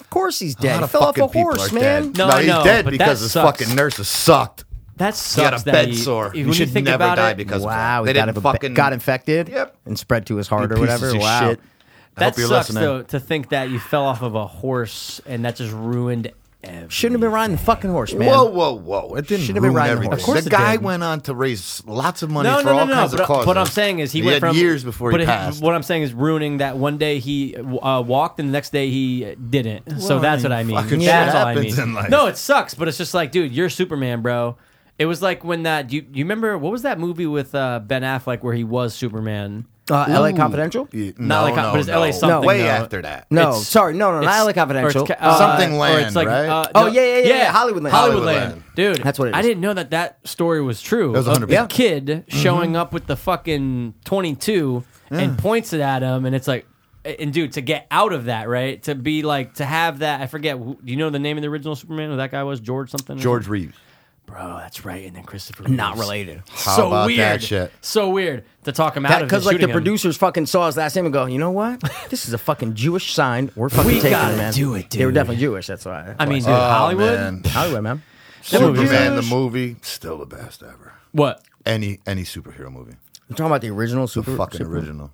Speaker 1: Of course he's
Speaker 5: A
Speaker 1: dead.
Speaker 5: lot
Speaker 1: He
Speaker 5: of
Speaker 1: fell off
Speaker 5: fucking
Speaker 1: a
Speaker 5: people
Speaker 1: horse,
Speaker 5: are
Speaker 1: man.
Speaker 5: Dead.
Speaker 2: No,
Speaker 5: No,
Speaker 2: I
Speaker 5: he's
Speaker 2: know,
Speaker 5: dead
Speaker 2: but
Speaker 5: because
Speaker 2: that
Speaker 5: his
Speaker 2: sucks.
Speaker 5: fucking nurses sucked.
Speaker 2: That
Speaker 5: He
Speaker 2: sucks.
Speaker 5: had a
Speaker 2: that
Speaker 5: bed
Speaker 2: he,
Speaker 5: sore.
Speaker 2: when
Speaker 5: You should
Speaker 2: think
Speaker 5: never
Speaker 2: about
Speaker 5: die
Speaker 2: it,
Speaker 5: because
Speaker 1: Wow,
Speaker 5: of
Speaker 1: he
Speaker 5: that. They
Speaker 1: got,
Speaker 5: didn't
Speaker 1: a ba-
Speaker 5: fucking
Speaker 1: got infected
Speaker 5: Yep.
Speaker 1: and spread to his
Speaker 5: you
Speaker 1: heart or
Speaker 5: pieces
Speaker 1: whatever.
Speaker 5: of
Speaker 1: Wow.
Speaker 5: shit. I
Speaker 2: That
Speaker 5: hope you're
Speaker 2: sucks
Speaker 5: listening.
Speaker 2: though to think that you fell off of a horse and that just ruined. Everything.
Speaker 1: Shouldn't have been riding the fucking horse, man.
Speaker 5: Whoa, whoa, whoa! It didn't
Speaker 1: Should've
Speaker 5: ruin
Speaker 1: been riding the
Speaker 5: everything.
Speaker 1: horse.
Speaker 2: Of course it
Speaker 5: the guy
Speaker 2: didn't.
Speaker 5: went on to raise lots of money
Speaker 2: No,
Speaker 5: for
Speaker 2: no, no,
Speaker 5: all
Speaker 2: no.
Speaker 5: kinds
Speaker 2: But,
Speaker 5: of causes.
Speaker 2: but I'm saying is he, went
Speaker 5: had
Speaker 2: from
Speaker 5: years before
Speaker 2: but
Speaker 5: he
Speaker 2: it-
Speaker 5: passed.
Speaker 2: what I'm saying is ruining that one day he uh, walked and the next day he didn't. so that's what I mean.
Speaker 5: fucking
Speaker 2: That's
Speaker 5: shit
Speaker 2: all I
Speaker 5: happens
Speaker 2: mean.
Speaker 5: in life.
Speaker 2: No, it sucks, but it's just like, dude, you're Superman, bro. It was like when that. Do you, you remember what was that movie with uh, Ben Affleck where he was Superman?
Speaker 1: Uh, LA Confidential?
Speaker 5: Yeah,
Speaker 2: Not
Speaker 5: no,
Speaker 2: like-
Speaker 5: no,
Speaker 2: but it's
Speaker 5: no.
Speaker 2: LA something,
Speaker 5: Way
Speaker 2: though.
Speaker 5: after that.
Speaker 1: No,
Speaker 2: It's-
Speaker 1: sorry, no, no,
Speaker 2: it's-
Speaker 1: not LA Confidential.
Speaker 2: or it's ca-
Speaker 1: Uh,
Speaker 5: Something
Speaker 2: or it's
Speaker 5: Land,
Speaker 2: like,
Speaker 5: right?
Speaker 2: uh,
Speaker 1: Oh,
Speaker 2: no-
Speaker 1: yeah, yeah, yeah, yeah, Hollywood Land.
Speaker 2: Hollywood
Speaker 5: Hollywood
Speaker 2: Land,
Speaker 5: Land.
Speaker 2: dude.
Speaker 1: That's what it
Speaker 2: I
Speaker 1: is.
Speaker 2: didn't know that that story was true.
Speaker 5: was
Speaker 2: Of
Speaker 5: 100%.
Speaker 2: the kid showing up with the fucking twenty two and points it at him, and it's like, and dude, to get out of that, right? To be like, to have that. I forget. who- Do you know the name of the original Superman? Who that guy was? George something. or
Speaker 5: George Reeves.
Speaker 2: something? Bro, that's right. And then Christopher.
Speaker 1: Not
Speaker 2: Reeves.
Speaker 1: related.
Speaker 5: How
Speaker 2: so
Speaker 5: about
Speaker 2: weird.
Speaker 5: that shit?
Speaker 2: So weird to talk him out of
Speaker 1: Because like
Speaker 2: because
Speaker 1: the producers fucking saw his last name and go, you know what? This is a fucking Jewish sign. We're fucking
Speaker 2: We
Speaker 1: taking
Speaker 2: gotta
Speaker 1: it, man.
Speaker 2: do it,
Speaker 1: They were
Speaker 2: dude.
Speaker 1: definitely Jewish. That's why.
Speaker 2: I mean, dude,
Speaker 5: Oh,
Speaker 2: Hollywood.
Speaker 5: man.
Speaker 1: Hollywood, man.
Speaker 5: Superman the movie, still the best ever.
Speaker 2: What?
Speaker 5: Any any superhero movie,
Speaker 1: I'm talking about the original super.
Speaker 5: fucking
Speaker 1: super- Oh,
Speaker 5: original.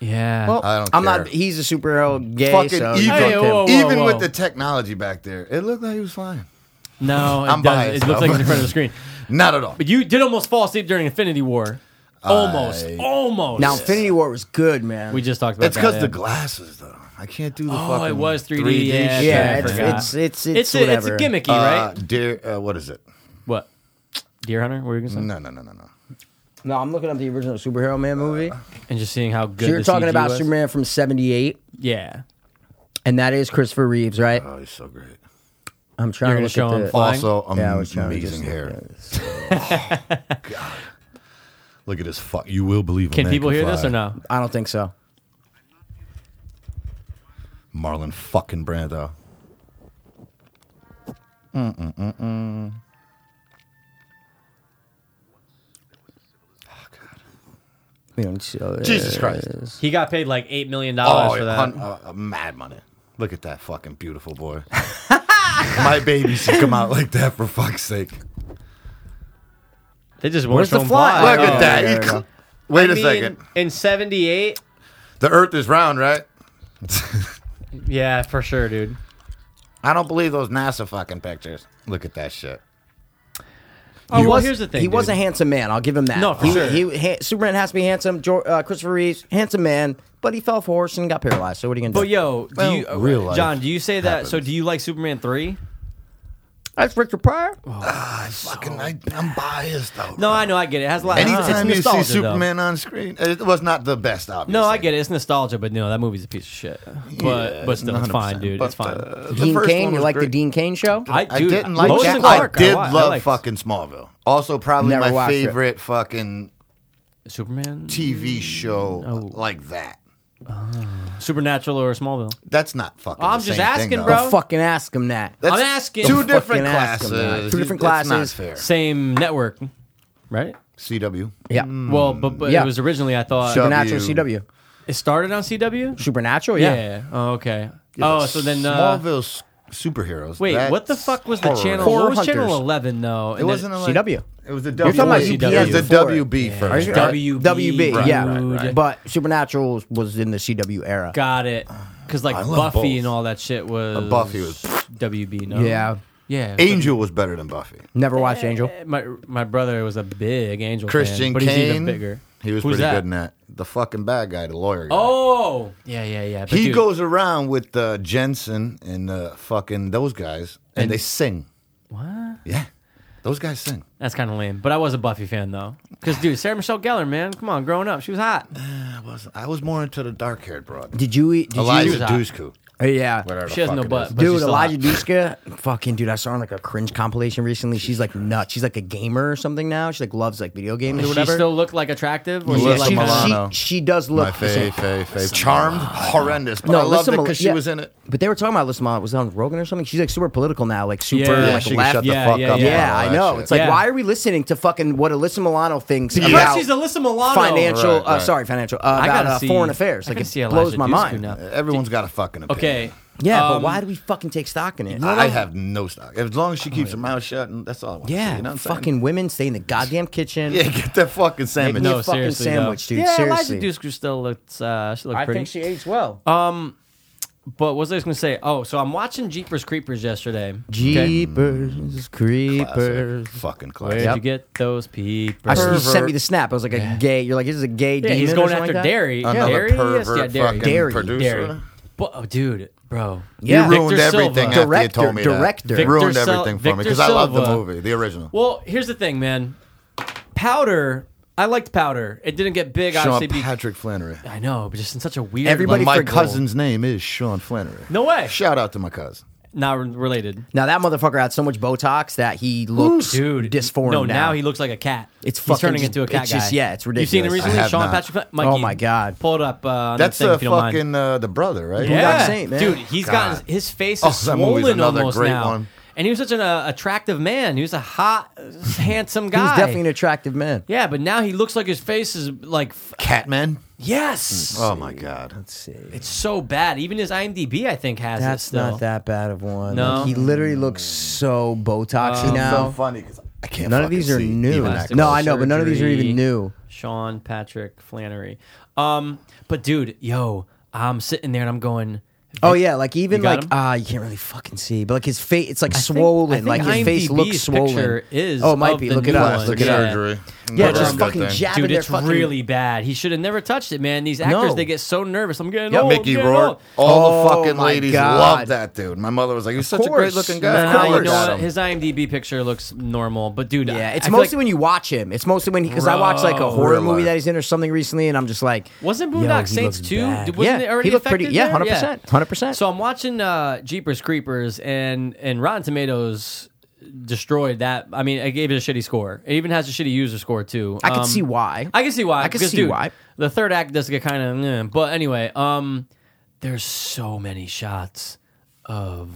Speaker 2: Yeah.
Speaker 5: I don't
Speaker 1: I'm
Speaker 5: care.
Speaker 1: not. He's a superhero. Gay.
Speaker 5: fucking
Speaker 1: so
Speaker 5: even,
Speaker 2: Hey, whoa, whoa,
Speaker 5: even
Speaker 2: whoa.
Speaker 5: with the technology back there, it looked like he was flying.
Speaker 2: no, it
Speaker 5: I'm
Speaker 2: doesn't.
Speaker 5: biased,
Speaker 2: It looks
Speaker 5: though.
Speaker 2: like it's in front of the screen.
Speaker 5: Not at all.
Speaker 2: But you did almost fall asleep during Infinity War. Almost. almost.
Speaker 1: now, Infinity War was good, man.
Speaker 2: we just talked about
Speaker 5: It's
Speaker 2: that,
Speaker 5: because
Speaker 2: yeah.
Speaker 5: the glasses though. I can't do the
Speaker 2: Oh,
Speaker 5: fucking.
Speaker 2: it was 3D.
Speaker 5: 3D
Speaker 2: yeah,
Speaker 5: shit.
Speaker 1: Yeah,
Speaker 2: I
Speaker 1: it's-
Speaker 2: forgot.
Speaker 1: it's- it's- it's
Speaker 2: a, it's a
Speaker 1: whatever.
Speaker 2: gimmicky,
Speaker 5: Uh,
Speaker 2: right?
Speaker 5: dear, uh, what is it?
Speaker 2: What? Deer Hunter? What were you gonna say?
Speaker 5: No, no, no, no, no.
Speaker 1: no, I'm looking up the original superhero man movie.
Speaker 2: And just seeing how good
Speaker 1: so you're
Speaker 2: the
Speaker 1: talking
Speaker 2: CG
Speaker 1: about
Speaker 2: was.
Speaker 1: Superman from '78,
Speaker 2: Yeah.
Speaker 5: Uh,
Speaker 1: and that is Christopher Reeves, right?
Speaker 5: Oh, he's so great.
Speaker 1: I'm trying
Speaker 11: You're
Speaker 1: to
Speaker 11: gonna
Speaker 1: look
Speaker 11: show
Speaker 1: at
Speaker 11: him
Speaker 1: the,
Speaker 11: flying?
Speaker 5: Also,
Speaker 1: Yeah, I was trying to
Speaker 5: amazing
Speaker 1: just-
Speaker 5: hair. Oh, God. Look at his fuck. You will believe. a
Speaker 2: Can
Speaker 5: man
Speaker 2: people
Speaker 5: can
Speaker 2: hear this
Speaker 5: fly.
Speaker 2: or no?
Speaker 1: I don't think so.
Speaker 5: Marlon fucking Brando.
Speaker 1: We don't see all
Speaker 5: Jesus Christ.
Speaker 2: He got paid like eight million dollars
Speaker 5: Oh,
Speaker 2: for that.
Speaker 5: hun- uh, uh, mad money. Look at that fucking beautiful boy. My baby should come out like that for fuck's sake.
Speaker 2: They just
Speaker 1: Where's
Speaker 2: won't show
Speaker 1: the
Speaker 2: him
Speaker 1: fly?
Speaker 2: fly.
Speaker 5: Look at
Speaker 1: Oh,
Speaker 5: that.
Speaker 1: there
Speaker 5: You
Speaker 1: we
Speaker 5: cl-
Speaker 1: go.
Speaker 5: Wait
Speaker 2: I
Speaker 5: a
Speaker 2: mean,
Speaker 5: second.
Speaker 2: In '78,
Speaker 5: The Earth is round, right?
Speaker 2: yeah, for sure, dude.
Speaker 5: I don't believe those NASA fucking pictures. Look at that shit.
Speaker 2: Oh, well,
Speaker 1: was-
Speaker 2: here's the thing.
Speaker 1: He was a
Speaker 2: dude.
Speaker 1: handsome man. I'll give him that.
Speaker 2: No, for
Speaker 1: he,
Speaker 2: sure.
Speaker 1: He, ha- Superman has to be handsome. Jo- uh, Christopher Reeves, handsome man, but he fell off a horse and got paralyzed. So what are you gonna
Speaker 2: But
Speaker 1: do?
Speaker 2: Oh, yo, do you,
Speaker 5: real life
Speaker 2: John? Do you say that? So
Speaker 5: happens.
Speaker 2: do you like Superman three?
Speaker 1: that's Richard Pryor.
Speaker 5: Fucking, I, I'm biased though.
Speaker 2: No, I know, I get it. It has a lot. it's-
Speaker 5: Anytime
Speaker 2: it's
Speaker 5: you see
Speaker 2: nostalgia, though.
Speaker 5: Superman on screen, it was not the best, obviously.
Speaker 2: No, I get it. It's nostalgia, but no, that movie's a piece of shit. But but still, it's fine,
Speaker 5: 100%.
Speaker 2: dude.
Speaker 5: But,
Speaker 2: it's fine.
Speaker 5: uh, the
Speaker 1: Dean
Speaker 5: first
Speaker 1: Kane.
Speaker 5: one
Speaker 1: You
Speaker 5: was
Speaker 1: like the
Speaker 5: great.
Speaker 1: Dean Kane show?
Speaker 5: uh, I didn't like
Speaker 2: Lois
Speaker 5: that.
Speaker 2: and Clark,
Speaker 5: I did
Speaker 2: li-
Speaker 5: love
Speaker 2: liked
Speaker 5: fucking Smallville. Also, probably
Speaker 1: Never
Speaker 5: my
Speaker 1: watched it.
Speaker 5: favorite fucking
Speaker 2: Superman,
Speaker 5: TV show
Speaker 2: Oh.
Speaker 5: like that.
Speaker 2: Supernatural, or Smallville.
Speaker 5: That's not fucking.
Speaker 2: I'm
Speaker 5: the
Speaker 2: just
Speaker 5: same
Speaker 2: asking,
Speaker 5: thing, though.
Speaker 2: bro.
Speaker 1: Don't fucking ask him that.
Speaker 5: That's
Speaker 2: I'm asking.
Speaker 5: Two
Speaker 2: Don't
Speaker 5: different
Speaker 1: fucking ask 'em
Speaker 5: classes.
Speaker 1: that. Two different
Speaker 5: That's not
Speaker 1: classes.
Speaker 2: Same network, right?
Speaker 5: fair. CW.
Speaker 1: yeah.
Speaker 2: Well,
Speaker 5: Hmm.
Speaker 2: but, but
Speaker 1: Yeah.
Speaker 2: it was originally I thought
Speaker 5: So-
Speaker 1: Supernatural
Speaker 5: W.
Speaker 1: CW.
Speaker 2: it started on CW.
Speaker 1: Supernatural.
Speaker 2: Yeah.
Speaker 1: Yeah.
Speaker 2: Oh, okay. oh, so then uh,
Speaker 5: Smallville s- superheroes.
Speaker 2: wait, what the
Speaker 5: that's
Speaker 2: fuck was the
Speaker 5: horror.
Speaker 2: channel?
Speaker 1: Horror
Speaker 2: what was channel
Speaker 1: Hunters.
Speaker 2: eleven though?
Speaker 5: It wasn't a, like,
Speaker 1: CW.
Speaker 5: It was the
Speaker 1: You're
Speaker 5: W.
Speaker 1: talking about
Speaker 5: It
Speaker 2: CW.
Speaker 5: was the
Speaker 1: before it.
Speaker 5: WB
Speaker 1: Are you-
Speaker 5: first. right?
Speaker 2: W-
Speaker 1: WB,
Speaker 2: Right,
Speaker 1: yeah,
Speaker 2: right, right.
Speaker 1: but Supernatural was in the CW era.
Speaker 2: Got it. Because like
Speaker 5: love
Speaker 2: Buffy
Speaker 5: both.
Speaker 2: and all that shit was
Speaker 5: Buffy was-
Speaker 2: WB. No.
Speaker 1: Yeah,
Speaker 2: Yeah.
Speaker 5: Angel was better than Buffy.
Speaker 1: never watched Angel.
Speaker 2: My my brother was a big Angel fan,
Speaker 5: Christian
Speaker 2: but
Speaker 5: Kane.
Speaker 2: he's even bigger.
Speaker 5: He was
Speaker 2: Who's
Speaker 5: pretty
Speaker 2: that?
Speaker 5: good in that. The fucking bad guy, the lawyer. Guy.
Speaker 2: Oh, yeah, yeah, yeah. But
Speaker 5: he
Speaker 2: dude,
Speaker 5: goes around with uh, Jensen and uh, fucking those guys, and, they sing.
Speaker 2: What?
Speaker 5: Yeah, those guys sing.
Speaker 2: That's kind of lame. But I was a Buffy fan though, because dude, Sarah Michelle Gellar, man, come on, growing up, she was hot.
Speaker 5: I was I was more into the dark haired broad,
Speaker 1: Did you? eat- Did
Speaker 5: Elijah
Speaker 2: was hot.
Speaker 5: Dushku.
Speaker 1: you? Yeah.
Speaker 5: whatever the
Speaker 2: She has
Speaker 5: fuck
Speaker 2: no
Speaker 5: it
Speaker 2: butt,
Speaker 5: is.
Speaker 2: but she's
Speaker 1: Dude,
Speaker 2: still
Speaker 1: Elijah
Speaker 2: hot.
Speaker 1: Dushka, fucking dude, I saw her on like a cringe compilation recently. She's like nuts. She's like a gamer or something now. She like loves like video games or
Speaker 2: Does
Speaker 1: whatever.
Speaker 2: she still look like attractive? Or
Speaker 5: Yeah,
Speaker 2: she
Speaker 5: Melissa
Speaker 2: like
Speaker 1: she,
Speaker 2: kinda-
Speaker 5: Milano.
Speaker 1: she, she does look
Speaker 5: My
Speaker 1: the same.
Speaker 5: fave, fave, fave. Charmed, horrendous, but I loved it
Speaker 1: Melissa-
Speaker 5: because she
Speaker 1: yeah.
Speaker 5: was in it.
Speaker 1: But they were talking about Alyssa Milano. Was it on Rogan or something? She's like super political now, like super
Speaker 2: Yeah,
Speaker 1: like
Speaker 5: she can
Speaker 1: left.
Speaker 5: shut the
Speaker 2: yeah,
Speaker 5: fuck
Speaker 2: yeah,
Speaker 5: up.
Speaker 2: yeah.
Speaker 5: and all
Speaker 1: yeah, I
Speaker 5: that
Speaker 1: know.
Speaker 5: shit.
Speaker 1: It's like,
Speaker 2: Yeah.
Speaker 1: why are we listening to fucking what Alyssa Milano thinks
Speaker 5: Yeah.
Speaker 2: Plus,
Speaker 1: about
Speaker 2: she's Alyssa Milano.
Speaker 1: financial?
Speaker 5: Right, right.
Speaker 1: Uh, sorry, financial. Uh,
Speaker 2: I
Speaker 1: about
Speaker 2: gotta
Speaker 1: uh,
Speaker 2: see-
Speaker 1: foreign affairs.
Speaker 2: I
Speaker 1: Like
Speaker 2: gotta
Speaker 1: it
Speaker 2: see
Speaker 1: blows
Speaker 2: Elijah
Speaker 1: my
Speaker 2: Dushku
Speaker 1: mind.
Speaker 2: now.
Speaker 5: Everyone's got a fucking opinion.
Speaker 2: Okay.
Speaker 1: Yeah,
Speaker 2: Um,
Speaker 1: but why do we fucking take stock in it?
Speaker 5: I have no stock. As long as
Speaker 2: Oh,
Speaker 5: she keeps her mouth shut, and that's all I want.
Speaker 1: yeah,
Speaker 5: you know what I'm saying?
Speaker 1: fucking women stay in the goddamn kitchen.
Speaker 5: Yeah, get that fucking
Speaker 1: Make
Speaker 5: sandwich.
Speaker 1: me
Speaker 2: No,
Speaker 1: a fucking
Speaker 2: seriously,
Speaker 1: sandwich, dude.
Speaker 2: Yeah,
Speaker 1: seriously.
Speaker 2: Elijah Dushku still looks. Uh, she looked pretty. Um,
Speaker 1: aged well.
Speaker 2: but what was I just gonna say? Oh, so I'm watching Jeepers Creepers yesterday.
Speaker 1: Jeepers, creepers.
Speaker 5: fucking
Speaker 2: Where'd
Speaker 5: classic.
Speaker 2: you get those peepers?
Speaker 1: I, you sent
Speaker 5: Pervert.
Speaker 1: me the snap. I was like, a gay. You're like, this is a gay.
Speaker 2: yeah,
Speaker 1: demon
Speaker 2: he's
Speaker 1: or
Speaker 2: going
Speaker 1: something
Speaker 2: after
Speaker 1: like that?
Speaker 2: Dairy.
Speaker 5: Another
Speaker 2: Dairy,
Speaker 5: pervert
Speaker 2: yes, yeah, Dairy.
Speaker 5: fucking
Speaker 1: Dairy.
Speaker 5: producer.
Speaker 2: Dairy. But, oh, dude, bro.
Speaker 1: Yeah.
Speaker 5: You ruined
Speaker 2: Victor
Speaker 5: everything
Speaker 2: Silva.
Speaker 5: after you told me that.
Speaker 1: Director.
Speaker 5: You ruined
Speaker 2: Victor Sil-
Speaker 5: everything for me
Speaker 2: Victor
Speaker 5: because I love the
Speaker 2: Silva.
Speaker 5: movie, the original.
Speaker 2: Well, here's the thing, man. Powder. I liked Powder. It didn't get big,
Speaker 5: Sean
Speaker 2: obviously. be-
Speaker 5: Patrick Flannery.
Speaker 2: I know, but just in such a weird.
Speaker 1: Everybody
Speaker 2: like,
Speaker 5: My
Speaker 1: forgot-
Speaker 5: cousin's name is Sean Flannery.
Speaker 2: No way.
Speaker 5: Shout out to my cousin.
Speaker 2: not re- related.
Speaker 1: Now that motherfucker had so much Botox that he looks
Speaker 2: Dude,
Speaker 1: disformed.
Speaker 2: No,
Speaker 1: now
Speaker 2: now he looks like a cat.
Speaker 1: It's
Speaker 2: He's
Speaker 1: fucking
Speaker 2: turning
Speaker 1: just-
Speaker 2: into a cat
Speaker 1: it's just-
Speaker 2: guy.
Speaker 1: yeah, it's
Speaker 2: You've seen
Speaker 1: ridiculous.
Speaker 2: it
Speaker 5: I
Speaker 2: recently,
Speaker 5: have
Speaker 2: Sean
Speaker 5: not.
Speaker 2: Patrick. Mikey,
Speaker 1: Oh my God.
Speaker 2: Pull it up. Uh, on
Speaker 5: That's
Speaker 2: the thing,
Speaker 5: uh,
Speaker 2: if you don't mind.
Speaker 5: fucking uh, the brother, right?
Speaker 1: Boondock
Speaker 2: Yeah,
Speaker 1: Saint, man.
Speaker 2: dude, he's got
Speaker 5: God.
Speaker 2: his face
Speaker 5: Oh,
Speaker 2: is
Speaker 5: that movie's
Speaker 2: swollen
Speaker 5: another
Speaker 2: almost
Speaker 5: great
Speaker 2: now.
Speaker 5: one.
Speaker 2: And he was such an uh, attractive man. He was a hot, handsome
Speaker 1: He
Speaker 2: guy.
Speaker 1: was definitely an attractive man.
Speaker 2: yeah, but now he looks like his face is like f-
Speaker 5: Catman.
Speaker 2: yes,
Speaker 5: Oh my God.
Speaker 2: it's so bad. Even his IMDb, I think, has it
Speaker 1: That's
Speaker 2: still.
Speaker 1: not that bad of one.
Speaker 2: No. Oh,
Speaker 1: Like, he literally looks
Speaker 5: Mm.
Speaker 1: so Botoxy now.
Speaker 5: So funny because I can't.
Speaker 1: none of
Speaker 5: fucking
Speaker 1: these are
Speaker 5: see
Speaker 1: new.
Speaker 5: even that
Speaker 1: No,
Speaker 5: close.
Speaker 1: I know, but none of these are
Speaker 2: Surgery.
Speaker 1: even new.
Speaker 2: Sean Patrick Flannery. Um, but dude, yo, I'm sitting there and I'm going.
Speaker 1: Oh yeah, like even
Speaker 2: got
Speaker 1: like
Speaker 2: him?
Speaker 1: ah, you can't really fucking see, but like his face, it's like swollen.
Speaker 2: I think
Speaker 1: like his face
Speaker 2: IMDb's
Speaker 1: looks swollen.
Speaker 2: picture is
Speaker 1: oh, it might
Speaker 2: of
Speaker 1: be.
Speaker 2: the
Speaker 1: Look it
Speaker 2: new
Speaker 1: up.
Speaker 2: one.
Speaker 1: Look
Speaker 5: Plastic
Speaker 1: it
Speaker 2: Yeah.
Speaker 1: up.
Speaker 5: surgery.
Speaker 1: Yeah,
Speaker 5: Whatever
Speaker 1: just
Speaker 5: that
Speaker 1: fucking
Speaker 5: thing.
Speaker 1: jabbing
Speaker 2: Dude,
Speaker 1: their
Speaker 2: it's
Speaker 1: fucking-
Speaker 2: really bad. He should have never touched it, man. These actors,
Speaker 1: No.
Speaker 2: they get so nervous. I'm getting
Speaker 1: Yeah,
Speaker 2: old.
Speaker 5: Mickey
Speaker 2: I'm getting
Speaker 5: Rourke.
Speaker 2: old.
Speaker 5: All
Speaker 1: Oh,
Speaker 5: the fucking
Speaker 1: my
Speaker 5: ladies
Speaker 1: God.
Speaker 5: loved that dude. My mother was like, "He's such a
Speaker 1: course.
Speaker 5: great looking
Speaker 2: No,
Speaker 5: guy."
Speaker 2: no,
Speaker 5: Of
Speaker 2: you
Speaker 5: course.
Speaker 2: know what?
Speaker 5: Adam.
Speaker 2: His IMDb picture looks normal, but dude,
Speaker 1: Yeah,
Speaker 2: I-
Speaker 1: it's
Speaker 2: I feel
Speaker 1: mostly
Speaker 2: like- Oh,
Speaker 1: when you watch him. It's mostly when because I watched like a horror
Speaker 5: Real
Speaker 1: movie
Speaker 5: life.
Speaker 1: that he's in or something recently, and I'm just like,
Speaker 2: wasn't
Speaker 1: yo,
Speaker 2: Boondock
Speaker 1: he
Speaker 2: Saints
Speaker 1: looks
Speaker 2: too.
Speaker 1: bad.
Speaker 2: Wasn't
Speaker 1: yeah,
Speaker 2: it already
Speaker 1: he looked
Speaker 2: affected
Speaker 1: pretty. Yeah,
Speaker 2: there?
Speaker 1: hundred percent, hundred 100%.
Speaker 2: So I'm watching uh, Jeepers Creepers, and and Rotten Tomatoes destroyed that. I mean, I gave it a shitty score. It even has a shitty user score too.
Speaker 1: I can
Speaker 2: Um,
Speaker 1: see why.
Speaker 2: I can see why.
Speaker 1: I can
Speaker 2: because,
Speaker 1: see
Speaker 2: dude,
Speaker 1: why.
Speaker 2: The third act does get kind of. eh. But anyway, um, there's so many shots of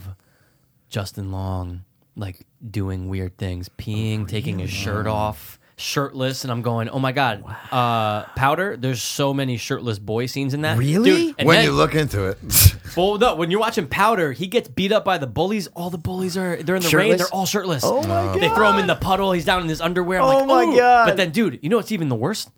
Speaker 2: Justin Long like doing weird things,
Speaker 1: Oh,
Speaker 2: peeing, taking his shirt off, shirtless, and I'm going, oh my god. Uh, Powder. There's so many shirtless boy scenes in that.
Speaker 1: Really?
Speaker 2: Dude, and
Speaker 5: when
Speaker 2: then-
Speaker 5: you look into it.
Speaker 2: well, no, when you're watching Powder, he gets beat up by the bullies. All the bullies are they're in the rain.
Speaker 1: Shirtless?
Speaker 2: They're all shirtless.
Speaker 1: Oh my
Speaker 2: They throw him in the puddle. He's down in his underwear. I'm
Speaker 1: Oh
Speaker 2: like,
Speaker 1: my
Speaker 2: "Ooh."
Speaker 1: God.
Speaker 2: But then, dude, you know what's even the worst?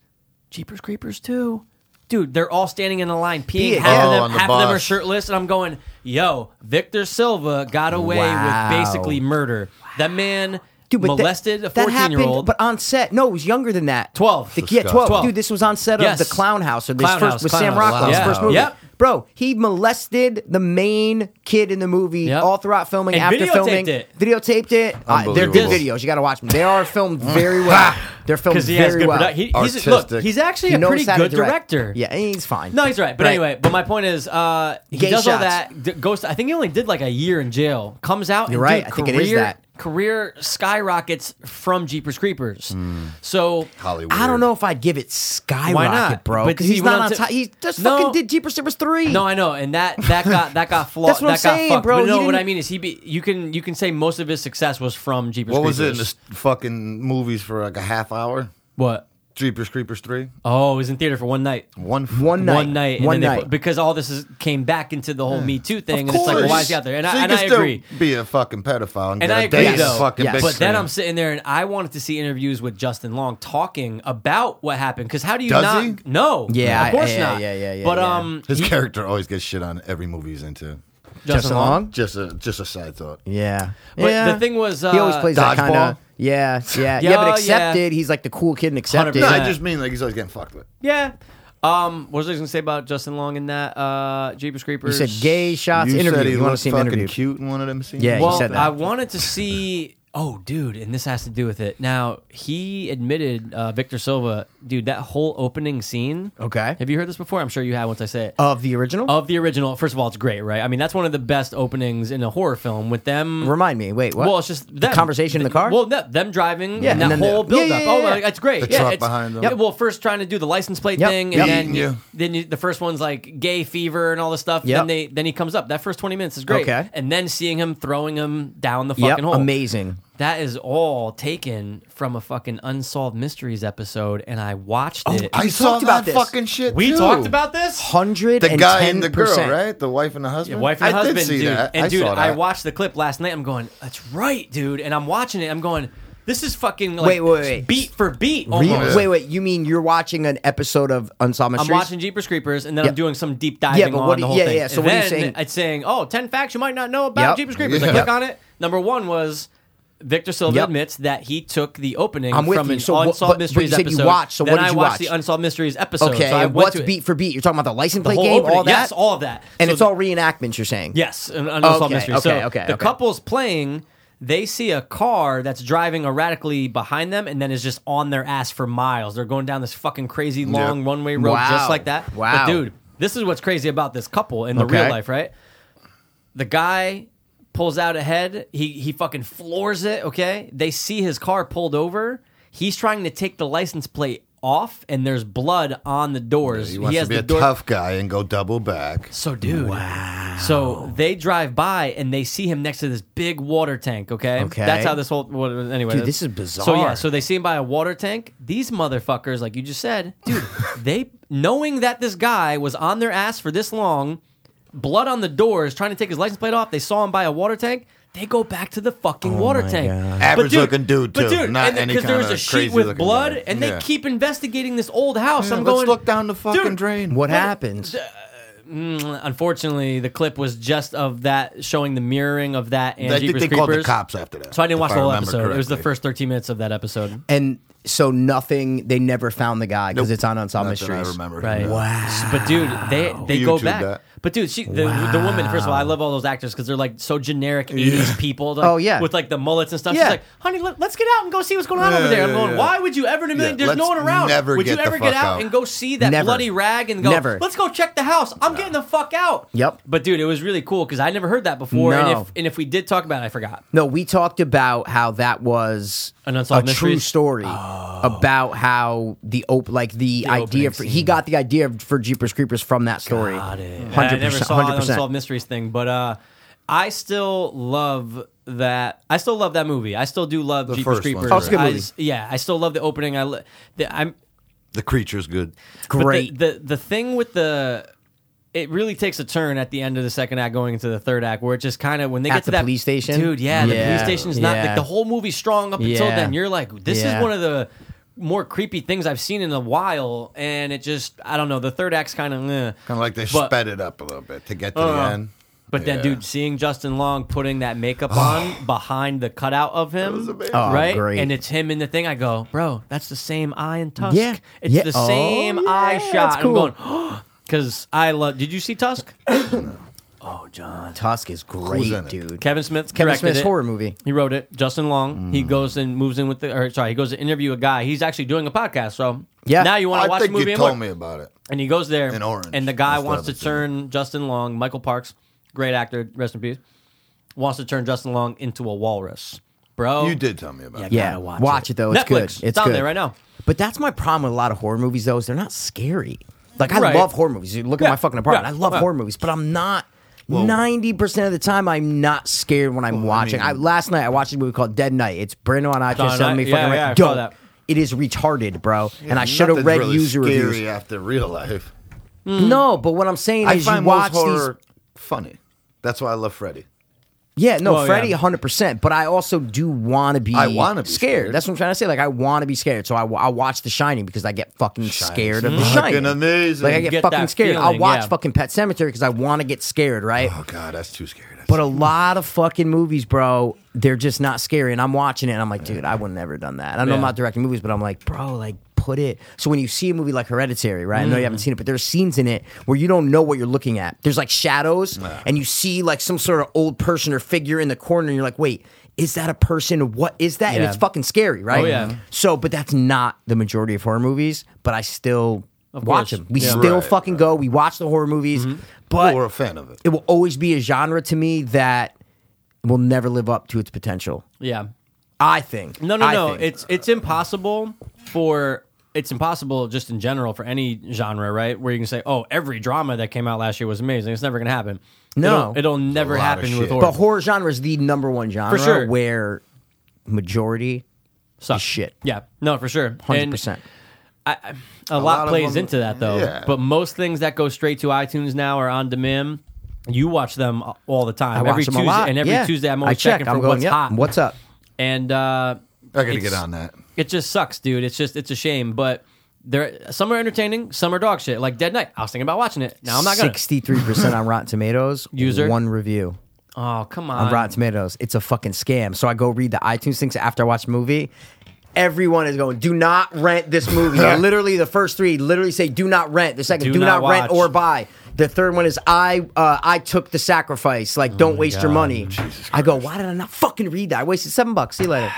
Speaker 2: Jeepers Creepers too. Dude, they're all standing in a line peeing.
Speaker 1: Peeing.
Speaker 2: Half,
Speaker 5: Oh,
Speaker 2: of,
Speaker 5: on
Speaker 2: them,
Speaker 5: the
Speaker 2: half of them are
Speaker 5: bus.
Speaker 2: shirtless, and I'm going, "Yo, Victor Silva got away
Speaker 1: Wow.
Speaker 2: with basically murder. That man
Speaker 1: Dude, but that-
Speaker 2: molested
Speaker 1: that
Speaker 2: a 14 year
Speaker 1: happened-
Speaker 2: old.
Speaker 1: But on set, no, it was younger than that.
Speaker 2: 12.
Speaker 1: The, yeah,
Speaker 5: Disgusting.
Speaker 1: 12.
Speaker 2: 12.
Speaker 1: Dude, this was on set of
Speaker 2: Yes.
Speaker 1: The Clown House, or this
Speaker 2: Clown
Speaker 1: first
Speaker 2: House,
Speaker 1: with
Speaker 2: Clown
Speaker 1: Sam
Speaker 2: House.
Speaker 1: Rockwell's
Speaker 2: Wow.
Speaker 1: first movie.
Speaker 2: Yep.
Speaker 1: Bro, he molested the main kid in the movie
Speaker 2: Yep.
Speaker 1: all throughout filming,
Speaker 2: And
Speaker 1: after
Speaker 2: videotaped
Speaker 1: filming.
Speaker 2: it.
Speaker 1: Videotaped it. Uh, they're good
Speaker 5: Unbelievable.
Speaker 1: videos. You got to watch them. They are filmed very well. They're filmed
Speaker 2: Because he has
Speaker 1: very
Speaker 2: good
Speaker 1: well.
Speaker 2: production. He, he's, look,
Speaker 5: Artistic.
Speaker 2: he's actually
Speaker 1: He
Speaker 2: a
Speaker 1: knows
Speaker 2: pretty
Speaker 1: how to
Speaker 2: good
Speaker 1: direct.
Speaker 2: director.
Speaker 1: Yeah, he's fine.
Speaker 2: No, he's right. But
Speaker 1: Right.
Speaker 2: anyway, but my point is, uh, he
Speaker 1: Gay
Speaker 2: does all
Speaker 1: shots.
Speaker 2: that. d- Goes. To, I think he only did like a year in jail. Comes out.
Speaker 1: You're
Speaker 2: and
Speaker 1: right.
Speaker 2: dude,
Speaker 1: I think it
Speaker 2: career,
Speaker 1: is that.
Speaker 2: career skyrockets from Jeepers Creepers. So
Speaker 5: Hollywood.
Speaker 1: I don't know if I'd give it skyrocket,
Speaker 2: not?
Speaker 1: bro.
Speaker 2: But
Speaker 1: Because
Speaker 2: he
Speaker 1: he's not
Speaker 2: went on
Speaker 1: on
Speaker 2: to-
Speaker 1: top. He just
Speaker 2: No.
Speaker 1: fucking did Jeepers Creepers three.
Speaker 2: No, I know, and that that got that got flawed.
Speaker 1: That's what I'm
Speaker 2: that got
Speaker 1: saying,
Speaker 2: fucked.
Speaker 1: bro.
Speaker 2: But
Speaker 1: He
Speaker 2: no, what
Speaker 1: didn't-
Speaker 2: I mean is, he be, you can you can say most of his success was from Jeepers.
Speaker 5: What was
Speaker 2: Creepers.
Speaker 5: it in the s- fucking movies for like a half hour?
Speaker 2: What?
Speaker 5: Jeepers Creepers 3?
Speaker 2: Oh, it was in theater for one night.
Speaker 5: One,
Speaker 1: One night.
Speaker 2: One night, and
Speaker 1: One
Speaker 2: then they
Speaker 1: night.
Speaker 2: put- because all this is, came back into the whole Me Too thing, and
Speaker 5: Of
Speaker 2: it's like, well, why
Speaker 5: course.
Speaker 2: is he out there? And
Speaker 5: so
Speaker 2: I,
Speaker 5: you
Speaker 2: and
Speaker 5: can
Speaker 2: I
Speaker 5: still
Speaker 2: agree.
Speaker 5: be a fucking pedophile and,
Speaker 2: And
Speaker 5: get
Speaker 2: I
Speaker 5: a
Speaker 2: agree
Speaker 5: date
Speaker 2: though.
Speaker 5: fucking
Speaker 1: Yes.
Speaker 5: big
Speaker 2: But then
Speaker 5: screen.
Speaker 2: I'm sitting there and I wanted to see interviews with Justin Long talking about what happened because how do you
Speaker 5: Does
Speaker 2: not?
Speaker 5: he?
Speaker 2: No,
Speaker 1: Yeah,
Speaker 2: of course
Speaker 1: yeah,
Speaker 2: not.
Speaker 1: yeah, yeah, yeah,
Speaker 2: But
Speaker 1: yeah.
Speaker 2: um,
Speaker 5: his
Speaker 2: he-
Speaker 5: character always gets shit on every movie he's into.
Speaker 2: Justin Long.
Speaker 5: Just a just a side thought.
Speaker 1: Yeah.
Speaker 2: But
Speaker 1: Yeah.
Speaker 2: the thing was, uh,
Speaker 1: he always plays that kind
Speaker 5: Dodgeball?
Speaker 1: of. Yeah, yeah, yeah,
Speaker 2: Yeah,
Speaker 1: But
Speaker 2: yeah.
Speaker 1: accepted, he's like the cool kid and accepted.
Speaker 5: No, I
Speaker 2: Yeah.
Speaker 5: just mean like he's always getting fucked with.
Speaker 2: Yeah. Um, what was I going to say about Justin Long in that uh, Jeepers
Speaker 1: You
Speaker 2: Creepers?
Speaker 1: said gay shots
Speaker 5: you said
Speaker 1: interview.
Speaker 5: he
Speaker 1: You want to
Speaker 5: looked
Speaker 1: see him
Speaker 5: fucking
Speaker 1: interview?
Speaker 5: cute in one of them scenes.
Speaker 1: Yeah, he
Speaker 2: Well,
Speaker 1: said
Speaker 2: I
Speaker 1: that.
Speaker 2: wanted to see. Oh, dude, and this has to do with it. Now he admitted, uh, Victor Silva, dude, that whole opening scene.
Speaker 1: Okay. Uh,
Speaker 2: Have you heard this before? I'm sure you have. Once I say it.
Speaker 1: Of the original?
Speaker 2: of the original, first of all, it's great, right? I mean, that's one of the best openings in a horror film with them.
Speaker 1: Remind me. Wait, what?
Speaker 2: Well, it's just
Speaker 1: the
Speaker 2: them.
Speaker 1: conversation in the car.
Speaker 2: Well, no, them driving
Speaker 1: Yeah, and
Speaker 2: and that
Speaker 1: then the-
Speaker 2: whole
Speaker 1: Yeah, yeah,
Speaker 2: buildup.
Speaker 1: yeah,
Speaker 2: Oh,
Speaker 1: yeah.
Speaker 2: my, it's great.
Speaker 5: The
Speaker 2: yeah,
Speaker 5: truck
Speaker 2: it's,
Speaker 5: behind them.
Speaker 2: yeah, well, first trying to do the license plate
Speaker 1: Yep,
Speaker 2: thing,
Speaker 1: yep.
Speaker 2: and then
Speaker 5: Yeah.
Speaker 2: then you, the first one's like gay fever and all this stuff.
Speaker 1: Yep.
Speaker 2: Then they then he comes up. That first twenty minutes is great.
Speaker 1: Okay.
Speaker 2: And then seeing him throwing him down the fucking
Speaker 1: yep,
Speaker 2: hole.
Speaker 1: amazing.
Speaker 2: That is all taken from a fucking unsolved mysteries episode, and I watched it.
Speaker 5: Oh, I
Speaker 1: We
Speaker 5: saw
Speaker 1: talked about this.
Speaker 5: that fucking shit.
Speaker 2: we
Speaker 5: too.
Speaker 2: talked about this.
Speaker 1: Hundred
Speaker 5: the guy and the girl, right? The wife and the husband.
Speaker 2: Yeah, wife and
Speaker 5: I
Speaker 2: husband,
Speaker 5: did see
Speaker 2: dude.
Speaker 5: that.
Speaker 2: And
Speaker 5: I
Speaker 2: dude,
Speaker 5: saw
Speaker 2: I
Speaker 5: that.
Speaker 2: watched the clip last night. I'm going, that's right, dude. And I'm watching it. I'm going, this is fucking like
Speaker 1: Wait, wait, wait.
Speaker 2: beat for beat.
Speaker 1: Really?
Speaker 2: Almost.
Speaker 1: Wait, wait. You mean you're watching an episode of Unsolved
Speaker 2: I'm
Speaker 1: Mysteries?
Speaker 2: watching Jeepers Creepers, and then
Speaker 1: Yeah.
Speaker 2: I'm doing some deep diving
Speaker 1: but
Speaker 2: on
Speaker 1: what do-
Speaker 2: the whole
Speaker 1: yeah,
Speaker 2: thing.
Speaker 1: yeah, so
Speaker 2: And
Speaker 1: what are you
Speaker 2: then
Speaker 1: saying?
Speaker 2: It's saying, oh, 10 facts you might not know about
Speaker 1: Yep.
Speaker 2: Jeepers Creepers. I
Speaker 5: Yeah.
Speaker 2: click on it. Number one was Victor Silva
Speaker 1: Yep.
Speaker 2: admits that he took the opening
Speaker 1: I'm with
Speaker 2: from
Speaker 1: you.
Speaker 2: an
Speaker 1: So what-
Speaker 2: Unsolved
Speaker 1: but- but
Speaker 2: Mysteries
Speaker 1: you said you
Speaker 2: episode.
Speaker 1: watched, so
Speaker 2: then
Speaker 1: what did
Speaker 2: I
Speaker 1: you
Speaker 2: watched
Speaker 1: watch?
Speaker 2: the Unsolved Mysteries episode.
Speaker 1: Okay,
Speaker 2: so I
Speaker 1: and
Speaker 2: went
Speaker 1: what's
Speaker 2: to it.
Speaker 1: beat for beat? You're talking about the license
Speaker 2: The
Speaker 1: plate
Speaker 2: whole
Speaker 1: game,
Speaker 2: opening.
Speaker 1: all that,
Speaker 2: Yes, all of that.
Speaker 1: and
Speaker 2: So
Speaker 1: it's
Speaker 2: the-
Speaker 1: all reenactments. You're saying,
Speaker 2: Yes, an unsolved
Speaker 1: Okay,
Speaker 2: mystery.
Speaker 1: okay,
Speaker 2: so
Speaker 1: okay,
Speaker 2: the
Speaker 1: okay.
Speaker 2: couple's playing. They see a car that's driving erratically behind them, and then is just on their ass for miles. They're going down this fucking crazy long one-way road
Speaker 1: Wow.
Speaker 2: just like that.
Speaker 1: Wow.
Speaker 2: but dude, this is what's crazy about this couple in the real
Speaker 1: Okay.
Speaker 2: life, right? The guy pulls out ahead. He he fucking floors it. Okay, they see his car pulled over. He's trying to take the license plate off, and there's blood on the doors.
Speaker 5: He wants
Speaker 2: has
Speaker 5: to be
Speaker 2: the
Speaker 5: a
Speaker 2: door-
Speaker 5: tough guy and go double back.
Speaker 2: so, dude. Wow. So they drive by and they see him next to this big water tank. Okay.
Speaker 1: Okay.
Speaker 2: That's how this whole. What, anyway,
Speaker 1: Dude, this is
Speaker 2: So yeah.
Speaker 1: bizarre.
Speaker 2: So they see him by a water tank. These motherfuckers, like you just said, dude. they knowing that this guy was on their ass for this long, blood on the doors, trying to take his license plate off. They saw him by a water tank. They go back to the fucking
Speaker 1: Oh
Speaker 2: water tank. But
Speaker 5: Average looking dude,
Speaker 2: But
Speaker 5: too.
Speaker 2: dude,
Speaker 5: Not
Speaker 2: and-
Speaker 5: any
Speaker 2: there was
Speaker 5: kinda
Speaker 2: a sheet
Speaker 5: crazy
Speaker 2: with
Speaker 5: looking
Speaker 2: blood,
Speaker 5: guy.
Speaker 2: and
Speaker 5: Yeah.
Speaker 2: they keep investigating this old house. I'm
Speaker 5: Let's
Speaker 2: going.
Speaker 5: look down the fucking
Speaker 2: Dude,
Speaker 5: drain.
Speaker 1: What happens?
Speaker 2: Unfortunately, the clip was just of that showing the mirroring of that and
Speaker 5: I think
Speaker 2: Jeepers
Speaker 5: they called the
Speaker 2: Creepers.
Speaker 5: cops after that.
Speaker 2: So I didn't watch
Speaker 5: if
Speaker 2: the whole
Speaker 5: remember
Speaker 2: episode. It was the
Speaker 5: correctly.
Speaker 2: first 13 minutes of that episode.
Speaker 1: and so nothing. They never found the guy because
Speaker 5: Nope.
Speaker 1: it's on Unsolved
Speaker 5: Not that I
Speaker 1: Mysteries.
Speaker 5: remember.
Speaker 2: Right.
Speaker 5: No.
Speaker 1: Wow.
Speaker 2: But dude, they they go
Speaker 5: YouTubed
Speaker 2: back.
Speaker 5: that.
Speaker 2: But dude, she the, the woman. First of all, I love all those actors because they're like so generic '80s people. like,
Speaker 1: Oh, yeah.
Speaker 2: with like the mullets and stuff.
Speaker 1: Yeah.
Speaker 2: She's like, "Honey, let, us get out and go see what's going on
Speaker 5: Yeah,
Speaker 2: over there." I'm
Speaker 5: yeah,
Speaker 2: going,
Speaker 5: yeah.
Speaker 2: "Why would you ever in a million?
Speaker 5: Yeah,
Speaker 2: There's no
Speaker 5: let's
Speaker 2: one around.
Speaker 5: never
Speaker 2: Would you
Speaker 5: get the
Speaker 2: ever get
Speaker 5: fuck
Speaker 2: out
Speaker 5: out."
Speaker 2: and go see that
Speaker 1: Never.
Speaker 2: bloody rag and go?
Speaker 1: Never.
Speaker 2: Let's go check the house. I'm getting the fuck out.
Speaker 1: Yep.
Speaker 2: But dude, it was really cool because I never heard that before. And
Speaker 1: No.
Speaker 2: if and if we did talk about it, I forgot.
Speaker 1: No, we talked about how that was
Speaker 2: An unsolved
Speaker 1: a true
Speaker 2: mysteries? Oh.
Speaker 1: story about how the op- like the, idea
Speaker 2: opening
Speaker 1: for he
Speaker 2: scene.
Speaker 1: got the idea for Jeepers Creepers from that story.
Speaker 2: Got it. And I
Speaker 1: Hundred
Speaker 2: never
Speaker 1: percent.
Speaker 2: saw
Speaker 1: Hundred
Speaker 2: the Unsolved
Speaker 1: percent.
Speaker 2: Mysteries thing, but uh, I still love that. I still love that movie. I still do love Jeepers
Speaker 5: first one,
Speaker 2: Creepers.
Speaker 5: Oh, it's
Speaker 1: a good
Speaker 2: I
Speaker 1: movie.
Speaker 2: s- yeah, I still love the opening. I li- the, I'm
Speaker 5: The creature's good.
Speaker 2: but
Speaker 1: Great.
Speaker 2: The, the the thing with the it really takes a turn at the end of the second act, going into the third act, where it just kind of when they
Speaker 1: At
Speaker 2: get to
Speaker 1: the
Speaker 2: that
Speaker 1: police station?
Speaker 2: dude. Yeah, the
Speaker 1: Yeah.
Speaker 2: police station's not
Speaker 1: Yeah.
Speaker 2: like the whole movie's strong up until
Speaker 1: Yeah.
Speaker 2: then. You're like, this
Speaker 1: Yeah.
Speaker 2: is one of the more creepy things I've seen in a while, and it just I don't know. The third act's kind of eh.
Speaker 5: Kind of like they
Speaker 2: But-
Speaker 5: sped it up a little bit to get to
Speaker 2: Uh,
Speaker 5: the end.
Speaker 2: But then,
Speaker 5: Yeah.
Speaker 2: dude, seeing Justin Long putting that makeup on behind the cutout of him,
Speaker 1: Oh,
Speaker 2: right?
Speaker 1: great.
Speaker 2: And it's him in the thing. I go, bro, that's the same eye and Tusk.
Speaker 1: Yeah,
Speaker 2: it's
Speaker 1: yeah.
Speaker 2: the
Speaker 1: Oh,
Speaker 2: same
Speaker 1: yeah,
Speaker 2: eye
Speaker 1: that's
Speaker 2: shot.
Speaker 1: cool.
Speaker 2: I'm going because I love. Did you see Tusk? oh, John.
Speaker 1: Tusk is
Speaker 5: Who's in
Speaker 1: great,
Speaker 5: it?
Speaker 1: dude.
Speaker 2: Kevin Smith
Speaker 1: Kevin
Speaker 2: directed
Speaker 1: Smith's
Speaker 2: it.
Speaker 1: horror movie. Mm.
Speaker 2: He wrote it. Justin Long. He goes and moves in with the. Or sorry, he goes to interview a guy. He's actually doing a podcast. So
Speaker 1: Yeah.
Speaker 2: now you want
Speaker 5: I
Speaker 2: to watch
Speaker 5: think
Speaker 2: the movie?
Speaker 5: you
Speaker 2: and
Speaker 5: told
Speaker 2: look.
Speaker 5: me about it.
Speaker 2: And he goes there,
Speaker 5: In Orange.
Speaker 2: and the guy
Speaker 5: That's the
Speaker 2: wants
Speaker 5: other
Speaker 2: to
Speaker 5: thing.
Speaker 2: turn Justin Long, Michael Parks, great actor, rest in peace, wants to turn Justin Long into a walrus, bro.
Speaker 5: You did tell me about it.
Speaker 1: Yeah,
Speaker 2: gotta
Speaker 1: watch, it. though. It's
Speaker 2: Netflix,
Speaker 1: good.
Speaker 2: It's,
Speaker 1: It's
Speaker 2: on
Speaker 1: good.
Speaker 2: there right now.
Speaker 1: But that's my problem with a lot of horror movies, though, is they're not scary. Like, I
Speaker 2: Right.
Speaker 1: love horror movies. You look at
Speaker 2: Yeah,
Speaker 1: my fucking apartment.
Speaker 2: yeah,
Speaker 1: I love
Speaker 2: yeah.
Speaker 1: horror movies, but I'm not. Ninety percent of the time, I'm not scared when I'm watching. I last night I watched a movie called Dead Night. It's Bruno on iTunes
Speaker 2: Dead
Speaker 1: telling me
Speaker 2: Night.
Speaker 1: fucking
Speaker 2: Yeah,
Speaker 1: right-
Speaker 2: yeah, I saw
Speaker 1: dope.
Speaker 2: that.
Speaker 1: It is retarded, bro. and I should have
Speaker 5: Nothing's
Speaker 1: read
Speaker 5: really
Speaker 1: user
Speaker 5: scary
Speaker 1: reviews.
Speaker 5: after real life.
Speaker 2: Mm.
Speaker 1: No, but what I'm saying
Speaker 5: I
Speaker 1: is you
Speaker 5: find most
Speaker 1: watch
Speaker 5: horror
Speaker 1: these.
Speaker 5: funny. That's why I love Freddy.
Speaker 1: Yeah, no,
Speaker 2: Well,
Speaker 1: Freddy,
Speaker 2: yeah.
Speaker 1: hundred percent. But I also do want to be.
Speaker 5: I wanna be
Speaker 1: scared.
Speaker 5: scared.
Speaker 1: That's what I'm trying to say. Like I want to be scared, so I, wa- I watch The Shining because I get fucking scared of The
Speaker 5: fucking
Speaker 1: Shining.
Speaker 5: amazing.
Speaker 1: Like I get,
Speaker 2: Get
Speaker 1: fucking
Speaker 2: that
Speaker 1: scared. I'll
Speaker 2: feeling,
Speaker 1: watch
Speaker 2: yeah.
Speaker 1: fucking Pet Cemetery because I want to get scared, right?
Speaker 5: Oh god, that's too scary. That's
Speaker 1: But a lot of fucking movies, bro, they're just not scary. And I'm watching it and I'm like, dude, I would never have done that. I know I'm
Speaker 2: Yeah.
Speaker 1: not directing movies, but I'm like, bro, like put it. So when you see a movie like Hereditary, right? I know you
Speaker 2: Mm.
Speaker 1: haven't seen it, but there's scenes in it where you don't know what you're looking at. There's like shadows and you see like some sort of old person or figure in the corner and you're like, wait, is that a person? What is that? And
Speaker 2: Yeah.
Speaker 1: it's fucking scary, right?
Speaker 2: Oh, yeah.
Speaker 1: So, but that's not the majority of horror movies, but I still watch
Speaker 2: course.
Speaker 1: them. We
Speaker 2: Yeah. Mm-hmm.
Speaker 1: still
Speaker 5: Right,
Speaker 1: fucking go. We watch the horror movies, but
Speaker 5: or a fan of it.
Speaker 1: it will always be a genre to me that will never live up to its potential.
Speaker 2: Yeah.
Speaker 1: I think.
Speaker 2: No, no,
Speaker 1: I
Speaker 2: no.
Speaker 1: think.
Speaker 2: It's it's impossible for it's impossible just in general for any genre, right? Where you can say, "Oh, every drama that came out last year was amazing." It's never gonna happen.
Speaker 1: No.
Speaker 2: it'll, it'll never
Speaker 5: lot of
Speaker 2: happen with
Speaker 5: shit.
Speaker 2: horror.
Speaker 1: but horror genre is the number one genre
Speaker 2: sure.
Speaker 1: where majority
Speaker 2: Sucks.
Speaker 1: shit.
Speaker 2: Yeah, no, for sure,
Speaker 1: hundred
Speaker 2: And-
Speaker 1: percent.
Speaker 2: a, lot,
Speaker 5: lot of
Speaker 2: plays
Speaker 5: them-
Speaker 2: into that though.
Speaker 5: yeah.
Speaker 2: But most things that go straight to iTunes now are on demand. You watch them all the time.
Speaker 1: I
Speaker 2: every
Speaker 1: watch them
Speaker 2: Tuesday
Speaker 1: a lot.
Speaker 2: and every
Speaker 1: Yeah.
Speaker 2: Tuesday I'm
Speaker 1: I
Speaker 2: always
Speaker 1: check.
Speaker 2: checking
Speaker 1: I'm
Speaker 2: for
Speaker 1: going,
Speaker 2: what's
Speaker 1: yep,
Speaker 2: hot.
Speaker 1: What's up?
Speaker 2: and uh
Speaker 5: I gotta
Speaker 2: it's-
Speaker 5: get on that.
Speaker 2: It just sucks, dude. It's just it's a shame. But there some are entertaining, some are dog shit. Like Dead Night. I was thinking about watching it. Now I'm not gonna
Speaker 1: Sixty-three percent on Rotten Tomatoes.
Speaker 2: User?
Speaker 1: one review
Speaker 2: Oh come
Speaker 1: on
Speaker 2: on.
Speaker 1: Rotten Tomatoes. It's a fucking scam. So I go read the iTunes things after I watch the movie. Everyone is going. Do not rent this movie. And literally, the first three literally say, "Do not rent." The second, "Do,
Speaker 2: Do
Speaker 1: not,
Speaker 2: not
Speaker 1: rent
Speaker 2: watch.
Speaker 1: or buy." The third one is, "I uh, I took the sacrifice."
Speaker 2: Oh
Speaker 1: Like, don't waste your money. I go, why did I not fucking read that? I wasted seven bucks. See you later.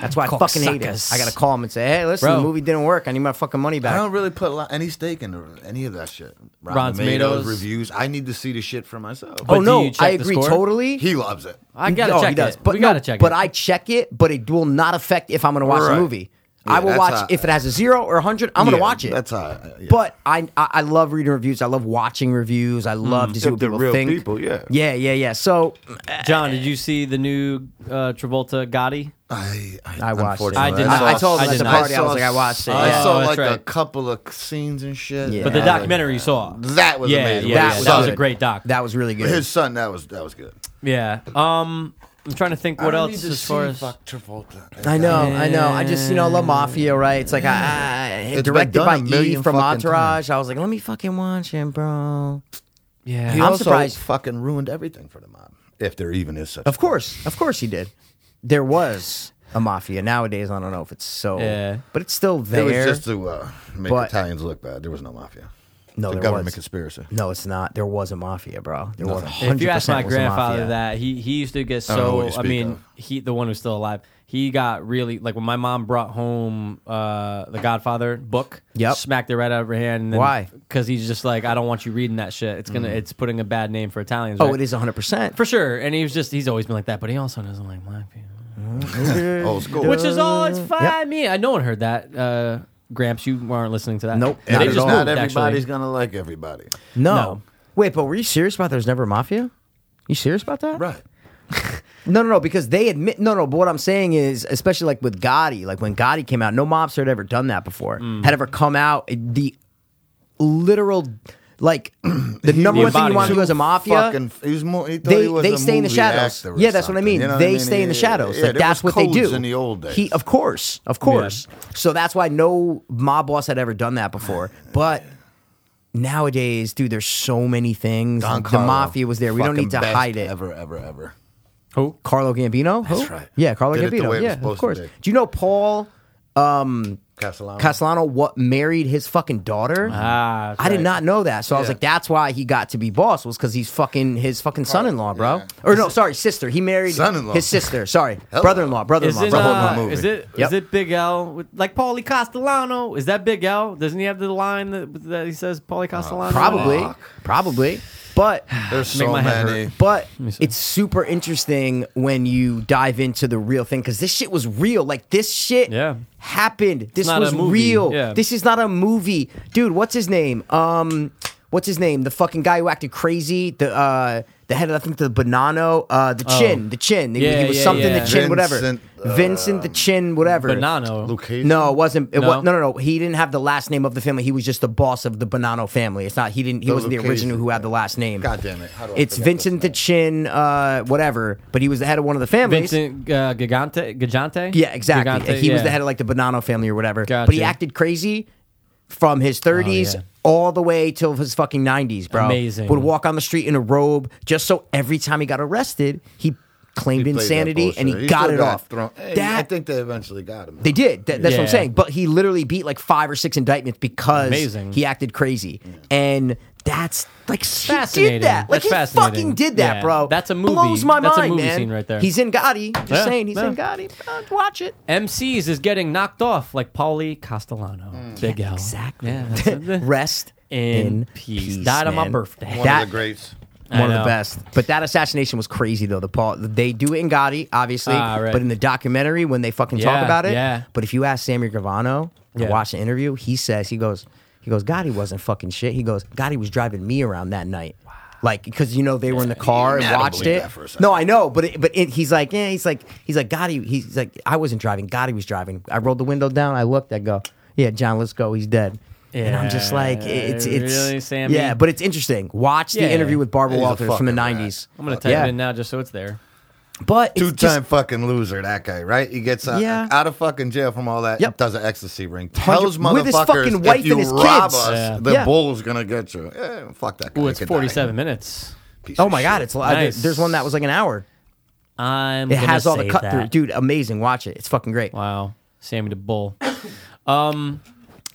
Speaker 1: That's why I fucking hate it.
Speaker 2: Cocksuckers.
Speaker 1: I gotta call him and say, "Hey, listen,
Speaker 2: Bro.
Speaker 1: the movie didn't work. I need my fucking money
Speaker 5: I
Speaker 1: back."
Speaker 5: don't really put a lot, any stake in any of that shit. Rotten,
Speaker 2: Rotten Tomatoes.
Speaker 5: reviews. I need to see the shit for myself.
Speaker 1: Oh
Speaker 2: do
Speaker 1: no,
Speaker 2: you check
Speaker 1: I
Speaker 2: the
Speaker 1: agree
Speaker 2: score?
Speaker 1: totally.
Speaker 5: he loves it.
Speaker 2: I gotta
Speaker 1: Oh,
Speaker 2: check
Speaker 1: he does.
Speaker 2: it.
Speaker 1: But
Speaker 2: we
Speaker 1: no,
Speaker 2: gotta check
Speaker 1: But
Speaker 2: it.
Speaker 1: I check it, but it will not affect if I'm going to watch the
Speaker 5: Right.
Speaker 1: movie.
Speaker 5: Yeah,
Speaker 1: I will
Speaker 5: that's
Speaker 1: watch
Speaker 5: how-
Speaker 1: if it has a zero or a hundred. I'm going
Speaker 5: Yeah,
Speaker 1: to watch it.
Speaker 5: That's how. I- uh, yeah.
Speaker 1: But I, I I love reading reviews. I love watching reviews. I love to see
Speaker 5: Mm. If
Speaker 1: what
Speaker 5: they're
Speaker 1: people
Speaker 5: real
Speaker 1: think.
Speaker 5: people, yeah.
Speaker 1: yeah, yeah, yeah. So
Speaker 2: John, did you see the new uh, Travolta Gotti?
Speaker 5: I,
Speaker 1: I watched it.
Speaker 5: unfortunately,
Speaker 2: I did
Speaker 5: saw-
Speaker 2: not. I told him
Speaker 5: I
Speaker 2: at the
Speaker 5: did
Speaker 2: party,
Speaker 1: I was like, I watched it.
Speaker 5: I
Speaker 1: Yeah.
Speaker 5: saw
Speaker 2: Oh,
Speaker 5: like
Speaker 2: that's
Speaker 5: a
Speaker 2: right.
Speaker 5: couple of scenes and shit.
Speaker 1: Yeah.
Speaker 2: But the
Speaker 5: and I was
Speaker 2: documentary you saw.
Speaker 5: like, that was
Speaker 2: Yeah,
Speaker 5: amazing.
Speaker 2: yeah,
Speaker 5: His
Speaker 2: yeah, that was
Speaker 5: son-
Speaker 2: a great doc.
Speaker 1: That was really good.
Speaker 5: His son, that was that was good.
Speaker 2: Yeah. Um I'm trying to think what
Speaker 5: I
Speaker 2: else
Speaker 5: need to
Speaker 2: as
Speaker 5: see
Speaker 2: far as
Speaker 5: fuck Travolta.
Speaker 1: I know, I know. I just you know love mafia, right? It's like I, I
Speaker 5: been
Speaker 1: directed
Speaker 5: done
Speaker 1: by
Speaker 5: a
Speaker 1: E
Speaker 5: million
Speaker 1: from
Speaker 5: fucking
Speaker 1: Entourage. I was like, let me fucking watch him, bro.
Speaker 2: Yeah.
Speaker 5: He
Speaker 1: I'm
Speaker 5: also
Speaker 1: surprised-
Speaker 5: Fucking ruined everything for the mob, if there even is such.
Speaker 1: Of course, of course he did. There was a mafia. Nowadays, I don't know if it's so,
Speaker 2: Yeah.
Speaker 1: but it's still
Speaker 5: It
Speaker 1: there.
Speaker 5: was just to uh, make
Speaker 1: But-
Speaker 5: Italians look bad. There was no mafia.
Speaker 1: No,
Speaker 5: The
Speaker 1: there
Speaker 5: government
Speaker 1: was.
Speaker 5: conspiracy.
Speaker 1: No, it's not. There was a mafia, bro. There was
Speaker 5: Nothing.
Speaker 1: hundred
Speaker 2: If you ask my
Speaker 1: was a
Speaker 2: grandfather
Speaker 1: mafia.
Speaker 2: that, he he used to get
Speaker 5: I don't know
Speaker 2: so.
Speaker 5: what you
Speaker 2: I,
Speaker 5: speak
Speaker 2: mean,
Speaker 5: of.
Speaker 2: he the one who's still alive. He got really like when my mom brought home uh, the Godfather book.
Speaker 1: Yep.
Speaker 2: smacked it right out of her hand. And
Speaker 1: Why?
Speaker 2: Because he's just like, I don't want you reading that shit. It's gonna, it's putting a bad name for Italians.
Speaker 1: Oh,
Speaker 2: right?
Speaker 1: it is hundred percent.
Speaker 2: for sure. And he was just, he's always been like that. But he also doesn't like black people,
Speaker 5: Old school.
Speaker 2: which is all it's fine. Me, I no one heard that. Uh, Gramps, you weren't listening to that.
Speaker 1: Nope.
Speaker 2: They
Speaker 5: not,
Speaker 2: just
Speaker 5: at all.
Speaker 2: moved,
Speaker 5: Not everybody's
Speaker 2: actually.
Speaker 5: gonna like everybody.
Speaker 1: No.
Speaker 2: No.
Speaker 1: Wait, but were you serious about there's never a mafia? You serious about that?
Speaker 5: Right.
Speaker 1: No, no, no. Because they admit no, no. But what I'm saying is, especially like with Gotti, like when Gotti came out, no mobster had ever done that before.
Speaker 2: Mm.
Speaker 1: Had ever come out the literal, like the number one thing you
Speaker 2: embodiment.
Speaker 1: want to do as a mafia.
Speaker 5: Fucking, he was more, he thought
Speaker 1: they
Speaker 5: he was
Speaker 1: they
Speaker 5: a
Speaker 1: stay in the
Speaker 5: movie
Speaker 1: shadows.
Speaker 5: actor or
Speaker 1: Yeah, that's what I
Speaker 5: something,
Speaker 1: mean.
Speaker 5: you know what
Speaker 1: they
Speaker 5: I mean?
Speaker 1: stay in the
Speaker 5: Yeah,
Speaker 1: shadows.
Speaker 5: yeah,
Speaker 1: like
Speaker 5: there
Speaker 1: that's
Speaker 5: was
Speaker 1: what they
Speaker 5: codes
Speaker 1: do.
Speaker 5: in the old days.
Speaker 1: He, uh, of course, of course. So that's why no mob boss had ever done that before. But nowadays, dude, there's so many things.
Speaker 5: Don
Speaker 1: the
Speaker 5: Carlo,
Speaker 1: mafia was there. We don't
Speaker 5: fucking
Speaker 1: need to
Speaker 5: best
Speaker 1: hide it.
Speaker 5: Ever, ever, ever.
Speaker 1: Carlo Gambino.
Speaker 5: That's
Speaker 1: Who?
Speaker 5: right.
Speaker 1: Yeah, Carlo
Speaker 5: Did it the
Speaker 1: Gambino.
Speaker 5: way it was
Speaker 1: yeah, of
Speaker 5: supposed to
Speaker 1: course.
Speaker 5: be.
Speaker 1: Do you know Paul
Speaker 5: Castellano.
Speaker 1: Oh. Castellano what married his fucking daughter?
Speaker 2: Ah, that's
Speaker 1: I did
Speaker 2: right.
Speaker 1: not know that. So I was
Speaker 5: Yeah.
Speaker 1: like, that's why he got to be boss was because he's fucking his fucking son-in-law, bro.
Speaker 5: yeah.
Speaker 1: Or no, sorry, sister. He married
Speaker 5: Son-in-law.
Speaker 1: his sister. Sorry,
Speaker 5: Hello.
Speaker 1: brother-in-law,
Speaker 2: Is
Speaker 1: brother-in-law.
Speaker 2: it,
Speaker 1: brother-in-law.
Speaker 5: Brother-in-law
Speaker 2: uh,
Speaker 5: movie.
Speaker 2: is it
Speaker 1: Yep.
Speaker 2: is it Big L with, like Paulie Castellano? Is that Big L? Doesn't he have the line that, that he says
Speaker 5: Uh,
Speaker 2: Paulie Castellano?
Speaker 1: probably, probably. But
Speaker 5: There's
Speaker 2: Make
Speaker 5: so
Speaker 2: my head
Speaker 5: many.
Speaker 1: But it's super interesting when you dive into the real thing because this shit was real. Like this shit
Speaker 2: Yeah.
Speaker 1: happened. This
Speaker 2: not a
Speaker 1: was
Speaker 2: movie.
Speaker 1: real.
Speaker 2: Yeah.
Speaker 1: This is not a movie, dude. What's his name? Um, what's his name? The fucking guy who acted crazy. The uh, the head of I think the Bonanno. Uh, the chin. The chin. He-
Speaker 2: Oh. Yeah,
Speaker 1: he was
Speaker 2: yeah,
Speaker 1: something.
Speaker 2: yeah.
Speaker 1: The chin. whatever.
Speaker 5: Vincent, uh,
Speaker 1: Vincent. The chin. Whatever.
Speaker 2: Bonanno.
Speaker 5: Luke Cage.
Speaker 1: No, it wasn't. It no.
Speaker 2: No?
Speaker 1: Was, no, no, no. He didn't have the last name of the family. He was just the boss of the Bonanno family. It's not. He didn't. He
Speaker 5: The
Speaker 1: wasn't the
Speaker 5: location.
Speaker 1: original who had the last name.
Speaker 5: God damn it. How do I
Speaker 1: It's
Speaker 5: forget this
Speaker 1: Vincent the
Speaker 5: name?
Speaker 1: Chin, uh, whatever. But he was the head of one of the families.
Speaker 2: Vincent uh, Gigante. Gigante.
Speaker 1: Yeah, exactly.
Speaker 2: Gigante,
Speaker 1: he was
Speaker 2: yeah.
Speaker 1: the head of like the Bonanno family or whatever. But he
Speaker 2: Gotcha. Oh,
Speaker 1: acted crazy from his 30s
Speaker 2: yeah.
Speaker 1: all the way till his fucking 90s, bro.
Speaker 2: Amazing.
Speaker 1: Would walk on the street in a robe just so every time he got arrested, he claimed
Speaker 5: He played that
Speaker 1: insanity and he,
Speaker 5: bullshit.
Speaker 1: got
Speaker 5: still
Speaker 1: it off.
Speaker 5: thrown- Hey, I
Speaker 1: that
Speaker 5: think they eventually got him.
Speaker 1: they did. That, that's what I'm
Speaker 2: Yeah.
Speaker 1: saying. But he literally beat like five or six indictments because
Speaker 2: Amazing.
Speaker 1: he acted crazy. And that's like he
Speaker 2: Fascinating.
Speaker 1: did that. Like
Speaker 2: That's
Speaker 1: he
Speaker 2: fascinating.
Speaker 1: fucking did that,
Speaker 2: Yeah.
Speaker 1: bro.
Speaker 2: That's a movie.
Speaker 1: Blows my
Speaker 2: That's a
Speaker 1: mind,
Speaker 2: movie
Speaker 1: man.
Speaker 2: scene right there.
Speaker 1: He's in Gotti. Just
Speaker 2: Yeah,
Speaker 1: saying, he's in
Speaker 2: yeah.
Speaker 1: Gotti. Uh, watch it.
Speaker 2: MCs is getting knocked off like Paulie Castellano.
Speaker 5: Mm.
Speaker 2: Big L.
Speaker 1: Exactly.
Speaker 2: Yeah, that's it.
Speaker 1: Rest in,
Speaker 2: In peace.
Speaker 1: peace,
Speaker 2: Died on my
Speaker 1: man.
Speaker 2: birthday.
Speaker 5: One
Speaker 1: That-
Speaker 5: of the greats.
Speaker 2: I
Speaker 1: One of the
Speaker 2: know.
Speaker 1: best. But that assassination was crazy though. The Paul they do it in Gotti, obviously.
Speaker 2: Ah, right.
Speaker 1: But in the documentary when they fucking talk
Speaker 2: Yeah,
Speaker 1: about it.
Speaker 2: yeah.
Speaker 1: But if you ask Sammy Gravano to
Speaker 2: Yeah.
Speaker 1: watch the interview, he says he goes, he goes, Gotti wasn't fucking shit. He goes, Gotti was driving me around that night. Like, because you know they were in the car
Speaker 5: I
Speaker 1: and
Speaker 5: don't
Speaker 1: watched
Speaker 5: believe
Speaker 1: it.
Speaker 5: that for a second.
Speaker 1: No, I know, but it, but it, he's like, yeah, he's like, he's like, Gotti, he's like, I wasn't driving. Gotti was driving. I rolled the window down. I looked. I go, yeah, John, let's go. He's dead. and I'm just like,
Speaker 2: Yeah,
Speaker 1: it's it's
Speaker 2: really, Sammy?
Speaker 1: yeah, but it's interesting. Watch
Speaker 2: Yeah.
Speaker 1: the interview with Barbara
Speaker 5: He's a
Speaker 1: Walters from the
Speaker 5: fucking rat.
Speaker 1: '90s.
Speaker 2: I'm gonna type
Speaker 1: Yeah.
Speaker 2: it in now just so it's there.
Speaker 1: But
Speaker 5: Two
Speaker 1: it's
Speaker 5: time
Speaker 1: just,
Speaker 5: fucking loser, that guy, right? He gets out,
Speaker 1: Yeah.
Speaker 5: out of fucking jail from all that.
Speaker 1: Yep.
Speaker 5: Does an ecstasy ring.
Speaker 1: Hundred-
Speaker 5: Tells motherfuckers
Speaker 1: with his fucking wife
Speaker 5: if
Speaker 1: and
Speaker 5: you
Speaker 1: his
Speaker 5: rob
Speaker 1: kids.
Speaker 5: us,
Speaker 2: Yeah.
Speaker 5: the
Speaker 1: Yeah.
Speaker 5: bull's gonna get you. Eh, fuck that guy.
Speaker 2: Ooh,
Speaker 5: He
Speaker 2: it's
Speaker 5: could die.
Speaker 2: 47 minutes.
Speaker 5: Piece
Speaker 1: oh
Speaker 5: of
Speaker 1: my
Speaker 5: shit.
Speaker 1: god, it's live.
Speaker 2: Nice.
Speaker 1: There's one that was like an hour.
Speaker 2: I'm.
Speaker 1: It
Speaker 2: gonna
Speaker 1: has all the
Speaker 2: save
Speaker 1: cut
Speaker 2: that.
Speaker 1: through, dude. Amazing. Watch it. It's fucking great.
Speaker 2: Wow, Sammy the Bull. Um,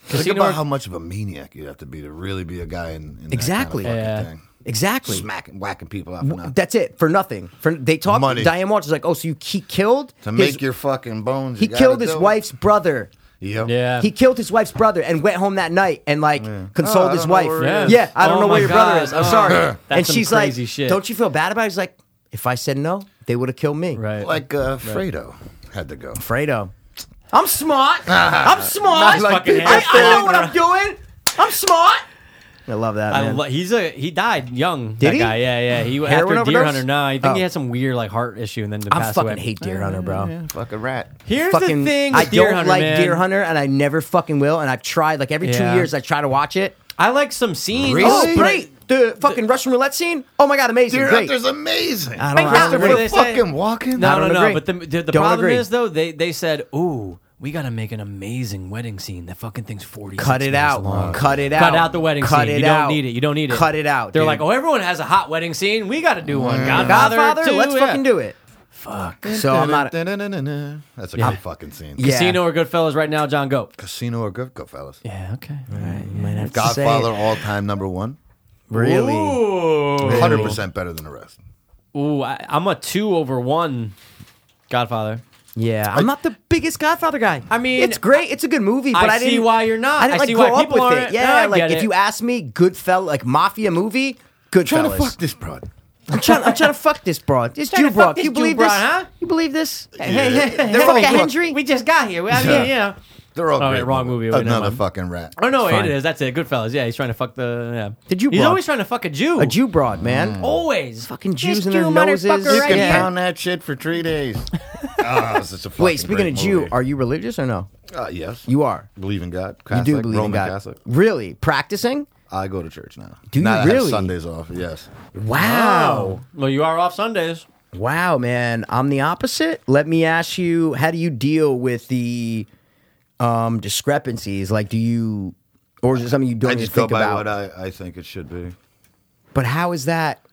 Speaker 5: Think
Speaker 2: Casino
Speaker 5: about how much of a maniac you'd have to be to really be a guy in, in
Speaker 1: Exactly.
Speaker 5: That kind of
Speaker 2: Yeah.
Speaker 5: fucking thing.
Speaker 1: Exactly.
Speaker 5: Smacking, whacking people up. and up.
Speaker 1: That's it for nothing. For they talk.
Speaker 5: Money.
Speaker 1: Diane Walsh is like, oh, so you he killed
Speaker 5: to
Speaker 1: his-
Speaker 5: make your fucking bones.
Speaker 1: He
Speaker 5: you gotta
Speaker 1: killed his
Speaker 5: do it.
Speaker 1: wife's brother.
Speaker 5: Yep.
Speaker 2: Yeah.
Speaker 1: He killed his wife's brother and went home that night and like
Speaker 5: Oh,
Speaker 1: consoled
Speaker 5: I
Speaker 1: his
Speaker 5: don't know
Speaker 1: wife.
Speaker 5: where he
Speaker 1: Yeah.
Speaker 2: is.
Speaker 1: I don't
Speaker 2: Oh
Speaker 1: know where
Speaker 2: my
Speaker 1: your brother is.
Speaker 2: God.
Speaker 1: I'm
Speaker 2: Oh.
Speaker 1: sorry.
Speaker 2: That's
Speaker 1: and
Speaker 2: some
Speaker 1: she's
Speaker 2: crazy
Speaker 1: like,
Speaker 2: shit.
Speaker 1: "Don't you feel bad about?" it? He's like, "If I said no, they would have killed me."
Speaker 2: right.
Speaker 5: Like uh, Fredo had to go.
Speaker 1: Fredo. I'm smart. I'm smart.
Speaker 5: Not like
Speaker 1: I,
Speaker 5: people
Speaker 1: I know
Speaker 5: think.
Speaker 1: what I'm doing. I'm smart. I love that
Speaker 2: I
Speaker 1: man.
Speaker 2: lo- he's a he died young.
Speaker 1: Did
Speaker 2: that
Speaker 1: he?
Speaker 2: guy, yeah, yeah. He
Speaker 1: Heroin
Speaker 2: after Deer
Speaker 1: overdose?
Speaker 2: Hunter. No, I think he
Speaker 1: Oh.
Speaker 2: had some weird like heart issue and then
Speaker 1: I
Speaker 2: passed
Speaker 1: fucking
Speaker 2: away.
Speaker 1: hate Deer Hunter, bro.
Speaker 5: Fucking rat.
Speaker 2: Here's
Speaker 1: Fucking,
Speaker 2: the thing. With
Speaker 1: I
Speaker 2: Deer
Speaker 1: don't
Speaker 2: Hunter,
Speaker 1: like
Speaker 2: man.
Speaker 1: Deer Hunter, and I never fucking will. And I've tried like every
Speaker 2: Yeah.
Speaker 1: two years, I try to watch it.
Speaker 2: I like some scenes.
Speaker 5: Really?
Speaker 1: Oh, great! The fucking Russian roulette scene. Oh my god, amazing!
Speaker 5: Deer
Speaker 1: great.
Speaker 5: Hunter's amazing.
Speaker 1: I don't- I don't
Speaker 5: Christopher
Speaker 1: agree.
Speaker 2: They say-
Speaker 5: fucking walking.
Speaker 2: No,
Speaker 1: don't
Speaker 2: no,
Speaker 1: agree.
Speaker 2: no. But the the, the
Speaker 1: Don't
Speaker 2: problem
Speaker 1: agree.
Speaker 2: is though they they said, ooh, we gotta make an amazing wedding scene. That fucking thing's forty.
Speaker 1: Cut it out.
Speaker 2: Long.
Speaker 1: Cut it out.
Speaker 2: Cut out the wedding
Speaker 1: Cut
Speaker 2: scene.
Speaker 1: It
Speaker 2: you
Speaker 1: out.
Speaker 2: don't need it. You don't need it.
Speaker 1: Cut it out.
Speaker 2: They're "Oh,
Speaker 1: dude. Mm.
Speaker 2: like, oh, everyone has a hot wedding scene. We got to do one. Godfather,
Speaker 1: Godfather,
Speaker 2: 2,
Speaker 1: let's
Speaker 2: yeah.
Speaker 1: fucking do it.
Speaker 2: Fuck.
Speaker 1: So I'm not.
Speaker 5: That's a good fucking scene.
Speaker 1: Yeah.
Speaker 2: Casino or Goodfellas right now, John? Go.
Speaker 5: Casino or good, fellas.
Speaker 2: Yeah. Okay.
Speaker 5: Godfather all time number one.
Speaker 1: Really?
Speaker 5: Hundred percent better than the rest.
Speaker 2: Ooh, I, I'm a two over one. Godfather.
Speaker 1: Yeah. I'm not the biggest Godfather guy.
Speaker 2: I mean,
Speaker 1: it's great. It's a good movie,
Speaker 2: I
Speaker 1: but I,
Speaker 2: see
Speaker 1: didn't-
Speaker 2: why you're not.
Speaker 1: I didn't
Speaker 2: I
Speaker 1: like
Speaker 2: see
Speaker 1: grow
Speaker 2: why
Speaker 1: up
Speaker 2: people
Speaker 1: with
Speaker 2: aren't-
Speaker 1: it.
Speaker 2: No,
Speaker 1: Yeah.
Speaker 2: I
Speaker 1: like
Speaker 2: get
Speaker 1: if
Speaker 2: it.
Speaker 1: you ask me, Goodfellas, like mafia movie,
Speaker 5: Trying to fuck
Speaker 1: Goodfellas.
Speaker 5: this broad.
Speaker 1: I'm trying, I'm trying to fuck this broad. This
Speaker 2: Trying to
Speaker 1: Jew broad.
Speaker 2: fuck this
Speaker 1: You
Speaker 2: Jew
Speaker 1: believe
Speaker 2: broad,
Speaker 1: this?
Speaker 2: huh?
Speaker 1: You believe this?
Speaker 5: Yeah.
Speaker 1: They're
Speaker 5: all
Speaker 1: fucking
Speaker 5: fuck-
Speaker 1: Hendry.
Speaker 2: We just got here. I mean,
Speaker 5: Yeah.
Speaker 2: yeah.
Speaker 5: They're all
Speaker 2: Oh,
Speaker 5: great
Speaker 2: wait, wrong
Speaker 5: movies.
Speaker 2: movie. Wait, never
Speaker 5: Another
Speaker 2: mind.
Speaker 5: fucking rat.
Speaker 2: Oh no,
Speaker 1: Fine.
Speaker 2: it is. That's it. Goodfellas. Yeah, he's trying to fuck the. Yeah.
Speaker 1: The Jew
Speaker 2: He's
Speaker 1: broad.
Speaker 2: always trying to fuck a Jew.
Speaker 1: A Jew broad,
Speaker 5: Mm.
Speaker 1: man.
Speaker 2: Always.
Speaker 1: Fucking
Speaker 2: This
Speaker 1: Jews in their
Speaker 2: Jew
Speaker 1: noses.
Speaker 2: motherfucker
Speaker 1: You
Speaker 2: right
Speaker 1: can
Speaker 2: here.
Speaker 1: pound
Speaker 5: that shit for three days. Ah, it's such a
Speaker 1: Wait,
Speaker 5: fucking
Speaker 1: speaking
Speaker 5: great
Speaker 1: of Jew,
Speaker 5: movie.
Speaker 1: are you religious or no?
Speaker 5: Uh, yes,
Speaker 1: You are.
Speaker 5: believe in God.
Speaker 1: You
Speaker 5: Catholic,
Speaker 1: do believe
Speaker 5: Roman
Speaker 1: in God.
Speaker 5: Catholic.
Speaker 1: Really? Practicing?
Speaker 5: I go to church now.
Speaker 1: Do you
Speaker 5: now that I have
Speaker 1: really?
Speaker 5: Sundays off. Yes.
Speaker 1: Wow.
Speaker 2: Well, you are off Sundays.
Speaker 1: Wow, man. I'm the opposite. Let me ask you, how do you deal with the um discrepancies? Like do you or is it something you don't
Speaker 5: I
Speaker 1: even
Speaker 5: just go
Speaker 1: think
Speaker 5: by
Speaker 1: about?
Speaker 5: what uh, I, I think it should be.
Speaker 1: but how is that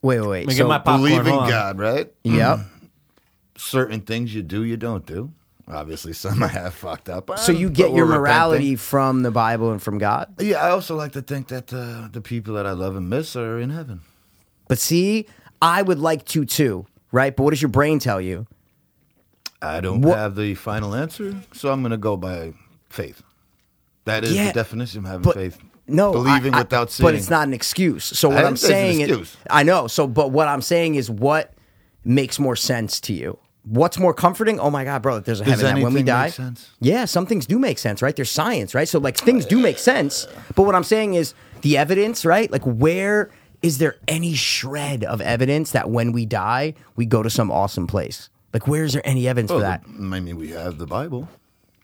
Speaker 1: Wait, wait, wait.
Speaker 2: me get
Speaker 1: So,
Speaker 2: my popcorn,
Speaker 5: Believe in
Speaker 2: hold on.
Speaker 5: God, right?
Speaker 1: yep.
Speaker 5: Mm. Certain things you do, you don't do. Obviously, some I have fucked up.
Speaker 1: So you
Speaker 5: but
Speaker 1: get your
Speaker 5: we're
Speaker 1: morality from the Bible and from God?
Speaker 5: repenting. Yeah, I also like to think that uh, the people that I love and miss are in heaven.
Speaker 1: But see, I would like to too, right? But what does your brain tell you?
Speaker 5: I don't
Speaker 1: What-
Speaker 5: have the final answer, so I'm going to go by faith. That is
Speaker 1: Yeah,
Speaker 5: the definition of having
Speaker 1: but-
Speaker 5: faith.
Speaker 1: No,
Speaker 5: believing
Speaker 1: I- I-
Speaker 5: without seeing.
Speaker 1: But it's not an excuse. So what
Speaker 5: didn't
Speaker 1: I'm
Speaker 5: say it's an
Speaker 1: saying
Speaker 5: excuse.
Speaker 1: is, I know. So, but what I'm saying is, what makes more sense to you? What's more comforting? Oh my God, bro! that There's a
Speaker 5: Does
Speaker 1: heaven that when we
Speaker 5: anything
Speaker 1: die.
Speaker 5: make sense?
Speaker 1: Yeah, some things do make sense, right? There's science, right? So like things do make sense. But what I'm saying is the evidence, right? Like where is there any shred of evidence that when we die we go to some awesome place? Like where is there any evidence
Speaker 5: Oh,
Speaker 1: for that?
Speaker 5: I mean, we have the Bible.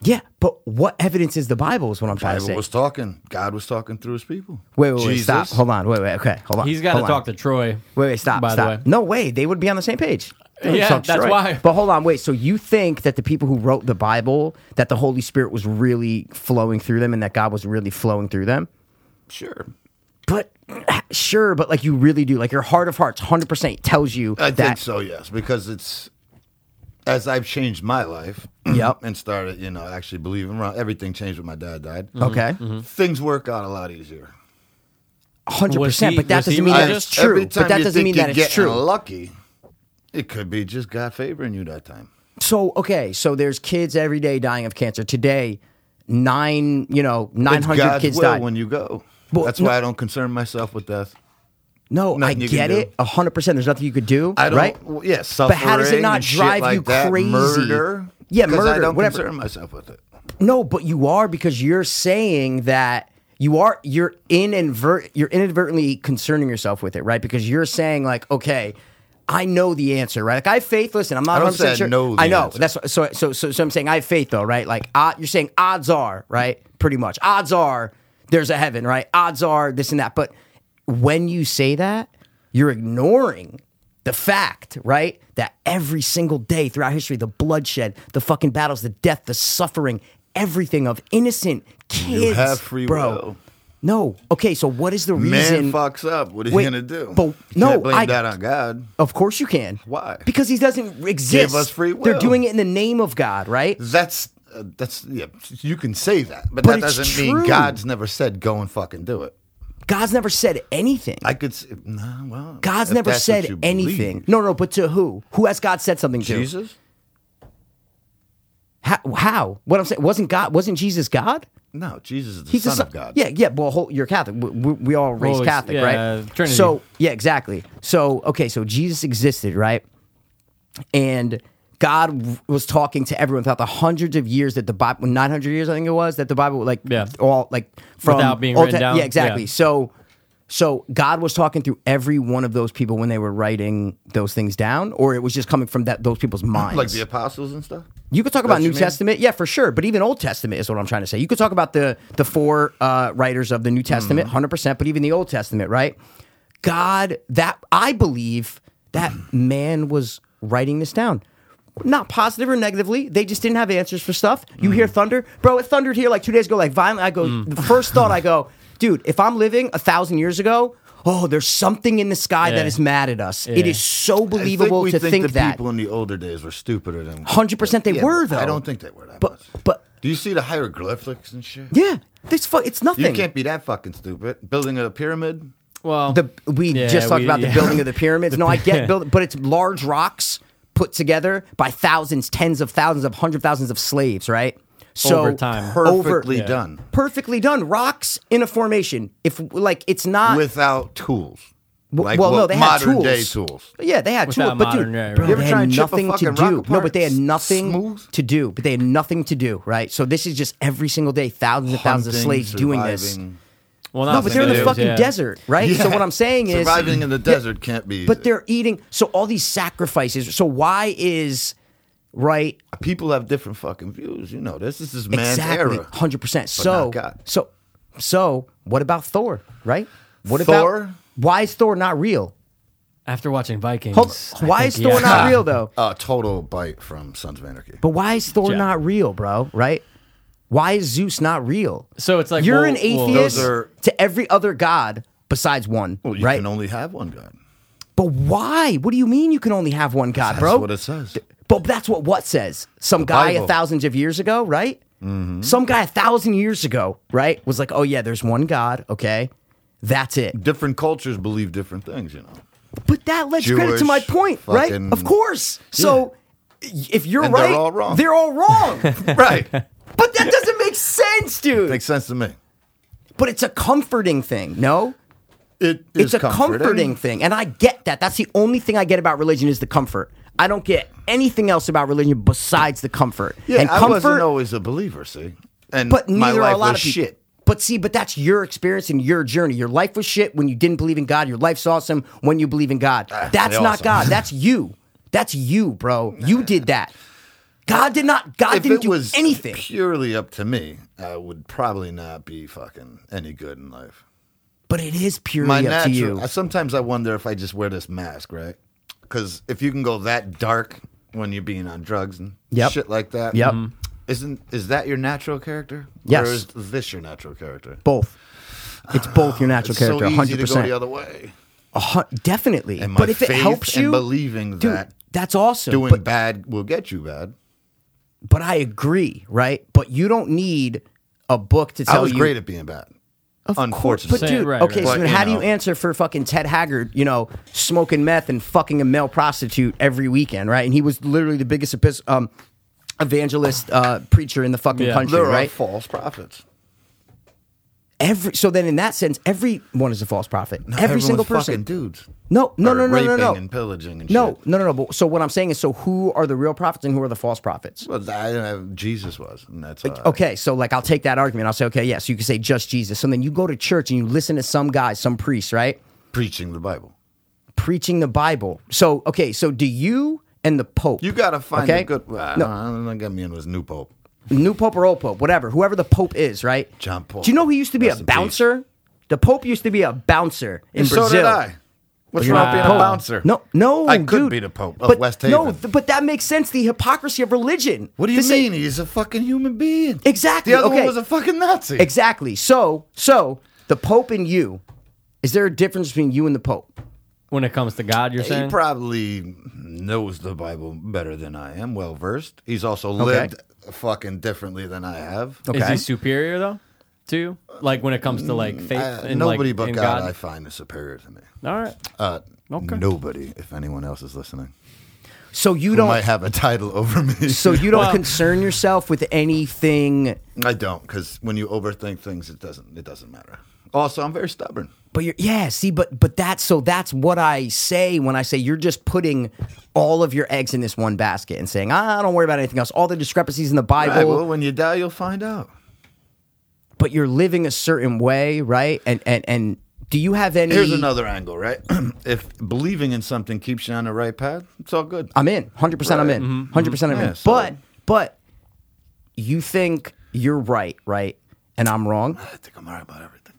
Speaker 1: Yeah, but what evidence is the Bible? Is what I'm trying to
Speaker 5: Bible
Speaker 1: say.
Speaker 5: was talking. God was talking through his people.
Speaker 1: Wait, wait, wait,
Speaker 5: Jesus.
Speaker 1: stop. Hold on. Wait, wait, okay. Hold on.
Speaker 2: He's got to
Speaker 1: Hold on.
Speaker 2: talk to Troy.
Speaker 1: Wait, wait, stop,
Speaker 2: By
Speaker 1: stop.
Speaker 2: the way.
Speaker 1: No way, they would be on the same page. They would
Speaker 2: Yeah,
Speaker 1: talk
Speaker 2: that's
Speaker 1: straight.
Speaker 2: why.
Speaker 1: But hold on, wait. So you think that the people who wrote the Bible, that the Holy Spirit was really flowing through them, and that God was really flowing through them?
Speaker 5: Sure.
Speaker 1: But sure, but like you really do, like your heart of hearts, hundred percent tells you
Speaker 5: I
Speaker 1: that.
Speaker 5: think so, yes, because it's as I've changed my life
Speaker 1: Yep.
Speaker 5: and started, you know, actually believing wrong. Everything changed when my dad died.
Speaker 1: Okay,
Speaker 5: Mm-hmm. Things work out a lot easier.
Speaker 1: 100
Speaker 2: Was he-
Speaker 1: percent. But that
Speaker 2: was he
Speaker 1: doesn't mean that
Speaker 5: And
Speaker 1: it's
Speaker 5: every
Speaker 1: true.
Speaker 5: time
Speaker 1: But that
Speaker 5: you
Speaker 1: doesn't
Speaker 5: think
Speaker 1: mean
Speaker 5: you're
Speaker 1: that it's
Speaker 5: getting
Speaker 1: true.
Speaker 5: Lucky, it could be just God favoring you that time.
Speaker 1: So okay, so there's kids every day dying of cancer today. Nine, you know, nine
Speaker 5: It's
Speaker 1: hundred
Speaker 5: God's
Speaker 1: kids
Speaker 5: will
Speaker 1: died.
Speaker 5: when you go.
Speaker 1: Well,
Speaker 5: That's
Speaker 1: no-
Speaker 5: why I don't concern myself with death.
Speaker 1: No, I
Speaker 5: Nothing you can
Speaker 1: get
Speaker 5: do.
Speaker 1: it. a 100%. There's nothing you could do.
Speaker 5: I don't.
Speaker 1: Right?
Speaker 5: Well, yeah,
Speaker 1: But
Speaker 5: suffering.
Speaker 1: how does it not
Speaker 5: and shit
Speaker 1: drive
Speaker 5: like
Speaker 1: you
Speaker 5: that,
Speaker 1: crazy?
Speaker 5: Murder.
Speaker 1: Yeah,
Speaker 5: 'cause
Speaker 1: murder,
Speaker 5: I don't
Speaker 1: whatever.
Speaker 5: concern myself with it.
Speaker 1: No, but you are because you're saying that you are you're inadvert you're inadvertently concerning yourself with it, right? Because you're saying like, okay, I know the answer, right? Like I have faith. Listen, I'm not
Speaker 5: I don't
Speaker 1: 100%
Speaker 5: say I
Speaker 1: sure.
Speaker 5: know the
Speaker 1: I know.
Speaker 5: answer.
Speaker 1: That's what- so, so so so I'm saying I have faith though, right? Like uh, you're saying odds are, right? Pretty much. Odds are there's a heaven, right? Odds are this and that. But when you say that, you're ignoring the fact, right? That every single day throughout history, the bloodshed, the fucking battles, the death, the suffering, everything of innocent kids.
Speaker 5: have free
Speaker 1: bro.
Speaker 5: will.
Speaker 1: No. Okay, so what is the reason
Speaker 5: Man fucks up. What are
Speaker 1: Wait,
Speaker 5: you gonna do?
Speaker 1: but-
Speaker 5: You
Speaker 1: no,
Speaker 5: can't blame
Speaker 1: I-
Speaker 5: that on God.
Speaker 1: Of course you can.
Speaker 5: Why?
Speaker 1: Because he doesn't exist.
Speaker 5: us free will.
Speaker 1: They're doing it in the name of God, right?
Speaker 5: That's uh, that's yeah. You can say that, but,
Speaker 1: But
Speaker 5: that
Speaker 1: it's
Speaker 5: doesn't
Speaker 1: true.
Speaker 5: mean God's never said go and fucking do it.
Speaker 1: God's never said anything.
Speaker 5: I could. Say, nah, well,
Speaker 1: God's
Speaker 5: if
Speaker 1: never
Speaker 5: that's what
Speaker 1: said
Speaker 5: you
Speaker 1: anything.
Speaker 5: believe.
Speaker 1: No, no, but to who? Who has God said something to?
Speaker 5: Jesus.
Speaker 1: How? how? What I'm saying wasn't God? Wasn't Jesus God?
Speaker 5: No, Jesus is the
Speaker 1: He's
Speaker 5: son
Speaker 1: the son-
Speaker 5: of God.
Speaker 1: Yeah, yeah. Well, whole, you're Catholic. We, we, we all raised
Speaker 2: Well, it's-
Speaker 1: Catholic,
Speaker 2: yeah,
Speaker 1: right?
Speaker 2: Trinity.
Speaker 1: So yeah, exactly. So okay, so Jesus existed, right? And God w- was talking to everyone throughout the hundreds of years that the Bible, nine hundred years, I think it was, that the Bible, like
Speaker 2: Yeah.
Speaker 1: all like from
Speaker 2: Without being
Speaker 1: Old
Speaker 2: written down?
Speaker 1: Yeah, exactly.
Speaker 2: Yeah.
Speaker 1: So. So God was talking through every one of those people when they were writing those things down, or it was just coming from that those people's minds.
Speaker 5: like the apostles and stuff.
Speaker 1: You could talk about
Speaker 5: That's
Speaker 1: New
Speaker 5: your name?
Speaker 1: Testament, yeah, for sure. But even Old Testament is what I'm trying to say. You could talk about the the four uh, writers of the
Speaker 5: Mm-hmm.
Speaker 1: New Testament, 100. percent But even the Old Testament, right? God, that I believe that man was writing this down, not positive or negatively. They just didn't have answers for stuff. You
Speaker 5: Mm-hmm.
Speaker 1: hear thunder, bro? It thundered
Speaker 5: Mm.
Speaker 1: here like two days ago, like violently. I go, the first thought I go, dude, if I'm living a thousand years ago. oh, there's something in the sky
Speaker 2: Yeah.
Speaker 1: that is mad at us. It is so
Speaker 5: I
Speaker 1: believable
Speaker 5: we
Speaker 1: to
Speaker 5: think
Speaker 1: think
Speaker 5: the
Speaker 1: that.
Speaker 5: people in the older days were stupider than.
Speaker 1: 100% they
Speaker 5: Yeah,
Speaker 1: were,
Speaker 5: but
Speaker 1: though.
Speaker 5: I don't think they were that
Speaker 1: But,
Speaker 5: much.
Speaker 1: but
Speaker 5: do you see the hieroglyphics and shit?
Speaker 1: yeah, this fu- it's nothing.
Speaker 5: You can't be that fucking stupid. Building a pyramid.
Speaker 2: Well,
Speaker 1: the we
Speaker 2: Yeah,
Speaker 1: just talked
Speaker 2: we-
Speaker 1: about
Speaker 2: yeah.
Speaker 1: the building of the pyramids. no, I get build, but it's large rocks put together by thousands, tens of thousands, of hundred thousands of slaves, right? So
Speaker 2: Over time.
Speaker 5: Perfectly done.
Speaker 1: perfectly done. Rocks in a formation. If like it's not
Speaker 5: without tools.
Speaker 1: W-
Speaker 5: Like
Speaker 1: well, no,
Speaker 5: what
Speaker 1: they had
Speaker 5: modern
Speaker 1: tools.
Speaker 5: day tools.
Speaker 1: Yeah, they had
Speaker 2: Without
Speaker 1: tools, but dude,
Speaker 2: modern- right,
Speaker 1: bro,
Speaker 2: right. You
Speaker 5: ever
Speaker 1: they
Speaker 5: try
Speaker 1: had
Speaker 5: and chip a
Speaker 1: nothing to
Speaker 5: fucking rock
Speaker 1: do. No, but they had
Speaker 5: apart?
Speaker 1: nothing
Speaker 5: Smooth?
Speaker 1: to do. But they had nothing to do, right? So this is just every single day, thousands and thousands of
Speaker 5: Hunting,
Speaker 1: slaves doing this. No,
Speaker 5: surviving.
Speaker 2: well, not
Speaker 1: but they're in the
Speaker 2: slaves,
Speaker 1: fucking
Speaker 2: yeah.
Speaker 1: desert, right? So what I'm saying is
Speaker 5: surviving in the desert can't be.
Speaker 1: But
Speaker 5: there
Speaker 1: they're eating. So all these sacrifices. So why is right?
Speaker 5: people have different fucking views. You know this. This is man's
Speaker 1: exactly,
Speaker 5: era.
Speaker 1: hundred percent. So
Speaker 5: not God.
Speaker 1: so so what about Thor? Right? What
Speaker 5: Thor?
Speaker 1: about why is Thor not real?
Speaker 2: After watching Vikings,
Speaker 1: Hold-
Speaker 2: I
Speaker 1: why
Speaker 2: think,
Speaker 1: is Thor
Speaker 2: yeah.
Speaker 1: not real though?
Speaker 5: A total bite from Sons of Anarchy.
Speaker 1: But why is Thor
Speaker 2: Yeah.
Speaker 1: not real, bro? Right? Why is Zeus not real?
Speaker 2: So it's like,
Speaker 1: you're
Speaker 2: well-
Speaker 1: an
Speaker 2: well,
Speaker 1: atheist
Speaker 5: those are-
Speaker 1: to every other god besides one,
Speaker 5: Well, you
Speaker 1: right?
Speaker 5: can only have one god.
Speaker 1: but why? What do you mean you can only have one god,
Speaker 5: That's
Speaker 1: bro?
Speaker 5: what it says.
Speaker 1: But that's what what says. Some guy
Speaker 5: Bible. Mm-hmm.
Speaker 1: a thousands of years ago, right? Some guy a thousand years ago, right, was like, "Oh yeah, there's one God. Okay, that's it."
Speaker 5: Different cultures believe different things. You know.
Speaker 1: But that lends credit to
Speaker 5: Jewish,
Speaker 1: my point, right?
Speaker 5: fucking-
Speaker 1: Of course. So if you're
Speaker 5: And they're
Speaker 1: right,
Speaker 5: all wrong.
Speaker 1: They're all wrong.
Speaker 5: Right.
Speaker 1: but that doesn't make sense, dude.
Speaker 5: Makes sense to me.
Speaker 1: but it's a comforting thing. No,
Speaker 5: It
Speaker 1: it's
Speaker 5: is
Speaker 1: a comforting. thing, and I get that. That's the only thing I get about religion is the comfort. I don't get anything else about religion besides the comfort.
Speaker 5: Yeah,
Speaker 1: and
Speaker 5: I
Speaker 1: comfort,
Speaker 5: wasn't always a believer. See, and
Speaker 1: but
Speaker 5: my
Speaker 1: neither
Speaker 5: life
Speaker 1: are a lot
Speaker 5: was
Speaker 1: of people.
Speaker 5: shit.
Speaker 1: But see, but that's your experience and your journey. Your life was shit when you didn't believe in God. Your life's awesome when you believe in God. That's
Speaker 5: Ah, they
Speaker 1: not
Speaker 5: awesome.
Speaker 1: God. That's you. That's you, bro. You did that. God did not. God
Speaker 5: if
Speaker 1: didn't
Speaker 5: it
Speaker 1: do
Speaker 5: was
Speaker 1: anything.
Speaker 5: purely up to me, I would probably not be fucking any good in life.
Speaker 1: But it is purely
Speaker 5: My
Speaker 1: up
Speaker 5: natural.
Speaker 1: to you.
Speaker 5: I, sometimes I wonder if I just wear this mask, right? Because if you can go that dark when you're being on drugs and
Speaker 1: Yep.
Speaker 5: shit like that,
Speaker 1: Yep. Mhm.
Speaker 5: Isn't is that your natural character?
Speaker 1: Yes.
Speaker 5: Or is this your natural character?
Speaker 1: both. It's both your natural
Speaker 5: It's
Speaker 1: character.
Speaker 5: so easy
Speaker 1: hundred
Speaker 5: to go the
Speaker 1: percent.
Speaker 5: other way.
Speaker 1: Definitely.
Speaker 5: And my
Speaker 1: But if it
Speaker 5: faith
Speaker 1: helps
Speaker 5: and
Speaker 1: you,
Speaker 5: believing
Speaker 1: dude,
Speaker 5: that
Speaker 1: that's awesome.
Speaker 5: doing
Speaker 1: but,
Speaker 5: bad will get you bad.
Speaker 1: but I agree, right? But you don't need a book to tell
Speaker 5: I was
Speaker 1: you.
Speaker 5: great at being bad. unfortunately,
Speaker 1: But dude,
Speaker 2: Right,
Speaker 1: okay,
Speaker 5: right.
Speaker 1: so
Speaker 5: But,
Speaker 1: then how
Speaker 5: you
Speaker 1: do you
Speaker 5: know.
Speaker 1: answer for fucking Ted Haggard, you know, smoking meth and fucking a male prostitute every weekend, right? And he was literally the biggest epis- um, evangelist uh, preacher in the fucking
Speaker 2: Yeah.
Speaker 1: country,
Speaker 5: there are
Speaker 1: right?
Speaker 5: false prophets.
Speaker 1: Every so then in that sense, everyone is a false prophet. every
Speaker 5: Everyone's
Speaker 1: single person.
Speaker 5: fucking dudes.
Speaker 1: No, no,
Speaker 5: Or
Speaker 1: no, no, no,
Speaker 5: raping
Speaker 1: no,
Speaker 5: and pillaging and
Speaker 1: no,
Speaker 5: shit.
Speaker 1: no, no, no. But so what I'm saying is, so who are the real prophets and who are the false prophets?
Speaker 5: Well, I don't know. Jesus was, and that's all right.
Speaker 1: Okay, so like I'll take that argument. I'll say, okay, yes, you can say just Jesus. And then you go to church and you listen to some guy, some priest, right?
Speaker 5: preaching the Bible.
Speaker 1: preaching the Bible. So, okay, so do you and the Pope?
Speaker 5: You gotta find
Speaker 1: okay?
Speaker 5: a good. Well, I
Speaker 1: No.
Speaker 5: don't- I don't know, get me in with new pope.
Speaker 1: new Pope or old Pope, whatever, whoever the Pope is, right?
Speaker 5: John Paul.
Speaker 1: Do you know he used to be
Speaker 5: Rest
Speaker 1: a
Speaker 5: in peace.
Speaker 1: bouncer? The Pope used to be a bouncer in
Speaker 5: And
Speaker 1: Brazil.
Speaker 5: so did I. What's
Speaker 1: You're
Speaker 5: wrong
Speaker 1: not
Speaker 5: with being
Speaker 1: the
Speaker 5: a
Speaker 1: Pope.
Speaker 5: bouncer?
Speaker 1: No, no,
Speaker 5: I could
Speaker 1: dude.
Speaker 5: be the Pope of
Speaker 1: but
Speaker 5: West
Speaker 1: No,
Speaker 5: Haven.
Speaker 1: th- but that makes sense. The hypocrisy of religion.
Speaker 5: What do you
Speaker 1: This ain't-
Speaker 5: mean? He's a fucking human being.
Speaker 1: Exactly,
Speaker 5: The other
Speaker 1: okay.
Speaker 5: one was a fucking Nazi.
Speaker 1: Exactly. So, so the Pope and you, is there a difference between you and the Pope?
Speaker 2: when it comes to God, you're
Speaker 5: He
Speaker 2: saying
Speaker 5: probably knows the Bible better than I am. Well versed. He's also lived fucking differently than I have.
Speaker 2: is
Speaker 1: Okay.
Speaker 2: he superior though? To you? like when it comes to like faith
Speaker 5: Uh,
Speaker 2: and like,
Speaker 5: nobody but
Speaker 2: and
Speaker 5: God,
Speaker 2: God.
Speaker 5: I find is superior to me.
Speaker 2: All right.
Speaker 5: Uh,
Speaker 2: Okay.
Speaker 5: Nobody, if anyone else is listening,
Speaker 1: So you
Speaker 5: who
Speaker 1: don't.
Speaker 5: might have a title over me.
Speaker 1: so you don't
Speaker 2: Well-
Speaker 1: concern yourself with anything
Speaker 5: I don't, because when you overthink things, it doesn't it doesn't matter. Also, I'm very stubborn.
Speaker 1: But you're yeah, see, but but that's so that's what I say when I say you're just putting all of your eggs in this one basket and saying, I don't worry about anything else. All the discrepancies in the Bible,
Speaker 5: Right, well, when you die, you'll find out.
Speaker 1: but you're living a certain way, right? And and and do you have any
Speaker 5: Here's another angle, right? if believing in something keeps you on the right path, it's all good.
Speaker 1: I'm in. 100% I'm in. 100% I'm in.
Speaker 5: mm-hmm, Yeah, so-
Speaker 1: But but you think you're right, right? And I'm wrong.
Speaker 5: I think I'm all right about everything.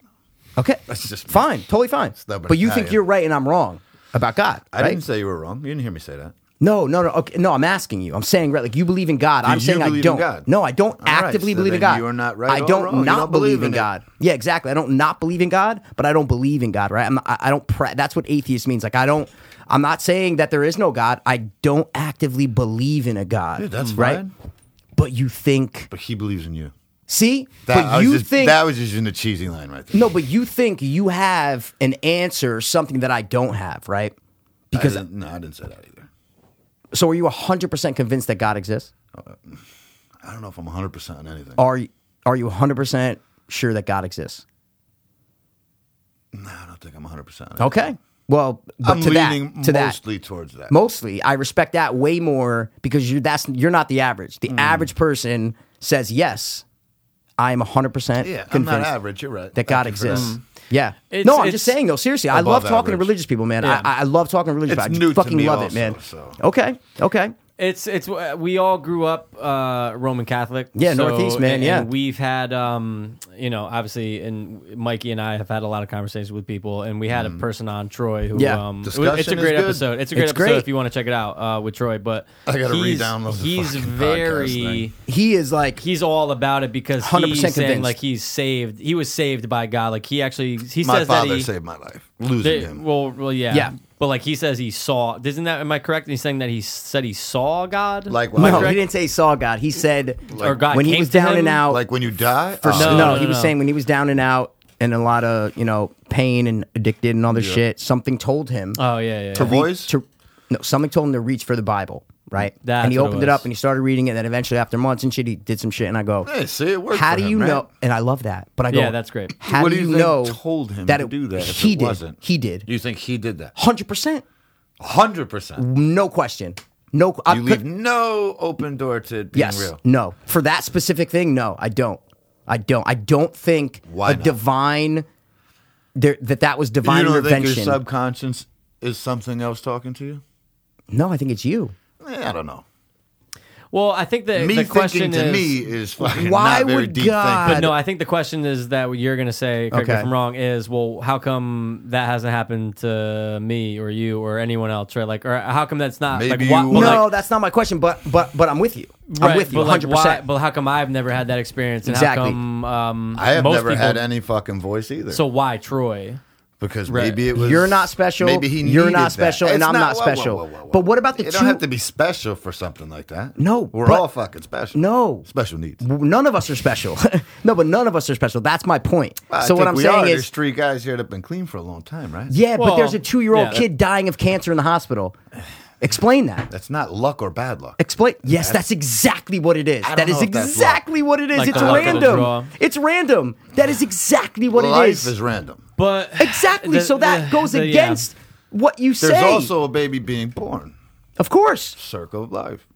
Speaker 1: Okay.
Speaker 5: That's just me.
Speaker 1: fine. Totally fine.
Speaker 5: Stubborn
Speaker 1: But you think
Speaker 5: Italian.
Speaker 1: you're right and I'm wrong about God,
Speaker 5: I
Speaker 1: right?
Speaker 5: didn't say you were wrong. You didn't hear me say that.
Speaker 1: No, no, no. Okay, no, I'm asking you. I'm saying right. Like you believe in God. I'm
Speaker 5: you
Speaker 1: saying I
Speaker 5: believe in
Speaker 1: don't.
Speaker 5: God?
Speaker 1: No, I don't
Speaker 5: All right,
Speaker 1: actively
Speaker 5: so
Speaker 1: believe in
Speaker 5: then
Speaker 1: God.
Speaker 5: you are not right
Speaker 1: I
Speaker 5: or
Speaker 1: don't
Speaker 5: wrong. You
Speaker 1: not
Speaker 5: don't
Speaker 1: believe,
Speaker 5: believe
Speaker 1: in,
Speaker 5: in it.
Speaker 1: God. Yeah, exactly. I don't not believe in God, but I don't believe in God. Right? I'm, I, I don't. Pra- that's what atheist means. Like I don't. I'm not saying that there is no God. I don't actively believe in a God.
Speaker 5: Dude, that's
Speaker 1: right.
Speaker 5: fine.
Speaker 1: But you think.
Speaker 5: But he believes in you.
Speaker 1: See.
Speaker 5: That, I
Speaker 1: but
Speaker 5: was
Speaker 1: you
Speaker 5: just,
Speaker 1: think
Speaker 5: that was just in the cheesy line right there.
Speaker 1: no, but you think you have an answer, something that I don't have, right? Because
Speaker 5: I didn't, no, I didn't say that either.
Speaker 1: so, are you hundred percent convinced that God exists?
Speaker 5: I don't know if I'm 100 percent on anything.
Speaker 1: Are you are you hundred percent sure that God exists?
Speaker 5: no, I don't think I'm 100 percent.
Speaker 1: Okay. Well, but
Speaker 5: I'm
Speaker 1: to
Speaker 5: leaning
Speaker 1: that, to that,
Speaker 5: mostly towards that.
Speaker 1: mostly, I respect that way more because you're that's you're not the average. The
Speaker 5: Mm.
Speaker 1: average person says yes. I am hundred percent
Speaker 5: yeah,
Speaker 1: convinced
Speaker 5: I'm not average. You're right.
Speaker 1: that God
Speaker 5: Thank you for that.
Speaker 1: exists. Mm. Yeah.
Speaker 2: It's-
Speaker 1: no, I'm
Speaker 2: it's
Speaker 1: just saying though. Seriously, I love
Speaker 5: above
Speaker 1: talking to
Speaker 5: average.
Speaker 1: religious people, man.
Speaker 2: Yeah.
Speaker 1: I, I love talking to religious
Speaker 5: It's
Speaker 1: people. I
Speaker 5: new to
Speaker 1: fucking
Speaker 5: me
Speaker 1: love it,
Speaker 5: also,
Speaker 1: man.
Speaker 5: so.
Speaker 1: Okay. Okay.
Speaker 2: It's it's uh, we all grew up uh, Roman Catholic.
Speaker 1: Yeah, Northeast, man,
Speaker 2: and-
Speaker 1: yeah.
Speaker 2: and we've had um, you know obviously, and Mikey and I have had a lot of conversations with people, and we had a person on Troy who
Speaker 1: Yeah.
Speaker 2: um, it's
Speaker 5: Mm. Discussion
Speaker 2: a
Speaker 5: is
Speaker 2: great
Speaker 5: good.
Speaker 2: episode. It's a great
Speaker 1: It's
Speaker 2: episode
Speaker 1: great.
Speaker 2: if you want to check it out uh, with Troy. But
Speaker 5: I gotta
Speaker 2: he's-
Speaker 5: re-download the
Speaker 2: He's
Speaker 5: fucking podcast
Speaker 2: very
Speaker 5: thing.
Speaker 1: He is like
Speaker 2: he's all about it because 100%
Speaker 1: 100%
Speaker 2: he's saying
Speaker 1: convinced.
Speaker 2: like he's saved. He was saved by God. Like he actually he
Speaker 5: My
Speaker 2: says
Speaker 5: father
Speaker 2: that he
Speaker 5: saved my life. Losing
Speaker 2: they-
Speaker 5: him.
Speaker 2: well well yeah
Speaker 1: Yeah.
Speaker 2: But like he says, he saw. Isn't that? Am I correct? in saying that he said he saw God.
Speaker 5: Likewise.
Speaker 1: no. He
Speaker 5: Correct?
Speaker 1: didn't say he saw God. He said
Speaker 2: or God
Speaker 1: when he
Speaker 2: came
Speaker 1: was
Speaker 2: to
Speaker 1: down
Speaker 2: him?
Speaker 1: and out.
Speaker 5: like when you die.
Speaker 1: for-
Speaker 5: Oh,
Speaker 1: no,
Speaker 2: no,
Speaker 1: he
Speaker 2: no,
Speaker 1: was
Speaker 2: no.
Speaker 1: saying when he was down and out and a lot of you know pain and addicted and all this shit. Something told him
Speaker 5: Uh,
Speaker 2: Oh yeah, yeah.
Speaker 5: the
Speaker 2: yeah.
Speaker 5: voice.
Speaker 1: to no. Something told him to reach for the Bible, right?
Speaker 2: That's
Speaker 1: and he
Speaker 2: what it
Speaker 1: opened it,
Speaker 2: was.
Speaker 1: up and he started reading it. And then eventually, after months and shit, he did some shit. And I go,
Speaker 5: Hey, see, it worked
Speaker 1: How
Speaker 5: for
Speaker 1: do
Speaker 5: him,
Speaker 1: you
Speaker 5: right?
Speaker 1: know? And I love that. But I go,
Speaker 2: Yeah, that's great.
Speaker 1: How
Speaker 5: What
Speaker 1: do
Speaker 5: do
Speaker 1: you,
Speaker 5: you think
Speaker 1: know
Speaker 5: told him
Speaker 1: that
Speaker 5: to
Speaker 1: it-
Speaker 5: do that if
Speaker 1: He
Speaker 5: it
Speaker 1: did.
Speaker 5: wasn't?
Speaker 1: He did.
Speaker 5: you think he did that?
Speaker 1: Hundred percent.
Speaker 5: Hundred percent.
Speaker 1: No question. No. I
Speaker 5: You
Speaker 1: could-
Speaker 5: leave no open door to it being
Speaker 1: yes.
Speaker 5: real.
Speaker 1: No. For that specific thing, no, I don't. I don't. I don't think
Speaker 5: Why
Speaker 1: a
Speaker 5: not?
Speaker 1: divine there that that was divine
Speaker 5: you don't
Speaker 1: intervention.
Speaker 5: think your subconscious is something else talking to you?
Speaker 1: no, I think it's you.
Speaker 5: Eh, I don't know.
Speaker 2: Well, I think the,
Speaker 5: Me
Speaker 2: the
Speaker 5: thinking
Speaker 2: question
Speaker 5: to
Speaker 2: is
Speaker 5: me is fucking
Speaker 1: Why
Speaker 5: not very
Speaker 1: would
Speaker 5: deep
Speaker 1: God-
Speaker 5: thinking.
Speaker 2: But no, I think the question is that what you're going to say, correct me
Speaker 1: Okay.
Speaker 2: if I'm wrong, is well, how come that hasn't happened to me or you or anyone else, right? Like, or how come that's not
Speaker 5: Maybe
Speaker 2: like why,
Speaker 5: you
Speaker 2: well,
Speaker 5: were-
Speaker 2: like,
Speaker 1: no, that's not my question, but but but I'm with you.
Speaker 2: right,
Speaker 1: I'm with you
Speaker 2: but like,
Speaker 1: 100%.
Speaker 2: why, but how come I've never had that experience? And
Speaker 1: Exactly.
Speaker 2: how come um,
Speaker 5: I have
Speaker 2: most
Speaker 5: never
Speaker 2: people,
Speaker 5: had any fucking voice either.
Speaker 2: So why Troy?
Speaker 5: because
Speaker 2: Right.
Speaker 5: maybe it was
Speaker 1: You're not special,
Speaker 5: Maybe he
Speaker 1: you're
Speaker 5: needed
Speaker 1: not
Speaker 5: that.
Speaker 1: special, and
Speaker 5: It's
Speaker 1: I'm not
Speaker 5: whoa, whoa,
Speaker 1: special.
Speaker 5: whoa, whoa, whoa.
Speaker 1: But what about the
Speaker 5: You
Speaker 1: two-
Speaker 5: don't have to be special for something like that.
Speaker 1: No,
Speaker 5: we're
Speaker 1: but-
Speaker 5: all fucking special.
Speaker 1: No.
Speaker 5: special needs.
Speaker 1: none of us are special. no, but none of us are special. That's my point.
Speaker 5: I
Speaker 1: so what
Speaker 5: think
Speaker 1: I'm
Speaker 5: we
Speaker 1: saying
Speaker 5: are.
Speaker 1: is
Speaker 5: there's three guys here that have been clean for a long time, right?
Speaker 1: Yeah, but
Speaker 2: Well,
Speaker 1: there's a two year old
Speaker 2: yeah.
Speaker 1: kid dying of cancer in the hospital. Explain that.
Speaker 5: That's not luck or bad luck.
Speaker 1: Explain. Yes, that's exactly what it is.
Speaker 5: I don't
Speaker 1: That is
Speaker 5: know if that's
Speaker 1: exactly what it is.
Speaker 2: Like
Speaker 1: it's
Speaker 2: the luck of the draw.
Speaker 1: random. It's random. That is exactly what
Speaker 5: Life
Speaker 1: it
Speaker 5: is.
Speaker 1: is.
Speaker 5: random.
Speaker 2: But
Speaker 1: exactly.
Speaker 2: the-
Speaker 1: so that
Speaker 2: the-
Speaker 1: goes
Speaker 2: the- yeah.
Speaker 1: against what you
Speaker 5: There's
Speaker 1: say.
Speaker 5: also a baby being born.
Speaker 1: of course.
Speaker 5: Circle of life.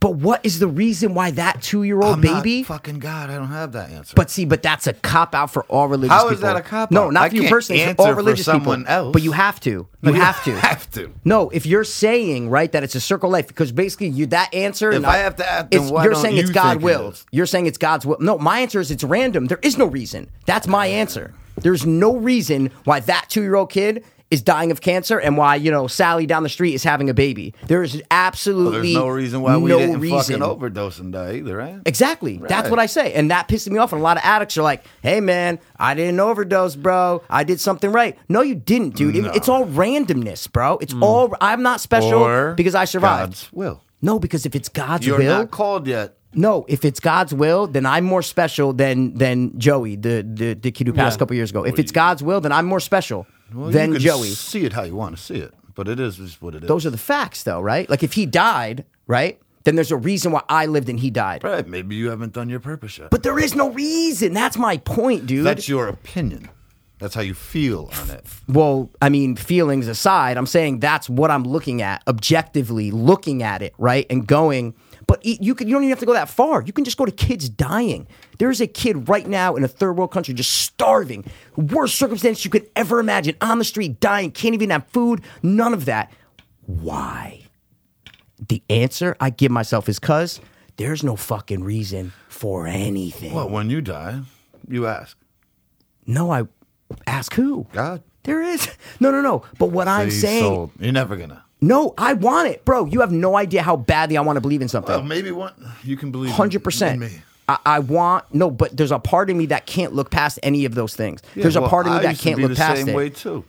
Speaker 1: But what is the reason why that two year old
Speaker 5: I'm not
Speaker 1: baby?
Speaker 5: fucking God, I don't have that answer.
Speaker 1: But see, but that's a cop out for all religious
Speaker 5: How
Speaker 1: people.
Speaker 5: is that a cop-out?
Speaker 1: No, not
Speaker 5: I
Speaker 1: for you
Speaker 5: can't
Speaker 1: personally. for
Speaker 5: answer
Speaker 1: all
Speaker 5: for
Speaker 1: religious
Speaker 5: someone
Speaker 1: people.
Speaker 5: else.
Speaker 1: But you have to. You have to.
Speaker 5: have to.
Speaker 1: No, if you're saying right that it's a circle of life, because basically you that answer.
Speaker 5: If
Speaker 1: not-
Speaker 5: I have to ask, then
Speaker 1: it's-
Speaker 5: why
Speaker 1: you're
Speaker 5: don't
Speaker 1: saying it's
Speaker 5: you
Speaker 1: God
Speaker 5: think it
Speaker 1: will.
Speaker 5: is?
Speaker 1: You're saying it's God's will. No, my answer is it's random. There is no reason. That's my answer. There's no reason why that two year old kid is dying of cancer and why you know Sally down the street is having a baby. There is
Speaker 5: There's
Speaker 1: absolutely
Speaker 5: no reason why we
Speaker 1: no
Speaker 5: didn't
Speaker 1: reason.
Speaker 5: fucking overdose and die either, right?
Speaker 1: Exactly. That's
Speaker 5: Right.
Speaker 1: what I say. And that pisses me off. And a lot of addicts are like, hey, man, I didn't overdose, bro. I did something right. No, you didn't, dude. It-
Speaker 5: No. Mm.
Speaker 1: it's all randomness, bro. It's all, I'm not special
Speaker 5: Or
Speaker 1: because I survived.
Speaker 5: God's will.
Speaker 1: No, because if it's God's
Speaker 5: You're
Speaker 1: will,
Speaker 5: not called yet.
Speaker 1: no, if it's God's will, then I'm more special than than Joey, the the, the kid who passed
Speaker 2: Yeah.
Speaker 1: a couple years ago. If it's God's will, then I'm more special
Speaker 5: Well,
Speaker 1: than
Speaker 5: you can
Speaker 1: Joey.
Speaker 5: See it how you want to see it, but it is just what it is.
Speaker 1: Those are the facts, though, right? Like if he died, right, then there's a reason why I lived and he died.
Speaker 5: right. Maybe you haven't done your purpose yet.
Speaker 1: But there is no reason. That's my point, dude.
Speaker 5: that's your opinion. That's how you feel on it.
Speaker 1: well, I mean, feelings aside, I'm saying that's what I'm looking at objectively, looking at it, right? And going, but e- you can you don't even have to go that far. You can just go to kids dying. There's a kid right now in a third world country just starving, worst circumstance you could ever imagine, on the street dying, can't even have food, none of that. Why? The answer I give myself is cuz there's no fucking reason for anything.
Speaker 5: Well, when you die, you ask
Speaker 1: No, I ask who?
Speaker 5: God.
Speaker 1: There is. No, no, no. But what I'm
Speaker 5: He's
Speaker 1: saying
Speaker 5: sold. you're never gonna.
Speaker 1: No, I want it, bro. You have no idea how badly I want to believe in something.
Speaker 5: Well, maybe one. You can believe in-
Speaker 1: hundred
Speaker 5: in
Speaker 1: percent.
Speaker 5: Oh, me.
Speaker 1: I, I want no, but there's a part of me that can't look past any of those things. there's a
Speaker 5: well,
Speaker 1: part of me
Speaker 5: I
Speaker 1: that
Speaker 5: used to
Speaker 1: can't
Speaker 5: be
Speaker 1: look
Speaker 5: the
Speaker 1: past
Speaker 5: same
Speaker 1: it.
Speaker 5: way too.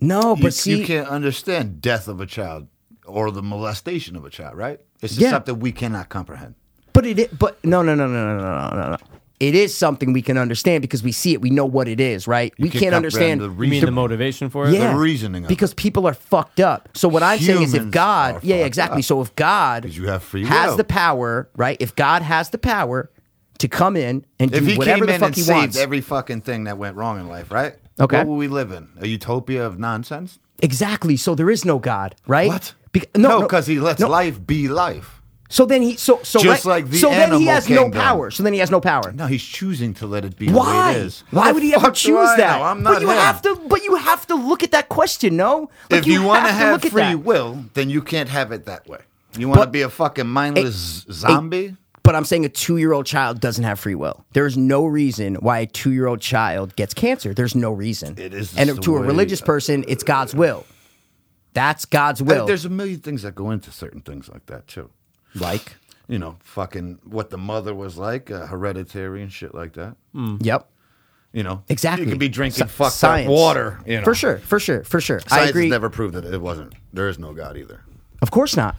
Speaker 1: No, but
Speaker 5: you,
Speaker 1: see,
Speaker 5: you can't understand death of a child or the molestation of a child, right? It's just
Speaker 1: Yeah.
Speaker 5: something we cannot comprehend.
Speaker 1: But it, i- but no, no, no, no, no, no, no, no, no. It is something we can understand because we see it. We know what it is, right? we
Speaker 5: can
Speaker 1: can't
Speaker 5: comprehend
Speaker 1: understand.
Speaker 5: the
Speaker 8: You mean
Speaker 5: reason-
Speaker 8: the motivation for it?
Speaker 1: yeah,
Speaker 5: reasoning of
Speaker 1: because people are fucked up. So what I'm saying is, if
Speaker 5: Humans
Speaker 1: God,
Speaker 5: are
Speaker 1: yeah,
Speaker 5: fucked
Speaker 1: exactly.
Speaker 5: up.
Speaker 1: So if God
Speaker 5: 'Cause you have free
Speaker 1: has
Speaker 5: will.
Speaker 1: the power, right? If God has the power to come in and do
Speaker 5: If he
Speaker 1: whatever
Speaker 5: came
Speaker 1: the
Speaker 5: in
Speaker 1: fuck
Speaker 5: and
Speaker 1: he
Speaker 5: saved
Speaker 1: wants,
Speaker 5: every fucking thing that went wrong in life, right?
Speaker 1: Okay.
Speaker 5: What would we live in? A utopia of nonsense?
Speaker 1: exactly. So there is no God, right?
Speaker 5: What?
Speaker 1: Bec- no,
Speaker 5: no, because he lets
Speaker 1: no.
Speaker 5: life be life.
Speaker 1: So then he so so
Speaker 5: Just
Speaker 1: right-
Speaker 5: like the
Speaker 1: so then he
Speaker 5: animal
Speaker 1: has no
Speaker 5: kingdom.
Speaker 1: power. So then he has no power.
Speaker 5: No, he's choosing to let it be
Speaker 1: Why?
Speaker 5: the way it is.
Speaker 1: Why
Speaker 5: The
Speaker 1: would he ever
Speaker 5: fuck do
Speaker 1: choose
Speaker 5: I
Speaker 1: that?
Speaker 5: know? I'm not
Speaker 1: but you
Speaker 5: him.
Speaker 1: have to. But you have to look at that question. No. Like,
Speaker 5: if you, want to
Speaker 1: to
Speaker 5: have
Speaker 1: look at
Speaker 5: free
Speaker 1: that.
Speaker 5: will, then you can't have it that way. You want to
Speaker 1: But-
Speaker 5: be a fucking mindless zombie?
Speaker 1: But I'm saying a two year old child doesn't have free will. There is no reason why a two year old child gets cancer. There's no reason.
Speaker 5: It is
Speaker 1: And
Speaker 5: just
Speaker 1: to a
Speaker 5: the way-
Speaker 1: religious person, it's God's will. That's God's will.
Speaker 5: There's a million things that go into certain things like that too.
Speaker 1: like,
Speaker 5: You know, fucking what the mother was like, uh, hereditary and shit like that.
Speaker 1: yep,
Speaker 5: You know,
Speaker 1: Hmm. exactly.
Speaker 5: You could be drinking
Speaker 1: Sci-
Speaker 5: fucked
Speaker 1: science.
Speaker 5: up water. You know,
Speaker 1: for sure, for sure, for sure.
Speaker 5: Science
Speaker 1: I agree.
Speaker 5: has never proved that it wasn't. There is no God either.
Speaker 1: of course not.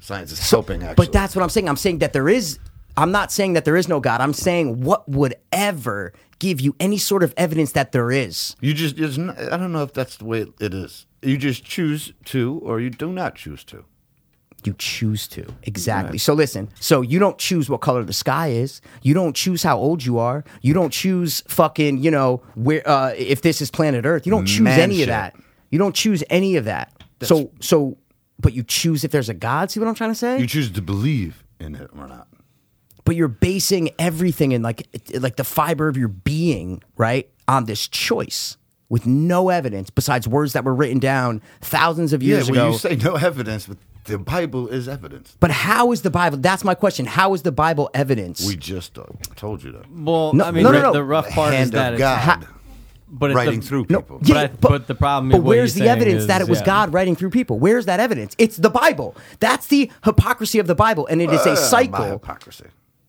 Speaker 5: Science is hoping. Actually,
Speaker 1: But that's what I'm saying. I'm saying that there is. I'm not saying that there is no God. I'm saying what would ever give you any sort of evidence that there is.
Speaker 5: you just. It's not, I don't know if that's the way it is. You just choose to, or you do not choose to.
Speaker 1: You choose to. Exactly. So listen, so you don't choose what color the sky is. You don't choose how old you are. You don't choose fucking, you know, where uh if this is planet Earth. You don't choose
Speaker 5: Man
Speaker 1: any
Speaker 5: shit.
Speaker 1: of that. You don't choose any of that. so so but you choose if there's a God, see what I'm trying to say?
Speaker 5: You choose to believe in it or not.
Speaker 1: but you're basing everything in like like the fiber of your being right on this choice with no evidence besides words that were written down thousands of years
Speaker 5: yeah, well,
Speaker 1: ago
Speaker 5: you say no evidence, but the Bible is evidence.
Speaker 1: but how is the bible that's my question how is the bible evidence
Speaker 5: We just uh, told you that.
Speaker 8: Well,
Speaker 1: No,
Speaker 8: I mean,
Speaker 1: no, no,
Speaker 8: the,
Speaker 1: no.
Speaker 8: the rough
Speaker 5: The
Speaker 8: part
Speaker 5: hand
Speaker 8: is that
Speaker 5: of
Speaker 8: it's,
Speaker 5: God
Speaker 1: ha-
Speaker 8: but it's
Speaker 5: writing
Speaker 8: the,
Speaker 5: through
Speaker 1: no,
Speaker 5: people.
Speaker 1: yeah,
Speaker 8: But I-
Speaker 1: but,
Speaker 8: but the problem
Speaker 1: But
Speaker 8: is what you're
Speaker 1: where's the
Speaker 8: saying
Speaker 1: evidence that
Speaker 8: is-
Speaker 1: it was
Speaker 8: yeah.
Speaker 1: God writing through people? Where's that evidence? It's the Bible. That's the hypocrisy of the Bible, and it is a
Speaker 5: Uh, my
Speaker 1: cycle.
Speaker 5: hypocrisy.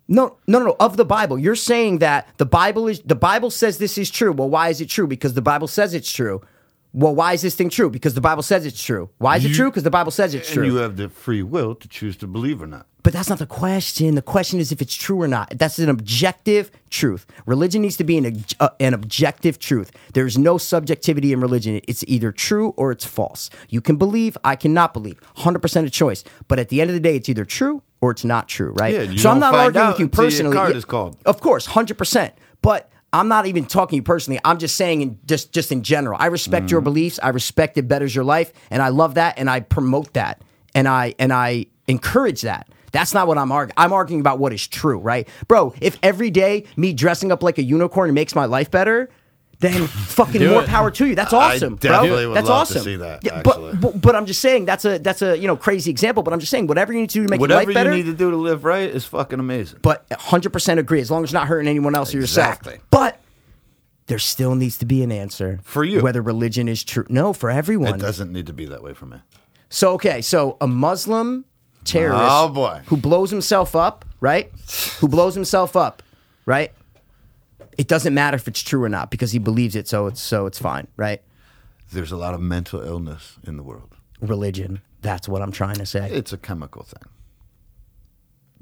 Speaker 1: No, no, no, no, of the Bible. You're saying that the Bible is the Bible says this is true. Well, why is it true? Because the Bible says it's true. Well, why is this thing true? Because the Bible says it's true. Why is it
Speaker 5: You-
Speaker 1: true? Because the Bible says it's
Speaker 5: And you
Speaker 1: true.
Speaker 5: have the free will to choose to believe or not.
Speaker 1: but that's not the question. The question is if it's true or not. That's an objective truth. Religion needs to be an obj- uh, an objective truth. There's no subjectivity in religion. It's either true or it's false. You can believe, I cannot believe. 100% a choice. But at the end of the day, it's either true or it's not true, right?
Speaker 5: Yeah, you
Speaker 1: so I'm
Speaker 5: don't
Speaker 1: not
Speaker 5: find
Speaker 1: arguing
Speaker 5: out
Speaker 1: with you
Speaker 5: until your
Speaker 1: personally.
Speaker 5: card
Speaker 1: Yeah,
Speaker 5: is called.
Speaker 1: Of course, hundred percent. But I'm not even talking to you personally. I'm just saying, in just just in general, I respect
Speaker 5: Mm.
Speaker 1: your beliefs. I respect it betters your life, and I love that, and I promote that, and I and I encourage that. That's not what I'm arguing. I'm arguing about what is true, right, bro? If every day me dressing up like a unicorn makes my life better. Then fucking
Speaker 8: Do
Speaker 1: more
Speaker 8: it.
Speaker 1: power to you. That's
Speaker 5: I
Speaker 1: awesome,
Speaker 5: definitely
Speaker 1: bro.
Speaker 5: would
Speaker 1: that's
Speaker 5: love to
Speaker 1: awesome.
Speaker 5: see that,
Speaker 1: Yeah, but,
Speaker 5: actually.
Speaker 1: but but I'm just saying that's a that's a you know crazy example. But I'm just saying whatever you need to do to make your
Speaker 5: Whatever
Speaker 1: life better
Speaker 5: you need to do to live right is fucking amazing.
Speaker 1: but 100% agree as long as you're not hurting anyone else or yourself.
Speaker 5: Exactly.
Speaker 1: But there still needs to be an answer
Speaker 5: For you.
Speaker 1: whether religion is true. No, for
Speaker 5: It
Speaker 1: everyone.
Speaker 5: doesn't need to be that way for me.
Speaker 1: So okay, so a Muslim terrorist
Speaker 5: Oh, boy.
Speaker 1: who blows himself up, right? Who blows himself up, right? It doesn't matter if it's true or not because he believes it, so it's so it's fine, right?
Speaker 5: There's a lot of mental illness in the world.
Speaker 1: Religion. That's what I'm trying to say.
Speaker 5: It's a chemical thing.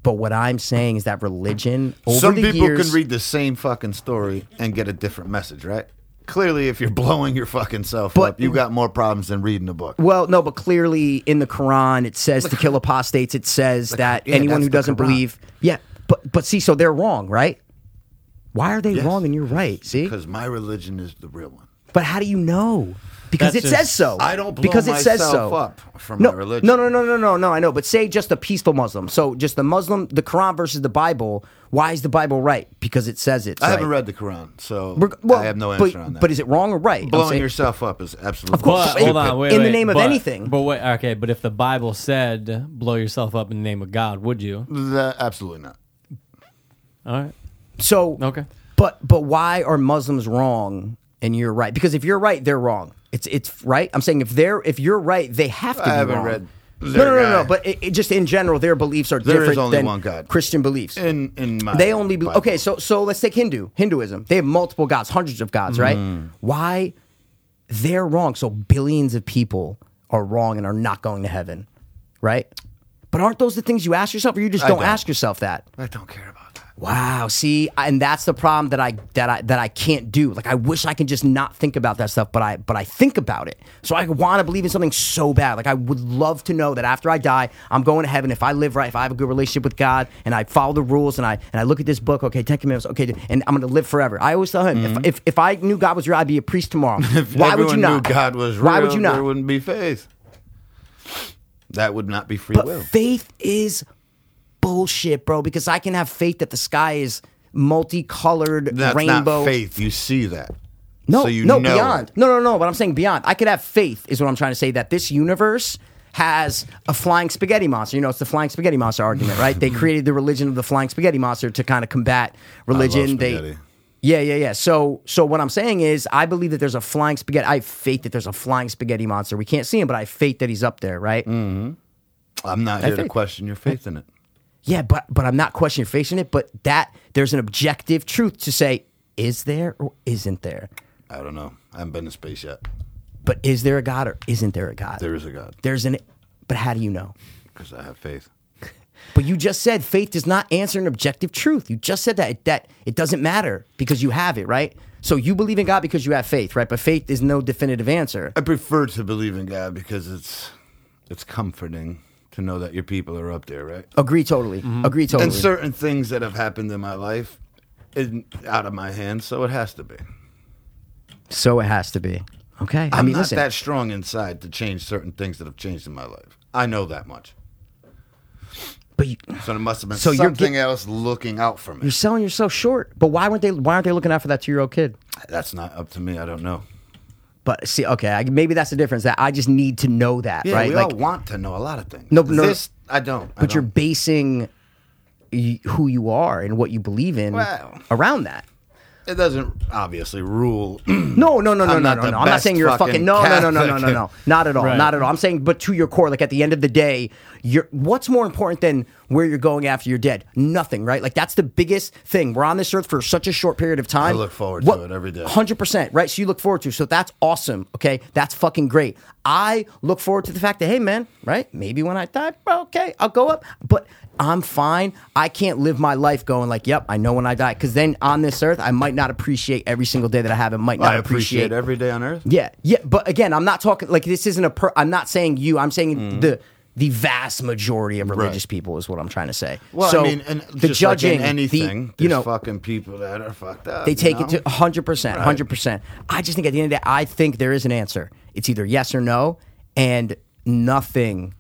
Speaker 1: But what I'm saying is that religion over
Speaker 5: Some
Speaker 1: the
Speaker 5: people
Speaker 1: years,
Speaker 5: can read the same fucking story and get a different message, right? Clearly, if you're blowing your fucking self
Speaker 1: But-
Speaker 5: up, you got more problems than reading a book.
Speaker 1: Well, no, but clearly in the Quran it says to kill apostates. It says that
Speaker 5: yeah,
Speaker 1: anyone
Speaker 5: that's
Speaker 1: who
Speaker 5: the
Speaker 1: doesn't
Speaker 5: Quran.
Speaker 1: believe, yeah, but but see, so they're wrong, right? Why are they
Speaker 5: Yes.
Speaker 1: wrong and you're right? See,
Speaker 5: Because my religion is the real one.
Speaker 1: but how do you know? Because
Speaker 8: That's
Speaker 1: it
Speaker 8: just-
Speaker 1: says so.
Speaker 5: I don't blow
Speaker 1: because it says
Speaker 5: myself
Speaker 1: so.
Speaker 5: up from
Speaker 1: no,
Speaker 5: my religion.
Speaker 1: No, no, no, no, no, no. I know, but say just a peaceful Muslim. So just the Muslim, the Quran versus the Bible. Why is the Bible right? Because it says it's
Speaker 5: I haven't
Speaker 1: right.
Speaker 5: read the Quran, so
Speaker 1: Reg- well,
Speaker 5: I have no
Speaker 1: but,
Speaker 5: answer on that.
Speaker 1: But is it wrong or right? I'm
Speaker 5: blowing
Speaker 1: saying-
Speaker 5: yourself up is absolutely
Speaker 1: course,
Speaker 5: stupid.
Speaker 1: hold on, wait. in the name of
Speaker 8: but-
Speaker 1: anything.
Speaker 8: But wait, okay, but if the Bible said blow yourself up in the name of God, would you?
Speaker 5: That- absolutely not.
Speaker 8: All right.
Speaker 1: So
Speaker 8: Okay.
Speaker 1: but but why are Muslims wrong and you're right because if you're right, they're wrong. It's it's right. I'm saying if they're if you're right, they have to
Speaker 5: I
Speaker 1: be
Speaker 5: haven't
Speaker 1: wrong.
Speaker 5: read
Speaker 1: no,
Speaker 5: their
Speaker 1: no, no, no.
Speaker 5: guy.
Speaker 1: But it, it just in general, their beliefs are
Speaker 5: There is
Speaker 1: different
Speaker 5: only
Speaker 1: than
Speaker 5: one God.
Speaker 1: Christian beliefs.
Speaker 5: in in my
Speaker 1: They only believe.
Speaker 5: Bible.
Speaker 1: Okay, so so let's take Hindu Hinduism. They have multiple gods, hundreds of gods,
Speaker 5: Mm-hmm.
Speaker 1: right? Why they're wrong? So billions of people are wrong and are not going to heaven, right? But aren't those the things you ask yourself, or you just don't,
Speaker 5: don't.
Speaker 1: ask yourself that?
Speaker 5: I don't care about that.
Speaker 1: Wow. See, and that's the problem that I that I that I can't do. Like I wish I could just not think about that stuff, but I but I think about it. So I want to believe in something so bad. Like I would love to know that after I die, I'm going to heaven if I live right, if I have a good relationship with God, and I follow the rules, and I and I look at this book. Okay, Ten Commandments. Okay, and I'm going to live forever. I always tell him if, if if I knew God was real, I'd be a priest tomorrow.
Speaker 5: Mm-hmm. If
Speaker 1: Why would you
Speaker 5: everyone
Speaker 1: not?
Speaker 5: Knew God was real,
Speaker 1: Why would you not?
Speaker 5: There wouldn't be faith. That would not be free
Speaker 1: But
Speaker 5: will.
Speaker 1: faith is bullshit, bro. Because I can have faith that the sky is multicolored
Speaker 5: That's
Speaker 1: rainbow.
Speaker 5: not faith. You see that.
Speaker 1: No,
Speaker 5: so you
Speaker 1: no,
Speaker 5: know
Speaker 1: beyond.
Speaker 5: it.
Speaker 1: No, no, no. But I'm saying beyond. I could have faith, is what I'm trying to say, that this universe has a flying spaghetti monster. You know, it's the flying spaghetti monster argument, right? they created the religion of the flying spaghetti monster to kind of combat religion. They
Speaker 5: spaghetti.
Speaker 1: yeah, yeah, yeah. So, so what I'm saying is, I believe that there's a flying spaghetti. I have faith that there's a flying spaghetti monster. We can't see him, but I have faith that he's up there, right?
Speaker 5: Mm. I'm not here to
Speaker 1: faith.
Speaker 5: question your faith in it.
Speaker 1: Yeah, but but I'm not questioning facing it. But that there's an objective truth to say, is there or isn't there?
Speaker 5: I don't know. I haven't been to space yet.
Speaker 1: But is there a God or isn't there a God?
Speaker 5: There is a God
Speaker 1: There's an, but how do you know?
Speaker 5: because I have faith.
Speaker 1: But you just said faith does not answer an objective truth. You just said that that it doesn't matter because you have it, right? So you believe in God because you have faith, right? But faith is no definitive answer.
Speaker 5: I prefer to believe in God because it's it's comforting to know that your people are up there, right?
Speaker 1: Agree totally. Agree totally.
Speaker 5: Mm-hmm. And certain things that have happened in my life is out of my hands, so it has to be.
Speaker 1: so it has to be. Okay. I
Speaker 5: I'm
Speaker 1: mean,
Speaker 5: not
Speaker 1: listen.
Speaker 5: that strong inside to change certain things that have changed in my life. I know that much.
Speaker 1: but you,
Speaker 5: So there must have been
Speaker 1: So you're
Speaker 5: something
Speaker 1: get-
Speaker 5: else looking out for me.
Speaker 1: you're selling yourself short. But why weren't they? Why aren't they looking out for that two year old kid?
Speaker 5: That's not up to me. I don't know.
Speaker 1: But see, okay, I, maybe that's the difference. That I just need to know that,
Speaker 5: Yeah,
Speaker 1: right?
Speaker 5: we
Speaker 1: like,
Speaker 5: all want to know a lot of things.
Speaker 1: No, no.
Speaker 5: this I don't. I
Speaker 1: but you're
Speaker 5: don't.
Speaker 1: basing y- who you are and what you believe in
Speaker 5: Well.
Speaker 1: around that.
Speaker 5: It doesn't obviously rule.
Speaker 1: No, no, no, no,
Speaker 5: Mm. I'm
Speaker 1: no,
Speaker 5: not
Speaker 1: no,
Speaker 5: the
Speaker 1: no. I'm not
Speaker 5: best
Speaker 1: saying you're a fucking
Speaker 5: fucking
Speaker 1: no, no, no, no, no, no, no.
Speaker 5: Catholic.
Speaker 1: Not at all.
Speaker 4: Right.
Speaker 1: Not at all. I'm saying, but to your core, like at the end of the day, you're what's more important than where you're going after you're dead? Nothing, right? Like that's the biggest thing. We're on this earth for such a short period of time.
Speaker 5: I look forward to it every day.
Speaker 1: Hundred percent, right? So you look forward to. it. So that's awesome. Okay, that's fucking great. I look forward to the fact that hey, man, right? Maybe when I die, bro, okay, I'll go up, but I'm fine. I can't live my life going like, yep, I know when I die, because then on this earth, I might not appreciate every single day that I have. and might not
Speaker 5: I appreciate every day on earth.
Speaker 1: yeah, yeah, but again, I'm not talking like this isn't a. Per, I'm not saying you. I'm saying the the vast majority of religious
Speaker 5: Mm-hmm. Right.
Speaker 1: people is what I'm trying to say.
Speaker 5: Well,
Speaker 1: so
Speaker 5: I mean, and
Speaker 1: the
Speaker 5: just
Speaker 1: judging,
Speaker 5: like in anything,
Speaker 1: the, you
Speaker 5: there's
Speaker 1: know,
Speaker 5: fucking people that are fucked up.
Speaker 1: they
Speaker 5: you
Speaker 1: take
Speaker 5: know?
Speaker 1: it to oh, 100 percent, 100 percent. I just think at the end of the day, I think there is an answer. It's either yes or no, and nothing,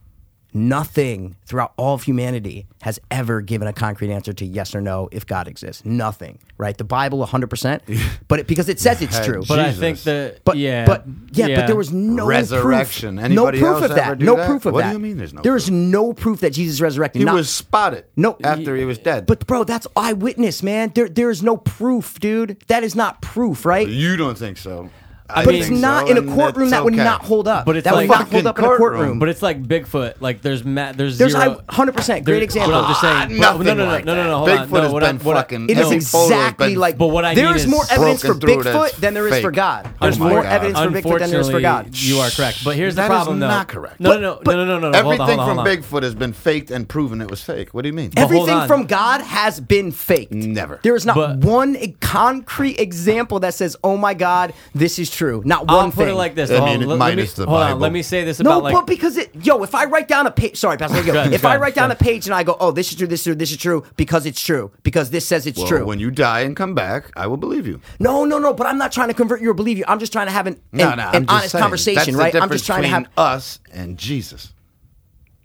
Speaker 1: nothing throughout all of humanity has ever given a concrete answer to yes or no if God exists. Nothing, right? The Bible, 100 percent, but it, because it says it's true.
Speaker 5: Jesus.
Speaker 2: But I
Speaker 5: Jesus.
Speaker 2: think that
Speaker 1: But
Speaker 2: yeah,
Speaker 1: but yeah, but there was no
Speaker 5: Resurrection.
Speaker 1: Proof,
Speaker 5: Anybody
Speaker 1: no proof
Speaker 5: else
Speaker 1: of that.
Speaker 5: ever do
Speaker 1: no
Speaker 5: that?
Speaker 1: proof of
Speaker 5: What do
Speaker 1: that.
Speaker 5: you mean there's no
Speaker 1: There is
Speaker 5: proof?
Speaker 1: no proof that Jesus resurrected.
Speaker 5: He
Speaker 1: Not-
Speaker 5: was spotted.
Speaker 1: No.
Speaker 5: after he was dead.
Speaker 1: But bro, that's eyewitness, man. There, there is no proof, dude. That is not proof, right?
Speaker 5: you don't think so. I
Speaker 1: but
Speaker 5: think
Speaker 1: it's
Speaker 5: so,
Speaker 1: not in
Speaker 5: and
Speaker 1: a courtroom
Speaker 5: it's
Speaker 1: that would
Speaker 5: okay.
Speaker 1: not hold up.
Speaker 2: But it's
Speaker 1: that
Speaker 2: like-
Speaker 1: would not hold
Speaker 5: Fucking
Speaker 1: up in a courtroom.
Speaker 5: courtroom.
Speaker 2: But it's like Bigfoot. Like there's ma- there's
Speaker 1: There's
Speaker 2: zero.
Speaker 1: I- 100% great
Speaker 2: There-
Speaker 1: example.
Speaker 2: But I'm just saying.
Speaker 5: Ah, Nothing
Speaker 2: no, no, no,
Speaker 5: like
Speaker 2: no, no,
Speaker 5: that.
Speaker 2: no. Hold on.
Speaker 5: Bigfoot
Speaker 2: No,
Speaker 5: has
Speaker 2: what I-
Speaker 5: been
Speaker 2: what I-
Speaker 5: fucking.
Speaker 1: it is
Speaker 5: every photo has
Speaker 1: exactly
Speaker 5: been
Speaker 1: like
Speaker 2: But what I
Speaker 1: there
Speaker 2: mean
Speaker 1: is,
Speaker 2: is
Speaker 1: more evidence for
Speaker 5: broken through it as
Speaker 1: Bigfoot than there is for
Speaker 5: fake.
Speaker 1: God.
Speaker 5: Oh
Speaker 1: There's
Speaker 5: my
Speaker 1: more
Speaker 5: God.
Speaker 1: evidence for Bigfoot than there is for God.
Speaker 2: Unfortunately, You are correct. But here's the
Speaker 5: That is
Speaker 2: problem, though.
Speaker 5: not correct.
Speaker 2: No,
Speaker 5: But-
Speaker 2: no,
Speaker 1: but
Speaker 2: no, no, no, no, no. Hold on,
Speaker 5: Everything
Speaker 2: hold on,
Speaker 5: from
Speaker 2: hold on.
Speaker 5: Bigfoot has been faked and proven it was fake. What do you mean?
Speaker 2: But hold
Speaker 1: Everything
Speaker 2: on.
Speaker 1: from God has been faked.
Speaker 5: Never.
Speaker 1: There is not
Speaker 2: But-
Speaker 1: one e- concrete example that says, "Oh my God, this is true." Not one
Speaker 2: I'll put
Speaker 1: thing.
Speaker 2: it like this.
Speaker 5: I
Speaker 2: Hold
Speaker 5: mean,
Speaker 2: on,
Speaker 5: it
Speaker 2: let- let me-
Speaker 5: minus the
Speaker 2: hold on.
Speaker 5: Bible.
Speaker 2: Let me say this
Speaker 1: No,
Speaker 2: about
Speaker 1: but
Speaker 2: like
Speaker 1: because it, yo, if I write down a page, sorry, Pastor, yo,
Speaker 2: ahead,
Speaker 1: if
Speaker 2: go
Speaker 1: I
Speaker 2: ahead,
Speaker 1: write
Speaker 2: go
Speaker 1: down a
Speaker 2: ahead.
Speaker 1: page and I go, oh, this is true, this is true, this is true, because it's true, because this says it's
Speaker 5: Well,
Speaker 1: true.
Speaker 5: When you die and come back, I will believe you.
Speaker 1: No, no, no. But I'm not trying to convert you or believe you. I'm just trying to have an,
Speaker 5: No,
Speaker 1: an, an
Speaker 5: no, I'm just
Speaker 1: honest
Speaker 5: saying. That's
Speaker 1: conversation,
Speaker 5: the
Speaker 1: right? I'm
Speaker 5: difference
Speaker 1: just trying to have.
Speaker 5: between us and Jesus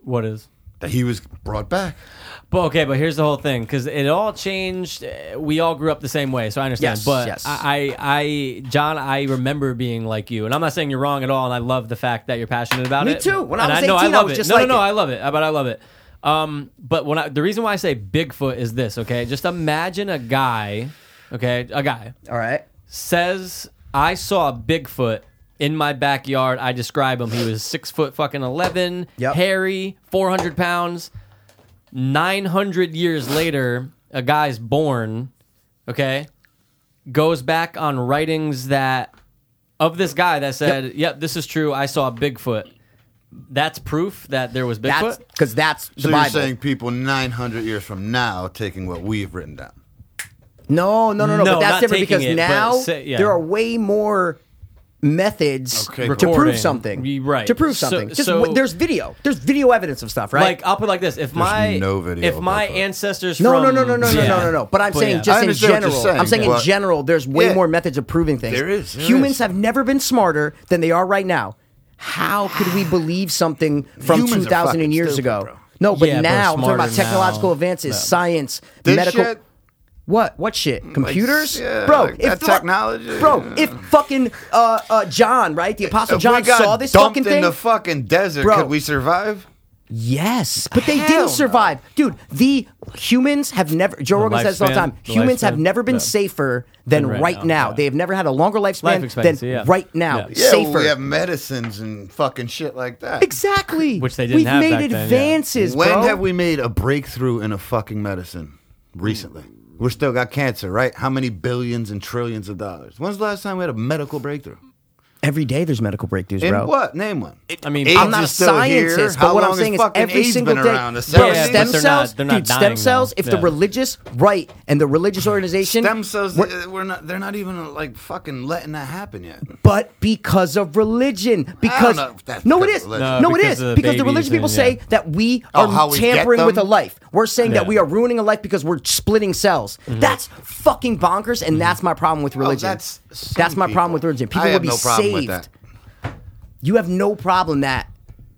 Speaker 2: what is.
Speaker 5: that he was brought back.
Speaker 2: But okay, but here's the whole thing because it all changed. uh, We all grew up the same way, so I understand.
Speaker 1: Yes,
Speaker 2: but
Speaker 1: yes.
Speaker 2: I, I, I, John, I remember being like you, and I'm not saying you're wrong at all, and I love the fact that you're passionate about
Speaker 1: Me
Speaker 2: it.
Speaker 1: too. When I
Speaker 2: And
Speaker 1: was
Speaker 2: know
Speaker 1: 18, I
Speaker 2: love
Speaker 1: was
Speaker 2: it.
Speaker 1: just
Speaker 2: no,
Speaker 1: like
Speaker 2: no,
Speaker 1: it.
Speaker 2: no, I love it, I- but I love it. Um, but when I, the reason why I say Bigfoot is this, okay? Just imagine a guy, okay, a guy
Speaker 1: All right.
Speaker 2: says I saw Bigfoot in my backyard. I describe him. He was six foot fucking eleven,
Speaker 1: Yep.
Speaker 2: hairy, four hundred pounds. Nine hundred years later, a guy's born. Okay, goes back on writings that of this guy that said, "Yep, this is true. I saw Bigfoot." That's proof that there was Bigfoot.
Speaker 1: That's because that's the
Speaker 5: So you're
Speaker 1: Bible.
Speaker 5: saying people 900 years from now taking what we've written down?
Speaker 1: No, no, no, no.
Speaker 2: No,
Speaker 1: but
Speaker 2: not
Speaker 1: that's different
Speaker 2: taking
Speaker 1: because
Speaker 2: it, but
Speaker 1: now
Speaker 2: say- yeah.
Speaker 1: there are way more methods
Speaker 5: Okay,
Speaker 1: to
Speaker 5: cool.
Speaker 2: Recording.
Speaker 1: prove something.
Speaker 2: Y- right.
Speaker 1: To prove
Speaker 2: So-
Speaker 1: something. Just
Speaker 2: so-
Speaker 1: w- there's video. There's video evidence of stuff, right?
Speaker 2: Like I'll put it like this: if my
Speaker 5: no video
Speaker 2: if my
Speaker 5: Bigfoot.
Speaker 2: ancestors
Speaker 1: no,
Speaker 2: from
Speaker 1: no, no, no, no, no,
Speaker 2: Yeah.
Speaker 1: no, no, no. But I'm saying
Speaker 2: yeah.
Speaker 5: I
Speaker 1: just in
Speaker 5: understand what you're
Speaker 1: general.
Speaker 5: saying,
Speaker 1: I'm saying in
Speaker 5: but-
Speaker 1: general, there's way
Speaker 5: Yeah.
Speaker 1: more methods of proving things.
Speaker 5: There is, there
Speaker 1: Humans
Speaker 5: is.
Speaker 1: have never been smarter than they are right now. How could we believe something from
Speaker 5: Humans are
Speaker 1: 2,000
Speaker 5: fucking
Speaker 1: years
Speaker 5: stupid,
Speaker 1: ago?
Speaker 5: bro.
Speaker 1: No, but
Speaker 2: Yeah, but
Speaker 1: now I'm talking about
Speaker 2: smarter now.
Speaker 1: technological advances,
Speaker 2: Yeah.
Speaker 1: science,
Speaker 5: This
Speaker 1: medical.
Speaker 5: shit,
Speaker 1: What? What shit? Computers?
Speaker 5: yeah,
Speaker 1: bro,
Speaker 5: like that
Speaker 1: fu-
Speaker 5: technology,
Speaker 1: Bro,
Speaker 5: yeah.
Speaker 1: if fucking uh, uh, John, right? The Apostle
Speaker 5: if we
Speaker 1: John
Speaker 5: got
Speaker 1: saw this
Speaker 5: dumped
Speaker 1: fucking
Speaker 5: in
Speaker 1: thing.
Speaker 5: the fucking desert,
Speaker 1: Bro.
Speaker 5: could we survive?
Speaker 1: yes. But they
Speaker 5: Hell
Speaker 1: didn't
Speaker 5: no.
Speaker 1: survive. Dude, the humans have never Joe Rogan says this all the
Speaker 2: lifespan-
Speaker 1: time.
Speaker 2: the
Speaker 1: Humans have
Speaker 2: lifespan,
Speaker 1: never been
Speaker 2: yeah.
Speaker 1: safer than
Speaker 2: Than
Speaker 1: right, now.
Speaker 2: right now, yeah.
Speaker 1: They have never had a longer
Speaker 2: Life
Speaker 1: lifespan than
Speaker 2: expectancy, yeah.
Speaker 1: right now.
Speaker 2: Yeah.
Speaker 5: Yeah,
Speaker 1: safer.
Speaker 5: well, we have medicines and fucking shit like that.
Speaker 1: exactly.
Speaker 2: Which they didn't
Speaker 1: We've
Speaker 2: have
Speaker 1: made
Speaker 2: back then, yeah.
Speaker 1: advances,
Speaker 5: When
Speaker 1: bro.
Speaker 5: have we made a breakthrough in a fucking medicine? Recently. We're still got cancer, right? How many billions and trillions of dollars? When's the last time we had a medical breakthrough?
Speaker 1: Every day there's medical breakthrows,
Speaker 5: In
Speaker 1: bro.
Speaker 5: what? Name one.
Speaker 2: I mean,
Speaker 5: AIDS
Speaker 1: I'm not a
Speaker 5: is still here.
Speaker 1: scientist, but
Speaker 5: How
Speaker 1: what I'm
Speaker 5: long has
Speaker 1: saying is
Speaker 5: fucking
Speaker 1: every
Speaker 5: AIDS
Speaker 1: single
Speaker 5: been
Speaker 1: day.
Speaker 5: around? The
Speaker 1: bro,
Speaker 5: 70s?
Speaker 1: stem
Speaker 2: but they're
Speaker 1: cells,
Speaker 2: not- they're not
Speaker 1: dude,
Speaker 2: dying,
Speaker 1: stem
Speaker 2: though.
Speaker 1: cells. If the
Speaker 2: Yeah.
Speaker 1: religious right and the religious organization,
Speaker 5: stem cells uh,
Speaker 1: We're-
Speaker 5: we're, not they're not even like fucking letting that happen yet Oh,
Speaker 1: but because of religion, because
Speaker 5: know if that's
Speaker 1: no, it
Speaker 5: because
Speaker 1: is
Speaker 5: of
Speaker 1: no,
Speaker 5: religion.
Speaker 2: No,
Speaker 1: it
Speaker 2: because
Speaker 1: is
Speaker 2: of the
Speaker 1: because the
Speaker 2: babies
Speaker 1: religious people
Speaker 2: and-
Speaker 1: say
Speaker 2: yeah.
Speaker 1: that we
Speaker 5: Oh,
Speaker 1: are
Speaker 5: how we get
Speaker 1: tampering with a
Speaker 5: them?
Speaker 1: life. We're saying that
Speaker 2: Yeah. Mm-hmm.
Speaker 1: we are ruining a life because we're splitting cells. That's fucking bonkers, and that's my problem with religion.
Speaker 5: Oh, that's some
Speaker 1: That's my problem
Speaker 5: people.
Speaker 1: with religion. People
Speaker 5: I
Speaker 1: will
Speaker 5: have
Speaker 1: be
Speaker 5: no problem
Speaker 1: saved.
Speaker 5: with that.
Speaker 1: You have no problem that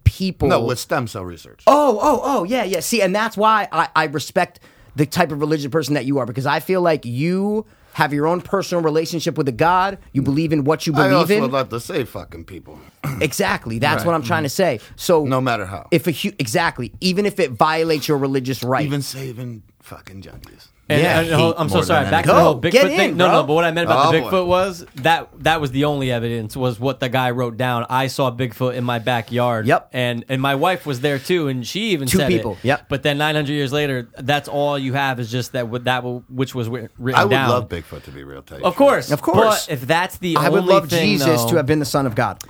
Speaker 1: people
Speaker 5: no with stem cell research
Speaker 1: Oh, oh, oh, yeah, yeah. See, and that's why I, I respect the type of religious person that you are because I feel like you have your own personal relationship with a God. You believe in what you
Speaker 5: Mm. i
Speaker 1: believe
Speaker 5: also
Speaker 1: in.
Speaker 5: would like to say fucking people
Speaker 1: exactly. That's what I'm trying to say. So
Speaker 5: Mm-hmm. no matter how
Speaker 1: if a hu- exactly, even if it violates your religious right,
Speaker 5: even saving fucking junkies
Speaker 2: And,
Speaker 1: Yeah,
Speaker 2: and the whole- I'm so
Speaker 5: more
Speaker 2: sorry.
Speaker 5: than
Speaker 2: Back to the
Speaker 1: anything.
Speaker 2: whole
Speaker 1: Go,
Speaker 2: Bigfoot
Speaker 1: get in,
Speaker 2: thing. no,
Speaker 1: bro.
Speaker 2: no. But what I meant about the
Speaker 5: Oh,
Speaker 2: Bigfoot
Speaker 5: boy.
Speaker 2: was that that was the only evidence was what the guy wrote down. I saw Bigfoot in my backyard.
Speaker 1: Yep.
Speaker 2: And and my wife was there too, and she even
Speaker 1: Two
Speaker 2: said it.
Speaker 1: people, yep.
Speaker 2: But then 900 years later, that's all you have is just that what- that w- which was wri- written
Speaker 5: i would
Speaker 2: down.
Speaker 5: love bigfoot to be real tight
Speaker 2: Of course,
Speaker 1: Of course.
Speaker 2: But if that's the
Speaker 1: I
Speaker 2: only
Speaker 1: would love
Speaker 2: thing,
Speaker 1: Jesus
Speaker 2: though-
Speaker 1: to have been the Son of God.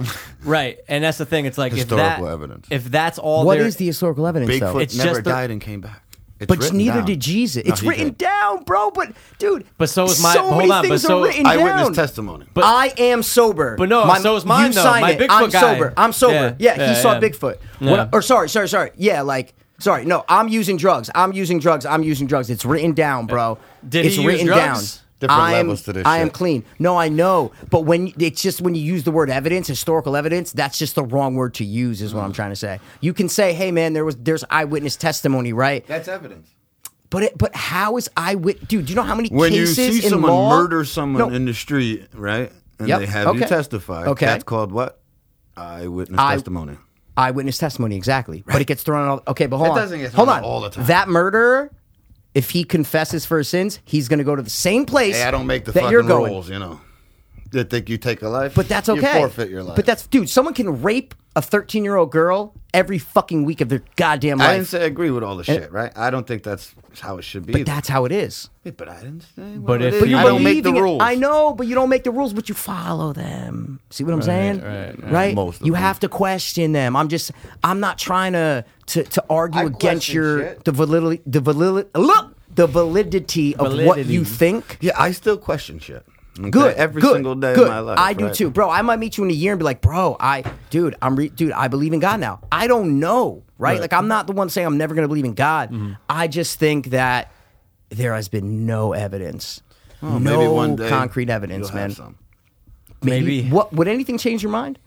Speaker 2: right, and that's the thing. It's like if
Speaker 5: Historical
Speaker 2: that,
Speaker 5: evidence.
Speaker 2: If that's all,
Speaker 1: What
Speaker 2: there-
Speaker 1: is the historical evidence, though?
Speaker 5: bigfoot
Speaker 2: It's
Speaker 5: never
Speaker 2: just the-
Speaker 5: died and came back It's
Speaker 1: but
Speaker 5: written
Speaker 1: neither
Speaker 5: down.
Speaker 1: did Jesus.
Speaker 5: No,
Speaker 1: it's
Speaker 5: he
Speaker 1: written
Speaker 5: didn't.
Speaker 1: down, bro. But dude,
Speaker 2: But so is my-
Speaker 1: so
Speaker 2: hold
Speaker 1: many
Speaker 2: on, but
Speaker 1: things
Speaker 2: so-
Speaker 1: are written
Speaker 5: eyewitness
Speaker 1: down.
Speaker 5: testimony
Speaker 2: But-
Speaker 1: I am sober.
Speaker 2: But no, so is mine,
Speaker 1: You
Speaker 2: though.
Speaker 1: sign
Speaker 2: My
Speaker 1: it.
Speaker 2: Bigfoot
Speaker 1: I'm
Speaker 2: guy.
Speaker 1: sober. I'm sober. Yeah,
Speaker 2: Yeah.
Speaker 1: he
Speaker 2: Yeah,
Speaker 1: saw
Speaker 2: yeah.
Speaker 1: Bigfoot.
Speaker 2: Yeah.
Speaker 1: What- or sorry, sorry, sorry. Yeah, like sorry. No, I'm using drugs. I'm using drugs. I'm using drugs. It's written down, bro.
Speaker 2: Did
Speaker 1: it's
Speaker 2: he use
Speaker 1: written
Speaker 2: drugs?
Speaker 1: down.
Speaker 5: Different
Speaker 1: I'm,
Speaker 5: levels to this
Speaker 1: I am
Speaker 5: shit.
Speaker 1: clean. No, I know, but when it's just when you use the word evidence, historical evidence, that's just the wrong word to use. Is
Speaker 2: Mm.
Speaker 1: what I'm trying to say. You can say, "Hey, man, there was there's eyewitness testimony, right?"
Speaker 5: that's evidence
Speaker 1: But it, but how is eyewit? Dude, do you know how many
Speaker 5: when you
Speaker 1: cases
Speaker 5: see
Speaker 1: in
Speaker 5: someone
Speaker 1: law-
Speaker 5: murder someone
Speaker 1: No.
Speaker 5: in the street right and
Speaker 1: Yep,
Speaker 5: they have you
Speaker 1: okay.
Speaker 5: testify
Speaker 1: Okay.
Speaker 5: that's called what eyewitness
Speaker 1: I-
Speaker 5: testimony
Speaker 1: eyewitness testimony exactly but it gets thrown out okay but hold
Speaker 5: It
Speaker 1: on
Speaker 5: doesn't get
Speaker 1: hold
Speaker 5: thrown
Speaker 1: on
Speaker 5: out all the time.
Speaker 1: that murderer if he confesses for his sins he's going to go to the same place
Speaker 5: hey i don't make the
Speaker 1: that
Speaker 5: fucking
Speaker 1: you're going
Speaker 5: rules you know they think you take a life
Speaker 1: but that's okay
Speaker 5: you forfeit your life
Speaker 1: but that's dude someone can rape a 13 year old girl every fucking week of their goddamn
Speaker 5: I
Speaker 1: life
Speaker 5: didn't say I agree with all the shit, right? I don't think that's how it should be.
Speaker 1: but
Speaker 5: either.
Speaker 1: that's how it is
Speaker 5: Wait, but I didn't say.
Speaker 2: But
Speaker 5: it
Speaker 2: if
Speaker 5: is.
Speaker 2: you
Speaker 5: I don't make the
Speaker 1: Believing it-
Speaker 5: rules,
Speaker 1: I know, but you don't make the rules, but you follow them. See what I'm saying? Right.
Speaker 5: Most of
Speaker 1: you
Speaker 5: them.
Speaker 1: have to question them. I'm just I'm not trying to to, to argue
Speaker 5: I
Speaker 1: against
Speaker 5: question
Speaker 1: your
Speaker 5: shit.
Speaker 1: the validity the validity look the validity of what
Speaker 2: Validity.
Speaker 1: you think.
Speaker 5: Yeah, I still question shit. Okay?
Speaker 1: Good.
Speaker 5: Every
Speaker 1: good,
Speaker 5: single day
Speaker 1: good.
Speaker 5: of my life.
Speaker 1: I do
Speaker 5: right?
Speaker 1: too, bro. I might meet you in a year and be like, bro, I, dude, I'm, re- dude, I believe in God now. I don't know, right? Like, I'm not the one saying I'm never going to believe in God.
Speaker 5: Mm-hmm.
Speaker 1: I just think that there has been no evidence, no
Speaker 5: Oh, Maybe one day
Speaker 1: concrete
Speaker 5: you'll
Speaker 1: evidence,
Speaker 5: have
Speaker 1: man.
Speaker 5: some.
Speaker 2: maybe
Speaker 1: What would anything change your mind?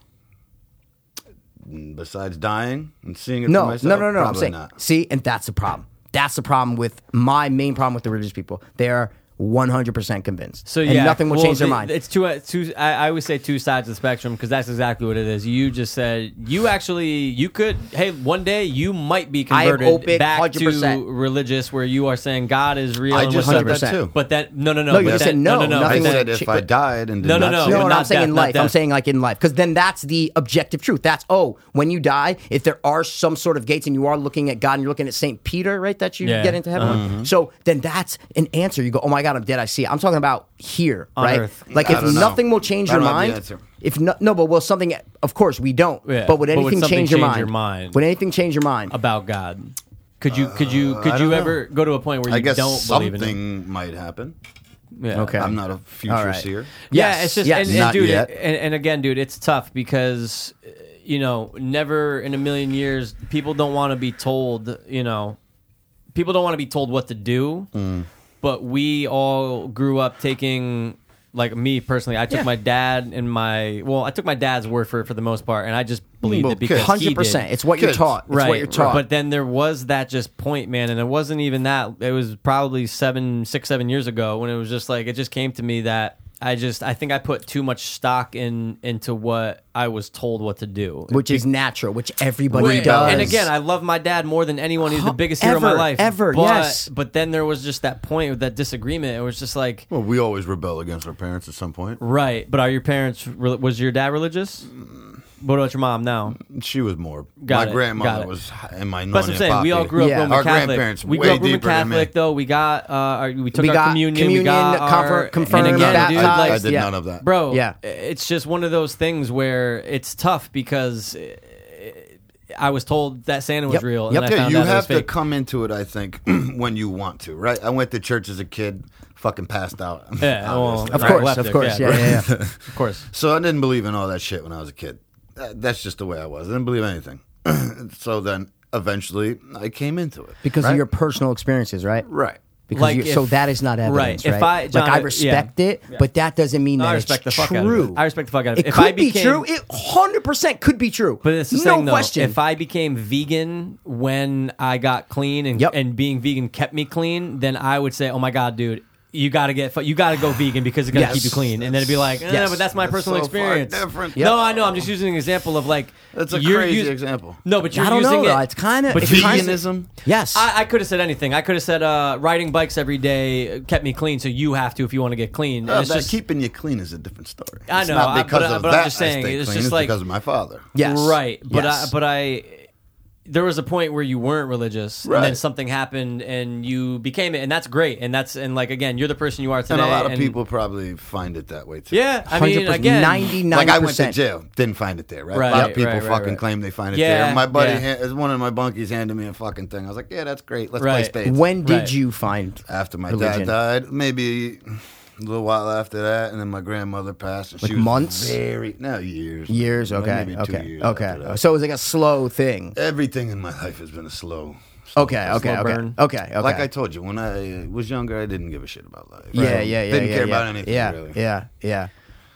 Speaker 5: Besides dying and seeing it for
Speaker 1: No,
Speaker 5: myself,
Speaker 1: no, no, no. I'm
Speaker 5: probably
Speaker 1: saying,
Speaker 5: not.
Speaker 1: see, and that's the problem. That's the problem with my main problem with the religious people. They are 100% convinced.
Speaker 2: So
Speaker 1: And
Speaker 2: yeah,
Speaker 1: nothing will
Speaker 2: well,
Speaker 1: change their
Speaker 2: the-
Speaker 1: mind.
Speaker 2: It's two, uh, two. I, I always say two sides of the spectrum because that's exactly what it is. You just said you actually you could. Hey, one day you might be
Speaker 1: I am
Speaker 2: converted
Speaker 1: open
Speaker 2: back
Speaker 1: 100%.
Speaker 2: to religious, where you are saying God is real.
Speaker 5: I
Speaker 2: and
Speaker 5: just
Speaker 2: whatever.
Speaker 5: said that too.
Speaker 2: But that no, no, no.
Speaker 1: No, you
Speaker 2: but
Speaker 1: just
Speaker 2: that-
Speaker 1: said no,
Speaker 2: no, no.
Speaker 5: I
Speaker 1: nothing
Speaker 2: but
Speaker 5: said
Speaker 1: that-
Speaker 5: if I died and did
Speaker 2: No, no,
Speaker 5: not
Speaker 2: no.
Speaker 5: sin.
Speaker 1: No,
Speaker 2: but
Speaker 1: no,
Speaker 2: Oh, not
Speaker 1: I'm saying
Speaker 2: death,
Speaker 1: in
Speaker 2: not
Speaker 1: life. I'm
Speaker 2: death.
Speaker 1: saying like in life, because then that's the objective truth. That's oh, when you die, if there are some sort of gates and you are looking at God and you're looking at Saint Peter, right? That you
Speaker 2: Yeah. Uh-huh.
Speaker 1: get into heaven. So then that's an answer. You go, oh my God, I'm dead. I see. it." I'm talking about here, right?
Speaker 2: Earth.
Speaker 1: Like
Speaker 5: I
Speaker 1: if
Speaker 5: don't know.
Speaker 1: nothing will change
Speaker 5: I
Speaker 1: your
Speaker 5: don't have the
Speaker 1: mind.
Speaker 5: answer.
Speaker 1: If no, no, but will something? Of course, we don't.
Speaker 2: Yeah,
Speaker 1: But would
Speaker 2: but would
Speaker 1: anything
Speaker 2: something
Speaker 1: change, your,
Speaker 2: change
Speaker 1: mind?
Speaker 2: your mind?
Speaker 1: Would anything change your mind?
Speaker 2: about God. Could you? Could you? Could
Speaker 5: Uh, I
Speaker 2: you
Speaker 5: don't
Speaker 2: ever go to a point where you
Speaker 5: I guess
Speaker 2: don't believe in him?
Speaker 5: something might happen.
Speaker 2: Yeah.
Speaker 1: Okay.
Speaker 5: I'm not a future
Speaker 1: All right.
Speaker 5: seer.
Speaker 2: Yeah,
Speaker 1: Yes,
Speaker 2: it's just
Speaker 1: yes.
Speaker 2: and, and
Speaker 5: Not
Speaker 2: dude,
Speaker 5: yet.
Speaker 2: and, and again, dude, it's tough because uh, you know, never in a million years people don't want to be told, you know, people don't want to be told what to do.
Speaker 1: Mm.
Speaker 2: But we all grew up taking like me personally, I took my dad and my well, I took my dad's word for it for the most part, and I just believed
Speaker 5: Well,
Speaker 2: it because he
Speaker 1: Mm. Hundred
Speaker 2: did.
Speaker 1: percent. It's what you're
Speaker 5: Kids.
Speaker 1: taught. It's
Speaker 2: right,
Speaker 1: what you're taught.
Speaker 2: But then there was that just point, man, and it wasn't even that. It was probably seven, six, seven years ago when it was just like it just came to me that I just I think I put too much stock in into what I was told what to do.
Speaker 1: which is natural, which everybody
Speaker 5: Wait,
Speaker 1: does.
Speaker 2: And again, I love my dad more than anyone. He's the biggest hero of my
Speaker 1: Ever,
Speaker 2: life.
Speaker 1: ever,
Speaker 2: but,
Speaker 1: yes.
Speaker 2: But then there was just that point with that disagreement. It was just like,
Speaker 5: Well, we always rebel against our parents at some point.
Speaker 2: right. But are your parents? re- Was your dad religious?
Speaker 1: Mm.
Speaker 2: What about your mom now?
Speaker 5: She was more.
Speaker 2: Got
Speaker 5: my
Speaker 2: it, got
Speaker 5: grandmother
Speaker 2: it.
Speaker 5: was, and my
Speaker 2: But That's what I'm saying. We all grew up
Speaker 1: Yeah.
Speaker 2: Roman
Speaker 5: Our
Speaker 2: Catholic.
Speaker 5: grandparents
Speaker 2: we
Speaker 5: way
Speaker 2: grew up Roman
Speaker 5: deeper than me.
Speaker 2: Catholic, though. We got uh, our, we took
Speaker 1: We
Speaker 2: our
Speaker 1: got
Speaker 2: communion, we
Speaker 1: communion,
Speaker 2: got
Speaker 1: confer-
Speaker 2: our,
Speaker 1: confirmed,
Speaker 2: and again, dude,
Speaker 1: baptized,
Speaker 5: I,
Speaker 2: like,
Speaker 5: I did
Speaker 1: yeah.
Speaker 5: none of that,
Speaker 2: bro.
Speaker 1: Yeah.
Speaker 2: it's just one of those things where it's tough because uh, I was told that Santa was
Speaker 1: Yep.
Speaker 2: real, and
Speaker 1: Yep.
Speaker 2: I
Speaker 5: Yeah,
Speaker 2: found
Speaker 5: you
Speaker 2: out
Speaker 5: have
Speaker 2: it was
Speaker 5: to
Speaker 2: fake.
Speaker 5: come into it. I think when you want to, right? I went to church as a kid, fucking passed out.
Speaker 2: yeah, well,
Speaker 5: obviously,
Speaker 2: right,
Speaker 1: of course,
Speaker 2: left
Speaker 1: of
Speaker 2: it,
Speaker 1: course,
Speaker 2: yeah,
Speaker 1: yeah, yeah, yeah.
Speaker 2: of course.
Speaker 5: So I didn't believe in all that shit when I was a kid. That- That's just the way I was. I didn't believe anything. so then eventually I came into it
Speaker 1: because
Speaker 5: right?
Speaker 1: of your personal experiences, right?
Speaker 5: right.
Speaker 1: Because
Speaker 2: Like
Speaker 1: you
Speaker 2: if-
Speaker 1: so that is not evidence,
Speaker 2: right,
Speaker 1: right?
Speaker 2: if I- John,
Speaker 1: like I
Speaker 2: yeah.
Speaker 1: respect it, but that doesn't mean
Speaker 2: No,
Speaker 1: that
Speaker 2: I respect the
Speaker 1: it's
Speaker 2: fuck
Speaker 1: true.
Speaker 2: out of it. I respect the fuck out of it.
Speaker 1: It
Speaker 2: If
Speaker 1: could
Speaker 2: I
Speaker 1: be
Speaker 2: became-
Speaker 1: true. It hundred percent could be true.
Speaker 2: But it's the
Speaker 1: no
Speaker 2: thing, though.
Speaker 1: question.
Speaker 2: If I became vegan when I got clean, and
Speaker 1: Yep.
Speaker 2: and being vegan kept me clean, then I would say, "Oh my god, dude, you gotta get, fu- you gotta go vegan because it's gonna
Speaker 1: Yes.
Speaker 2: keep you clean." And then it'd be like, eh,
Speaker 1: Yes.
Speaker 2: "But that's my
Speaker 5: That's
Speaker 2: personal
Speaker 5: so far
Speaker 2: experience."
Speaker 5: different.
Speaker 2: No, I know. I'm just using an example of like
Speaker 5: That's a
Speaker 2: you're
Speaker 5: crazy
Speaker 2: us-
Speaker 5: example.
Speaker 2: No, but you're
Speaker 1: I don't
Speaker 2: using
Speaker 1: know.
Speaker 2: it.
Speaker 1: though. It's kind of
Speaker 2: but
Speaker 5: Veganism.
Speaker 1: Yes,
Speaker 2: I, I could have said anything. I could have said uh, riding bikes every day kept me clean, so you have to if you want to get clean. And
Speaker 5: Uh,
Speaker 2: it's
Speaker 5: that
Speaker 2: just
Speaker 5: keeping you clean is a different story.
Speaker 2: I
Speaker 5: It's
Speaker 2: know, I-
Speaker 5: not because
Speaker 2: but I-
Speaker 5: of
Speaker 2: but I'm
Speaker 5: that
Speaker 2: just
Speaker 5: I
Speaker 2: saying,
Speaker 5: stay
Speaker 2: it's
Speaker 5: clean.
Speaker 2: just like-
Speaker 5: because of my father.
Speaker 1: yes,
Speaker 2: Right. But
Speaker 1: Yes.
Speaker 2: I, but I there was a point where you weren't religious and then
Speaker 5: Right.
Speaker 2: something happened and you became it and that's great and that's and like again you're the person you are today
Speaker 5: and a lot of people probably find it that way too.
Speaker 2: Yeah, I mean
Speaker 1: 100%,
Speaker 2: again
Speaker 1: 99%.
Speaker 5: Like I went to jail, didn't find it there, right? a lot
Speaker 2: Right,
Speaker 5: of people
Speaker 2: right, right,
Speaker 5: fucking
Speaker 2: right.
Speaker 5: claim they find it
Speaker 2: Yeah,
Speaker 5: there. My buddy,
Speaker 2: yeah.
Speaker 5: hand- one of my bunkies, handed me a fucking thing. I was like, "Yeah, that's great. Let's
Speaker 2: Right.
Speaker 5: play spades."
Speaker 1: When did
Speaker 2: Right.
Speaker 1: you find uh,
Speaker 5: after my
Speaker 1: religion?
Speaker 5: dad died, maybe a little while after that, and then my grandmother passed. And
Speaker 1: Like
Speaker 5: she was
Speaker 1: months?
Speaker 5: very no years,
Speaker 1: Years.
Speaker 5: Like
Speaker 1: Okay.
Speaker 5: maybe two
Speaker 1: okay.
Speaker 5: years
Speaker 1: okay.
Speaker 5: after that.
Speaker 1: So it was like a slow thing.
Speaker 5: everything in my life has been a slow.
Speaker 1: Okay. Okay.
Speaker 2: slow
Speaker 1: Okay.
Speaker 2: burn.
Speaker 1: Okay. Okay.
Speaker 5: Like I told you, when I was younger, I didn't give a shit about life.
Speaker 1: yeah. Yeah.
Speaker 5: Right?
Speaker 1: Yeah.
Speaker 5: Didn't
Speaker 1: yeah,
Speaker 5: care
Speaker 1: yeah.
Speaker 5: about anything.
Speaker 1: Yeah.
Speaker 5: really.
Speaker 1: Yeah. Yeah.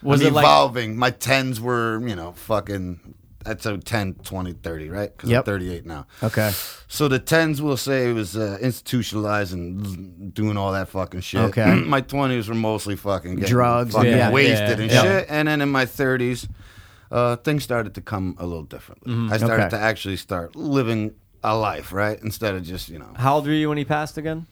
Speaker 2: was
Speaker 5: I'm
Speaker 2: it like
Speaker 5: evolving. My tens were, you know, fucking. That's a 10, 20, 30, right? Because
Speaker 1: Yep.
Speaker 5: I'm 38 now.
Speaker 1: Okay.
Speaker 5: So the tens, we'll say, was uh, institutionalized and doing all that fucking shit.
Speaker 1: Okay.
Speaker 5: my twenties were mostly fucking getting
Speaker 1: Drugs,
Speaker 5: fucking
Speaker 1: yeah.
Speaker 5: wasted
Speaker 2: Yeah,
Speaker 5: and
Speaker 2: yeah.
Speaker 5: shit. And then in my thirties, uh, things started to come a little differently. I started
Speaker 1: Mm-hmm. Okay.
Speaker 5: to actually start living a life, right? Instead of just you know,
Speaker 1: Ah.
Speaker 2: how old were you when he passed again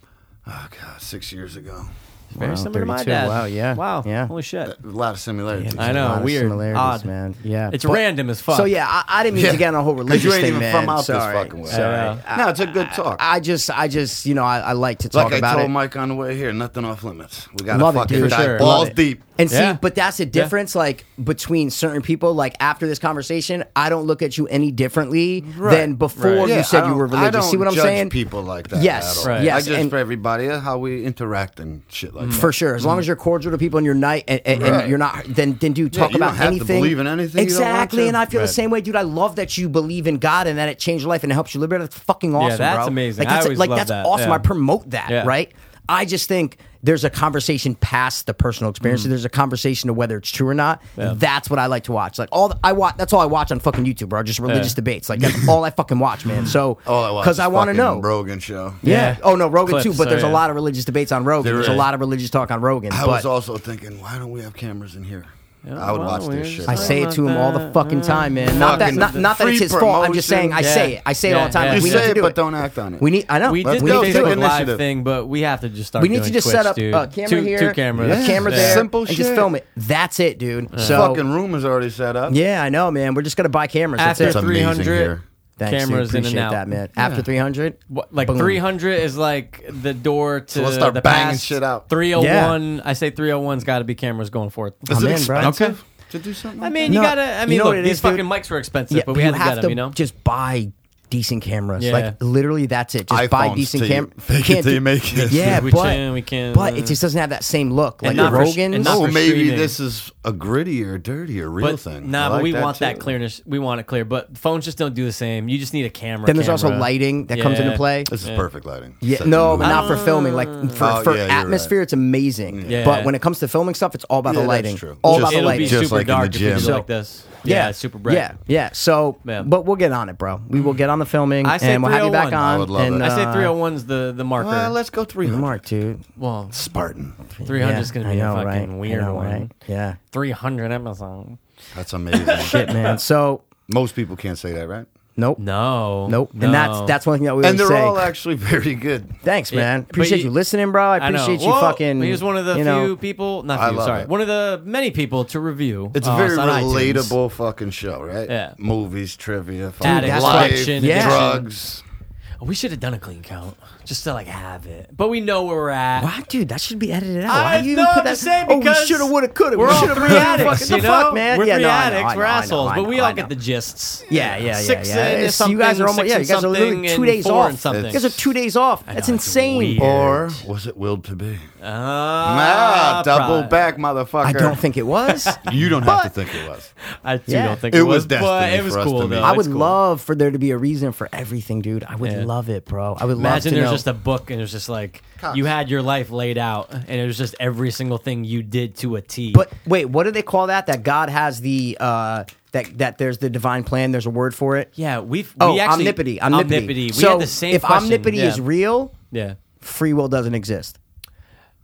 Speaker 5: oh god, six years ago,
Speaker 2: very similar to my
Speaker 1: 32.
Speaker 2: dad
Speaker 1: Wow, yeah.
Speaker 2: wow
Speaker 1: Yeah.
Speaker 2: holy shit
Speaker 5: a lot of similarities.
Speaker 2: I know
Speaker 1: A lot of
Speaker 2: weird
Speaker 1: similarities,
Speaker 2: odd
Speaker 1: man. Yeah.
Speaker 2: it's
Speaker 1: But-
Speaker 2: random as fuck
Speaker 1: So yeah, I, I didn't mean to
Speaker 5: Yeah.
Speaker 1: get on a whole
Speaker 5: 'Cause
Speaker 1: religious
Speaker 5: you ain't
Speaker 1: thing,
Speaker 5: even
Speaker 1: man.
Speaker 5: from out
Speaker 1: Sorry.
Speaker 5: this fucking way.
Speaker 2: Sorry.
Speaker 5: No, it's a good talk.
Speaker 1: I just, I just, you know, I, I like to talk
Speaker 5: like I
Speaker 1: about
Speaker 5: told
Speaker 1: it.
Speaker 5: Mike on the way here, nothing off limits. We gotta
Speaker 1: Love it,
Speaker 5: fucking
Speaker 1: dude. For
Speaker 5: dive
Speaker 2: sure.
Speaker 5: balls
Speaker 2: Love it.
Speaker 5: deep.
Speaker 1: and see,
Speaker 2: Yeah.
Speaker 1: but that's the difference, like between certain people. Like after this conversation, I don't look at you any differently than before you
Speaker 5: Yeah, I
Speaker 1: said you
Speaker 5: don't-
Speaker 1: were
Speaker 5: I
Speaker 1: religious.
Speaker 5: don't
Speaker 1: See what I'm
Speaker 5: judge
Speaker 1: saying?
Speaker 5: People like that.
Speaker 1: Yes,
Speaker 5: at all.
Speaker 1: Right. yes,
Speaker 5: I just
Speaker 1: and- Mm.
Speaker 5: for everybody uh, how we interact and shit like that.
Speaker 1: For sure, as long as you're cordial to people and you're nice, and, and, and
Speaker 5: Mm. Right.
Speaker 1: you're not, then then dude,
Speaker 5: Yeah,
Speaker 1: talk
Speaker 5: you
Speaker 1: about
Speaker 5: don't have to
Speaker 1: anything.
Speaker 5: believe in anything you don't want
Speaker 1: exactly,
Speaker 5: to.
Speaker 1: and I feel
Speaker 5: Right.
Speaker 1: the same way, dude. I love that you believe in God and that it changed your life and it helps you live better. That's fucking awesome,
Speaker 2: that's
Speaker 1: bro.
Speaker 2: amazing.
Speaker 1: Like
Speaker 2: I
Speaker 1: that's
Speaker 2: always
Speaker 1: like
Speaker 2: love
Speaker 1: that's
Speaker 2: that,
Speaker 1: awesome.
Speaker 2: yeah.
Speaker 1: I promote that,
Speaker 2: Yeah.
Speaker 1: right? I just think there's a conversation past the personal experience.
Speaker 5: Mm.
Speaker 1: There's a conversation of whether it's true or not. That's what I like to watch. Like all the, I watch. That's all I watch on fucking YouTube, bro. Just religious debates. Like that's all I fucking watch, man. So
Speaker 5: All I watch
Speaker 1: because
Speaker 5: is
Speaker 1: I want to
Speaker 5: Oh, fucking
Speaker 1: know.
Speaker 5: Rogan show.
Speaker 1: Yeah.
Speaker 8: Yeah.
Speaker 1: Oh no, Rogan too.
Speaker 8: Clips,
Speaker 1: But
Speaker 8: so
Speaker 1: there's a
Speaker 8: yeah.
Speaker 1: lot of religious debates on Rogan.
Speaker 5: There
Speaker 1: there's a
Speaker 5: is.
Speaker 1: lot of religious talk on Rogan.
Speaker 5: I
Speaker 1: but
Speaker 5: was also thinking, why don't we have cameras in here? I would
Speaker 8: well,
Speaker 5: watch
Speaker 8: we're
Speaker 5: this shit.
Speaker 8: just-
Speaker 1: I
Speaker 5: bro.
Speaker 1: say it to him all the fucking time, man. Not that
Speaker 5: Fucking
Speaker 1: not, not that it's
Speaker 5: free
Speaker 1: his fault. I'm just saying I
Speaker 8: promotion.
Speaker 1: say it. I say it all the time.
Speaker 8: Yeah,
Speaker 1: Like,
Speaker 5: you
Speaker 1: we
Speaker 5: say
Speaker 1: need to
Speaker 5: it,
Speaker 1: do
Speaker 5: but don't act on it.
Speaker 1: We need. I know.
Speaker 8: We
Speaker 5: Let's
Speaker 8: did
Speaker 5: go.
Speaker 8: the
Speaker 5: Take
Speaker 8: Facebook Live
Speaker 5: initiative.
Speaker 8: thing, but we have to just start.
Speaker 1: We need to
Speaker 8: doing
Speaker 1: just
Speaker 8: Twitch,
Speaker 1: set up
Speaker 8: dude.
Speaker 1: a camera
Speaker 8: two,
Speaker 1: here,
Speaker 8: two cameras,
Speaker 1: a camera
Speaker 5: Yeah.
Speaker 1: there,
Speaker 5: Simple
Speaker 1: and just
Speaker 5: shit.
Speaker 1: film it. That's it, dude. So
Speaker 5: fucking room is already set up.
Speaker 1: yeah, I know, man. We're just gonna buy cameras. That's
Speaker 2: After
Speaker 1: it.
Speaker 5: It's amazing
Speaker 2: 300,
Speaker 5: here.
Speaker 1: Thanks, dude.
Speaker 2: cameras in and
Speaker 1: Appreciate
Speaker 2: out.
Speaker 1: that, man. After 300,
Speaker 2: What, like
Speaker 1: Boom.
Speaker 2: 300 is like the door to
Speaker 5: let's start
Speaker 2: the
Speaker 5: banging
Speaker 2: past.
Speaker 5: shit out.
Speaker 2: 301, I say 301's got to be cameras going forth.
Speaker 5: Is
Speaker 1: I'm
Speaker 5: it
Speaker 1: in, bro.
Speaker 5: expensive to do something?
Speaker 2: I
Speaker 5: like
Speaker 2: mean,
Speaker 1: No,
Speaker 2: you gotta. I
Speaker 1: you
Speaker 2: mean,
Speaker 1: know
Speaker 2: look,
Speaker 1: what it
Speaker 2: these
Speaker 1: is, dude?
Speaker 2: fucking mics were expensive, but we
Speaker 1: you
Speaker 2: had to
Speaker 1: have
Speaker 2: get them. You know,
Speaker 1: just buy decent cameras.
Speaker 2: Yeah.
Speaker 1: Like literally, that's it. Just buy
Speaker 5: iPhones
Speaker 1: decent
Speaker 5: till you-
Speaker 1: cameras.
Speaker 5: fake it till you make it.
Speaker 1: Yeah,
Speaker 2: We
Speaker 1: but
Speaker 2: can, we can,
Speaker 1: but
Speaker 2: uh,
Speaker 1: it just doesn't have that same look. Like
Speaker 2: and not for sh- and
Speaker 1: Rogan's.
Speaker 2: not
Speaker 5: that? oh,
Speaker 2: for
Speaker 5: maybe
Speaker 2: streaming.
Speaker 5: this is a grittier, dirtier, real
Speaker 2: but
Speaker 5: thing. I
Speaker 2: nah,
Speaker 5: like
Speaker 2: but we want that
Speaker 5: too.
Speaker 2: clearness. We want it clear, but phones just don't do the same. You just need a camera.
Speaker 1: then there's also
Speaker 2: camera.
Speaker 1: lighting that comes into
Speaker 2: Yeah. Ah.
Speaker 1: play.
Speaker 5: This is perfect lighting.
Speaker 1: Yeah,
Speaker 5: Set
Speaker 1: no,
Speaker 5: the
Speaker 1: but
Speaker 5: mood.
Speaker 1: not for filming. Like for,
Speaker 5: Oh,
Speaker 1: for
Speaker 5: yeah, you're
Speaker 1: atmosphere, it's amazing.
Speaker 2: Yeah.
Speaker 1: But when it comes to filming stuff, it's all about
Speaker 5: Yeah,
Speaker 1: the
Speaker 5: that's
Speaker 1: lighting.
Speaker 5: true.
Speaker 1: All
Speaker 5: Just-
Speaker 1: about the
Speaker 2: It'll be
Speaker 1: lighting.
Speaker 5: Just
Speaker 2: super
Speaker 5: like in the
Speaker 2: dark if you do
Speaker 5: gym.
Speaker 2: it like this. Yeah, it's super bright.
Speaker 1: Yeah, yeah. So,
Speaker 2: Yeah.
Speaker 1: but we'll get on it, bro. We will get on the filming,
Speaker 2: I say
Speaker 1: and we'll have you back
Speaker 2: 301.
Speaker 1: on.
Speaker 5: I would love
Speaker 1: and,
Speaker 5: it.
Speaker 2: I say
Speaker 1: uh,
Speaker 2: 301's the the marker.
Speaker 5: Well, let's go 300.
Speaker 1: Mark, dude.
Speaker 2: well,
Speaker 5: Spartan.
Speaker 2: 300 is
Speaker 1: Yeah,
Speaker 2: gonna
Speaker 1: I
Speaker 2: be
Speaker 1: know,
Speaker 2: a
Speaker 1: right?
Speaker 2: fucking
Speaker 1: I
Speaker 2: weird
Speaker 1: know,
Speaker 2: one.
Speaker 1: right? Yeah,
Speaker 2: 300 Amazon.
Speaker 5: That's amazing.
Speaker 1: shit, man. So,
Speaker 5: Most people can't say that, right?
Speaker 1: nope,
Speaker 2: No,
Speaker 1: nope. And that's that's one thing that we
Speaker 5: And they're
Speaker 1: always say.
Speaker 5: all actually very good.
Speaker 1: Thanks, man.
Speaker 2: but
Speaker 1: Appreciate
Speaker 2: you-
Speaker 1: you, listening, bro. I
Speaker 2: I know.
Speaker 1: appreciate you
Speaker 2: Well,
Speaker 1: fucking.
Speaker 2: He was one of the
Speaker 1: you
Speaker 2: few
Speaker 1: know,
Speaker 2: people, not
Speaker 5: I
Speaker 2: few,
Speaker 5: love
Speaker 2: sorry,
Speaker 5: it.
Speaker 2: one of the many people to review.
Speaker 5: It's a
Speaker 2: uh,
Speaker 5: very
Speaker 2: us on iTunes.
Speaker 5: relatable fucking show, right?
Speaker 2: Yeah.
Speaker 5: Movies, trivia, fucking
Speaker 2: Addict
Speaker 5: life,
Speaker 2: collection,
Speaker 1: Yeah.
Speaker 5: drugs.
Speaker 2: We should have done a clean count just to like have it, but we know where we're at.
Speaker 1: Wow, dude, that should be edited out.
Speaker 2: I
Speaker 1: Why do you
Speaker 2: know,
Speaker 1: even
Speaker 2: I'm
Speaker 1: put that?
Speaker 2: just saying
Speaker 1: oh, we
Speaker 2: because
Speaker 1: should have, would have, could have.
Speaker 2: We're
Speaker 1: we
Speaker 2: all
Speaker 1: should have
Speaker 2: three addicts,
Speaker 1: the
Speaker 2: you know.
Speaker 1: fuck, man.
Speaker 2: We're
Speaker 1: yeah,
Speaker 2: three
Speaker 1: no, I know,
Speaker 2: addicts.
Speaker 1: I know,
Speaker 2: we're
Speaker 1: I know,
Speaker 2: assholes,
Speaker 1: I
Speaker 2: but
Speaker 1: know,
Speaker 2: we
Speaker 1: I
Speaker 2: all
Speaker 1: know.
Speaker 2: get the gists.
Speaker 1: Yeah, yeah, yeah,
Speaker 2: Six
Speaker 1: yeah.
Speaker 2: in
Speaker 1: It's-
Speaker 2: something,
Speaker 1: you guys are almost
Speaker 2: six
Speaker 1: yeah.
Speaker 2: in
Speaker 1: You guys are
Speaker 2: something,
Speaker 1: literally two
Speaker 2: and
Speaker 1: days
Speaker 2: four in
Speaker 1: off.
Speaker 2: something.
Speaker 1: You guys are two days off. That's insane.
Speaker 5: Or was it willed to be?
Speaker 2: Ah,
Speaker 5: ah, double
Speaker 2: probably.
Speaker 5: back, motherfucker.
Speaker 1: I don't think it was.
Speaker 5: You don't have to think it was.
Speaker 2: I do
Speaker 1: Yeah.
Speaker 2: don't think
Speaker 5: It
Speaker 2: it,
Speaker 5: was
Speaker 2: but
Speaker 5: destiny
Speaker 2: it was
Speaker 5: for us
Speaker 2: cool
Speaker 5: to meet.
Speaker 2: though.
Speaker 1: I
Speaker 2: It's
Speaker 1: would
Speaker 2: cool.
Speaker 1: love for there to be a reason for everything, dude. I would
Speaker 2: Yeah.
Speaker 1: love it, bro. I would
Speaker 2: Imagine
Speaker 1: love to
Speaker 2: there's
Speaker 1: know.
Speaker 2: just a book and it's just like you had your life laid out and it was just every single thing you did to a T.
Speaker 1: But wait, what do they call that? That God has the uh, that that there's the divine plan. There's a word for it.
Speaker 2: yeah, we've
Speaker 1: Oh,
Speaker 2: we actually,
Speaker 1: omnipotence. Omnipotence.
Speaker 2: We
Speaker 1: so
Speaker 2: had the same.
Speaker 1: if
Speaker 2: question.
Speaker 1: omnipotence
Speaker 2: yeah.
Speaker 1: is real,
Speaker 2: yeah.
Speaker 1: free will doesn't exist.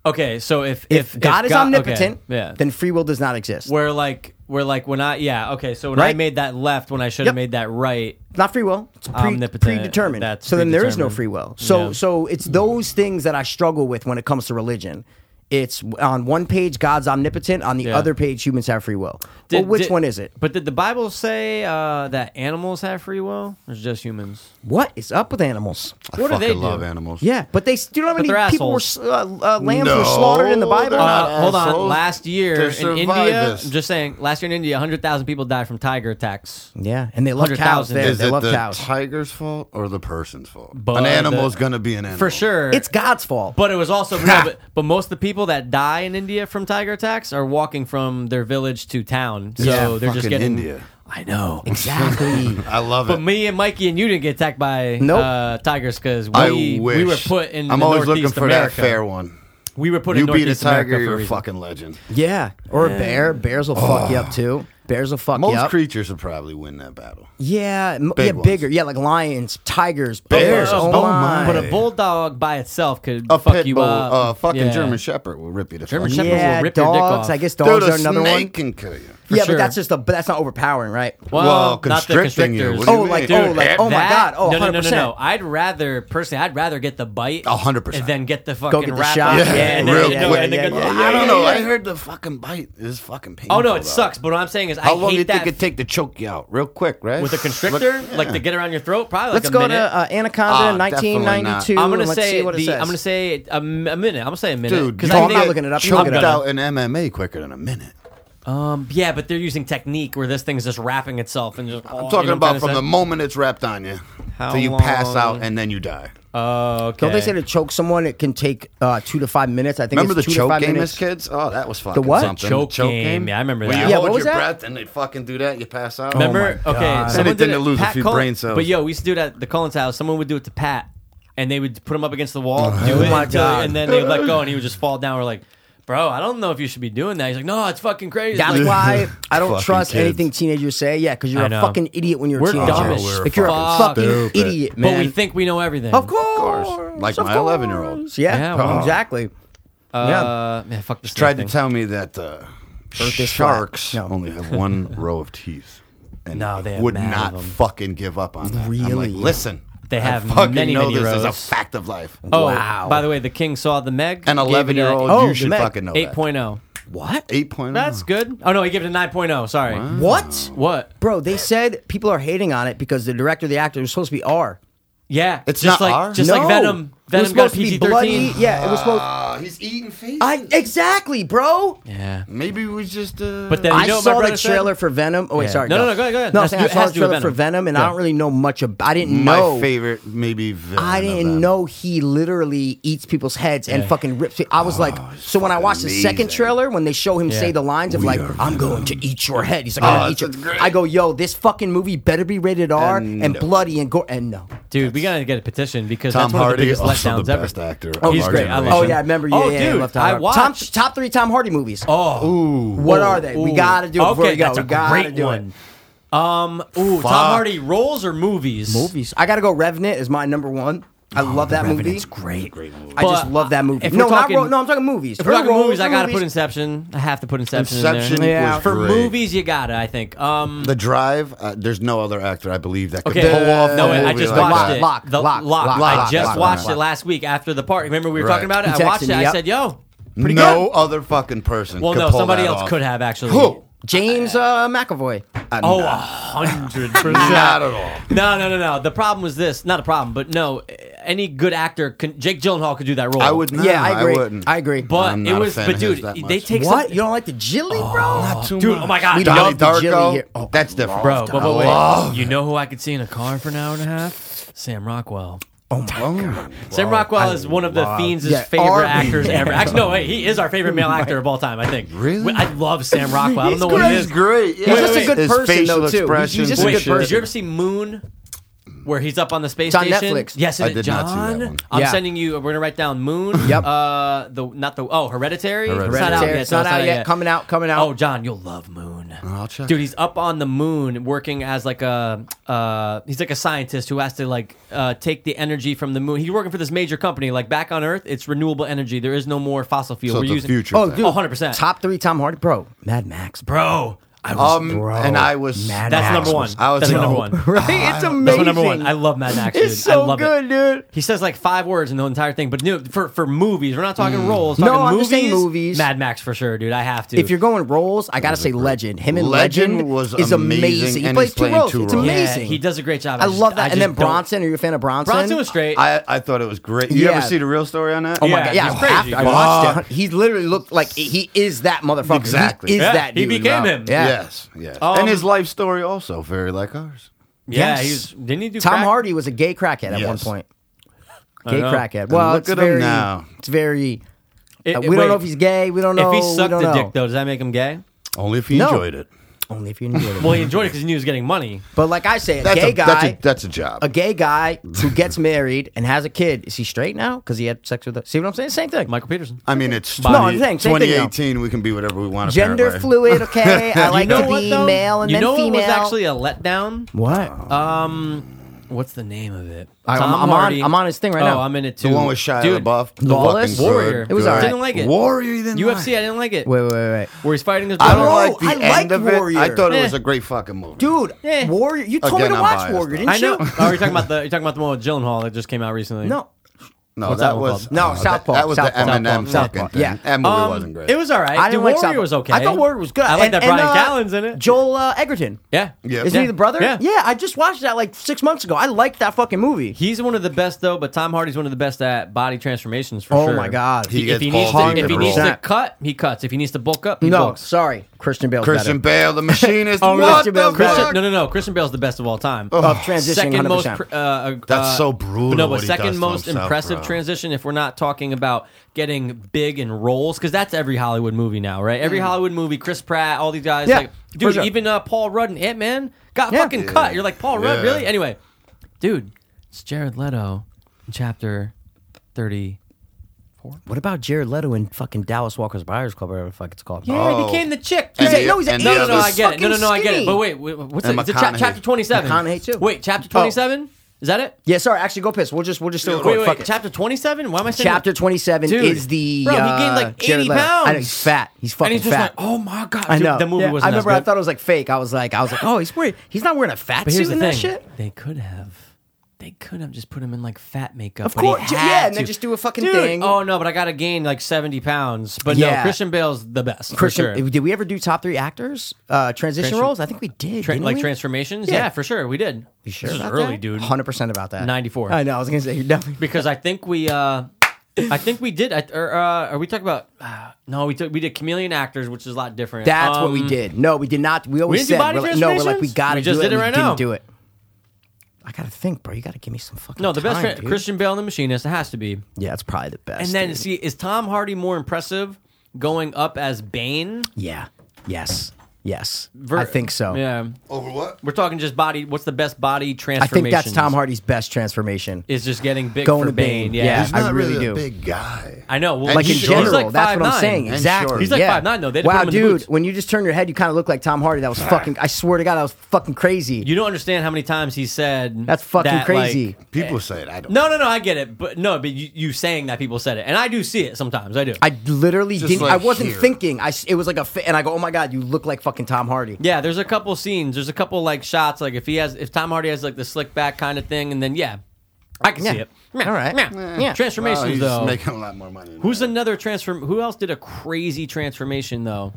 Speaker 2: Okay, so if
Speaker 1: If,
Speaker 2: if,
Speaker 1: God
Speaker 2: if
Speaker 1: is omnipotent,
Speaker 2: okay, yeah,
Speaker 1: then free will does not exist.
Speaker 2: we're like we're like when I yeah okay. So when I
Speaker 1: Right?
Speaker 2: made that left, when I should have
Speaker 1: Yep.
Speaker 2: made that right,
Speaker 1: not free will. It's pre-
Speaker 2: Omnipotent,
Speaker 1: predetermined.
Speaker 2: that's
Speaker 1: so then there is no
Speaker 2: predetermined.
Speaker 1: free will. So
Speaker 2: Yeah.
Speaker 1: so it's those things that I struggle with when it comes to religion. It's on one page God's omnipotent, on the
Speaker 2: Yeah.
Speaker 1: other page humans have free will.
Speaker 2: Did-
Speaker 1: well, which
Speaker 2: did-
Speaker 1: one is it?
Speaker 2: But did the Bible say uh, that animals have free will, or is it just humans?
Speaker 1: What is up with animals?
Speaker 5: I
Speaker 2: What do
Speaker 5: fucking
Speaker 2: they
Speaker 5: love
Speaker 2: do?
Speaker 5: animals.
Speaker 1: Yeah, but they do you know how
Speaker 2: But
Speaker 1: many
Speaker 2: they're
Speaker 1: people were
Speaker 2: assholes.
Speaker 1: uh, uh, lambs
Speaker 5: No,
Speaker 1: were slaughtered in the Bible?
Speaker 5: they're not.
Speaker 2: Uh, hold on.
Speaker 5: assholes.
Speaker 2: Last year
Speaker 5: They're
Speaker 2: in India,
Speaker 5: survivors.
Speaker 2: I'm just saying, last year in India, 100,000 people died from tiger attacks.
Speaker 1: Yeah, and they love cows.
Speaker 2: 100,000.
Speaker 1: There,
Speaker 5: Is
Speaker 1: they
Speaker 5: it
Speaker 1: love
Speaker 5: the
Speaker 1: cows.
Speaker 5: tiger's fault or the person's fault?
Speaker 2: But
Speaker 5: an
Speaker 2: the-
Speaker 5: animal's gonna be an animal
Speaker 2: For sure.
Speaker 1: it's God's fault.
Speaker 2: But it was also no, but, but most of the people that die in India from tiger attacks are walking from their village to town. So
Speaker 1: Yeah,
Speaker 2: they're just
Speaker 5: Fucking
Speaker 2: getting
Speaker 5: India.
Speaker 2: I know.
Speaker 1: exactly.
Speaker 5: I love
Speaker 2: But
Speaker 5: it.
Speaker 2: me and Mikey and you didn't get attacked by
Speaker 1: Nope.
Speaker 2: uh, tigers because
Speaker 5: I
Speaker 2: we,
Speaker 5: wish.
Speaker 2: we were put in
Speaker 5: I'm
Speaker 2: the
Speaker 5: always
Speaker 2: Northeast
Speaker 5: looking for
Speaker 2: America.
Speaker 5: that fair one.
Speaker 2: We were put in
Speaker 5: You beat a
Speaker 2: Northeast
Speaker 5: tiger,
Speaker 2: America for a
Speaker 5: you're a
Speaker 2: reason.
Speaker 5: fucking legend.
Speaker 1: yeah, or a bear. Bears will fuck
Speaker 2: Oh.
Speaker 1: you up too. Bears will fuck
Speaker 5: Most
Speaker 1: you up.
Speaker 5: creatures would probably win that battle.
Speaker 1: yeah, m-
Speaker 5: Big
Speaker 1: yeah,
Speaker 5: ones.
Speaker 1: bigger. Yeah, like lions, tigers, bears.
Speaker 5: Bears,
Speaker 1: Oh,
Speaker 5: oh
Speaker 1: my.
Speaker 5: my.
Speaker 2: But a bulldog by itself could
Speaker 5: A
Speaker 2: fuck
Speaker 5: pit
Speaker 2: you
Speaker 5: bull,
Speaker 2: up.
Speaker 5: uh, fucking
Speaker 2: Yeah.
Speaker 5: German Shepherd will rip you to
Speaker 2: German
Speaker 5: fuck.
Speaker 2: Shepherd
Speaker 1: yeah,
Speaker 2: will rip your
Speaker 1: dogs.
Speaker 2: dick off.
Speaker 1: I guess
Speaker 5: Dude,
Speaker 1: dogs are
Speaker 5: a
Speaker 1: another
Speaker 5: snake
Speaker 1: one.
Speaker 5: can kill you.
Speaker 1: yeah,
Speaker 2: sure.
Speaker 1: but that's just a. But that's not overpowering, right?
Speaker 2: Well,
Speaker 5: Well,
Speaker 2: not the
Speaker 5: constricting you.
Speaker 2: constrictors.
Speaker 5: What do
Speaker 1: Oh,
Speaker 5: you
Speaker 1: like
Speaker 5: mean?
Speaker 1: oh, like oh my
Speaker 2: That-
Speaker 1: god! Oh,
Speaker 2: no, no, no, no,
Speaker 1: 100%.
Speaker 2: no! I'd rather personally, I'd rather get the bite,
Speaker 5: A hundred percent.
Speaker 2: than get the fucking
Speaker 1: get the
Speaker 2: wrap
Speaker 1: shot.
Speaker 2: up.
Speaker 1: Yeah,
Speaker 2: and then,
Speaker 5: real
Speaker 2: you know,
Speaker 5: quick.
Speaker 2: and then get-
Speaker 5: Yeah,
Speaker 2: I don't know.
Speaker 5: I heard the fucking bite is fucking painful.
Speaker 2: Oh no,
Speaker 5: though.
Speaker 2: it sucks. But what I'm saying is,
Speaker 5: How
Speaker 2: I
Speaker 5: long do
Speaker 2: hate
Speaker 5: you think
Speaker 2: that
Speaker 5: it take to choke you out? Real quick, right?
Speaker 2: with a constrictor,
Speaker 5: Look-
Speaker 2: like
Speaker 5: yeah.
Speaker 2: to get around your throat. Probably like
Speaker 1: Let's
Speaker 2: a
Speaker 1: go to
Speaker 2: minute.
Speaker 1: uh, Anaconda,
Speaker 5: Ah, definitely not.
Speaker 1: 1992.
Speaker 2: I'm gonna
Speaker 1: and let's
Speaker 2: say
Speaker 1: see what it
Speaker 2: the,
Speaker 1: says.
Speaker 2: I'm gonna say a, m- a minute. I'm gonna say a minute.
Speaker 5: dude,
Speaker 2: 'cause
Speaker 1: you
Speaker 2: I
Speaker 1: I'm not
Speaker 2: think-
Speaker 1: looking it up. You'll
Speaker 5: Choked
Speaker 1: look it
Speaker 5: out in MMA quicker than a minute.
Speaker 2: Um, yeah, but they're using technique where this thing's just wrapping itself and just.
Speaker 5: I'm talking about from the moment it's wrapped on you
Speaker 2: How
Speaker 5: till you pass
Speaker 2: long?
Speaker 5: out and then you die.
Speaker 2: Oh, okay.
Speaker 1: Don't they say to choke someone? It can take uh, two to five minutes. I think
Speaker 5: Remember the
Speaker 1: it's two to
Speaker 5: choke
Speaker 1: five
Speaker 5: game
Speaker 1: minutes.
Speaker 5: as kids? Oh, that was fucking
Speaker 1: what?
Speaker 5: something.
Speaker 2: Choke game. Yeah, I remember
Speaker 5: When
Speaker 2: that.
Speaker 5: you
Speaker 1: Yeah, what
Speaker 5: hold
Speaker 1: was
Speaker 5: your
Speaker 1: that?
Speaker 5: breath and they fucking do that, you pass out.
Speaker 2: Remember?
Speaker 1: Oh God.
Speaker 2: okay.
Speaker 5: Anything
Speaker 2: did
Speaker 5: to
Speaker 2: it-
Speaker 5: lose a
Speaker 2: Pat
Speaker 5: few
Speaker 2: Cullen-
Speaker 5: brain cells.
Speaker 2: But yo, we used to do it at the Collins house. Someone would do it to Pat. and they would put him up against the wall. do
Speaker 1: Oh
Speaker 2: it
Speaker 1: my
Speaker 2: until-
Speaker 1: God.
Speaker 2: And then they would let go, and he would just fall down. We're like, bro, I don't know if you should be doing that. He's like, no, it's fucking crazy.
Speaker 1: That's
Speaker 2: Like,
Speaker 1: why I don't
Speaker 5: Fucking
Speaker 1: trust
Speaker 5: kids.
Speaker 1: anything teenagers say. Yeah, because you're
Speaker 2: I
Speaker 1: a
Speaker 2: know.
Speaker 1: fucking idiot when you're
Speaker 2: We're
Speaker 1: a teenager.
Speaker 2: dumb as
Speaker 5: Oh, we're
Speaker 1: like you're a
Speaker 2: fuck.
Speaker 1: fucking
Speaker 5: Stupid.
Speaker 1: idiot,
Speaker 2: but
Speaker 1: man.
Speaker 2: we think we know everything.
Speaker 1: of course,
Speaker 5: Like
Speaker 1: Of
Speaker 5: my 11-year-old.
Speaker 1: course. Yeah,
Speaker 2: Yeah, wow.
Speaker 1: exactly.
Speaker 2: Uh, man, fuck this.
Speaker 5: tried to
Speaker 2: thing.
Speaker 5: tell me that uh,
Speaker 1: Earth is flat.
Speaker 5: sharks
Speaker 1: No.
Speaker 5: only have one row of teeth. And
Speaker 2: No, they have
Speaker 5: would
Speaker 2: mad
Speaker 5: not
Speaker 2: of 'em.
Speaker 5: fucking give up on that. I'm
Speaker 1: Really?
Speaker 5: like, listen,
Speaker 2: They have
Speaker 5: I fucking
Speaker 2: many,
Speaker 5: know
Speaker 2: many
Speaker 5: this is a
Speaker 2: rows.
Speaker 5: fact of life.
Speaker 2: Oh,
Speaker 1: Wow.
Speaker 2: by the way, the king saw the Meg.
Speaker 5: An 11 year old,
Speaker 1: Oh,
Speaker 5: you
Speaker 1: the
Speaker 5: should
Speaker 1: Meg.
Speaker 5: fucking know
Speaker 2: Eight
Speaker 5: that.
Speaker 2: point oh.
Speaker 1: What?
Speaker 5: 8.0.
Speaker 2: That's good. Oh no, he gave it a nine Sorry.
Speaker 1: What?
Speaker 2: What?
Speaker 1: Bro, they said people are hating on it because the director, the actor, was supposed to be R.
Speaker 2: Yeah,
Speaker 5: It's
Speaker 2: just
Speaker 5: not
Speaker 2: like
Speaker 5: R?
Speaker 2: just like
Speaker 1: No.
Speaker 2: Venom.
Speaker 1: It was
Speaker 2: Venom got
Speaker 1: supposed to be
Speaker 2: PG
Speaker 1: bloody.
Speaker 2: thirteen.
Speaker 1: Yeah, it was supposed.
Speaker 5: Ah, he's eating face.
Speaker 1: I exactly, bro.
Speaker 2: yeah.
Speaker 5: Maybe we just. Uh,
Speaker 2: But then you
Speaker 1: I
Speaker 2: know what my
Speaker 1: saw
Speaker 2: brother
Speaker 1: the
Speaker 2: said?
Speaker 1: trailer for Venom. Oh wait,
Speaker 2: Yeah.
Speaker 1: sorry.
Speaker 2: No, no, no, go ahead, go ahead.
Speaker 1: No, I
Speaker 2: Has to
Speaker 1: said I
Speaker 2: do-
Speaker 1: saw
Speaker 2: has
Speaker 1: the
Speaker 2: to do with
Speaker 1: trailer for
Speaker 2: Venom.
Speaker 1: Venom, and I
Speaker 2: Yeah.
Speaker 1: don't really know much about. I didn't
Speaker 5: my
Speaker 1: know.
Speaker 5: favorite, maybe. Villain
Speaker 1: I
Speaker 5: of
Speaker 1: didn't
Speaker 5: them.
Speaker 1: know he literally eats people's heads and fucking rips. It. I was like, so when I watched the second
Speaker 5: amazing.
Speaker 1: trailer, when they show him
Speaker 2: Oh, Yeah.
Speaker 1: say the lines of like,
Speaker 5: are
Speaker 1: "I'm going to eat your head," he's like, "I'm
Speaker 5: Oh,
Speaker 1: gonna eat your."
Speaker 5: that's great.
Speaker 1: I go, yo, this fucking movie better be rated R and,
Speaker 5: no.
Speaker 1: bloody and gore. And no,
Speaker 2: Dude, we gotta get a petition because
Speaker 5: Tom
Speaker 2: that's one
Speaker 5: Hardy,
Speaker 2: of the biggest
Speaker 5: also
Speaker 2: letdowns
Speaker 5: the
Speaker 2: ever.
Speaker 5: best actor.
Speaker 1: Oh,
Speaker 5: of
Speaker 2: he's
Speaker 5: our
Speaker 2: great. I love
Speaker 5: generation.
Speaker 1: Oh
Speaker 2: him.
Speaker 1: yeah, I remember. Yeah,
Speaker 2: Oh,
Speaker 1: yeah, yeah,
Speaker 2: dude,
Speaker 1: left
Speaker 2: I
Speaker 1: Tom-
Speaker 2: watched-
Speaker 1: top, top three Tom Hardy movies.
Speaker 2: Oh,
Speaker 1: what are they? We
Speaker 2: ooh.
Speaker 1: gotta do it before
Speaker 2: Okay,
Speaker 1: we go.
Speaker 2: that's a
Speaker 1: we gotta
Speaker 2: great
Speaker 1: do
Speaker 2: one. Um, ooh, Tom
Speaker 5: Fuck.
Speaker 2: Hardy roles or movies?
Speaker 1: it. Movies. I gotta go. Revenant is my number one. I love that
Speaker 5: Revenant's
Speaker 1: movie.
Speaker 5: great. Great movie.
Speaker 1: I just
Speaker 2: Oh, But
Speaker 1: love that movie.
Speaker 2: if we're
Speaker 1: No,
Speaker 2: talking-
Speaker 1: not ro- no. I'm talking movies.
Speaker 2: If we're talking
Speaker 1: Her
Speaker 2: movies, I
Speaker 1: roles,
Speaker 2: gotta put
Speaker 1: movies.
Speaker 2: Inception. I have to put Inception. in
Speaker 5: Inception
Speaker 2: there.
Speaker 1: Yeah.
Speaker 5: was
Speaker 2: For
Speaker 5: great.
Speaker 2: movies, you gotta. I think. Um,
Speaker 5: The Drive. Uh, there's no other actor I believe that could
Speaker 2: Okay.
Speaker 5: pull off.
Speaker 2: no,
Speaker 5: a
Speaker 2: wait, I
Speaker 5: movie
Speaker 2: just
Speaker 5: like
Speaker 2: watched
Speaker 5: that.
Speaker 2: it.
Speaker 1: Lock,
Speaker 2: the,
Speaker 1: lock, lock,
Speaker 2: I
Speaker 1: lock,
Speaker 2: just
Speaker 1: lock,
Speaker 2: watched
Speaker 1: lock.
Speaker 2: it last week after the party. Remember we were
Speaker 5: Right.
Speaker 2: talking about it?
Speaker 1: You
Speaker 2: I watched
Speaker 1: texted
Speaker 2: it.
Speaker 1: me,
Speaker 2: I
Speaker 1: yep.
Speaker 2: said, "Yo."
Speaker 5: no other fucking person.
Speaker 2: Well,
Speaker 5: could
Speaker 2: no,
Speaker 5: pull
Speaker 2: somebody
Speaker 5: that
Speaker 2: else
Speaker 5: off.
Speaker 2: could have actually.
Speaker 5: Who?
Speaker 1: James uh, McAvoy.
Speaker 5: Uh,
Speaker 2: Oh,
Speaker 5: no.
Speaker 2: a hundred percent.
Speaker 5: not at all.
Speaker 2: No, no, no, no. The problem was this. Not a problem, but no. Any good actor, can, Jake Gyllenhaal could do that role.
Speaker 5: I would not.
Speaker 1: yeah, I agree.
Speaker 5: wouldn't.
Speaker 1: I agree.
Speaker 2: But
Speaker 5: I'm
Speaker 2: it
Speaker 5: not a
Speaker 2: was,
Speaker 5: fan
Speaker 2: but
Speaker 5: of
Speaker 2: dude,
Speaker 5: his that
Speaker 2: they
Speaker 5: much.
Speaker 2: take
Speaker 1: What?
Speaker 2: some-
Speaker 1: You don't like the Jilly, bro?
Speaker 2: dude, oh my god,
Speaker 1: We
Speaker 2: yo,
Speaker 5: Donnie
Speaker 1: love the
Speaker 5: Darko.
Speaker 1: Jilly here. Oh,
Speaker 5: that's different,
Speaker 2: bro. But, but
Speaker 5: Love
Speaker 2: wait, you know who I could see in a car for an hour and a half? Sam Rockwell. Sam Rockwell is one of the Fiends'
Speaker 1: Yeah,
Speaker 2: favorite
Speaker 1: R-
Speaker 2: actors ever. Actually, no, wait, he is our favorite male actor of all time, I think.
Speaker 5: Really?
Speaker 2: I love Sam Rockwell. I don't know what it
Speaker 5: He's
Speaker 2: is.
Speaker 5: great. Yeah.
Speaker 1: He's just a good
Speaker 5: His
Speaker 1: person,
Speaker 5: facial
Speaker 1: though, too.
Speaker 5: expressions
Speaker 1: He's just a
Speaker 5: and
Speaker 1: good
Speaker 2: Wait,
Speaker 5: shit.
Speaker 2: did you ever see Moon? Where he's up on the space
Speaker 1: It's on
Speaker 2: station.
Speaker 1: Netflix.
Speaker 2: Yes,
Speaker 5: I
Speaker 2: isn't it
Speaker 5: did not see
Speaker 2: John?
Speaker 5: that one.
Speaker 2: I'm
Speaker 1: Yeah.
Speaker 2: sending you. We're gonna write down Moon.
Speaker 1: Yep.
Speaker 2: Uh, the not the oh Hereditary. It's not out
Speaker 1: Hereditary.
Speaker 2: yet.
Speaker 1: It's not out yet. Coming out, coming out.
Speaker 2: Oh, John, you'll love Moon.
Speaker 5: I'll check
Speaker 2: Dude,
Speaker 5: it.
Speaker 2: he's up on the moon working as like a uh, he's like a scientist who has to like uh, take the energy from the moon. He's working for this major company. Like back on Earth, it's renewable energy. There is no more fossil fuel.
Speaker 5: So
Speaker 2: We're
Speaker 5: it's a
Speaker 2: using
Speaker 5: future
Speaker 1: Oh,
Speaker 5: thing.
Speaker 1: dude,
Speaker 2: 100%.
Speaker 1: Top three Tom Hardy, bro. Mad Max, bro.
Speaker 2: bro. I was,
Speaker 5: Um, and I was.
Speaker 1: Mad
Speaker 2: that's
Speaker 1: Max
Speaker 2: number one.
Speaker 5: I was
Speaker 2: that's
Speaker 5: no.
Speaker 2: number one.
Speaker 1: Right? It's amazing.
Speaker 2: That's my number one. I love Mad Max. Dude.
Speaker 1: It's so
Speaker 2: I love
Speaker 1: good,
Speaker 2: it.
Speaker 1: dude.
Speaker 2: He says like five words in the entire thing, but no, for for movies, we're not talking roles.
Speaker 1: Mm. No,
Speaker 2: Talking
Speaker 1: I'm
Speaker 2: movies,
Speaker 1: just saying movies.
Speaker 2: Mad Max for sure, dude. I have to.
Speaker 1: If you're going roles, I gotta say Legend. Him and Legend,
Speaker 5: Legend was
Speaker 1: is
Speaker 5: amazing,
Speaker 1: He
Speaker 5: and
Speaker 1: plays
Speaker 5: he's playing
Speaker 1: roles.
Speaker 5: two
Speaker 1: It's
Speaker 5: roles.
Speaker 2: Yeah,
Speaker 1: amazing.
Speaker 2: he does a great job.
Speaker 1: I
Speaker 2: just-
Speaker 1: love that. and
Speaker 2: just
Speaker 1: then
Speaker 2: don't-
Speaker 1: Bronson. Are you a fan of Bronson?
Speaker 2: Bronson was straight.
Speaker 5: I, I thought it was great. You
Speaker 1: Yeah.
Speaker 5: ever see the real story on that?
Speaker 1: Oh my
Speaker 2: Yeah,
Speaker 1: god! Yeah,
Speaker 2: he's
Speaker 1: I have
Speaker 2: crazy.
Speaker 1: to- I watched it. He literally looked like he is that motherfucker.
Speaker 5: Exactly.
Speaker 1: He is
Speaker 2: Yeah,
Speaker 1: that
Speaker 2: he
Speaker 1: dude?
Speaker 2: became
Speaker 1: bro.
Speaker 2: him.
Speaker 1: Yeah.
Speaker 5: Yes, yes.
Speaker 2: Um,
Speaker 5: and his life story also very like ours.
Speaker 2: yeah,
Speaker 1: yes.
Speaker 2: he was. Didn't he do
Speaker 1: Tom
Speaker 2: crack?
Speaker 1: Hardy was a gay crackhead at
Speaker 5: Yes.
Speaker 1: one point. Gay
Speaker 2: know.
Speaker 1: crackhead. Well,
Speaker 5: look
Speaker 1: it's
Speaker 5: at him
Speaker 1: very,
Speaker 5: now.
Speaker 1: It's very.
Speaker 2: It-
Speaker 1: uh,
Speaker 2: it-
Speaker 1: we don't
Speaker 2: wait,
Speaker 1: know if he's gay. We don't know.
Speaker 2: If he
Speaker 1: we
Speaker 2: sucked
Speaker 1: don't
Speaker 2: a
Speaker 1: know.
Speaker 2: dick though, does that make him gay?
Speaker 5: Only if he
Speaker 1: No.
Speaker 5: enjoyed it.
Speaker 1: Only if you knew it.
Speaker 2: Well, he enjoyed it because he knew he was getting money.
Speaker 1: but like I say, a
Speaker 5: That's
Speaker 1: gay
Speaker 5: a
Speaker 1: guy,
Speaker 5: that's a that's a job.
Speaker 1: a gay guy who gets married and has a kid, is he straight now? Because he had sex with. A, see what I'm saying? Same thing.
Speaker 2: Michael Peterson.
Speaker 5: I mean, it's
Speaker 1: No, I'm
Speaker 5: 20
Speaker 1: saying, same thing, though.
Speaker 5: 2018. We can be whatever we want.
Speaker 1: Gender
Speaker 5: apparently.
Speaker 1: fluid. Okay, I like
Speaker 2: you know
Speaker 1: to
Speaker 2: what
Speaker 1: be
Speaker 2: though?
Speaker 1: male and
Speaker 2: you
Speaker 1: then
Speaker 2: know
Speaker 1: female.
Speaker 2: what was actually Oh. a letdown?
Speaker 1: what?
Speaker 2: Um, what's the name of it?
Speaker 1: I- I'm-
Speaker 2: Tom
Speaker 1: I'm on-
Speaker 2: Hardy.
Speaker 1: I'm on his thing right
Speaker 2: oh,
Speaker 1: now.
Speaker 2: I'm in it too.
Speaker 5: The one with Shia
Speaker 2: Dude,
Speaker 5: LaBeouf, the
Speaker 1: Lawless?
Speaker 5: fucking good,
Speaker 2: Warrior. It
Speaker 1: was
Speaker 5: good.
Speaker 1: alright.
Speaker 2: Didn't like it.
Speaker 5: Warrior, you didn't
Speaker 2: UFC. I
Speaker 5: Like.
Speaker 2: didn't like it.
Speaker 1: Wait, wait, wait, wait.
Speaker 2: Where he's fighting his
Speaker 5: I
Speaker 2: brother.
Speaker 5: don't
Speaker 1: Bro,
Speaker 5: like the
Speaker 1: I
Speaker 5: end
Speaker 1: like
Speaker 5: of
Speaker 1: Warrior.
Speaker 5: it. I thought it was
Speaker 2: Eh.
Speaker 5: a great fucking movie,
Speaker 1: Dude,
Speaker 2: Eh.
Speaker 1: Warrior. You told
Speaker 5: Again,
Speaker 1: me to
Speaker 5: I'm
Speaker 1: watch
Speaker 5: biased,
Speaker 1: Warrior,
Speaker 5: though.
Speaker 1: didn't
Speaker 2: I know.
Speaker 1: you?
Speaker 2: oh, you're talking about the you're talking about the one with Gyllenhaal that just came out recently.
Speaker 1: No.
Speaker 5: No,
Speaker 2: What's that
Speaker 5: that
Speaker 2: one
Speaker 5: was
Speaker 2: called?
Speaker 1: No,
Speaker 5: uh, that-
Speaker 1: Southpaw,
Speaker 5: That was the
Speaker 1: Southpaw,
Speaker 5: Eminem
Speaker 1: Southpaw,
Speaker 5: fucking
Speaker 1: Southpaw, yeah.
Speaker 5: thing. That movie
Speaker 2: Um,
Speaker 5: wasn't great.
Speaker 2: It was all
Speaker 1: I
Speaker 2: right. Dude,
Speaker 1: didn't like
Speaker 2: Warrior
Speaker 1: South-
Speaker 2: was okay.
Speaker 1: I thought Warrior was good.
Speaker 2: I like
Speaker 1: And-
Speaker 2: that
Speaker 1: and,
Speaker 2: Brian
Speaker 1: uh,
Speaker 2: Callen's in it.
Speaker 1: Joel uh, Egerton.
Speaker 2: yeah.
Speaker 5: Yeah.
Speaker 1: Isn't he the brother?
Speaker 2: Yeah.
Speaker 1: I just watched that like six months ago. I liked that fucking movie.
Speaker 2: He's one of the best though, but Tom Hardy's one of the best at body transformations for
Speaker 1: oh
Speaker 2: sure.
Speaker 1: my god.
Speaker 5: He
Speaker 2: if
Speaker 5: gets
Speaker 2: he needs to,
Speaker 5: balls
Speaker 2: if he
Speaker 5: deep
Speaker 2: needs
Speaker 5: in the
Speaker 2: to
Speaker 5: role.
Speaker 2: cut, he cuts. If he needs to bulk up, he
Speaker 1: no,
Speaker 2: bulks.
Speaker 1: sorry, Christian Bale's
Speaker 5: Christian
Speaker 1: better.
Speaker 5: Bale, the machinist.
Speaker 1: Oh,
Speaker 5: what
Speaker 1: Christian
Speaker 5: the
Speaker 1: Bale's better.
Speaker 5: fuck?
Speaker 2: Christian, no, no, no. Christian Bale's the best of all time.
Speaker 1: of transitioning.
Speaker 2: Oh, second
Speaker 1: 100%.
Speaker 2: most. pr- Uh, uh,
Speaker 5: That's so brutal
Speaker 2: No, but
Speaker 5: what he
Speaker 2: second
Speaker 5: does to
Speaker 2: most
Speaker 5: himself,
Speaker 2: impressive
Speaker 5: bro.
Speaker 2: transition. If we're not talking about getting big in roles, because that's every Hollywood movie now, right? Every Hollywood movie, Chris Pratt, all these guys.
Speaker 1: Mm. Yeah,
Speaker 2: like,
Speaker 1: for
Speaker 2: dude,
Speaker 1: sure.
Speaker 2: even uh, Paul Rudd and Ant Man got
Speaker 1: Yeah.
Speaker 2: fucking cut. You're like Paul Rudd,
Speaker 5: Yeah.
Speaker 2: really? Anyway, dude, it's Jared Leto. chapter thirty.
Speaker 1: What about Jared Leto in fucking Dallas Walker's Buyers Club, or whatever the fuck it's called?
Speaker 2: Yeah, he
Speaker 5: Oh.
Speaker 2: became the chick.
Speaker 5: He's
Speaker 2: too.
Speaker 5: a- no, he's an And the
Speaker 2: no, no, no.
Speaker 5: other-
Speaker 2: I get it. No, no, no. I get it.
Speaker 1: Fucking
Speaker 2: But wait, wait what's it?
Speaker 5: And
Speaker 2: It's a cha-
Speaker 5: McConaughey. Oh,
Speaker 2: chapter twenty-seven.
Speaker 1: McConaughey, too.
Speaker 2: Wait, chapter twenty-seven. Is that it?
Speaker 1: Yeah, sorry. Actually, go piss. We'll just we'll just do it.
Speaker 2: Wait, wait.
Speaker 1: Fuck it.
Speaker 2: Chapter twenty-seven. Why am I saying
Speaker 1: Chapter twenty seven
Speaker 2: Dude.
Speaker 1: is the
Speaker 2: Bro, he gained,
Speaker 1: uh,
Speaker 2: like, 80
Speaker 1: Jared Leto. I know
Speaker 2: pounds.
Speaker 1: he's fat. He's
Speaker 2: And
Speaker 1: fucking
Speaker 2: he's just like,
Speaker 1: fat.
Speaker 2: oh my god.
Speaker 1: I
Speaker 2: Dude,
Speaker 1: know.
Speaker 2: the movie
Speaker 1: Yeah, I
Speaker 2: wasn't. as
Speaker 1: remember. I
Speaker 2: good.
Speaker 1: thought it was like fake. I was like, I was like, oh, he's weird. He's not wearing a fat
Speaker 2: But here's
Speaker 1: suit
Speaker 2: the
Speaker 1: in
Speaker 2: thing.
Speaker 1: that shit.
Speaker 2: They could have. They could have just put him in like fat makeup.
Speaker 1: Of
Speaker 2: but he
Speaker 1: course, ju-
Speaker 2: had
Speaker 1: yeah, and then
Speaker 2: to.
Speaker 1: just do a fucking
Speaker 2: Dude,
Speaker 1: thing.
Speaker 2: Oh no, but I gotta gain like seventy pounds. But no,
Speaker 1: Yeah.
Speaker 2: Christian Bale's the best.
Speaker 1: Christian,
Speaker 2: for sure.
Speaker 1: did we ever do top three actors uh, transition
Speaker 2: Transfer-
Speaker 1: roles? I think we did.
Speaker 2: Tra-
Speaker 1: didn't
Speaker 2: like
Speaker 1: we?
Speaker 2: transformations.
Speaker 1: Yeah.
Speaker 2: Yeah. for sure. We did.
Speaker 1: You sure
Speaker 2: This is
Speaker 1: about
Speaker 2: early,
Speaker 1: that?
Speaker 2: dude.
Speaker 1: Hundred percent about that.
Speaker 2: 94.
Speaker 1: I know. I was gonna say you're definitely.
Speaker 2: because I think we, uh, I think we did. I, or, uh, are we talking about? Uh, no, we took we did chameleon actors, which is a lot different.
Speaker 1: That's what we
Speaker 2: Um,
Speaker 1: did. No, we did not. We always
Speaker 2: didn't do
Speaker 1: said,
Speaker 2: body
Speaker 1: we're like, no, we're like, we
Speaker 2: transformations?
Speaker 1: gotta
Speaker 2: We
Speaker 1: do
Speaker 2: just
Speaker 1: it.
Speaker 2: did it
Speaker 1: and we
Speaker 2: right
Speaker 1: didn't
Speaker 2: now.
Speaker 1: do it. I gotta think, bro. You gotta give me some fucking.
Speaker 2: No, the best
Speaker 1: time,
Speaker 2: friend,
Speaker 1: dude.
Speaker 2: Christian Bale and the Machinist. It has to be.
Speaker 1: Yeah, it's probably the best.
Speaker 2: And then
Speaker 1: dude.
Speaker 2: see, is Tom Hardy more impressive going up as Bane?
Speaker 1: yeah, yes, yes,
Speaker 2: Ver-
Speaker 1: I think so.
Speaker 2: Yeah,
Speaker 5: Oh, Over what?
Speaker 2: we're talking just body. What's the best body
Speaker 1: I
Speaker 2: transformation?
Speaker 1: think that's Tom Hardy's best transformation.
Speaker 2: Is just getting big
Speaker 1: Going
Speaker 2: for
Speaker 1: to
Speaker 2: Bane.
Speaker 1: Bane,
Speaker 2: Yeah.
Speaker 1: yeah.
Speaker 5: He's
Speaker 1: I
Speaker 5: not
Speaker 1: really
Speaker 5: really,
Speaker 1: do.
Speaker 5: a big guy.
Speaker 2: I know. Well,
Speaker 5: And
Speaker 1: like in
Speaker 5: he's short.
Speaker 1: general,
Speaker 2: he's like
Speaker 1: that's what I'm
Speaker 2: 5'9".
Speaker 1: saying.
Speaker 5: And
Speaker 1: Exactly.
Speaker 5: short. He's
Speaker 2: like
Speaker 1: yeah.
Speaker 2: 5'9" though. They had to
Speaker 1: wow,
Speaker 2: put him in the
Speaker 1: dude,
Speaker 2: boots.
Speaker 1: when you just turn your head, you kind of look like Tom Hardy. That was fucking. I swear to God, that was fucking crazy.
Speaker 2: You don't understand how many times he said
Speaker 1: that's fucking
Speaker 2: that, like,
Speaker 1: crazy.
Speaker 5: People say it. I don't.
Speaker 2: No, no, no. I get it, but no, but you, you saying that people said it, and I do see it sometimes. I do.
Speaker 1: I literally
Speaker 5: Just
Speaker 1: didn't.
Speaker 5: like
Speaker 1: I wasn't
Speaker 5: here.
Speaker 1: thinking. I s- it was like a fit, and I go, "Oh my god, you look like fucking Tom Hardy."
Speaker 2: yeah, there's a couple scenes. There's a couple like shots. Like if he has, if Tom Hardy has like the slick back kind of thing, and then yeah, I can see
Speaker 1: Yeah.
Speaker 2: it. Meh,
Speaker 1: All right.
Speaker 2: meh.
Speaker 1: Yeah.
Speaker 2: Transformations
Speaker 5: Well,
Speaker 2: though.
Speaker 5: Oh, he's making a lot more money. than
Speaker 2: Who's
Speaker 5: that.
Speaker 2: another transform? Who else did a crazy transformation though?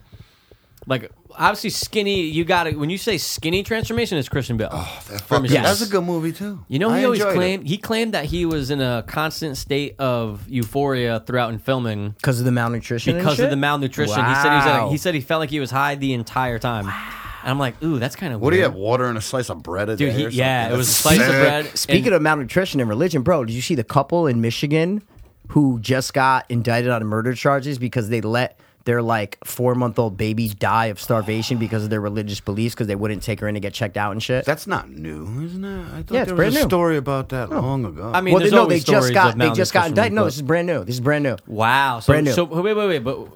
Speaker 2: Like obviously skinny. You got it. When you say skinny transformation, it's Christian Bale.
Speaker 1: Oh,
Speaker 5: That
Speaker 2: from
Speaker 5: fucking-
Speaker 2: his-
Speaker 5: That's a good movie too.
Speaker 2: You know, he
Speaker 5: I
Speaker 2: always
Speaker 5: enjoyed it.
Speaker 2: claimed he claimed that he was in a constant state of euphoria throughout in filming
Speaker 1: because of the malnutrition. and
Speaker 2: because of
Speaker 1: shit?
Speaker 2: the malnutrition. He said he, was
Speaker 1: Wow.
Speaker 2: like, he said he felt like he was high the entire time. And I'm like, ooh, that's kind of
Speaker 5: What
Speaker 2: weird.
Speaker 5: do you have? Water and a slice of bread a
Speaker 2: Dude,
Speaker 5: day?
Speaker 2: he,
Speaker 5: or
Speaker 2: yeah,
Speaker 5: something?
Speaker 2: it was a
Speaker 5: That's
Speaker 2: slice of
Speaker 5: sick.
Speaker 2: bread.
Speaker 1: Speaking of malnutrition and religion, bro, did you see the couple in Michigan who just got indicted on murder charges because they let their like four month old baby die of starvation because of their religious beliefs because they wouldn't take her in to get checked out and shit?
Speaker 5: That's not new, isn't it? I thought
Speaker 1: Yeah, it's
Speaker 5: there
Speaker 1: brand
Speaker 5: was a
Speaker 1: new. Oh.
Speaker 5: story about that long ago.
Speaker 2: I mean,
Speaker 1: well,
Speaker 2: there's
Speaker 1: they, no, they
Speaker 2: always
Speaker 1: just
Speaker 2: stories
Speaker 1: got
Speaker 2: of
Speaker 1: they just got
Speaker 2: malnutrition,
Speaker 1: indicted. No,
Speaker 2: but-
Speaker 1: this is brand new. This is brand new.
Speaker 2: wow. So,
Speaker 1: Brand new.
Speaker 2: so wait, wait, wait, but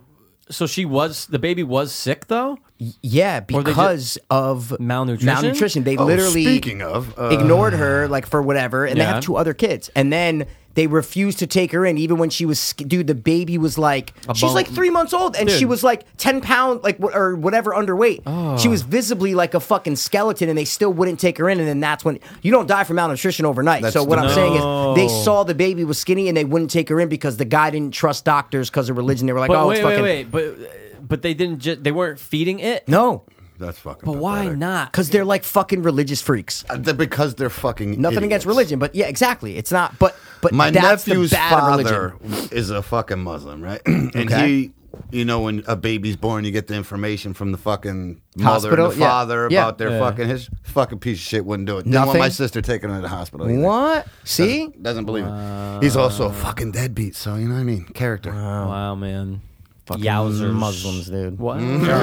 Speaker 2: so she was the baby was sick though.
Speaker 1: Yeah,
Speaker 2: Or they ju-
Speaker 1: because of
Speaker 2: Malnutrition?
Speaker 1: Malnutrition, they
Speaker 5: Oh,
Speaker 1: literally
Speaker 5: speaking of, uh,
Speaker 1: ignored her like for whatever, and they
Speaker 2: Yeah.
Speaker 1: have two other kids, and then they refused to take her in even when she was sk- dude. The baby was like she's
Speaker 2: bone-
Speaker 1: like three months old, and she
Speaker 2: Dude. Oh.
Speaker 1: was like ten pound like wh- or whatever underweight. She was visibly like a fucking skeleton, and they still wouldn't take her in. And then that's when you don't die from malnutrition overnight.
Speaker 5: That's
Speaker 1: so what
Speaker 5: the-
Speaker 1: I'm saying is they saw the baby was skinny, and they wouldn't take her in because the guy didn't trust doctors because of religion. They were like,
Speaker 2: But
Speaker 1: oh,
Speaker 2: wait,
Speaker 1: it's
Speaker 2: wait,
Speaker 1: fucking
Speaker 2: wait, but but they didn't. Ju- they weren't feeding it.
Speaker 1: no.
Speaker 5: that's fucking.
Speaker 2: but why
Speaker 5: pathetic.
Speaker 2: not?
Speaker 1: Because they're like fucking religious freaks.
Speaker 5: Uh, they're- Because they're fucking.
Speaker 1: Nothing
Speaker 5: idiots.
Speaker 1: against religion, but yeah, exactly. It's not. But but
Speaker 5: My
Speaker 1: that's the
Speaker 5: nephew's
Speaker 1: bad
Speaker 5: father
Speaker 1: religion.
Speaker 5: is a fucking Muslim, right? and
Speaker 1: Okay.
Speaker 5: he, you know, when a baby's born, you get the information from the fucking mother
Speaker 1: Hospital?
Speaker 5: and the
Speaker 1: Yeah.
Speaker 5: father
Speaker 1: Yeah.
Speaker 5: about their
Speaker 2: Yeah.
Speaker 5: fucking. His fucking piece of shit wouldn't do it. Didn't want
Speaker 1: Nothing?
Speaker 5: my sister taking her to the hospital. either.
Speaker 1: What? See?
Speaker 5: Doesn't, doesn't believe it.
Speaker 1: Uh,
Speaker 5: He's also a fucking deadbeat, so you know what I mean? Character.
Speaker 2: Wow, man.
Speaker 1: Fucking
Speaker 2: Yowzers.
Speaker 1: Muslims, dude. Mm-hmm.
Speaker 2: What?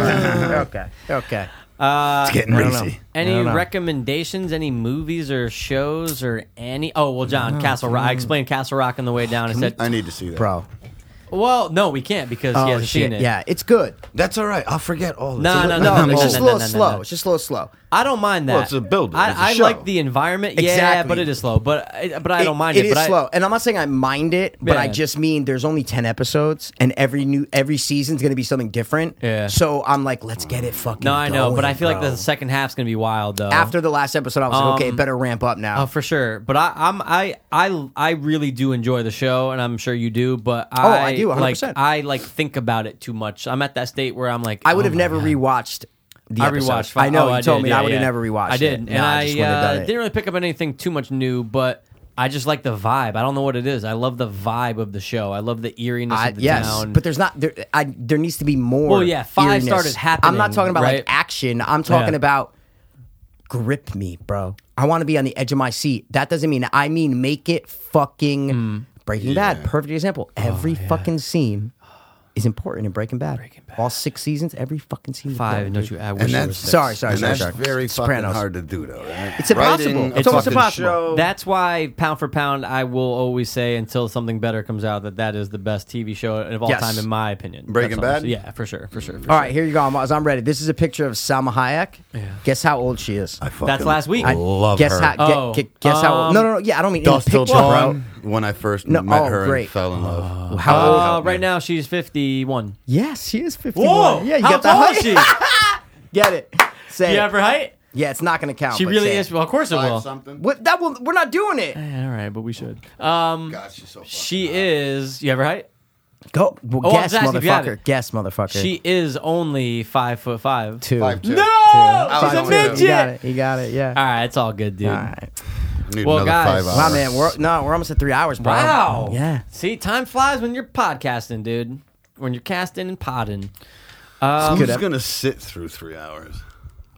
Speaker 1: okay. Okay.
Speaker 5: it's getting racy.
Speaker 2: Any
Speaker 1: don't know.
Speaker 2: recommendations? Any movies or shows or any? Oh well, John Castle Rock. I explained Castle Rock on the way down. I said,
Speaker 5: I need to see that.
Speaker 1: Bro.
Speaker 2: "Well, no, we can't because
Speaker 1: Oh,
Speaker 2: he hasn't
Speaker 1: shit.
Speaker 2: seen it."
Speaker 1: Yeah, it's good.
Speaker 5: That's all right. I'll forget all this.
Speaker 2: No,
Speaker 5: So
Speaker 2: no,
Speaker 5: what-
Speaker 2: no,
Speaker 5: I'm
Speaker 2: no,
Speaker 1: It's
Speaker 5: old.
Speaker 1: just a little
Speaker 2: no, no,
Speaker 1: slow.
Speaker 2: no.
Speaker 1: It's just a little slow.
Speaker 2: I don't mind that.
Speaker 5: Well, it's a build,
Speaker 2: I,
Speaker 5: it's a
Speaker 2: I
Speaker 5: show.
Speaker 2: like the environment. Yeah,
Speaker 1: Exactly.
Speaker 2: but it is slow. But I- but I don't mind it.
Speaker 1: It
Speaker 2: but
Speaker 1: is
Speaker 2: I-
Speaker 1: slow, and I'm not saying I mind it, but I
Speaker 2: Yeah.
Speaker 1: just mean there's only ten episodes, and every new every season's going to be something different.
Speaker 2: Yeah.
Speaker 1: So I'm like, let's get it fucking.
Speaker 2: no, I know, but I
Speaker 1: going,
Speaker 2: feel like
Speaker 1: bro.
Speaker 2: the Um, second half's gonna be wild though.
Speaker 1: after the last episode, I was like, okay, it better ramp up now.
Speaker 2: Oh, for sure. But I, I'm I I I really do enjoy the show, and I'm sure you do. But I,
Speaker 1: Oh, I do,
Speaker 2: like
Speaker 1: 100%.
Speaker 2: I like think about it too much. I'm at that state where I'm like
Speaker 1: I would
Speaker 2: oh
Speaker 1: have
Speaker 2: my
Speaker 1: never
Speaker 2: God.
Speaker 1: rewatched the
Speaker 2: I
Speaker 1: episode.
Speaker 2: rewatched.
Speaker 1: I know
Speaker 2: oh,
Speaker 1: you told
Speaker 2: did,
Speaker 1: me
Speaker 2: yeah,
Speaker 1: I would have
Speaker 2: yeah.
Speaker 1: never rewatched.
Speaker 2: I
Speaker 1: it.
Speaker 2: did,
Speaker 1: No,
Speaker 2: and I,
Speaker 1: just wouldn't have
Speaker 2: uh,
Speaker 1: done it.
Speaker 2: didn't really pick up anything too much new, but I just like the vibe. I don't know what it is. I love the vibe of the show. I love the eeriness
Speaker 1: I,
Speaker 2: of the
Speaker 1: yes,
Speaker 2: town.
Speaker 1: but there's not there. I, there needs to be more.
Speaker 2: Well, yeah, five
Speaker 1: eeriness.
Speaker 2: started
Speaker 1: I'm not
Speaker 2: happening,
Speaker 1: talking about
Speaker 2: right?
Speaker 1: like action. I'm talking
Speaker 2: Yeah.
Speaker 1: about grip me, bro. I want to be on the edge of my seat. That doesn't mean I mean
Speaker 2: Hmm. Oh,
Speaker 1: make it fucking Breaking Bad. Perfect example. Every fucking scene is important in Breaking Bad. Breaking Bad. All six seasons, every fucking season. is
Speaker 2: Five,
Speaker 1: important,
Speaker 2: don't
Speaker 1: dude.
Speaker 2: you? I wish
Speaker 5: And
Speaker 2: there
Speaker 5: that's
Speaker 2: was six.
Speaker 1: Sorry, sorry,
Speaker 5: and
Speaker 1: sorry,
Speaker 5: that's
Speaker 1: sorry.
Speaker 5: very fucking
Speaker 1: Sopranos.
Speaker 5: hard to do, though. Right?
Speaker 1: It's impossible.
Speaker 5: Writing a
Speaker 1: It's almost
Speaker 5: fucking
Speaker 1: impossible.
Speaker 5: show-
Speaker 2: That's why pound for pound, I will always say until something better comes out that that is the best TV show of all
Speaker 1: Yes.
Speaker 2: time, in my opinion.
Speaker 5: Breaking
Speaker 2: That's all I'm
Speaker 5: Bad?
Speaker 2: saying. Yeah, for sure, for sure. for
Speaker 1: All
Speaker 2: sure.
Speaker 1: right, here you go. I'm, I'm ready. This is a picture of Salma Hayek. Guess how old she is?
Speaker 5: I fucking
Speaker 2: That's last week.
Speaker 5: I love
Speaker 1: guess
Speaker 5: her.
Speaker 1: How,
Speaker 2: Oh,
Speaker 1: gu- gu- guess how old? No, no, no. Yeah, I don't mean in the
Speaker 5: Dust
Speaker 1: picture.
Speaker 5: Till Dawn. When I first
Speaker 1: No,
Speaker 5: met
Speaker 1: oh,
Speaker 5: her
Speaker 1: great.
Speaker 5: and fell in love.
Speaker 1: How
Speaker 5: Uh,
Speaker 1: old?
Speaker 2: Uh,
Speaker 5: help
Speaker 2: right
Speaker 5: me.
Speaker 2: now she's fifty-one.
Speaker 1: Yes, she is 51. yeah, you got the
Speaker 2: how tall
Speaker 1: height.
Speaker 2: is she?
Speaker 1: Get it. Say
Speaker 2: you
Speaker 1: it.
Speaker 2: have her height?
Speaker 1: Yeah, it's not going to count.
Speaker 2: She
Speaker 1: but
Speaker 2: really
Speaker 1: say it.
Speaker 2: is. Well, of course it will.
Speaker 5: Five something.
Speaker 1: What, that will, we're not doing it.
Speaker 2: Yeah, all right, but we should. Um,
Speaker 5: God, she's so fucking
Speaker 2: she
Speaker 5: hot.
Speaker 2: is. You have her height?
Speaker 1: Go. Well,
Speaker 2: Oh, I'm
Speaker 1: guess,
Speaker 2: just asking if you have
Speaker 1: motherfucker.
Speaker 2: it.
Speaker 1: Guess, motherfucker.
Speaker 2: She is only five foot five.
Speaker 1: two.
Speaker 5: Five, two.
Speaker 2: No,
Speaker 5: was
Speaker 2: she's a
Speaker 5: on two.
Speaker 2: midget.
Speaker 1: You got it. You got it. Yeah.
Speaker 2: All right, it's all good, dude.
Speaker 1: All right.
Speaker 5: Need
Speaker 2: Well,
Speaker 5: another
Speaker 2: guys,
Speaker 5: five
Speaker 2: my
Speaker 1: Wow,
Speaker 5: hours.
Speaker 1: man. We're, no, we're almost at three hours, bro.
Speaker 2: Wow.
Speaker 1: Yeah.
Speaker 2: See, time flies when you're podcasting, dude. When you're casting and podding.
Speaker 5: I'm
Speaker 1: Good
Speaker 5: just
Speaker 1: ep-
Speaker 5: Um, gonna sit through three hours.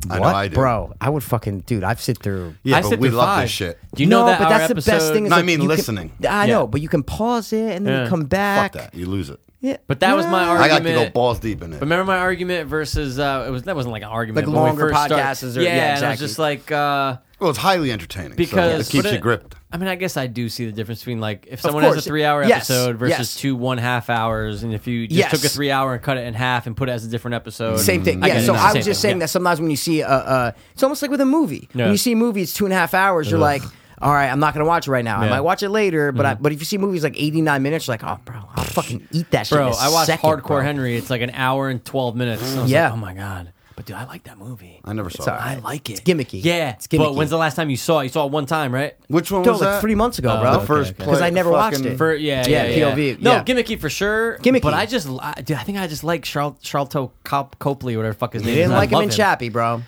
Speaker 5: I know
Speaker 1: what?
Speaker 5: I do,
Speaker 1: Bro, I would fucking, dude, I've sit through.
Speaker 5: Yeah,
Speaker 2: I
Speaker 5: but
Speaker 2: sit
Speaker 5: we
Speaker 2: through
Speaker 5: love
Speaker 2: five.
Speaker 5: this shit.
Speaker 2: Do you know
Speaker 1: no,
Speaker 2: that
Speaker 1: but
Speaker 2: our
Speaker 1: that's the
Speaker 2: episode-
Speaker 1: best thing. Is
Speaker 5: No, I
Speaker 1: like,
Speaker 5: mean
Speaker 1: you can-
Speaker 5: listening.
Speaker 1: I
Speaker 2: Yeah.
Speaker 1: know, but you can pause it and then
Speaker 2: Yeah.
Speaker 1: you come
Speaker 5: Fuck
Speaker 1: back.
Speaker 5: that. You lose it.
Speaker 1: Yeah,
Speaker 2: But that was my
Speaker 1: Nah.
Speaker 2: argument.
Speaker 5: I got to go balls deep in it.
Speaker 2: Remember my argument versus uh, it was that wasn't like an
Speaker 1: Like
Speaker 2: argument. but when we
Speaker 1: longer
Speaker 2: first started-
Speaker 1: podcasts or- yeah,
Speaker 2: yeah, and I was
Speaker 1: exactly.
Speaker 2: just like uh,
Speaker 5: Well, it's highly entertaining
Speaker 2: because
Speaker 5: so it keeps
Speaker 2: but
Speaker 5: you gripped.
Speaker 2: I mean, I guess I do see the difference between like if someone has a
Speaker 1: course.
Speaker 2: three-hour
Speaker 1: Yes.
Speaker 2: episode versus
Speaker 1: Yes.
Speaker 2: two one-half hours, and if you just
Speaker 1: Yes.
Speaker 2: took a three-hour and cut it in half and put it as a different episode,
Speaker 1: Same thing.
Speaker 2: I
Speaker 1: Yeah.
Speaker 2: get it.
Speaker 1: So
Speaker 2: It's the
Speaker 1: I
Speaker 2: same
Speaker 1: was just
Speaker 2: thing.
Speaker 1: saying
Speaker 2: Yeah.
Speaker 1: that sometimes when you see, uh, uh, it's almost like with a movie.
Speaker 2: Yeah.
Speaker 1: When you see a movie, it's two and a half hours. You're like, all right, I'm not gonna watch it right now.
Speaker 2: Yeah.
Speaker 1: I might watch it later. But I, but if you see movies like 89 minutes, you're like, oh, bro, I'll fucking eat that shit. in
Speaker 2: bro,
Speaker 1: a
Speaker 2: I watched
Speaker 1: second,
Speaker 2: Hardcore
Speaker 1: bro."
Speaker 2: Henry. It's like an hour and twelve minutes. And I was
Speaker 1: Yeah.
Speaker 2: like, oh my god. But dude, I like that movie.
Speaker 5: I never saw
Speaker 1: It's
Speaker 5: that.
Speaker 1: all right.
Speaker 2: I like
Speaker 1: It's
Speaker 2: it.
Speaker 1: gimmicky.
Speaker 2: Yeah.
Speaker 1: It's gimmicky.
Speaker 2: But when's the last time you saw it? You saw it one time, right?
Speaker 5: Which one
Speaker 1: Dude,
Speaker 5: was
Speaker 1: like
Speaker 5: that?
Speaker 1: three months ago,
Speaker 2: Oh,
Speaker 1: bro.
Speaker 5: The first
Speaker 2: okay.
Speaker 5: play.
Speaker 1: I never watched
Speaker 5: fucking-
Speaker 1: it.
Speaker 2: For yeah, yeah,
Speaker 1: Yeah,
Speaker 2: yeah.
Speaker 1: POV,
Speaker 2: No,
Speaker 1: yeah.
Speaker 2: gimmicky for sure.
Speaker 1: Gimmicky.
Speaker 2: But I just, I, dude, I think I just like Charl- Charlton Cop- Copley, whatever the fuck his
Speaker 1: You
Speaker 2: name. is.
Speaker 1: didn't
Speaker 2: I
Speaker 1: like him
Speaker 2: love
Speaker 1: in Chappie, bro.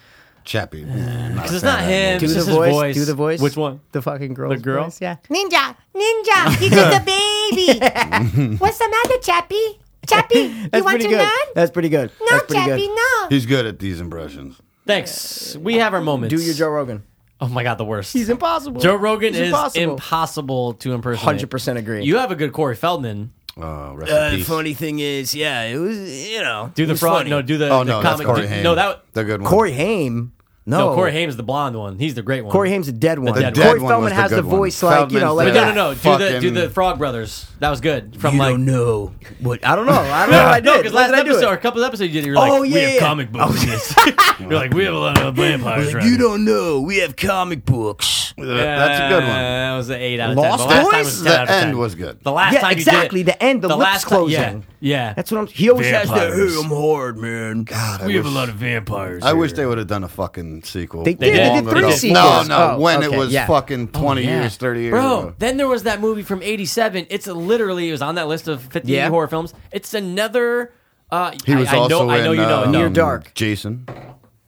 Speaker 5: Chappie.
Speaker 2: because it's not him.
Speaker 1: Do
Speaker 2: it's
Speaker 1: the
Speaker 2: just
Speaker 1: voice,
Speaker 2: His voice.
Speaker 1: Do the voice.
Speaker 2: Which one?
Speaker 1: The fucking girl.
Speaker 2: The girl?
Speaker 1: Voice, yeah.
Speaker 10: Ninja, ninja, he's just a baby. What's the matter, Chappie? Chappie, you
Speaker 1: That's
Speaker 10: want
Speaker 1: pretty
Speaker 10: to
Speaker 1: good.
Speaker 10: learn?
Speaker 1: That's pretty good.
Speaker 10: No,
Speaker 1: That's pretty
Speaker 10: Chappie,
Speaker 1: good.
Speaker 10: no.
Speaker 5: He's good at these impressions.
Speaker 2: Thanks. We have our moments.
Speaker 1: Do your Joe Rogan.
Speaker 2: Oh my god, the worst.
Speaker 1: He's impossible.
Speaker 2: Joe Rogan
Speaker 1: He's
Speaker 2: is impossible.
Speaker 1: impossible.
Speaker 2: to impersonate.
Speaker 1: 100% agree.
Speaker 2: You have a good Corey Feldman.
Speaker 5: Uh, rest in peace.
Speaker 1: thing is, yeah, it was you know.
Speaker 2: Do the fraud? No, do the.
Speaker 5: Oh
Speaker 2: the
Speaker 5: no, that's
Speaker 2: comic.
Speaker 5: Corey
Speaker 2: do-
Speaker 5: Haim.
Speaker 2: No, that.
Speaker 5: the good one.
Speaker 1: Corey Haim. No,
Speaker 2: No, Corey Haim's the blonde one. He's the great one.
Speaker 1: Oh. Corey Haim's a dead one.
Speaker 5: The
Speaker 2: dead
Speaker 1: Corey
Speaker 5: one was
Speaker 1: Feldman
Speaker 5: the
Speaker 1: has the
Speaker 5: good one.
Speaker 1: voice like you know,
Speaker 5: Feldman's
Speaker 1: like
Speaker 5: the-
Speaker 2: But no, no, no. Do the do
Speaker 5: Fucking-
Speaker 2: the Frog Brothers. That was good. From like Ah,
Speaker 1: know what I don't know. I don't know what I
Speaker 2: no,
Speaker 1: did.
Speaker 2: because
Speaker 1: What
Speaker 2: last
Speaker 1: did I do
Speaker 2: episode
Speaker 1: it?
Speaker 2: or a couple of episodes you did, you were like,
Speaker 1: Oh,
Speaker 2: we
Speaker 1: yeah,
Speaker 2: have
Speaker 1: yeah.
Speaker 2: comic books. in this. You're like, we have a lot of vampires.
Speaker 1: You don't know. We have comic books.
Speaker 5: Uh, That's a good one.
Speaker 2: That was an eight out of
Speaker 1: Lost
Speaker 2: ten. but last time
Speaker 1: Boys?
Speaker 2: was 10 out
Speaker 5: The
Speaker 2: of 10.
Speaker 5: end was good.
Speaker 2: the last
Speaker 1: Yeah,
Speaker 2: time. you did
Speaker 1: exactly,
Speaker 2: it-
Speaker 1: the end, the lips
Speaker 2: last ti-
Speaker 1: closing.
Speaker 2: Yeah, yeah.
Speaker 1: That's what I'm. He always has the.
Speaker 4: Vampires.
Speaker 1: Hey, I'm hard, man. God,
Speaker 5: I
Speaker 4: We have a
Speaker 5: wish-
Speaker 4: lot of vampires.
Speaker 5: I wish
Speaker 4: here.
Speaker 5: they would have done a fucking sequel.
Speaker 1: They did.
Speaker 2: They
Speaker 5: long
Speaker 2: did three
Speaker 5: ago.
Speaker 1: sequels.
Speaker 5: No, no.
Speaker 1: Oh,
Speaker 5: when
Speaker 1: okay,
Speaker 5: it was
Speaker 1: yeah.
Speaker 5: fucking twenty
Speaker 2: Yeah.
Speaker 5: years, thirty years.
Speaker 2: Bro,
Speaker 5: ago.
Speaker 2: then there was that movie from 87. It's literally, it was on that list of 50
Speaker 1: Yeah.
Speaker 2: horror films. It's another. Uh,
Speaker 5: he was
Speaker 2: I, I know,
Speaker 5: also
Speaker 2: I know
Speaker 5: in
Speaker 2: you know. it.
Speaker 5: um,
Speaker 2: No.
Speaker 1: Near Dark.
Speaker 5: Jason.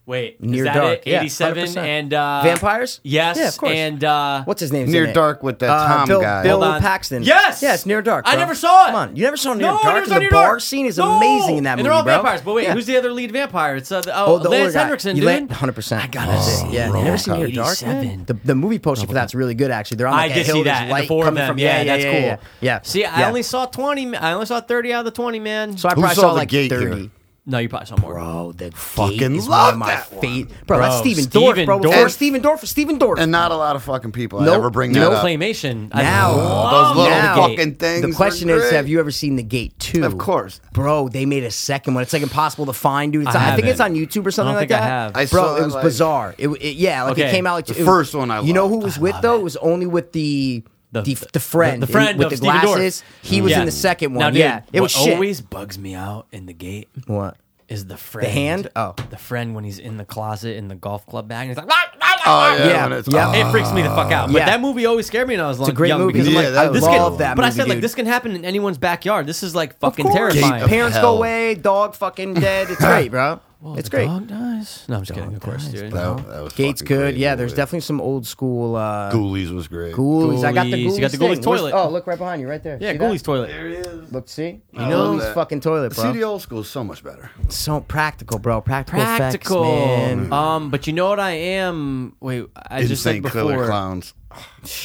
Speaker 2: Wait, is
Speaker 1: Near
Speaker 2: that
Speaker 1: Dark,
Speaker 2: it?
Speaker 1: yeah,
Speaker 2: 87
Speaker 1: 100%.
Speaker 2: and. Uh,
Speaker 1: Vampires?
Speaker 2: Yes.
Speaker 1: Yeah, of course.
Speaker 2: And. Uh,
Speaker 1: What's his name?
Speaker 5: Near Dark with that Tom
Speaker 1: Bill,
Speaker 5: guy.
Speaker 1: Bill
Speaker 2: Hold on.
Speaker 1: Paxton.
Speaker 2: Yes!
Speaker 1: yes, Near Dark.
Speaker 2: I
Speaker 1: bro.
Speaker 2: never saw it.
Speaker 1: Come on, you never saw Near
Speaker 2: No, I never
Speaker 1: Dark.
Speaker 2: saw
Speaker 1: The
Speaker 2: Near
Speaker 1: bar
Speaker 2: Dark.
Speaker 1: scene is
Speaker 2: No.
Speaker 1: amazing in that
Speaker 2: and
Speaker 1: movie,
Speaker 2: they're all
Speaker 1: bro.
Speaker 2: vampires. But wait,
Speaker 1: Yeah.
Speaker 2: who's the other lead vampire? It's uh, the, oh,
Speaker 1: Oh, the
Speaker 2: Lance
Speaker 1: older guy.
Speaker 2: Hendrickson,
Speaker 1: You
Speaker 2: dude.
Speaker 1: let- 100%.
Speaker 2: I gotta
Speaker 5: Oh,
Speaker 2: say,
Speaker 1: Yeah, you never seen Near Dark?
Speaker 2: 87.
Speaker 1: man? The, the movie poster for that's really good, actually. They're on like a
Speaker 2: I did
Speaker 1: hill.
Speaker 2: see
Speaker 1: there's
Speaker 2: that. and The
Speaker 1: light
Speaker 2: four of
Speaker 1: coming
Speaker 2: them.
Speaker 1: from
Speaker 2: yeah,
Speaker 1: yeah,
Speaker 2: that's
Speaker 1: yeah,
Speaker 2: cool.
Speaker 1: Yeah, yeah.
Speaker 2: See, I
Speaker 1: Yeah.
Speaker 2: only saw twenty. ma- I only saw thirty out of the twenty, man.
Speaker 1: So I
Speaker 5: Who
Speaker 1: probably
Speaker 5: saw
Speaker 1: saw
Speaker 5: The
Speaker 1: like
Speaker 5: Gate here?
Speaker 1: thirty.
Speaker 2: no, you probably saw more.
Speaker 1: Bro, the fucking
Speaker 5: Fucking
Speaker 1: gate is
Speaker 5: love
Speaker 1: one of my
Speaker 5: that one.
Speaker 1: favorite. Bro, that's
Speaker 2: Bro,
Speaker 1: Steven
Speaker 2: Stephen
Speaker 1: Dorff, bro.
Speaker 2: Dorff.
Speaker 1: Before Steven Dorff, was Steven Dorff.
Speaker 5: And not a lot of fucking people
Speaker 1: Nope.
Speaker 5: ever bring
Speaker 2: No
Speaker 5: that up. Uh,
Speaker 2: claymation. I
Speaker 1: Now-
Speaker 2: love
Speaker 5: Those little
Speaker 2: that.
Speaker 1: Now-
Speaker 5: fucking things.
Speaker 1: the question
Speaker 5: are
Speaker 1: is,
Speaker 5: great.
Speaker 1: have you ever seen The Gate Two?
Speaker 5: Of course.
Speaker 1: bro. They made a second one. It's like impossible to find, dude. It's,
Speaker 2: I
Speaker 1: I, think it's on
Speaker 2: haven't.
Speaker 1: YouTube or something
Speaker 2: I don't
Speaker 1: like
Speaker 2: think I
Speaker 1: that.
Speaker 2: have.
Speaker 5: I
Speaker 1: bro,
Speaker 5: saw
Speaker 1: it
Speaker 5: it,
Speaker 1: was
Speaker 5: like-
Speaker 1: bizarre. It, it- yeah, like
Speaker 2: Okay.
Speaker 1: it came out like
Speaker 5: The
Speaker 1: it was-
Speaker 5: first one I
Speaker 1: You know
Speaker 5: loved.
Speaker 1: who was with though? It was only with the.
Speaker 2: The-
Speaker 1: The, the,
Speaker 2: the-
Speaker 1: friend,
Speaker 2: the friend
Speaker 1: in- with
Speaker 2: of
Speaker 1: the
Speaker 2: Stephen Dorff.
Speaker 1: glasses, he was
Speaker 2: Yeah.
Speaker 1: in the second one.
Speaker 2: Now, dude,
Speaker 1: yeah, it was
Speaker 2: what
Speaker 1: shit.
Speaker 2: always bugs me out in the gate
Speaker 1: what?
Speaker 2: is the friend.
Speaker 1: hand? Oh.
Speaker 2: the friend when he's in the closet in the golf club bag and he's like, "Rah, rah, rah,
Speaker 5: Oh
Speaker 2: rah."
Speaker 5: yeah.
Speaker 1: Yeah.
Speaker 5: when it's-
Speaker 1: Yeah.
Speaker 2: It freaks me the fuck out. But
Speaker 1: Ah. Yeah.
Speaker 2: that movie always scared me when I was like,
Speaker 1: great
Speaker 2: young
Speaker 1: movie.
Speaker 2: because I'm
Speaker 5: Yeah,
Speaker 2: like,
Speaker 5: that
Speaker 2: this
Speaker 5: was-
Speaker 2: can-
Speaker 5: love
Speaker 1: that
Speaker 2: But I
Speaker 1: movie,
Speaker 2: said like
Speaker 1: dude.
Speaker 2: this can happen in anyone's backyard. This is like
Speaker 1: Of
Speaker 2: fucking
Speaker 1: course.
Speaker 2: terrifying.
Speaker 5: Gate
Speaker 1: Parents
Speaker 5: Hell.
Speaker 1: go away, dog fucking dead. It's great, bro. it's great.
Speaker 2: Dog dies. No, I'm just kidding. Of course, dude.
Speaker 5: That, that was
Speaker 1: Gate's
Speaker 5: fucking
Speaker 1: good.
Speaker 5: great
Speaker 1: Yeah, there's
Speaker 5: movie.
Speaker 1: definitely some old school uh,
Speaker 5: Ghoulies was great.
Speaker 1: Ghoulies. I got the
Speaker 2: Ghoulies.
Speaker 1: ghoulies.
Speaker 2: You got the
Speaker 1: thing.
Speaker 2: ghoulies
Speaker 1: Where's-
Speaker 2: toilet.
Speaker 1: Oh, look right behind you, right there.
Speaker 2: Yeah,
Speaker 1: See that?
Speaker 2: Ghoulies toilet.
Speaker 1: Look, see, you
Speaker 5: love
Speaker 1: know he's
Speaker 5: that.
Speaker 1: fucking toilet,
Speaker 5: See,
Speaker 1: bro.
Speaker 5: the old school is so much better.
Speaker 1: so practical, bro. Practical,
Speaker 2: Practical.
Speaker 1: effects, man.
Speaker 2: um, but you know what I am? Wait, I just said
Speaker 5: Insane killer
Speaker 2: before.
Speaker 5: clowns.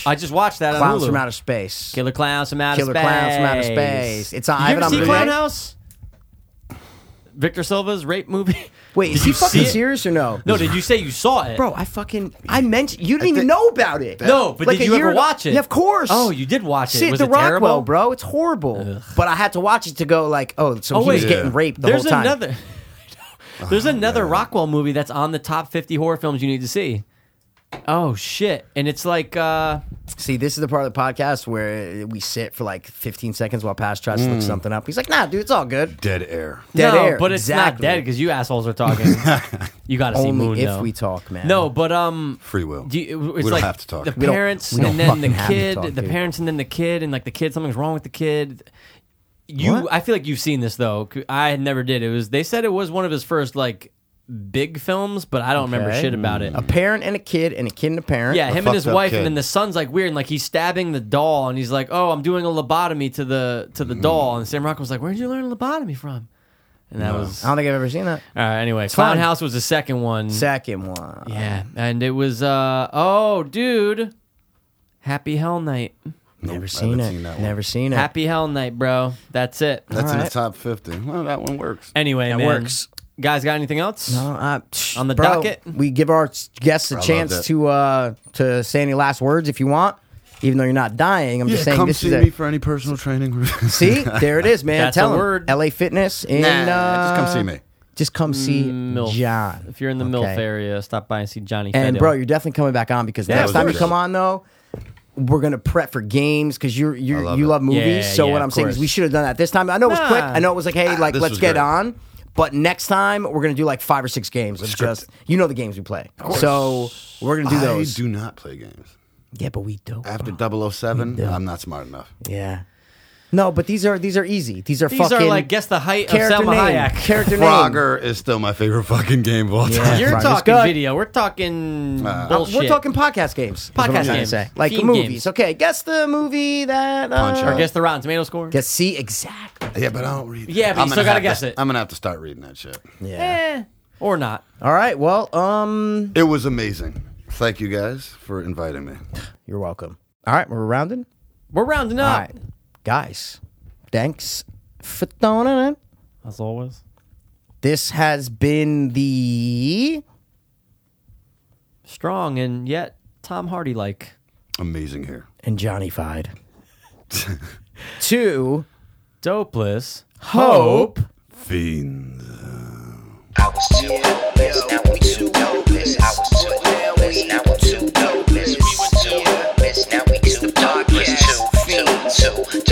Speaker 2: I just watched that
Speaker 1: Clowns
Speaker 2: on Hulu.
Speaker 1: from outer space.
Speaker 2: Killer clowns from outer
Speaker 1: Killer
Speaker 2: space.
Speaker 1: clowns from outer space. It's on-
Speaker 2: You
Speaker 1: I have
Speaker 2: ever
Speaker 1: it on
Speaker 2: see
Speaker 1: Blu-ray.
Speaker 2: Clown House? Victor Silva's rape movie?
Speaker 1: Wait, is
Speaker 2: Did
Speaker 1: he
Speaker 2: you see
Speaker 1: fucking
Speaker 2: it?
Speaker 1: serious or no?
Speaker 2: No, did you say you saw it?
Speaker 1: Bro, I fucking I mentioned you didn't even
Speaker 5: thi-
Speaker 1: know about it.
Speaker 2: No, but
Speaker 1: Like
Speaker 2: did
Speaker 1: a
Speaker 2: you
Speaker 1: year
Speaker 2: ever
Speaker 1: ago-
Speaker 2: watch it?
Speaker 1: Yeah, of course.
Speaker 2: Oh, you did watch it.
Speaker 1: Sit
Speaker 2: Was
Speaker 1: the
Speaker 2: it terrible?
Speaker 1: Rockwell, bro. It's horrible. But I had to watch it to go like, oh, so
Speaker 2: Oh,
Speaker 1: he was
Speaker 2: wait.
Speaker 1: getting raped the
Speaker 2: There's
Speaker 1: whole time.
Speaker 2: another. There's
Speaker 5: Oh,
Speaker 2: another Rockwell movie that's on the top 50 horror films you need to see. Oh shit! And it's like, uh,
Speaker 1: See, this is the part of the podcast where we sit for like 15 seconds while Pass tries
Speaker 2: Hmm.
Speaker 1: to look something up. He's like, nah, dude, it's all good.
Speaker 5: Dead air.
Speaker 1: Dead
Speaker 2: no,
Speaker 1: air.
Speaker 2: but it's
Speaker 1: exactly.
Speaker 2: not dead because you assholes are talking. you got to see
Speaker 1: Only
Speaker 2: Moon
Speaker 1: if
Speaker 2: though.
Speaker 1: we talk, man.
Speaker 2: No, but um,
Speaker 5: Free will.
Speaker 2: do you,
Speaker 5: we
Speaker 2: it's
Speaker 5: don't
Speaker 2: like
Speaker 5: have to talk.
Speaker 2: the
Speaker 1: don't-
Speaker 2: parents
Speaker 1: we don't
Speaker 2: and then the
Speaker 1: fucking have to
Speaker 2: kid,
Speaker 1: talk,
Speaker 2: the
Speaker 1: dude.
Speaker 2: parents and then the kid, and like the kid, something's wrong with the kid. You, I feel like you've seen this though. 'cause I never did. It was they said it was one of his first like big films, but I don't remember
Speaker 1: Okay.
Speaker 2: shit about it.
Speaker 1: A parent and a kid, and a kid and a parent.
Speaker 2: Yeah, him and his
Speaker 5: fucked up
Speaker 2: wife,
Speaker 5: kid.
Speaker 2: and then the son's like weird, and like he's stabbing the doll, and he's like, "Oh, I'm doing a lobotomy to the to the
Speaker 1: Mm-hmm.
Speaker 2: doll," and Sam Rockwell's like, "Where'd you learn lobotomy from?" And that was
Speaker 1: I don't think I've ever seen that.
Speaker 2: all right. Anyway, Clown
Speaker 1: fine.
Speaker 2: House was the second one.
Speaker 1: Second one.
Speaker 2: yeah, and it was uh oh, dude, Happy Hell Night,
Speaker 1: Never seen
Speaker 5: haven't
Speaker 1: it.
Speaker 5: seen that one.
Speaker 1: Never seen it.
Speaker 2: Happy Hell Night, bro. That's it.
Speaker 5: That's in the
Speaker 1: Alright.
Speaker 5: top 50. Well, that one works.
Speaker 2: Anyway, man,
Speaker 1: works.
Speaker 2: Guys, got anything else?
Speaker 1: No, uh, psh,
Speaker 2: On the
Speaker 1: bro,
Speaker 2: docket?
Speaker 1: we give our guests a
Speaker 5: love
Speaker 1: chance
Speaker 5: that.
Speaker 1: to uh, to say any last words if you want. Even though you're not dying, I'm
Speaker 5: Yeah,
Speaker 1: just saying
Speaker 5: come
Speaker 1: this
Speaker 5: see
Speaker 1: is a
Speaker 5: me for any personal training.
Speaker 1: see. There it is, man.
Speaker 2: That's
Speaker 1: Tell
Speaker 2: a
Speaker 1: him.
Speaker 2: word.
Speaker 1: LA Fitness in. uh,
Speaker 5: just come see me.
Speaker 1: Just come see
Speaker 2: Mm, MILF.
Speaker 1: John.
Speaker 2: If you're in the
Speaker 1: Okay.
Speaker 2: MILF area, stop by and see Johnny.
Speaker 1: And
Speaker 2: Fedel.
Speaker 1: bro, you're definitely coming back on because
Speaker 5: that
Speaker 1: next
Speaker 5: was
Speaker 1: time you
Speaker 5: great.
Speaker 1: come on though, we're gonna prep for games because you're you
Speaker 5: I love
Speaker 1: you
Speaker 5: it.
Speaker 1: love movies.
Speaker 2: Yeah,
Speaker 1: so
Speaker 2: yeah,
Speaker 1: what
Speaker 2: of
Speaker 1: I'm saying is
Speaker 2: course.
Speaker 1: we should have done that this time. I know it was quick.
Speaker 2: Nah. Ah,
Speaker 1: I know it was like hey, like
Speaker 5: this
Speaker 1: let's
Speaker 5: was
Speaker 1: get
Speaker 5: great.
Speaker 1: on. But next time we're gonna do like five or six games. It's just you know the games we play, so we're gonna do those.
Speaker 5: I do not play games.
Speaker 1: Yeah, but we do.
Speaker 5: After 007, I'm not smart enough.
Speaker 1: Yeah. No, but these are these are easy. These are
Speaker 2: these
Speaker 1: fucking
Speaker 2: are like guess the height of
Speaker 1: character
Speaker 2: Selma
Speaker 1: name.
Speaker 2: Hayek.
Speaker 1: Character name.
Speaker 5: Frogger is still my favorite fucking game of all time.
Speaker 1: Yeah.
Speaker 2: You're
Speaker 1: Frogger's
Speaker 2: talking
Speaker 1: good.
Speaker 2: video. We're talking
Speaker 1: Uh,
Speaker 2: bullshit.
Speaker 1: We're talking podcast games. is what I'm trying
Speaker 2: Podcast
Speaker 1: to
Speaker 2: games.
Speaker 1: say. like
Speaker 2: Theme
Speaker 1: movies.
Speaker 2: games.
Speaker 1: Okay, guess the movie that. Uh,
Speaker 5: Punch Out.
Speaker 2: Or guess the Rotten Tomato score.
Speaker 1: Guess see exactly.
Speaker 5: Yeah, but I don't read.
Speaker 2: Yeah, but you
Speaker 5: I'm gonna
Speaker 2: still gotta
Speaker 5: have to-
Speaker 2: guess it.
Speaker 5: I'm gonna have to start reading that shit.
Speaker 1: Yeah.
Speaker 2: Eh, or not.
Speaker 1: All right. Well, um,
Speaker 5: It was amazing. Thank you guys for inviting me.
Speaker 1: you're welcome. All right, we're rounding.
Speaker 2: We're rounding
Speaker 1: All
Speaker 2: up.
Speaker 1: right, guys. Thanks for tuning in.
Speaker 8: As always.
Speaker 1: This has been the
Speaker 2: Strong and yet Tom Hardy like.
Speaker 5: Amazing here.
Speaker 1: and Johnny Fied. Two
Speaker 2: Dopeless.
Speaker 1: hope.
Speaker 5: Fiends.
Speaker 3: I was too hopeless, now I'm too hopeless. I was too hopeless, now I'm too hopeless. We were too hopeless, now we too darkness. Too, too, too